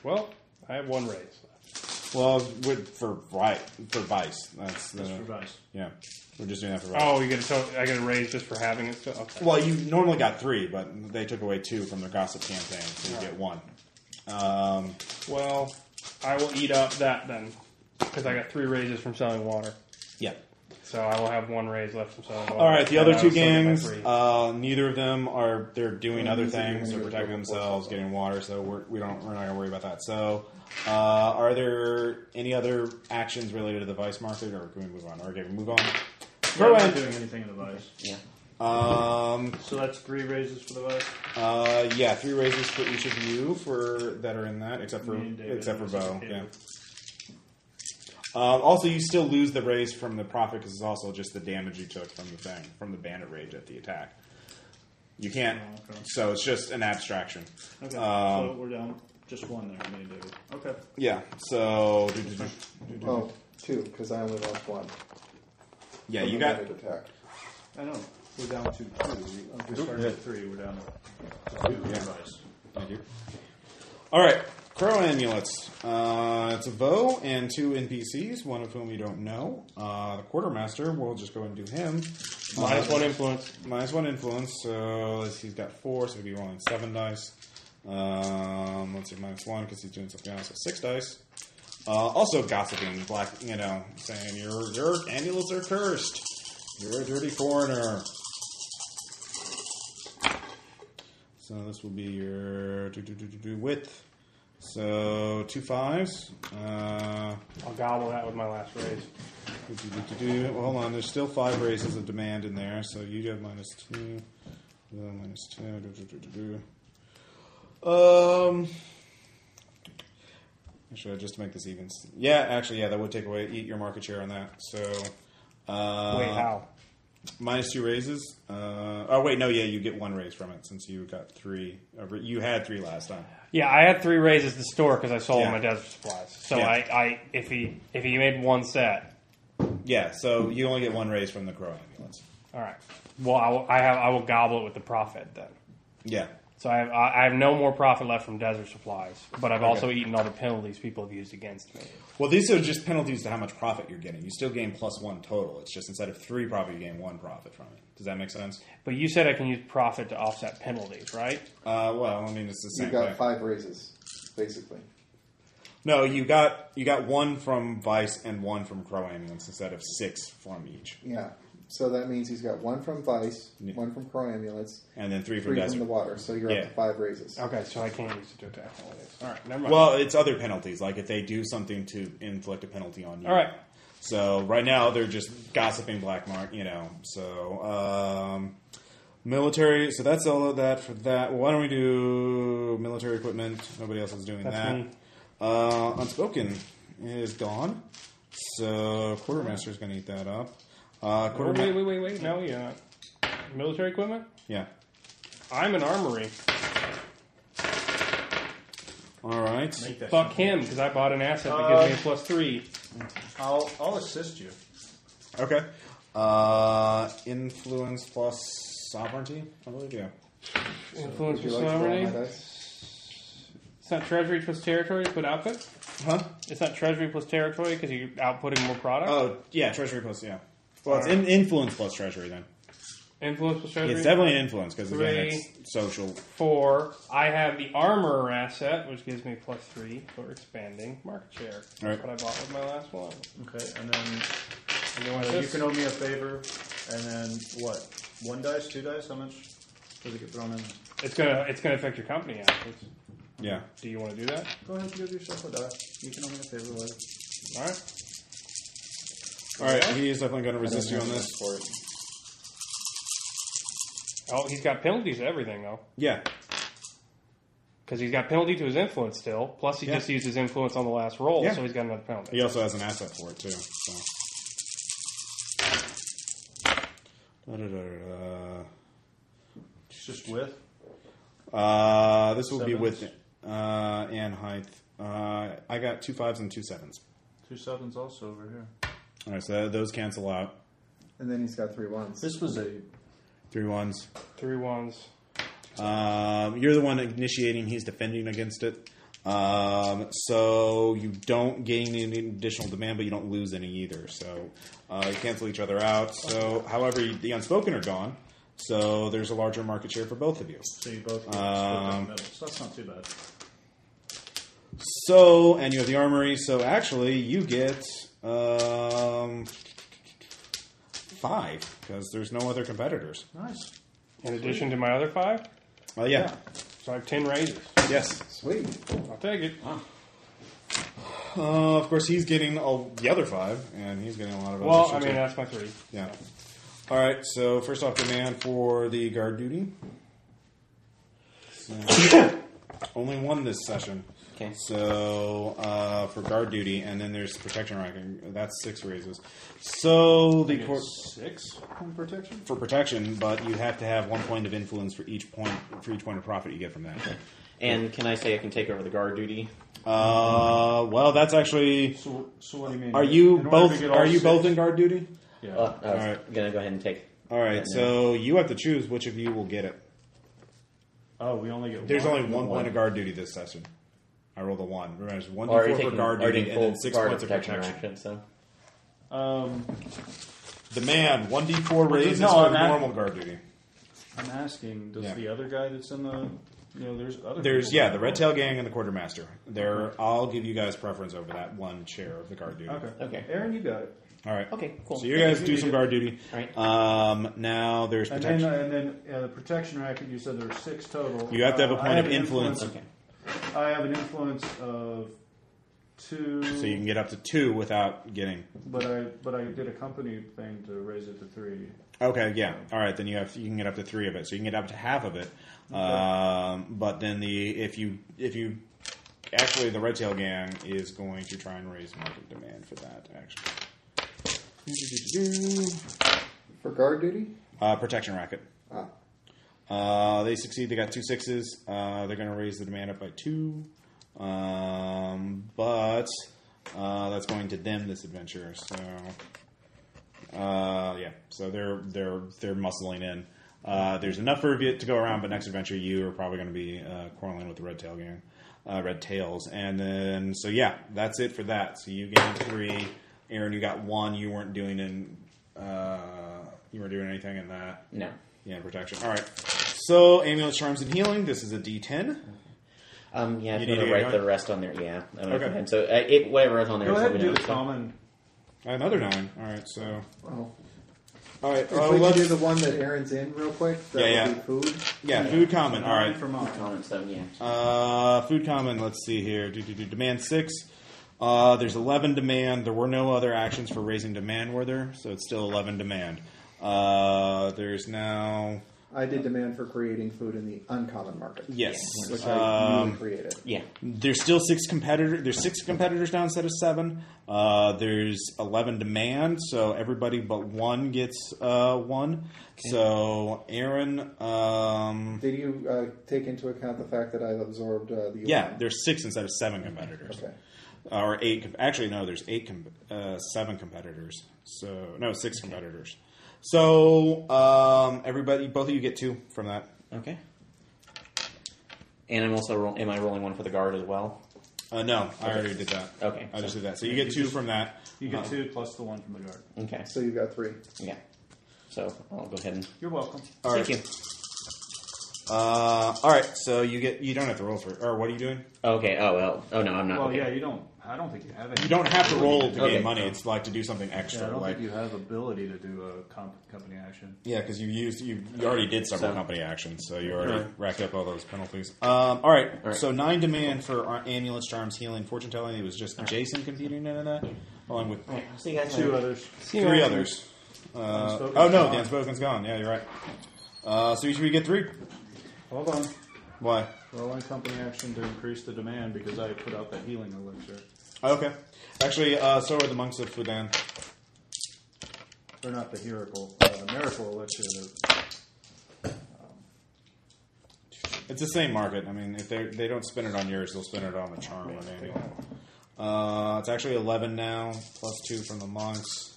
S3: Well, I have one raise. left.
S1: well, with- for right for vice. That's the,
S2: That's for Vice.
S1: yeah. We're just doing that for vice.
S3: Oh, you get a to- I get a raise just for having it. So, okay.
S1: Well, you normally got three, but they took away two from their gossip campaign, so you get one. Um,
S3: Well, I will eat up that then because I got three raises from selling water.
S1: yeah.
S3: So I will have one raise left from selling water.
S1: All right. The other
S3: And I
S1: two
S3: will still get my
S1: gangs,
S3: three.
S1: uh, neither of them are. They're doing other things. They're
S5: you're
S1: protecting
S5: gonna-
S1: themselves, getting water. So we're, we don't. We're not going to worry about that. So, uh, are there any other actions related to the vice market, or can we move on? Or can we move on?
S2: Yeah, I'm
S1: Go
S2: not
S1: ahead.
S2: doing anything in the Vice.
S4: yeah.
S1: Um,
S2: So that's three raises for the Vice.
S1: uh, yeah, three raises for each of you for that are in that, except for
S2: Me and David.
S1: except for
S2: Except
S1: Bo.
S2: for
S1: Yeah.
S2: David.
S1: Um, also, you still lose the raise from the profit because it's also just the damage you took from the thing, from the bandit rage at the attack. You can't.
S2: Oh, okay.
S1: So it's just an abstraction. Um,
S2: Okay.
S5: Um,
S2: so we're down just one there, me and David. Okay.
S1: Yeah. So Mm-hmm.
S5: Oh, two because I only lost one.
S1: yeah,
S5: from
S1: you
S5: the
S1: got.
S5: bandit attack.
S2: I know. We're down to two. We, we started at three. We're down to two.
S1: Yeah.
S2: Vice.
S1: Thank you. All right, crow amulets. Uh, it's a bow and two NPCs, one of whom you don't know. Uh, the quartermaster. We'll just go and do him.
S3: minus
S1: Uh,
S3: one influence.
S1: Minus one influence, so let's- he's got four, so he'd be rolling seven dice. Um, let's see, minus one because he's doing something else, so six dice. Uh, also gossiping, black, you know, saying your your amulets are cursed. You're a dirty foreigner. So this will be your do, do, do, do, do, width. So two fives. Uh,
S3: I'll gobble that with my last raise.
S1: well, hold on, there's still five races of demand in there, so you have minus two, you have minus two. do, do, do, do, do. Um, actually, just to make this even, yeah, actually, yeah, that would take away eat your market share on that. So, uh,
S3: Wait, how?
S1: Minus two raises. Uh, oh wait, no, yeah, you get one raise from it since you got three. uh, You had three last time.
S3: Yeah, I had three raises at the store because I sold
S1: Yeah.
S3: my desert supplies. So
S1: Yeah.
S3: I, I, if he, if he made one set,
S1: Yeah, so you only get one raise from the crow ambulance.
S3: All right. Well, I will, I have I will gobble it with the profit then.
S1: Yeah.
S3: So I have I I have no more profit left from Desert Supplies, but I've also eaten all the penalties people have used against me.
S1: Well, these are just penalties to how much profit you're getting. You still gain plus one total. It's just instead of three profit, you gain one profit from it. Does that make sense?
S3: But you said I can use profit to offset penalties, right?
S1: Uh, well, I mean, it's the same
S5: You've got
S1: thing.
S5: five raises, basically.
S1: No, you got you got one from Vice and one from Crow Ambulance instead of six from each,
S5: Yeah. So that means he's got one from Vice,
S1: Yeah.
S5: one from Crow Ambulance,
S1: and then three from
S5: three from
S1: Desert.
S5: the water. So you're
S1: Yeah.
S5: up to five raises.
S3: Okay, so I can't use it to attack penalties. All right, never mind.
S1: Well, it's other penalties. Like if they do something to inflict a penalty on you.
S3: All right.
S1: So right now they're just gossiping black mark, you know. So um, military. So that's all of that for that. Why don't we do military equipment? Nobody else is doing
S3: That's
S1: that.
S3: me.
S1: Uh, Unspoken is gone. So quartermaster is going to eat that up. Uh,
S3: Oh,
S1: quarterma-
S3: wait, wait, wait, wait. No, you're not. Military equipment.
S1: Yeah.
S3: I'm an armory.
S1: All right.
S2: Make that
S3: Fuck
S2: simple.
S3: him because I bought an asset that
S2: Uh,
S3: gives me a plus three.
S2: I'll, I'll assist you.
S1: Okay. Uh, influence plus sovereignty. I believe yeah.
S3: Influence
S5: Would you
S3: for
S5: like to roll
S3: sovereignty.
S5: my dice?
S3: It's not treasury plus territory plus output.
S1: Huh?
S3: It's not treasury plus territory because you're outputting more product.
S1: Oh yeah, treasury plus yeah. Well, it's in, influence plus treasury then.
S3: Influence plus treasury.
S1: It's definitely an influence because again,
S3: Three.
S1: it's social.
S3: Four. I have the armor asset, which gives me plus three for expanding market share. That's
S1: All right.
S3: what I bought with my last one.
S2: Okay, and then
S3: And you want
S2: So you
S3: this?
S2: can owe me a favor, and then what? One dice, two dice? How much does it get thrown in?
S3: It's gonna it's gonna affect your company assets.
S1: Yeah.
S3: Do you want to do that?
S2: Go ahead and give yourself a die. You can owe me a favor later.
S3: All right.
S1: All right, he is definitely going to resist you on this.
S5: For it.
S3: Oh, he's got penalties to everything though,
S1: Yeah.
S3: because he's got penalty to his influence still. Plus, he
S1: Yeah.
S3: just used his influence on the last roll,
S1: Yeah.
S3: so he's got another penalty.
S1: He also has an asset for it too. So. Da-da-da-da-da.
S2: It's just with.
S1: Uh, this will be
S2: Sevens.
S1: with uh, Anne Hythe. Uh, I got two fives and two sevens.
S2: Two sevens also over here.
S1: All right, so those cancel out.
S5: And then he's got three ones.
S2: This was a.
S1: Three ones.
S3: Three ones.
S1: Um, you're the one initiating. He's defending against it. Um, so you don't gain any additional demand, but you don't lose any either. So uh, you cancel each other out. So, however, you- the unspoken are gone. So there's a larger market share for both of you.
S2: So you both get split in
S1: Um,
S2: the middle. So that's not too bad.
S1: So, and you have the armory. So actually, you get um, five because there's no other competitors.
S2: Nice.
S3: In addition to my other five,
S1: Oh yeah.
S3: so I have ten raises.
S1: Yes.
S5: Sweet.
S3: I'll take it.
S1: Uh, of course, he's getting all the other five, and he's getting a lot of.
S3: Well,
S1: others,
S3: I
S1: too.
S3: mean that's my three.
S1: Yeah. All right. So first off, demand for the guard duty. So, only one this session.
S4: Okay.
S1: So uh, for guard duty, and then there's protection ranking. That's six raises. So the cor-
S3: Six.
S5: Protection.
S1: for protection, but you have to have one point of influence for each point for each point of profit you get from that.
S4: And can I say I can take over the guard duty?
S1: Uh, well, that's actually.
S2: So, so what do you mean?
S1: Are you
S2: In order to
S1: both?
S2: get all
S1: Are you
S2: six-
S1: both in guard duty?
S2: Yeah.
S4: Uh, I was
S1: Alright.
S4: gonna go ahead and take.
S1: All right.
S4: that now.
S1: So you have to choose which of you will get it.
S2: oh, we only get
S1: There's
S2: one.
S1: only one,
S4: One.
S1: point of guard duty this session. I rolled a one. Remember, it's one
S4: Already
S1: d4 for
S4: taking-
S1: guard
S4: already
S1: duty, and
S4: full
S1: then six
S4: guard
S1: points of protection.
S4: action, so.
S2: Um,
S1: Demand one d4 raises
S2: no,
S1: for
S2: I'm at-
S1: normal guard duty.
S2: I'm asking, does
S1: Yeah.
S2: the other guy that's in the. You know, there's other.
S1: There's
S2: people
S1: yeah, the
S2: that-
S1: red tail gang and the quartermaster. There, I'll give you guys preference over that one share of the guard duty.
S2: Okay.
S4: Okay.
S2: Aaron, you got it.
S1: All right.
S4: Okay, cool.
S1: So you guys do some guard duty.
S4: All right.
S1: Um, now there's
S2: And
S1: protection.
S2: then, and then uh, the protection racket, you said there were six total.
S1: You have to have a
S2: Uh, I
S1: point of
S2: an
S1: influence.
S4: Okay.
S2: I have an influence of two,
S1: so you can get up to two without getting.
S2: but I but I did a company thing to raise it to three.
S1: Okay, yeah. All right, then you have you can get up to three of it. So you can get up to half of it. Um, but then the if you if you actually the red tail gang is going to try and raise market demand for that actually.
S5: For guard duty?
S1: Uh, protection racket.
S5: Ah.
S1: Uh, they succeed. They got two sixes. Uh, they're going to raise the demand up by two. Um, but uh, that's going to them this adventure. So Uh, yeah, so they're they're they're muscling in. Uh, there's enough for you to go around, but next adventure you are probably going to be uh, quarreling with the Red Tail gang, uh, Red Tails, and then so yeah, that's it for that. So you gained three. Aaron, you got one. You weren't doing in, uh, you weren't doing anything in that.
S4: No.
S1: Yeah, protection. All right. So ambulance charms and healing. This is a D10.
S4: Um, yeah,
S1: You
S4: if
S1: need
S4: you want
S1: to
S4: to
S1: get
S4: write the
S1: going?
S4: rest on there, yeah. I don't know if
S1: Okay.
S4: I had- So uh, it, whatever is on there.
S2: Go
S4: is
S2: ahead and
S4: what
S2: do
S4: we
S2: the
S4: know.
S2: common.
S1: Another nine. All right. So
S5: Oh.
S1: all right. uh,
S5: If we could do the one that Aaron's in real quick, that
S1: Oh, Yeah, yeah.
S5: would be food.
S1: yeah, food common. All right.
S2: For mine.
S4: Comments, so yeah.
S1: Uh, food common. Let's see here. Do, do, do, demand six. Uh, there's eleven demand. There were no other actions for raising demand, were there? So it's still eleven demand. Uh, there's now
S5: I did demand for creating food in the uncommon market.
S1: yes.
S5: Which I
S1: Um,
S5: newly created.
S4: Yeah.
S1: There's still six competitor. There's six competitors now instead of seven. Uh, there's eleven demand, so everybody but one gets uh, one. So Aaron, um,
S5: Did you uh, take into account the fact that I've absorbed uh, the
S1: yeah, there's six instead of seven competitors, Uh,
S5: Okay.
S1: or eight. com- Actually, no, there's eight, com- uh, seven competitors. So no, six competitors. So um, everybody, both of you get two from that.
S4: Okay. And I'm also roll, am I rolling one for the guard as well?
S1: Uh, no, I already did that.
S4: Okay.
S1: I just did that. So you get two from that.
S2: You get two plus the one from the guard.
S4: Okay.
S5: So you got three.
S4: Yeah. So I'll go ahead and
S2: You're welcome.
S1: All right.
S4: thank you.
S1: Uh, all right, so you get you don't have to roll for. Or what are you doing?
S4: Okay. Oh well. Oh no, I'm not.
S2: Well,
S4: okay.
S2: yeah, you don't. I don't think you have any.
S1: You don't have to roll to
S4: Okay.
S1: gain money. It's like to do something
S2: Yeah, I
S1: extra.
S2: don't
S1: like
S2: think you have ability to do a comp- company action.
S1: yeah, because you used you, you already did several
S4: So-
S1: company actions, so you already racked up all those penalties. Um, all, right,
S4: right.
S1: so nine demand for our ambulance charms, healing, fortune telling. It was just Jason competing in that, along with
S4: All right, I'll see you guys
S2: Two
S4: later.
S2: others.
S1: three others. Uh,
S2: Spoken's
S1: oh no,
S2: gone.
S1: Dan Spoken's gone. Yeah, you're right. Uh, so each of you get three.
S2: Hold on.
S1: Why?
S2: Rolling company action to increase the demand because I put out that healing elixir.
S1: Okay. Actually, uh, so are the monks of Fudan.
S2: Or not the miracle, uh, the miracle elixir. the-
S1: It's the same market. I mean, if they they don't spin it on yours, they'll spin it on the charm or manual. Uh, it's actually eleven now, plus two from the monks.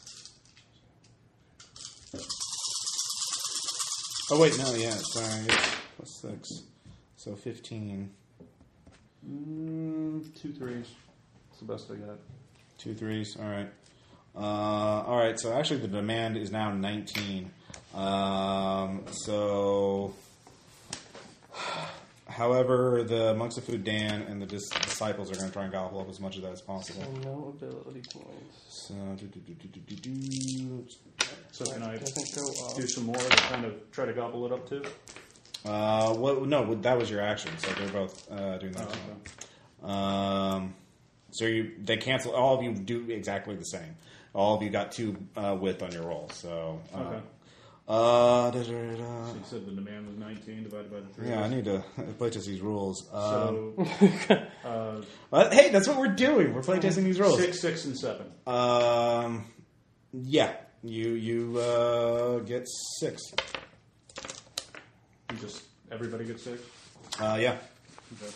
S1: Oh wait, no, yeah, sorry, it's plus six, so fifteen.
S2: Mm, two threes. It's the best I got.
S1: Two threes. All right. Uh, all right. So actually, the demand is now nineteen. Um, so, however, the monks of food Dan and the dis- disciples are going to try and gobble up as much of that as possible.
S3: No ability points.
S1: So, do, do, do, do, do, do, do.
S2: So can I
S3: Doesn't go up.
S2: do some more to kind of try to gobble it up too?
S1: Uh, what? No, that was your action. So they're both uh, doing that.
S2: Oh,
S1: Um, so you they cancel. All of you do exactly the same. All of you got two uh, width on your roll. So uh,
S2: Okay.
S1: Uh, da, da, da, da.
S2: You said the demand was 19 divided by the three.
S1: Yeah, I need to playtest these rules. Um,
S2: So
S1: but hey, that's what we're doing. We're playtesting these rules.
S2: six, six, and seven.
S1: Um, yeah, you you uh, get six.
S2: You just everybody gets six.
S1: Uh, yeah,
S2: Okay.
S1: so you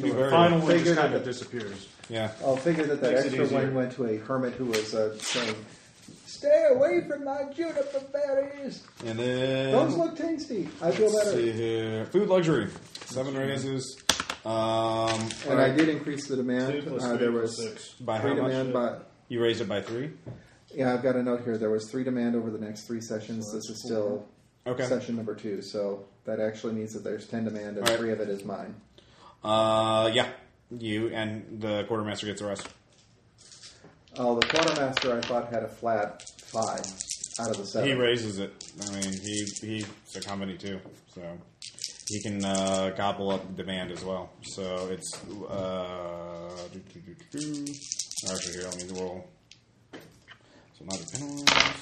S1: do
S2: the
S1: very
S2: final
S1: well.
S2: one just
S5: Figured
S2: kind
S5: it.
S2: of disappears.
S1: Yeah,
S5: I'll figure that that
S2: Makes it
S5: extra
S2: easier.
S5: one went to a hermit who was uh, saying, "Stay away from my juniper berries.
S1: and then
S5: Those look tasty. I feel
S1: let's
S5: better."
S1: see here. Food luxury, seven raises. Um,
S5: And I did increase the
S2: Two
S5: demand.
S2: plus
S5: Uh,
S2: three
S5: there
S2: plus
S5: was
S2: six.
S1: by how
S5: three
S1: much?
S5: demand, but
S1: You raised it by three.
S5: yeah, I've got a note here. There was three demand over the next three sessions. This is still
S1: Okay.
S5: session number two, so that actually means that there's ten demand and
S1: All right.
S5: three of it is mine.
S1: Uh, yeah, you and the quartermaster gets the rest.
S5: Oh, the quartermaster I thought had a flat five out of the seven.
S1: He raises it. I mean, he he's a company too, so he can uh, gobble up demand as well. So it's uh, do, do, do, do, do. actually here. Let me roll. So not a penalty.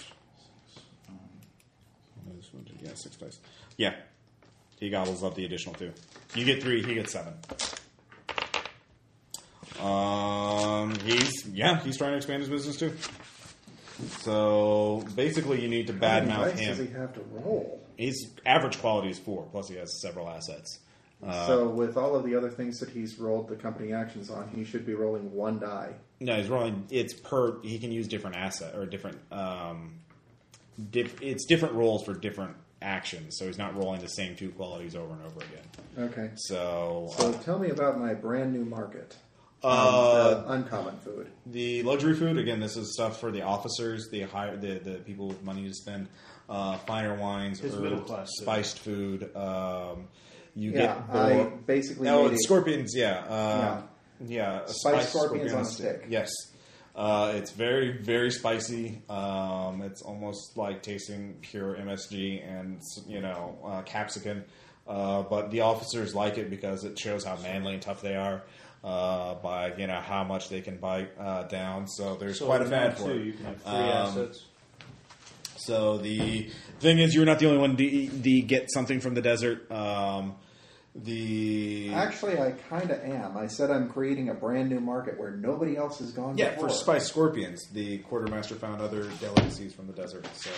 S1: This one, Yeah, six dice. Yeah, he gobbles up the additional two. You get three. He gets seven. Um, he's yeah, he's trying to expand his business too. So basically, you need to
S5: How many
S1: badmouth
S5: dice Does he
S1: him.
S5: have to roll?
S1: His average quality is four. Plus, he has several assets.
S5: so with all of the other things that he's rolled the company actions on, he should be rolling one die.
S1: No, he's rolling. It's per. He can use different asset or different. Um, dif- it's different rolls for different actions, so he's not rolling the same two qualities over and over again.
S5: Okay.
S1: So, um,
S5: So tell me about my brand new market. Um,
S1: uh,
S5: the uncommon food.
S1: the luxury food again. This is stuff for the officers, the higher, the, the people with money to spend. Uh, finer wines,
S2: His
S1: herbs,
S2: middle class food.
S1: spiced food. Um, you
S5: Yeah,
S1: get
S5: I
S1: more-
S5: basically
S1: Oh,
S5: made
S1: it's
S5: a-
S1: scorpions, yeah. Uh, yeah. a
S5: Spiced
S1: spiced
S5: scorpions
S1: scorpion
S5: on a stick.
S1: Yes. Uh, it's very, very spicy. Um, it's almost like tasting pure MSG and, you know, uh, capsicum. Uh, but the officers like it because it shows how manly and tough they are uh, by, you know, how much they can bite uh, down. So there's
S2: So
S1: quite a
S2: now,
S1: fad for
S2: too,
S1: it.
S2: You can have three
S1: Um,
S2: assets.
S1: So the thing is, you're not the only one to, eat, to get something from the desert. Um, the
S5: Actually, I kind of am. I said I'm creating a brand new market where nobody else has gone
S1: Yeah,
S5: before.
S1: for spiced scorpions, the quartermaster found other delicacies from the desert. So,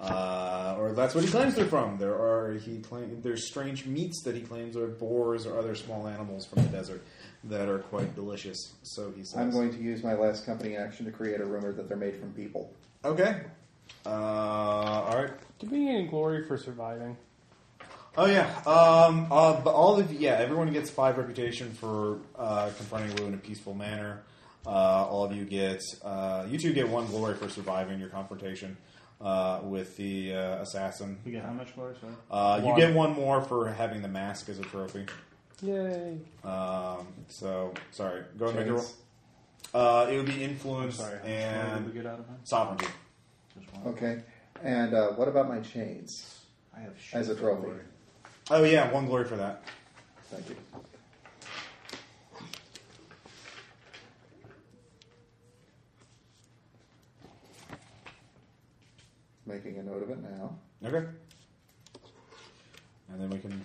S1: uh, or that's what he claims they're from. There are he claim there's strange meats that he claims are boars or other small animals from the desert that are quite delicious. So he says.
S5: I'm going to use my last company action to create a rumor that they're made from people.
S1: Okay. Uh, all right.
S3: Do we get any glory for surviving?
S1: Oh yeah. Um, uh, but all of yeah, everyone gets five reputation for uh, confronting Wu in a peaceful manner. Uh, all of you get uh, you two get one glory for surviving your confrontation uh, with the uh, assassin.
S2: You get how much more? Sorry.
S1: Uh, you
S3: One.
S1: get one more for having the mask as a trophy.
S3: Yay.
S1: Um, so sorry, go ahead and make a roll.
S5: Chance.
S1: Uh, it would be influence
S2: Sorry. How much more did we
S1: and
S2: get out of mine?
S1: sovereignty.
S2: Just one.
S5: Okay. And uh, what about my chains
S2: I have shit
S5: as a
S2: for
S5: trophy?
S2: glory.
S1: Oh yeah, one glory for that.
S5: Thank you. Making a note of it now.
S1: Okay. And then we can.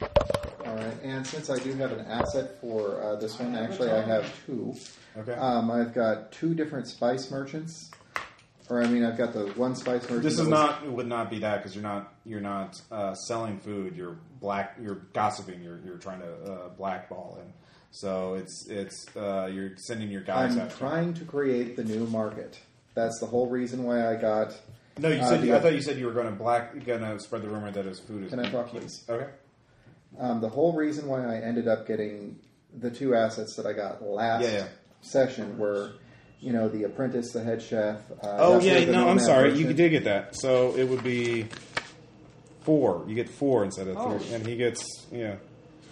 S5: All right, and since I do have an asset for uh, this one, actually I have two.
S1: Okay.
S5: Um, I've got two different spice merchants, or I mean, I've got the one spice merchant.
S1: This
S5: that
S1: is
S5: was-
S1: not would not be that because you're not you're not uh, selling food. You're black. You're gossiping. You're you're trying to uh, blackball him. So it's it's uh, you're sending your guys
S5: I'm
S1: out.
S5: trying to create the new market. That's the whole reason why I got.
S1: No, you
S5: Uh,
S1: said
S5: the-
S1: I thought you said you were going to black going to spread the rumor that his food is.
S5: Can I talk, please?
S1: Okay.
S5: Um, the whole reason why I ended up getting the two assets that I got last
S1: Yeah, yeah.
S5: session were, you know, the apprentice, the head chef. Uh,
S1: Oh
S5: that's
S1: yeah,
S5: the
S1: no, I'm
S5: nomad
S1: sorry. You
S5: merchant.
S1: did get that. So it would be four. You get four instead of three,
S2: Oh.
S1: and he gets yeah.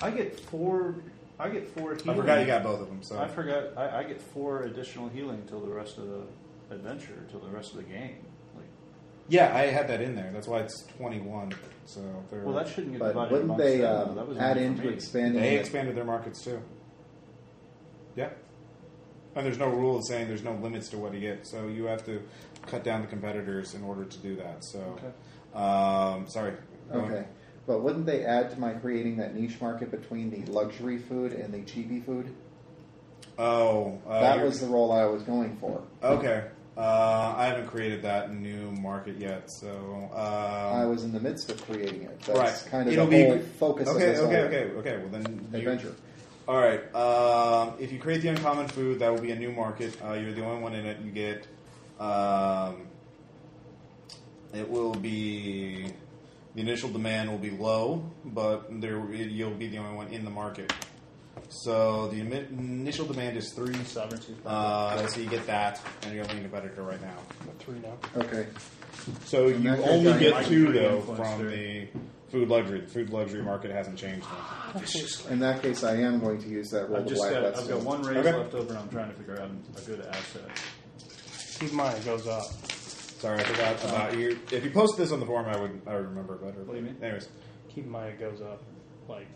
S2: I get four. I get four.
S1: I
S2: Healing.
S1: forgot you got both of them. So
S2: I forgot. I, I get four additional healing until the rest of the adventure, until the rest of the game. Like,
S1: yeah, I had that in there. That's why it's 21. So they're,
S2: well, that shouldn't get
S5: But
S2: divided
S5: wouldn't
S2: amongst
S5: they
S2: them.
S5: um,
S2: that was
S5: add
S2: only for
S5: into
S2: me.
S5: expanding?
S1: They
S5: it?
S1: expanded their markets too. Yeah. And there's no rule of saying there's no limits to what you get, so you have to cut down the competitors in order to do that. So, um, sorry. Go on.
S5: Okay. But wouldn't they add to my creating that niche market between the luxury food and the chibi food?
S1: Oh, uh,
S5: that
S1: you're-
S5: was the role I was going for.
S1: okay. Uh, I haven't created that new market yet, so
S5: I
S1: um,
S5: was in the midst of creating it. That's
S1: right.
S5: kind of
S1: It'll
S5: the whole
S1: be
S5: focus
S1: okay,
S5: of this
S1: okay,
S5: whole
S1: okay, okay. Well, then you-
S5: adventure.
S1: All right. Um, if you create the uncommon food, that will be a new market. Uh, you're the only one in it. You get. Um, it will be. The initial demand will be low, but there you'll be the only one in the market. So the imi- initial demand is three.
S2: Sovereignty.
S1: Uh, so you get that, and you're the only competitor right now.
S3: Got Three now.
S5: Okay.
S1: So
S5: And
S1: you
S5: that
S1: only
S5: guy
S1: get
S2: might
S1: two
S2: be
S1: though
S2: influenced
S1: from
S2: there.
S1: the food luxury. The food luxury market hasn't changed. Much.
S5: In that case, I am going to use that roll
S2: I've
S5: to
S2: just
S5: black
S2: got.
S5: West
S2: I've got
S5: Stone.
S2: one raise
S1: Okay.
S2: left over, and I'm trying to figure out a good asset.
S3: Keep in mind, it goes up.
S1: Sorry, I forgot about you. If you posted this on the forum, I would I would remember better.
S2: What do you mean?
S1: Anyways,
S3: Keep in mind, it goes up. Like,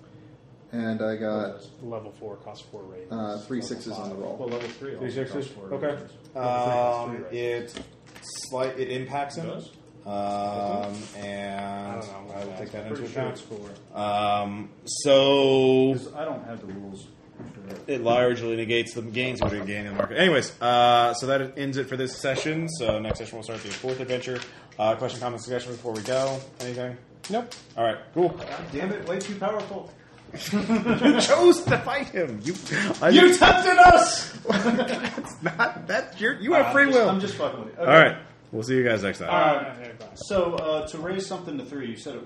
S5: And I got
S3: level four costs four raises.
S5: uh, three sixes on the roll.
S2: Well, level three.
S1: three
S2: also
S1: sixes.
S2: costs four
S1: Okay.
S2: raises.
S3: Level three,
S1: Um,
S3: that's three,
S1: it slight it impacts him.
S2: It does?
S1: Um, and
S3: I don't know.
S1: I will take that into
S2: Pretty sure it's
S1: account.
S2: four.
S1: Um, so
S2: 'Cause I don't have the rules. for that.
S1: it largely negates the gains we would gain in the market. Anyways, uh, so that ends it for this session. So next session we'll start the fourth adventure. Uh, question, comment, suggestion before we go. Anything?
S3: nope.
S1: All right, cool.
S7: God damn it, way too powerful.
S1: you chose to fight him. You, I
S7: You tempted us!
S1: that's not that's your. You have free will.
S2: I'm just fucking with you. Okay.
S1: All right, we'll see you guys next time.
S2: Uh, so uh, to raise something to three, you said it.